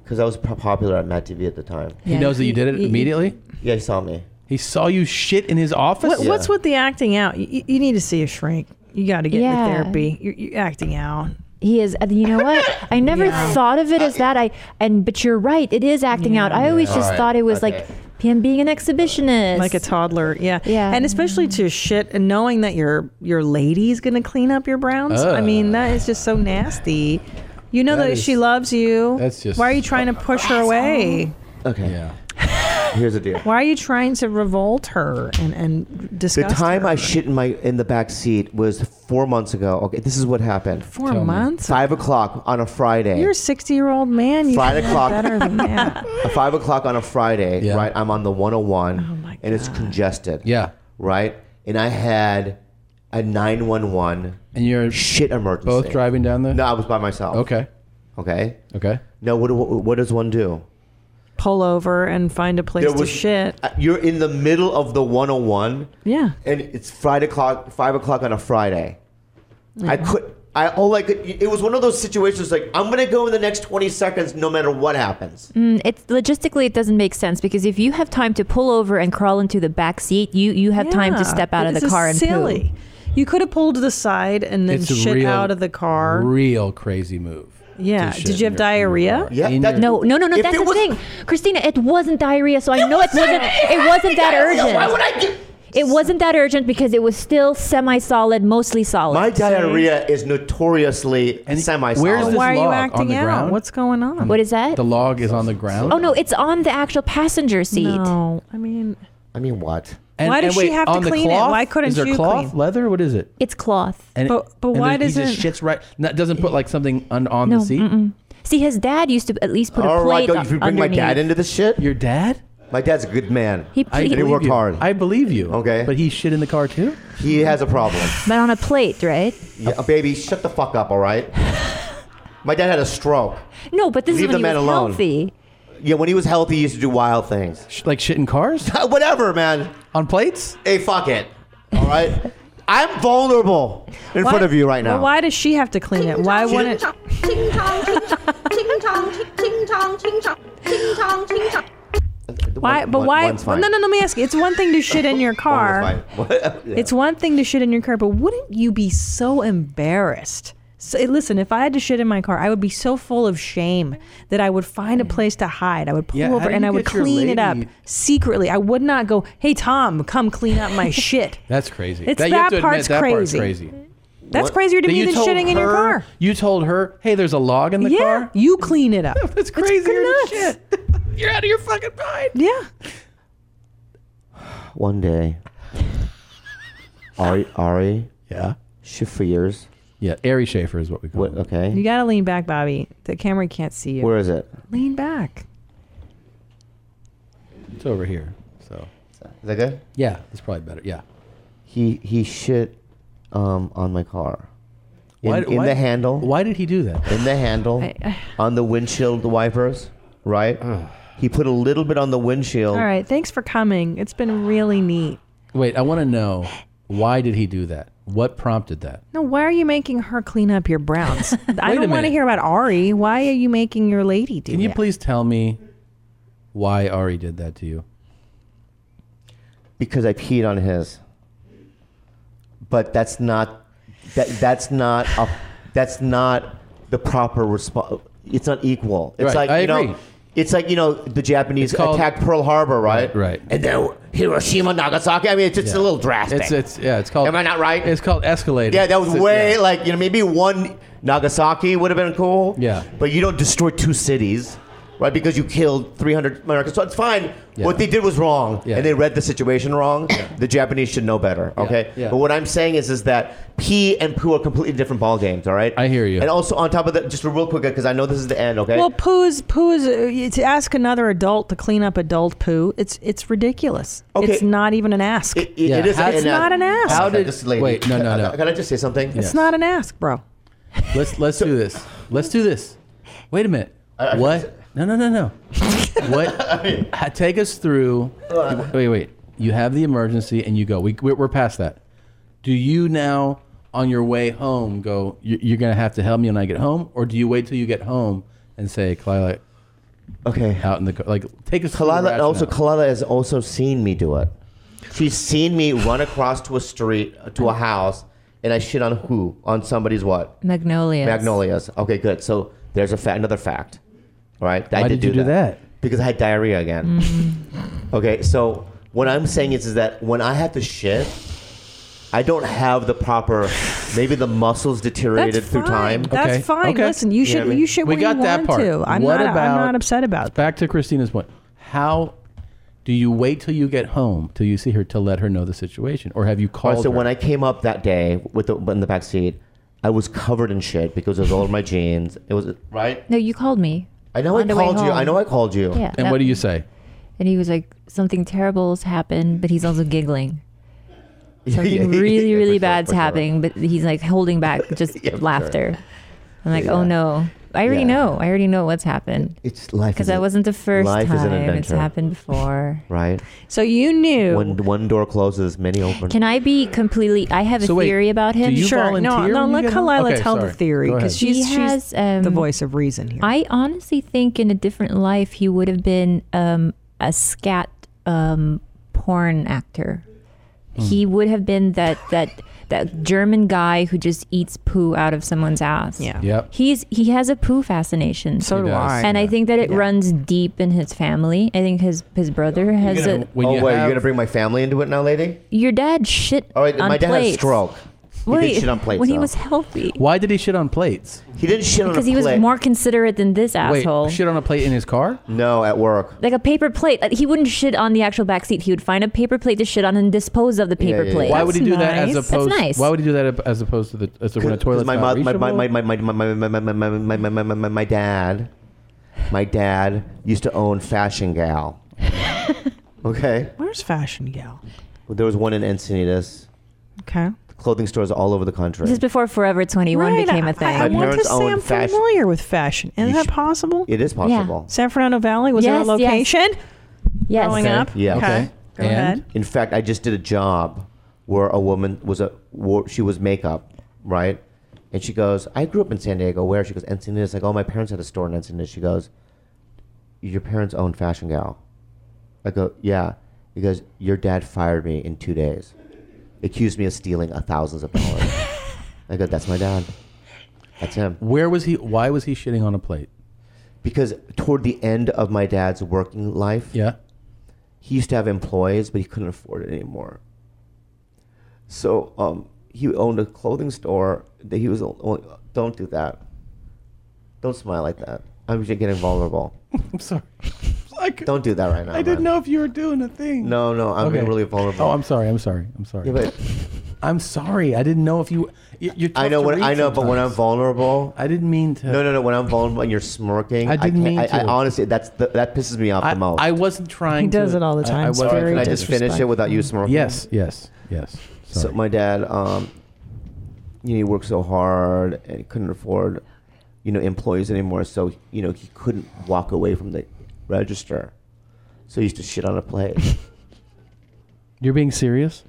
Speaker 21: Because I was po- popular at Mad TV at the time.
Speaker 2: He knows that you did it immediately.
Speaker 21: Yeah, he saw me.
Speaker 2: He saw you shit in his office.
Speaker 3: What, What's with the acting out? You, you need to see a shrink. You got to get
Speaker 22: Yeah.
Speaker 3: into therapy. You're, you're acting out.
Speaker 22: He is. You know what? I never thought of it as that. I and but you're right. It is acting out. I always
Speaker 3: Yeah.
Speaker 22: just
Speaker 3: Alright,
Speaker 22: thought it was
Speaker 3: okay.
Speaker 22: like him being an exhibitionist.
Speaker 3: Like a toddler, yeah, yeah, and especially to shit and knowing that your your lady's gonna clean up your browns. I
Speaker 2: Ugh.
Speaker 3: mean, that is just so nasty. You know
Speaker 2: That
Speaker 3: that,
Speaker 2: is-
Speaker 3: she loves you.
Speaker 2: that's just-
Speaker 3: why are you trying to push her away?
Speaker 21: Okay.
Speaker 2: Yeah.
Speaker 21: Here's the deal.
Speaker 3: Why are you trying to revolt her and and
Speaker 21: The
Speaker 3: disgust?
Speaker 21: time
Speaker 3: her?
Speaker 21: I shit in my in the back seat was four months ago. Okay, this is what happened.
Speaker 3: Four Tell me. months
Speaker 21: Five o'clock on a Friday.
Speaker 3: You're a 60 year old man. You
Speaker 21: Five
Speaker 3: can do
Speaker 21: o'clock.
Speaker 3: Better than that.
Speaker 21: at five o'clock on a Friday, right? I'm on the 101, and it's congested.
Speaker 2: Yeah,
Speaker 21: right. And I had a 911.
Speaker 2: And you're
Speaker 21: shit emergency.
Speaker 2: both driving down the.
Speaker 21: No, I was by myself.
Speaker 2: Okay.
Speaker 21: Okay.
Speaker 2: Okay.
Speaker 21: No, what, do- what, what does one do?
Speaker 3: Pull over and find a place to shit.
Speaker 21: uh, You're in the middle of the 101,
Speaker 3: Yeah.
Speaker 21: and it's Friday o'clock, five o'clock on a Friday. I could. I all I could. It was one of those situations like I'm gonna go in the next 20 seconds, no matter what happens.
Speaker 22: Mm, it's logistically it doesn't make sense because if you have time to pull over and crawl into the back seat, you you have time
Speaker 3: Yeah,
Speaker 22: to step out of
Speaker 3: this
Speaker 22: the
Speaker 3: is
Speaker 22: car and
Speaker 3: silly.
Speaker 22: poo.
Speaker 3: You could have pulled to the side and then
Speaker 2: It's a
Speaker 3: shit
Speaker 2: real-
Speaker 3: out of the car.
Speaker 2: Real crazy move.
Speaker 3: yeah.
Speaker 2: to shit
Speaker 3: Did you
Speaker 2: in
Speaker 3: have
Speaker 2: your-
Speaker 3: diarrhea?
Speaker 21: Yeah.
Speaker 22: No, no, no, no. That's the thing, Christina. It wasn't diarrhea, so I know it wasn't. It wasn't that urgent.
Speaker 21: Why would I? Do,
Speaker 5: It wasn't that urgent because it was still semi-solid, mostly solid.
Speaker 21: My diarrhea is notoriously semi-solid.
Speaker 2: where's this Why are you log? acting On the out? ground? What's
Speaker 3: going on?
Speaker 5: What is that?
Speaker 2: The log is on the ground.
Speaker 5: Oh no, it's on the actual passenger seat.
Speaker 3: No, I mean
Speaker 21: I mean, what?
Speaker 3: Why does she have to
Speaker 2: on the
Speaker 3: clean it?
Speaker 2: cloth?
Speaker 3: Why couldn't
Speaker 2: is there
Speaker 3: you
Speaker 2: cloth,
Speaker 3: clean?
Speaker 2: leather? What is it?
Speaker 5: it's cloth.
Speaker 2: And it-
Speaker 3: But- but
Speaker 2: and
Speaker 3: why
Speaker 2: then he just
Speaker 3: doesn't-
Speaker 2: shits right? No, it doesn't put like something on, on
Speaker 5: no.
Speaker 2: the seat.
Speaker 5: mm-mm. See, his dad used to at least put a
Speaker 21: All Oh, right,
Speaker 5: plate
Speaker 21: don't you bring my
Speaker 5: underneath.
Speaker 21: dad into this shit?
Speaker 2: Your dad?
Speaker 21: My dad's a good man.
Speaker 5: He- I he-
Speaker 21: he
Speaker 5: believe
Speaker 21: worked
Speaker 5: you.
Speaker 21: hard.
Speaker 2: I believe you.
Speaker 21: Okay,
Speaker 2: but he shit in the car too.
Speaker 21: He has a problem.
Speaker 5: but on a plate, right?
Speaker 21: Yeah, Uh, baby, shut the fuck up. All right. my dad had a stroke.
Speaker 5: No, but this
Speaker 21: Leave
Speaker 5: is
Speaker 21: the
Speaker 5: when he
Speaker 21: man
Speaker 5: was
Speaker 21: alone.
Speaker 5: healthy.
Speaker 21: Yeah, when he was healthy, he used to do wild things.
Speaker 2: Like shit in cars?
Speaker 21: Whatever, man.
Speaker 2: On plates?
Speaker 21: Hey, fuck it. All right. I'm vulnerable in
Speaker 3: Why-
Speaker 21: front of you right now.
Speaker 3: Well, why does she have to clean it? Why wouldn't?
Speaker 17: Ting tong, ting tong, ting tong, ting tong, ting tong, ting tong, ting tong.
Speaker 3: Why? But
Speaker 21: one-
Speaker 3: why?
Speaker 21: one's fine.
Speaker 3: No, no, no. Let me ask you. It's one thing to shit in your car. It's one thing to shit in your car, but wouldn't you be so embarrassed? So, eh, listen, if I had to shit in my car, I would be so full of shame that I would find a place to hide. I would pull
Speaker 2: Yeah, how
Speaker 3: over
Speaker 2: do
Speaker 3: and
Speaker 2: you
Speaker 3: I would
Speaker 2: get your
Speaker 3: clean it up
Speaker 2: lady-
Speaker 3: secretly. I would not go, "Hey Tom, come clean up my shit."
Speaker 2: That's crazy.
Speaker 3: It's
Speaker 2: you
Speaker 3: that
Speaker 2: have to admit,
Speaker 3: part's
Speaker 2: that
Speaker 3: crazy.
Speaker 2: crazy.
Speaker 3: That's crazier to
Speaker 2: That
Speaker 3: me
Speaker 2: you
Speaker 3: than
Speaker 2: told
Speaker 3: shitting in your
Speaker 2: her-
Speaker 3: car.
Speaker 2: You told her, "Hey, there's a log in the
Speaker 3: yeah,
Speaker 2: car."
Speaker 3: you clean it up.
Speaker 2: That's crazier than
Speaker 3: nuts.
Speaker 2: shit. You're out of your fucking mind.
Speaker 3: Yeah.
Speaker 21: One day, Ari, Ari,
Speaker 2: yeah,
Speaker 21: Shafir's,
Speaker 2: yeah, Ari Schaefer is what we call.
Speaker 21: What, okay,
Speaker 3: You gotta lean back, Bobby. The camera can't see you.
Speaker 21: where is it?
Speaker 3: Lean back.
Speaker 2: It's over here. So
Speaker 21: Is that good?
Speaker 2: yeah, that's probably better. Yeah.
Speaker 21: He he shit um, on my car. In,
Speaker 2: Why-
Speaker 21: in
Speaker 2: why-
Speaker 21: the handle.
Speaker 2: Why did he do that?
Speaker 21: In the handle. on the windshield wipers, right? he put a little bit on the windshield.
Speaker 3: All
Speaker 2: Oh.
Speaker 3: right. Thanks for coming. It's been really neat.
Speaker 2: Wait, I want to know why did he do that? What prompted that?
Speaker 3: No, why are you making her clean up your browns? I
Speaker 2: Wait a
Speaker 3: don't want to
Speaker 2: minute.
Speaker 3: hear about Ari. Why are you making your lady do
Speaker 2: Can you
Speaker 3: that?
Speaker 2: please tell me why Ari did that to you?
Speaker 21: Because I peed on his. But that's not that that's not a that's not the proper response. It's not equal. It's
Speaker 2: Right,
Speaker 21: like
Speaker 2: I
Speaker 21: you know
Speaker 2: agree.
Speaker 21: it's like you know the Japanese
Speaker 2: It's called-
Speaker 21: attacked Pearl Harbor, right?
Speaker 2: right.
Speaker 21: And then Hiroshima, Nagasaki. I mean, it's just a little drastic.
Speaker 2: It's it's yeah, it's called.
Speaker 21: Am I not right?
Speaker 2: It's called escalating.
Speaker 21: yeah, that was
Speaker 2: It's-
Speaker 21: way
Speaker 2: yeah.
Speaker 21: like you know maybe one Nagasaki would have been cool.
Speaker 2: Yeah.
Speaker 21: but you don't destroy two cities, right? Because you killed 300 Americans. So it's fine.
Speaker 2: Yeah.
Speaker 21: What they did was wrong,
Speaker 2: Yeah.
Speaker 21: and they read the situation wrong. The Japanese should know better. Okay.
Speaker 2: Yeah.
Speaker 21: But what I'm saying is, is that pee and poo are completely different ball games. All right.
Speaker 2: I hear you.
Speaker 21: And also on top of that, just real quick, because I know this is the end. Okay.
Speaker 3: Well, poo's poo's uh, to ask another adult to clean up adult poo. It's it's ridiculous.
Speaker 21: Okay.
Speaker 3: It's not even an ask.
Speaker 21: It- it- it is
Speaker 2: How-
Speaker 3: It's not an ask.
Speaker 2: How did
Speaker 21: This lady- Uh,
Speaker 2: wait? No, no, no.
Speaker 21: Can I just say something?
Speaker 3: it's not an ask, bro.
Speaker 2: Let's let's do this. Let's do this. Wait a minute.
Speaker 21: I-
Speaker 2: What? No, no, no, no. what? ha- Take us through. Wait, wait. You have the emergency and you go. We we're, we're past that. Do you now on your way home go? "You- You're gonna have to help me when I get home, or do you wait till you get home and say, Kalila,
Speaker 21: Okay.
Speaker 2: out in the car? Like, take us. through the
Speaker 21: Kalala also
Speaker 2: rationale.
Speaker 21: Kalala has also seen me do it. She's seen me run across to a street to a house, and I shit on who? On somebody's what?
Speaker 5: Magnolias.
Speaker 21: Magnolias. Okay, good. So there's a fa- another fact. All right. I
Speaker 2: Why did you do that?
Speaker 21: Because I had diarrhea again.
Speaker 3: Mm.
Speaker 21: okay. So what I'm saying is, is that when I have to shit, I don't have the proper. Maybe the muscles deteriorated
Speaker 3: That's
Speaker 21: through
Speaker 3: fine.
Speaker 21: time.
Speaker 3: That's
Speaker 2: Okay.
Speaker 3: fine.
Speaker 2: Okay.
Speaker 3: Listen, you
Speaker 21: know
Speaker 3: should
Speaker 21: what I mean?
Speaker 3: you should
Speaker 2: We
Speaker 3: where
Speaker 2: got
Speaker 3: you
Speaker 2: that
Speaker 3: want
Speaker 2: part.
Speaker 3: to. I'm
Speaker 2: What
Speaker 3: not
Speaker 2: about-
Speaker 3: I'm not upset about that.
Speaker 2: Back to Christina's point. How do you wait till you get home till you see her to let her know the situation, or have you
Speaker 21: All
Speaker 2: called?
Speaker 21: right, so
Speaker 2: her?
Speaker 21: when I came up that day with the, in the back seat, I was covered in shit because it was all over my jeans. It was right.
Speaker 5: No, you called me.
Speaker 21: I know I
Speaker 5: On the way
Speaker 21: called you. I
Speaker 5: home.
Speaker 21: know I called you.
Speaker 5: Yeah.
Speaker 2: and
Speaker 5: that-
Speaker 2: what do you say?
Speaker 5: And he was like, something terrible's happened, but he's also giggling. Something really, really bad's happening, but he's like holding back just
Speaker 21: Yeah, for sure.
Speaker 5: laughter. I'm like, oh
Speaker 21: Yeah.
Speaker 5: no. I already
Speaker 21: Yeah.
Speaker 5: know. I already know what's happened.
Speaker 21: It's life.
Speaker 5: Because
Speaker 21: is
Speaker 5: I
Speaker 21: a-
Speaker 5: wasn't the first
Speaker 21: life
Speaker 5: time.
Speaker 21: Is an
Speaker 5: it's
Speaker 21: adventure,
Speaker 5: happened before.
Speaker 21: Right.
Speaker 3: So you knew
Speaker 21: When one door closes, many open.
Speaker 5: Can I be completely? I have a
Speaker 2: So wait,
Speaker 5: theory about him.
Speaker 2: do you
Speaker 3: Sure. No,
Speaker 2: volunteer
Speaker 3: no.
Speaker 2: when you
Speaker 3: Let
Speaker 2: get home?
Speaker 3: Kalila
Speaker 2: Okay,
Speaker 3: tell
Speaker 2: sorry.
Speaker 3: the theory
Speaker 2: Go ahead.
Speaker 3: because she's,
Speaker 5: He
Speaker 3: she's
Speaker 5: has, um,
Speaker 3: the voice of reason here.
Speaker 5: I honestly think in a different life he would have been um, a scat um, porn actor
Speaker 2: Hmm.
Speaker 5: He would have been that that that German guy who just eats poo out of someone's ass. Yeah.
Speaker 2: Yep.
Speaker 5: He's he has a poo fascination.
Speaker 2: So He do does. I.
Speaker 5: And I think that it runs deep in his family. I think his his brother has a
Speaker 21: oh, wait,
Speaker 5: have-
Speaker 21: you're gonna bring my family into it now, lady?
Speaker 5: your dad shit
Speaker 21: All right,
Speaker 5: on
Speaker 21: my dad
Speaker 5: plates.
Speaker 21: had a stroke. He
Speaker 5: Wait,
Speaker 21: did shit on plates.
Speaker 5: when he
Speaker 21: though.
Speaker 5: was healthy.
Speaker 2: Why did he shit on plates?
Speaker 21: He didn't shit
Speaker 5: Because he was more considerate than this asshole.
Speaker 2: Wait, shit on a plate in his car?
Speaker 21: No, at work.
Speaker 5: like a paper plate. Like, he wouldn't shit on the actual back seat. He would find a paper plate to shit on and dispose of the paper plate.
Speaker 2: Why would he do that as opposed?
Speaker 5: That's nice.
Speaker 2: Why would he do that as opposed to the as to when a toilet's
Speaker 21: my,
Speaker 2: not
Speaker 21: mo- my, my,
Speaker 2: reachable?
Speaker 21: my, my, my, my, my, my, my, my, my, my, my, my, my dad, my dad used to own Fashion Gal. Okay,
Speaker 3: Where's Fashion Gal?
Speaker 21: Well, there was one in Encinitas.
Speaker 3: Okay.
Speaker 21: Clothing stores all over the country.
Speaker 5: this is before Forever 21
Speaker 3: Right,
Speaker 5: became
Speaker 3: I-
Speaker 5: a thing.
Speaker 21: My
Speaker 3: I want to
Speaker 21: parents
Speaker 3: say
Speaker 21: own
Speaker 3: I'm
Speaker 21: fashion-
Speaker 3: familiar with fashion. Isn't that possible?
Speaker 21: It is possible.
Speaker 3: San Fernando Valley was
Speaker 5: Yes,
Speaker 3: our
Speaker 5: yes.
Speaker 3: location.
Speaker 5: Yes.
Speaker 3: Growing
Speaker 21: Okay.
Speaker 3: up.
Speaker 21: Yeah.
Speaker 3: Okay. Go ahead.
Speaker 21: In fact, I just did a job where a woman was a wore, she was makeup, right? And she goes, I grew up in San Diego. Where? She goes, Encinitas. Like, oh, my parents had a store in Encinitas. She goes, your parents own Fashion Gal. I go, yeah. He goes, your dad fired me in two days. Accused me of stealing a thousands of dollars. I go, that's my dad. That's him.
Speaker 2: Where was he? Why was he shitting on a plate?
Speaker 21: Because toward the end of my dad's working life,
Speaker 2: yeah,
Speaker 21: he used to have employees, but he couldn't afford it anymore. So um, he owned a clothing store. That he was only, don't do that. Don't smile like that. I'm just getting vulnerable.
Speaker 2: I'm sorry.
Speaker 21: don't do that right now.
Speaker 2: I didn't
Speaker 21: man.
Speaker 2: know if you were doing a thing.
Speaker 21: No, no, I'm being really vulnerable.
Speaker 2: Oh, I'm sorry. I'm sorry. I'm sorry.
Speaker 21: Yeah, but-
Speaker 2: I'm sorry. I didn't know if you. you- You're
Speaker 21: I know
Speaker 2: tough to
Speaker 21: when
Speaker 2: read
Speaker 21: I know, but when I'm
Speaker 2: sometimes.
Speaker 21: vulnerable,
Speaker 2: I didn't mean to.
Speaker 21: No, no, no. When I'm vulnerable and you're smirking,
Speaker 2: I didn't
Speaker 21: can't-
Speaker 2: mean
Speaker 21: I, I
Speaker 2: to.
Speaker 21: honestly, that's the, that pisses me off the most.
Speaker 2: I wasn't trying.
Speaker 21: He does
Speaker 2: to-
Speaker 21: it all the
Speaker 2: I-
Speaker 21: time.
Speaker 2: I, wasn't
Speaker 21: Sorry,
Speaker 2: trying
Speaker 21: can I
Speaker 2: to-
Speaker 21: just finish it without you smirking?
Speaker 2: Yes. Yes. Yes.
Speaker 21: So my dad, um, you know, he worked so hard and couldn't afford, you know, employees anymore. So you know, he couldn't walk away from the register. So he used to shit on a plate.
Speaker 2: You're being serious.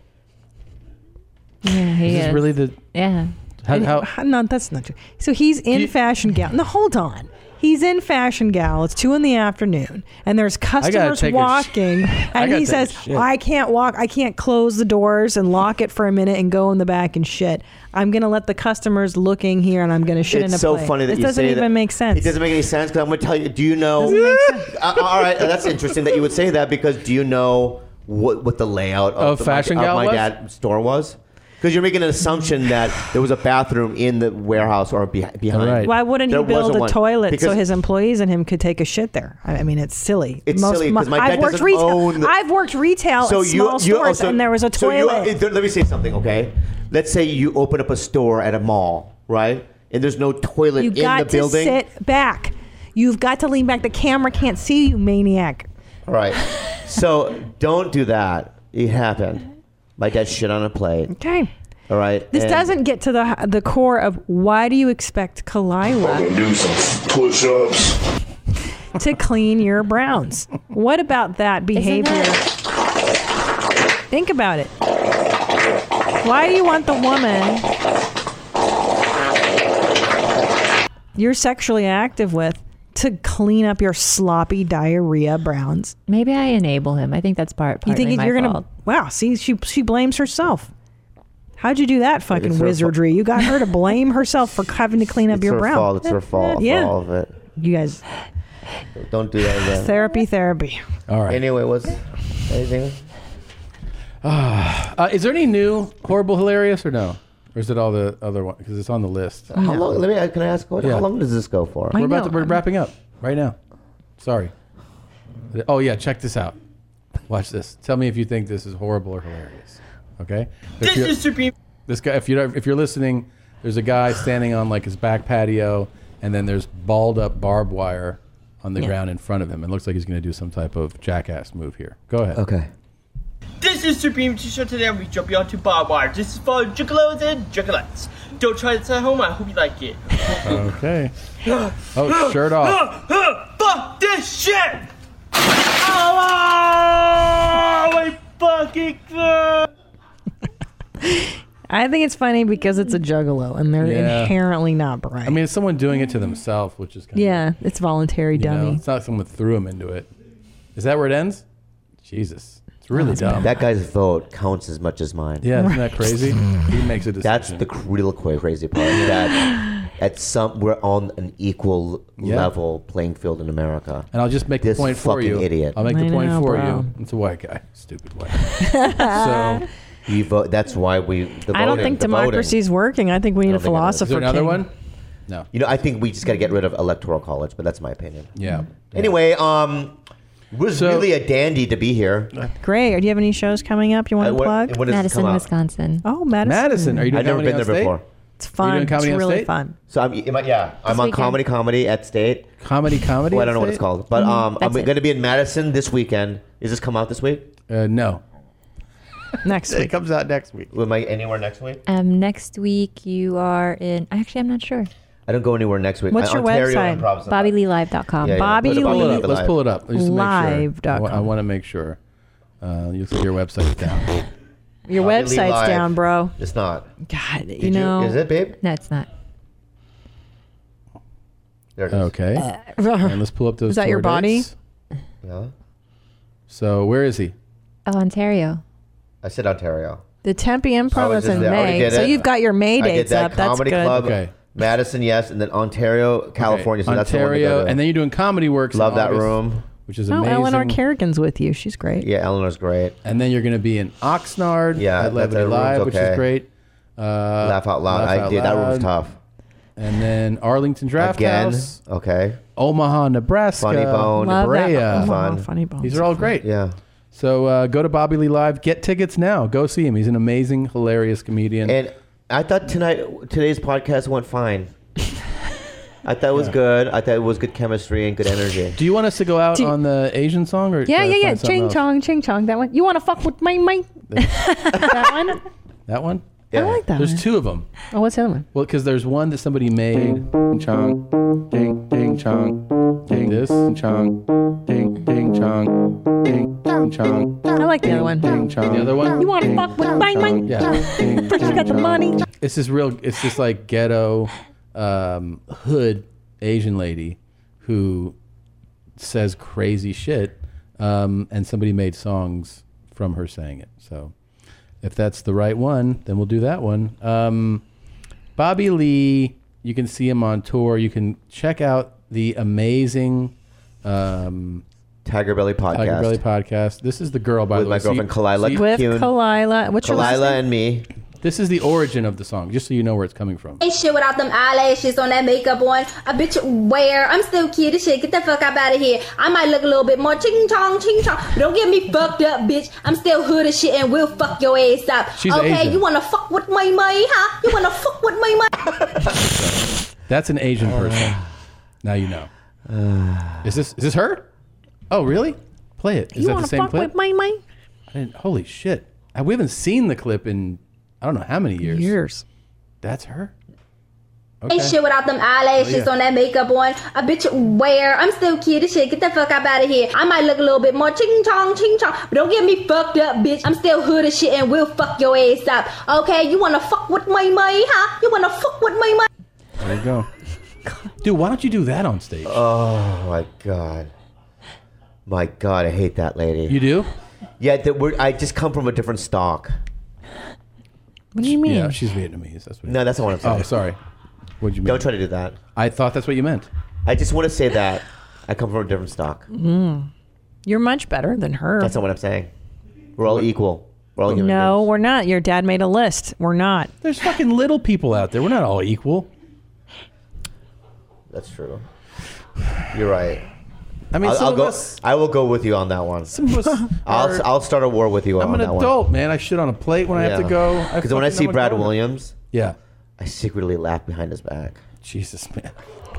Speaker 5: yeah, he
Speaker 2: Is this
Speaker 5: is.
Speaker 2: really the?
Speaker 5: Yeah.
Speaker 2: How, how,
Speaker 3: no, that's not true. So he's in Fashion Gal. No, hold on. He's in Fashion Gal. It's two in the afternoon, and there's
Speaker 2: gotta
Speaker 3: customers
Speaker 2: take a sh-
Speaker 3: walking,
Speaker 2: I
Speaker 3: and
Speaker 2: gotta
Speaker 3: he
Speaker 2: take a
Speaker 3: says,
Speaker 2: shit.
Speaker 3: "I can't walk. I can't close the doors and lock it for a minute and go in the back and shit. I'm gonna let the customers looking here, and I'm gonna shit
Speaker 21: it's
Speaker 3: in a
Speaker 21: so
Speaker 3: plate."
Speaker 21: funny that
Speaker 3: this
Speaker 21: you
Speaker 3: doesn't
Speaker 21: say
Speaker 3: even
Speaker 21: that.
Speaker 3: make sense.
Speaker 21: It doesn't make any sense because I'm going to tell you. Do you know?
Speaker 3: Doesn't make
Speaker 21: Uh, all right, that's interesting that you would say that because do you know what what the layout of,
Speaker 2: Of
Speaker 21: the-
Speaker 2: Fashion
Speaker 21: my,
Speaker 2: Gal
Speaker 21: of my
Speaker 2: was?
Speaker 21: dad's store was? Because you're making an assumption that there was a bathroom in the warehouse or beh behind.
Speaker 3: Why wouldn't
Speaker 21: There
Speaker 3: he build
Speaker 21: wasn't
Speaker 3: a
Speaker 21: one.
Speaker 3: toilet so
Speaker 21: Because
Speaker 3: his employees and him could take a shit there? I I mean, it's silly.
Speaker 21: It's silly 'cause my
Speaker 3: I've
Speaker 21: dad
Speaker 3: worked
Speaker 21: doesn't
Speaker 3: retail.
Speaker 21: own the-
Speaker 3: I've worked retail in small stores,
Speaker 21: oh, so-
Speaker 3: and there was a
Speaker 21: so you-
Speaker 3: toilet.
Speaker 21: uh, let me say something, okay? Let's say you open up a store at a mall, right? And there's no toilet
Speaker 3: you
Speaker 21: in the
Speaker 3: got to
Speaker 21: building.
Speaker 3: sit back. You've got to lean back. The camera can't see you, maniac.
Speaker 21: All right. so don't do that. It happened. My dad shit on a plate.
Speaker 3: Okay.
Speaker 21: All right.
Speaker 3: This
Speaker 21: and-
Speaker 3: doesn't get to the the core of why do you expect Kalila
Speaker 6: do some push ups.
Speaker 3: to clean your browns? What about that behavior? Think about it. Why do you want the woman you're sexually active with to clean up your sloppy diarrhea browns?
Speaker 5: Maybe I enable him. I think that's part.
Speaker 3: You
Speaker 5: Partly
Speaker 3: think
Speaker 5: my
Speaker 3: you're
Speaker 5: fault.
Speaker 3: gonna? Wow. See, she she blames herself. How'd you do that fucking
Speaker 21: her fault.
Speaker 3: wizardry? You got her to blame herself for having to clean up
Speaker 21: It's
Speaker 3: your
Speaker 21: her
Speaker 3: brown.
Speaker 21: fault. It's her fault
Speaker 3: Yeah.
Speaker 21: for all of it.
Speaker 3: You guys,
Speaker 21: Don't do that again.
Speaker 3: therapy, therapy.
Speaker 2: All right.
Speaker 21: Anyway, what's anything?
Speaker 2: uh, is there any new horrible hilarious or no? Or is it all the other one? Because it's on the list.
Speaker 21: How long? Let me. Can I ask? What,
Speaker 2: Yeah.
Speaker 21: How long does this go for?
Speaker 2: We're about to, we're wrapping up right now. Sorry. Oh yeah, check this out. Watch this. Tell me if you think this is horrible or hilarious. Okay. If
Speaker 10: This
Speaker 2: you're-
Speaker 10: is supreme.
Speaker 2: This guy. If you don't- if you're listening, there's a guy standing on like his back patio, and then there's balled up barbed wire on the
Speaker 10: Yeah.
Speaker 2: ground in front of him. It looks like he's going to do some type of jackass move here. Go ahead.
Speaker 21: Okay.
Speaker 10: This is Supreme T-shirt today. I'm jumping onto barbed wire. This is for juggalos and juggalettes. Don't try this at home. I hope you like it.
Speaker 2: Okay. Oh, shirt off.
Speaker 10: Fuck this shit. Oh, my fucking god.
Speaker 3: I think it's funny because it's a juggalo and they're
Speaker 2: Yeah.
Speaker 3: inherently not bright.
Speaker 2: I mean, it's someone doing it to themselves, which is kind
Speaker 3: Yeah, it's voluntary
Speaker 2: You know,
Speaker 3: dummy.
Speaker 2: it's not someone threw him into it. Is that where it ends? Jesus. It's really dumb.
Speaker 21: That guy's vote counts as much as mine.
Speaker 2: Yeah, isn't that crazy? he makes a decision.
Speaker 21: That's the cr- real qu- crazy part. that at some we're on an equal
Speaker 2: Yeah.
Speaker 21: level playing field in America.
Speaker 2: And I'll just make
Speaker 21: this
Speaker 2: the point for
Speaker 21: fucking
Speaker 2: you.
Speaker 21: Idiot.
Speaker 2: I'll make the point for
Speaker 21: you.
Speaker 2: you. It's a white guy. Stupid white. guy.
Speaker 21: You vote. That's why we. The
Speaker 3: I don't
Speaker 21: voting-
Speaker 3: think
Speaker 21: the voting.
Speaker 3: democracy's working. I think we need a philosopher. king.
Speaker 2: No.
Speaker 21: You know, I think we just got to get rid of electoral college, but that's my opinion.
Speaker 2: Yeah.
Speaker 21: Anyway, um, was really a dandy to be here.
Speaker 3: Great. Do you have any shows coming up you want
Speaker 21: Uh,
Speaker 3: to
Speaker 21: what-
Speaker 3: plug?
Speaker 21: when does it Madison, come out?
Speaker 3: Wisconsin. Oh, Madison.
Speaker 21: Madison, are you doing I've never comedy been on there state? before.
Speaker 3: It's fun. it's really fun.
Speaker 21: So I'm, am I- yeah, I'm on
Speaker 3: weekend.
Speaker 21: comedy comedy at state.
Speaker 2: Comedy comedy.
Speaker 21: Well, I don't know
Speaker 2: at
Speaker 21: what it's
Speaker 2: State?
Speaker 21: called, but
Speaker 2: Mhm,
Speaker 3: Mm-hmm.
Speaker 21: um, I'm
Speaker 2: that's it.
Speaker 21: going to be in Madison this weekend. Is this come out this week?
Speaker 2: Uh, no.
Speaker 3: Next
Speaker 21: week. It comes out next week. Am I anywhere next week?
Speaker 5: Um, next week you are in. Actually, I'm not sure.
Speaker 21: I don't go anywhere next week.
Speaker 5: What's
Speaker 21: I,
Speaker 5: your
Speaker 21: Ontario
Speaker 5: website?
Speaker 21: Improv's not-
Speaker 5: BobbyLeeLive.com.
Speaker 21: Yeah, yeah,
Speaker 2: Bobby
Speaker 21: let's pull it up.
Speaker 2: Lee Let's pull it up. Just to make sure.
Speaker 3: Live
Speaker 2: I
Speaker 3: dot com.
Speaker 2: want to make sure. Uh, you your website's down.
Speaker 3: Your
Speaker 21: Probably
Speaker 3: website's
Speaker 21: live.
Speaker 3: down, bro.
Speaker 21: It's not.
Speaker 3: God,
Speaker 21: Did
Speaker 3: you know.
Speaker 21: Is it, babe?
Speaker 5: No, it's not.
Speaker 21: There it is.
Speaker 2: Okay. and let's pull up those.
Speaker 5: Is that your
Speaker 2: tour
Speaker 5: body?
Speaker 2: dates.
Speaker 21: Yeah.
Speaker 2: So where is he?
Speaker 5: Oh, Ontario.
Speaker 21: I said Ontario.
Speaker 3: The Tempe
Speaker 21: I
Speaker 3: Improv
Speaker 21: was
Speaker 3: is
Speaker 21: just
Speaker 3: Oh, in
Speaker 21: there. I already
Speaker 3: May,
Speaker 21: did
Speaker 3: so
Speaker 21: it.
Speaker 3: you've got your May
Speaker 21: I did
Speaker 3: dates
Speaker 21: that
Speaker 3: up. That's
Speaker 21: Comedy
Speaker 3: good.
Speaker 21: Club,
Speaker 2: Okay.
Speaker 21: Madison, yes, and then Ontario, California. So that's the one to go
Speaker 2: Ontario,
Speaker 21: to.
Speaker 2: and then you're doing comedy works. in
Speaker 21: Love that
Speaker 2: August,
Speaker 21: room.
Speaker 2: which is
Speaker 3: Oh,
Speaker 2: amazing.
Speaker 3: Eleanor Kerrigan's with you. She's great.
Speaker 21: Yeah, Eleanor's great.
Speaker 2: And then you're going to be in Oxnard
Speaker 21: Yeah,
Speaker 2: at
Speaker 21: that- that
Speaker 2: Levity
Speaker 21: room's
Speaker 2: Live, which
Speaker 21: okay.
Speaker 2: is great. Uh, Laugh
Speaker 21: out loud. I did- that room's tough.
Speaker 2: And then Arlington Draft
Speaker 21: Again.
Speaker 2: House,
Speaker 21: Okay.
Speaker 2: Omaha, Nebraska,
Speaker 21: Funny Bone.
Speaker 2: La Brea.
Speaker 3: Funny Bone.
Speaker 2: These are all great.
Speaker 21: Yeah.
Speaker 2: So uh, go to Bobby Lee Live. Get tickets now. Go see him. He's an amazing, hilarious comedian.
Speaker 21: And I thought tonight today's podcast went fine. I thought it was good. I thought it was good chemistry and good energy.
Speaker 2: do you want us to go out on the Asian song or
Speaker 3: Yeah,
Speaker 2: should I
Speaker 3: yeah, yeah.
Speaker 2: find something
Speaker 3: Ching
Speaker 2: else?
Speaker 3: chong, ching chong. That one. You want to fuck with my mate? that one.
Speaker 2: That one.
Speaker 21: Yeah. I
Speaker 3: like that
Speaker 2: There's
Speaker 3: one.
Speaker 2: two of them.
Speaker 3: Oh, what's the other one?
Speaker 2: Well, because there's one that somebody made. Ching chong, ding ding chong, ding this chong, ding ding chong, ding ding chong.
Speaker 3: I like the other one.
Speaker 2: Ding chong. The other one.
Speaker 3: You want to fuck with my mate?
Speaker 2: Yeah.
Speaker 3: First you got the money.
Speaker 2: It's this real. It's this like ghetto, um, hood Asian lady who says crazy shit, um, and somebody made songs from her saying it. So, if that's the right one, then we'll do that one. Um, Bobby Lee, you can see him on tour. You can check out the amazing. Um,
Speaker 21: Tiger Belly podcast.
Speaker 2: Tiger Belly podcast. This is the girl, by
Speaker 21: With
Speaker 2: the way.
Speaker 21: my girlfriend Kalila
Speaker 3: With Kalila. What's your last name?
Speaker 21: and me.
Speaker 2: This is the origin of the song, just so you know where it's coming from.
Speaker 17: Ain't shit without them eyelashes on that makeup on. A bitch wear. I'm still kid as shit. Get the fuck up out of here. I might look a little bit more ching chong ching chong. Don't get me fucked up, bitch. I'm still hood as shit and we'll fuck your ass up.
Speaker 2: She's
Speaker 17: okay,
Speaker 2: Asian.
Speaker 17: you wanna fuck with my money, huh? You wanna fuck with my money?
Speaker 2: That's an Asian
Speaker 21: Uh,
Speaker 2: person. Now you know. is this is this her? Oh, really? Play it. Is
Speaker 3: you
Speaker 2: that
Speaker 3: want
Speaker 2: the
Speaker 3: to
Speaker 2: same
Speaker 3: fuck
Speaker 2: clip?
Speaker 3: with my mate?
Speaker 2: I didn't, holy shit! I, we haven't seen the clip in I don't know how many years.
Speaker 3: Years.
Speaker 2: That's her.
Speaker 17: Ain't shit without them eyelashes
Speaker 2: Oh, yeah.
Speaker 17: on that makeup on. A bitch wear. I'm still kid as shit. Get the fuck up out of here. I might look a little bit more ching chong ching chong. But don't get me fucked up, bitch. I'm still hood as shit and we'll fuck your ass up. Okay, you wanna fuck with my money, huh? You wanna fuck with my money?
Speaker 2: There you go. Dude, why don't you do that on stage?
Speaker 21: Oh my god. My god, I hate that lady. You
Speaker 2: do?
Speaker 21: Yeah, that we're, I just come from a different stock.
Speaker 3: What do you mean?
Speaker 2: Yeah, she's Vietnamese. That's what.
Speaker 21: No, that's not what I'm saying.
Speaker 2: Oh, sorry. What'd you mean?
Speaker 21: Don't try to do that.
Speaker 2: I thought that's what you meant.
Speaker 21: I just want to say that I come from a different stock.
Speaker 3: Mm. You're much better than her.
Speaker 21: That's not what I'm saying. We're all equal. We're all human.
Speaker 3: no, we're not. Your dad made a list. We're not.
Speaker 2: There's fucking little people out there. We're not all equal.
Speaker 21: That's true. You're right.
Speaker 2: I mean,
Speaker 21: I'll,
Speaker 2: some
Speaker 21: I'll
Speaker 2: of
Speaker 21: go.
Speaker 2: us-
Speaker 21: I will go with you on that one.
Speaker 2: Some of us
Speaker 21: I'll,
Speaker 2: are-
Speaker 21: I'll start a war with you
Speaker 2: I'm
Speaker 21: on
Speaker 2: an
Speaker 21: Oh, that one.
Speaker 2: adult, man. I shit on a plate when I have to go. I
Speaker 21: Because when I
Speaker 2: fucking
Speaker 21: see
Speaker 2: know
Speaker 21: Brad
Speaker 2: I'm going.
Speaker 21: Williams,
Speaker 2: yeah,
Speaker 21: I secretly laugh behind his back.
Speaker 2: Jesus, man.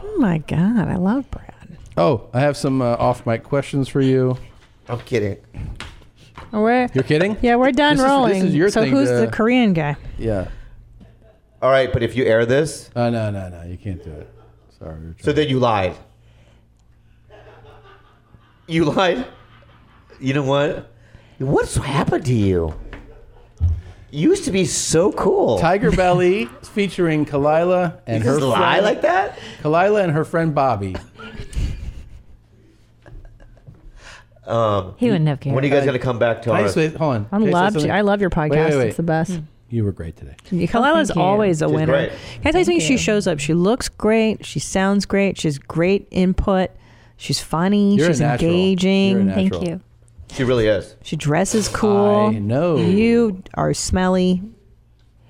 Speaker 3: Oh my God, I love Brad.
Speaker 2: Oh, I have some uh, off mic questions for you.
Speaker 21: I'm kidding.
Speaker 3: Oh, We're,
Speaker 2: You're kidding?
Speaker 3: yeah, we're done
Speaker 2: This is- this
Speaker 3: rolling.
Speaker 2: is your
Speaker 3: so
Speaker 2: thing
Speaker 3: who's
Speaker 2: to-
Speaker 3: the Korean guy?
Speaker 2: Yeah.
Speaker 21: All right, but if you air this,
Speaker 2: uh, no, no, no, you can't do it. Sorry.
Speaker 21: So then you lied. You lied. You know what? What's happened to you? You used to be so cool.
Speaker 2: Tiger Belly is featuring Kalila and
Speaker 21: You
Speaker 2: her
Speaker 21: just lie
Speaker 2: friend,
Speaker 21: like that?
Speaker 2: Kalila and her friend Bobby.
Speaker 21: Um,
Speaker 3: He wouldn't have
Speaker 21: When are you
Speaker 3: cared.
Speaker 21: guys going to come back to
Speaker 2: Can I
Speaker 21: our?
Speaker 2: just wait- hold on.
Speaker 3: I
Speaker 2: Can I say
Speaker 3: love
Speaker 2: something?
Speaker 3: you. I love your
Speaker 2: Wait,
Speaker 3: podcast.
Speaker 2: wait, wait. Hmm.
Speaker 3: It's the best.
Speaker 2: You were great today.
Speaker 3: Kalila's
Speaker 2: thank you.
Speaker 3: always a
Speaker 2: She's
Speaker 3: winner.
Speaker 2: great.
Speaker 3: Can I tell you something? She shows up. She looks great. She sounds great. She's great input. She's funny.
Speaker 21: You're a
Speaker 3: she's
Speaker 21: natural.
Speaker 3: engaging.
Speaker 21: You're a Thank natural. you. She really is.
Speaker 3: She dresses cool.
Speaker 21: I know.
Speaker 3: You are smelly.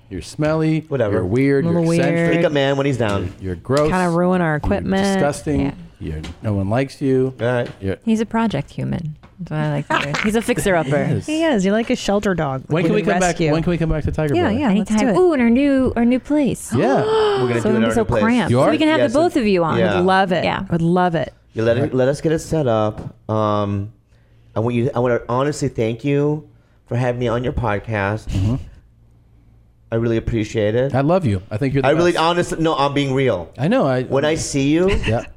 Speaker 2: You're smelly. Whatever. You're weird.
Speaker 3: Little
Speaker 2: You're eccentric.
Speaker 3: weird. Take a
Speaker 21: man when he's down.
Speaker 2: You're, you're gross.
Speaker 3: Kind of ruin our equipment.
Speaker 2: disgusting.
Speaker 3: Yeah.
Speaker 2: You're, no one likes you.
Speaker 21: All right.
Speaker 2: You're,
Speaker 22: He's a project human. That's what I like to hear. He's a fixer upper.
Speaker 2: Yes.
Speaker 3: He is. You're like a shelter dog.
Speaker 2: when can we
Speaker 3: Like a
Speaker 2: come
Speaker 3: rescue.
Speaker 2: back? When can we come back to Tiger?
Speaker 3: Yeah,
Speaker 2: Brother?
Speaker 3: yeah. Let's do
Speaker 22: Anytime.
Speaker 3: it.
Speaker 22: Ooh, in our new our new place.
Speaker 2: Yeah.
Speaker 22: We're so
Speaker 21: gonna do it
Speaker 22: won't
Speaker 21: at
Speaker 22: be
Speaker 21: our
Speaker 22: so
Speaker 21: new place.
Speaker 22: cramped.
Speaker 21: You
Speaker 22: So
Speaker 21: are?
Speaker 22: we can have
Speaker 21: Yes,
Speaker 22: the both of you on.
Speaker 21: yeah. Would
Speaker 3: Love it. Yeah. Would love it.
Speaker 21: You let it, let us get it set up. Um, I want you. I want to honestly thank you for having me on your podcast.
Speaker 2: Mm-hmm.
Speaker 21: I really appreciate it.
Speaker 2: I love you. I think you're. The
Speaker 21: I really
Speaker 2: best.
Speaker 21: honestly no. I'm being real.
Speaker 2: I know. I
Speaker 21: when I see you.
Speaker 2: Yeah.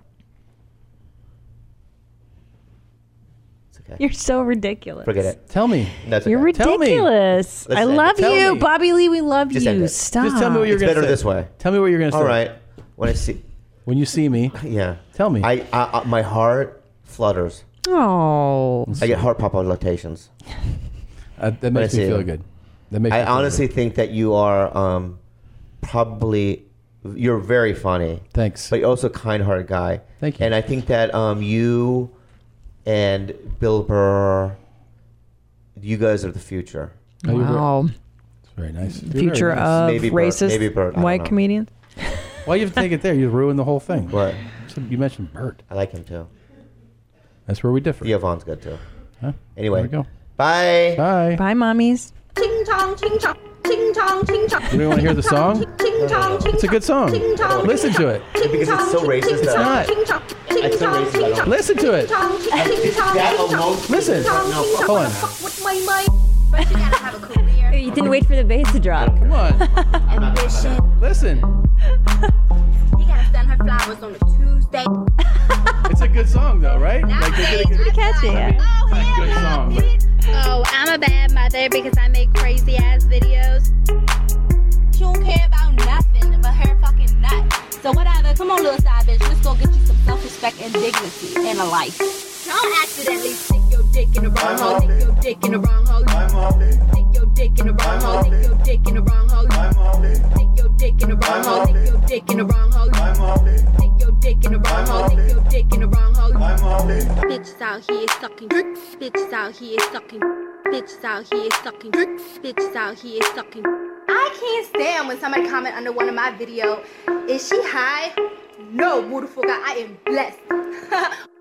Speaker 3: You're so ridiculous.
Speaker 21: Forget it.
Speaker 2: Tell me.
Speaker 21: That's
Speaker 3: You're
Speaker 21: okay.
Speaker 3: ridiculous.
Speaker 21: Let's
Speaker 3: I
Speaker 21: end it.
Speaker 3: love
Speaker 21: Tell
Speaker 3: you,
Speaker 21: me.
Speaker 3: Bobby Lee. We love
Speaker 21: Just end
Speaker 3: you.
Speaker 21: it.
Speaker 3: Stop.
Speaker 21: Just tell me what It's
Speaker 2: gonna
Speaker 21: better
Speaker 2: say.
Speaker 21: this way.
Speaker 2: Tell me what you're gonna say.
Speaker 21: All right. When I see.
Speaker 2: When you see me.
Speaker 21: Yeah.
Speaker 2: Tell me.
Speaker 21: I, I, I my heart flutters.
Speaker 3: Oh.
Speaker 21: I get heart palpitations.
Speaker 2: that makes me feel good. That makes
Speaker 21: I
Speaker 2: me feel
Speaker 21: honestly think that you are um, probably you're very funny.
Speaker 2: Thanks.
Speaker 21: But you're also a kind-hearted guy.
Speaker 2: Thank you.
Speaker 21: And I think that um, you and Bill Burr, you guys are the future.
Speaker 2: Oh, you're
Speaker 3: Wow.
Speaker 2: It's very nice. You're
Speaker 3: The
Speaker 2: very
Speaker 3: future
Speaker 2: nice.
Speaker 3: of
Speaker 21: Maybe Bert-
Speaker 3: racist
Speaker 21: maybe Bert, I don't
Speaker 3: white
Speaker 21: know.
Speaker 3: comedians.
Speaker 2: Why you have to take it there? You ruined the whole thing.
Speaker 21: What?
Speaker 2: You mentioned Bert.
Speaker 21: I like him too.
Speaker 2: That's where we differ.
Speaker 21: Yvonne's good too.
Speaker 2: Huh?
Speaker 21: Anyway.
Speaker 2: There we go.
Speaker 21: Bye.
Speaker 2: Bye.
Speaker 3: Bye, mommies.
Speaker 17: Ching chong, ching chong, ching chong, ching chong.
Speaker 2: You don't want to hear the song?
Speaker 17: Ching chong, ching
Speaker 2: It's a good song.
Speaker 17: chong.
Speaker 2: Listen to it.
Speaker 21: Because it's so racist.
Speaker 2: It's not.
Speaker 17: Ching chong, ching
Speaker 21: It's so
Speaker 17: chong,
Speaker 21: racist. I don't-
Speaker 2: Listen to it.
Speaker 21: That almost.
Speaker 2: Listen.
Speaker 21: No, fuck.
Speaker 2: Hold on.
Speaker 17: with my mind.
Speaker 22: You didn't wait for the bass to drop.
Speaker 2: Come on. Listen.
Speaker 17: You gotta send her flowers on a Tuesday.
Speaker 2: It's a good song though, right? Like they did a good,
Speaker 17: catchy.
Speaker 2: a good song. but-
Speaker 17: Oh, I'm a bad mother because I make crazy ass videos. She don't care about nothing but her fucking nut. So whatever, come on, little side bitch, let's go get you some self-respect and dignity in a life. Don't accidentally stick your dick in the wrong hole. Stick your dick in the wrong hole. Stick your dick in the wrong hole. Stick your dick in the wrong hole. Stick your dick in the wrong hole. Stick your dick in the wrong hole. Stick your dick in the wrong hole. Stick your dick in the wrong hole. Bitches out here sucking dicks. Bitches out here sucking. Bitches out here sucking dicks. Bitches out here sucking. I can't stand when somebody comment under one of my video. Is she high? No, beautiful guy, I am blessed.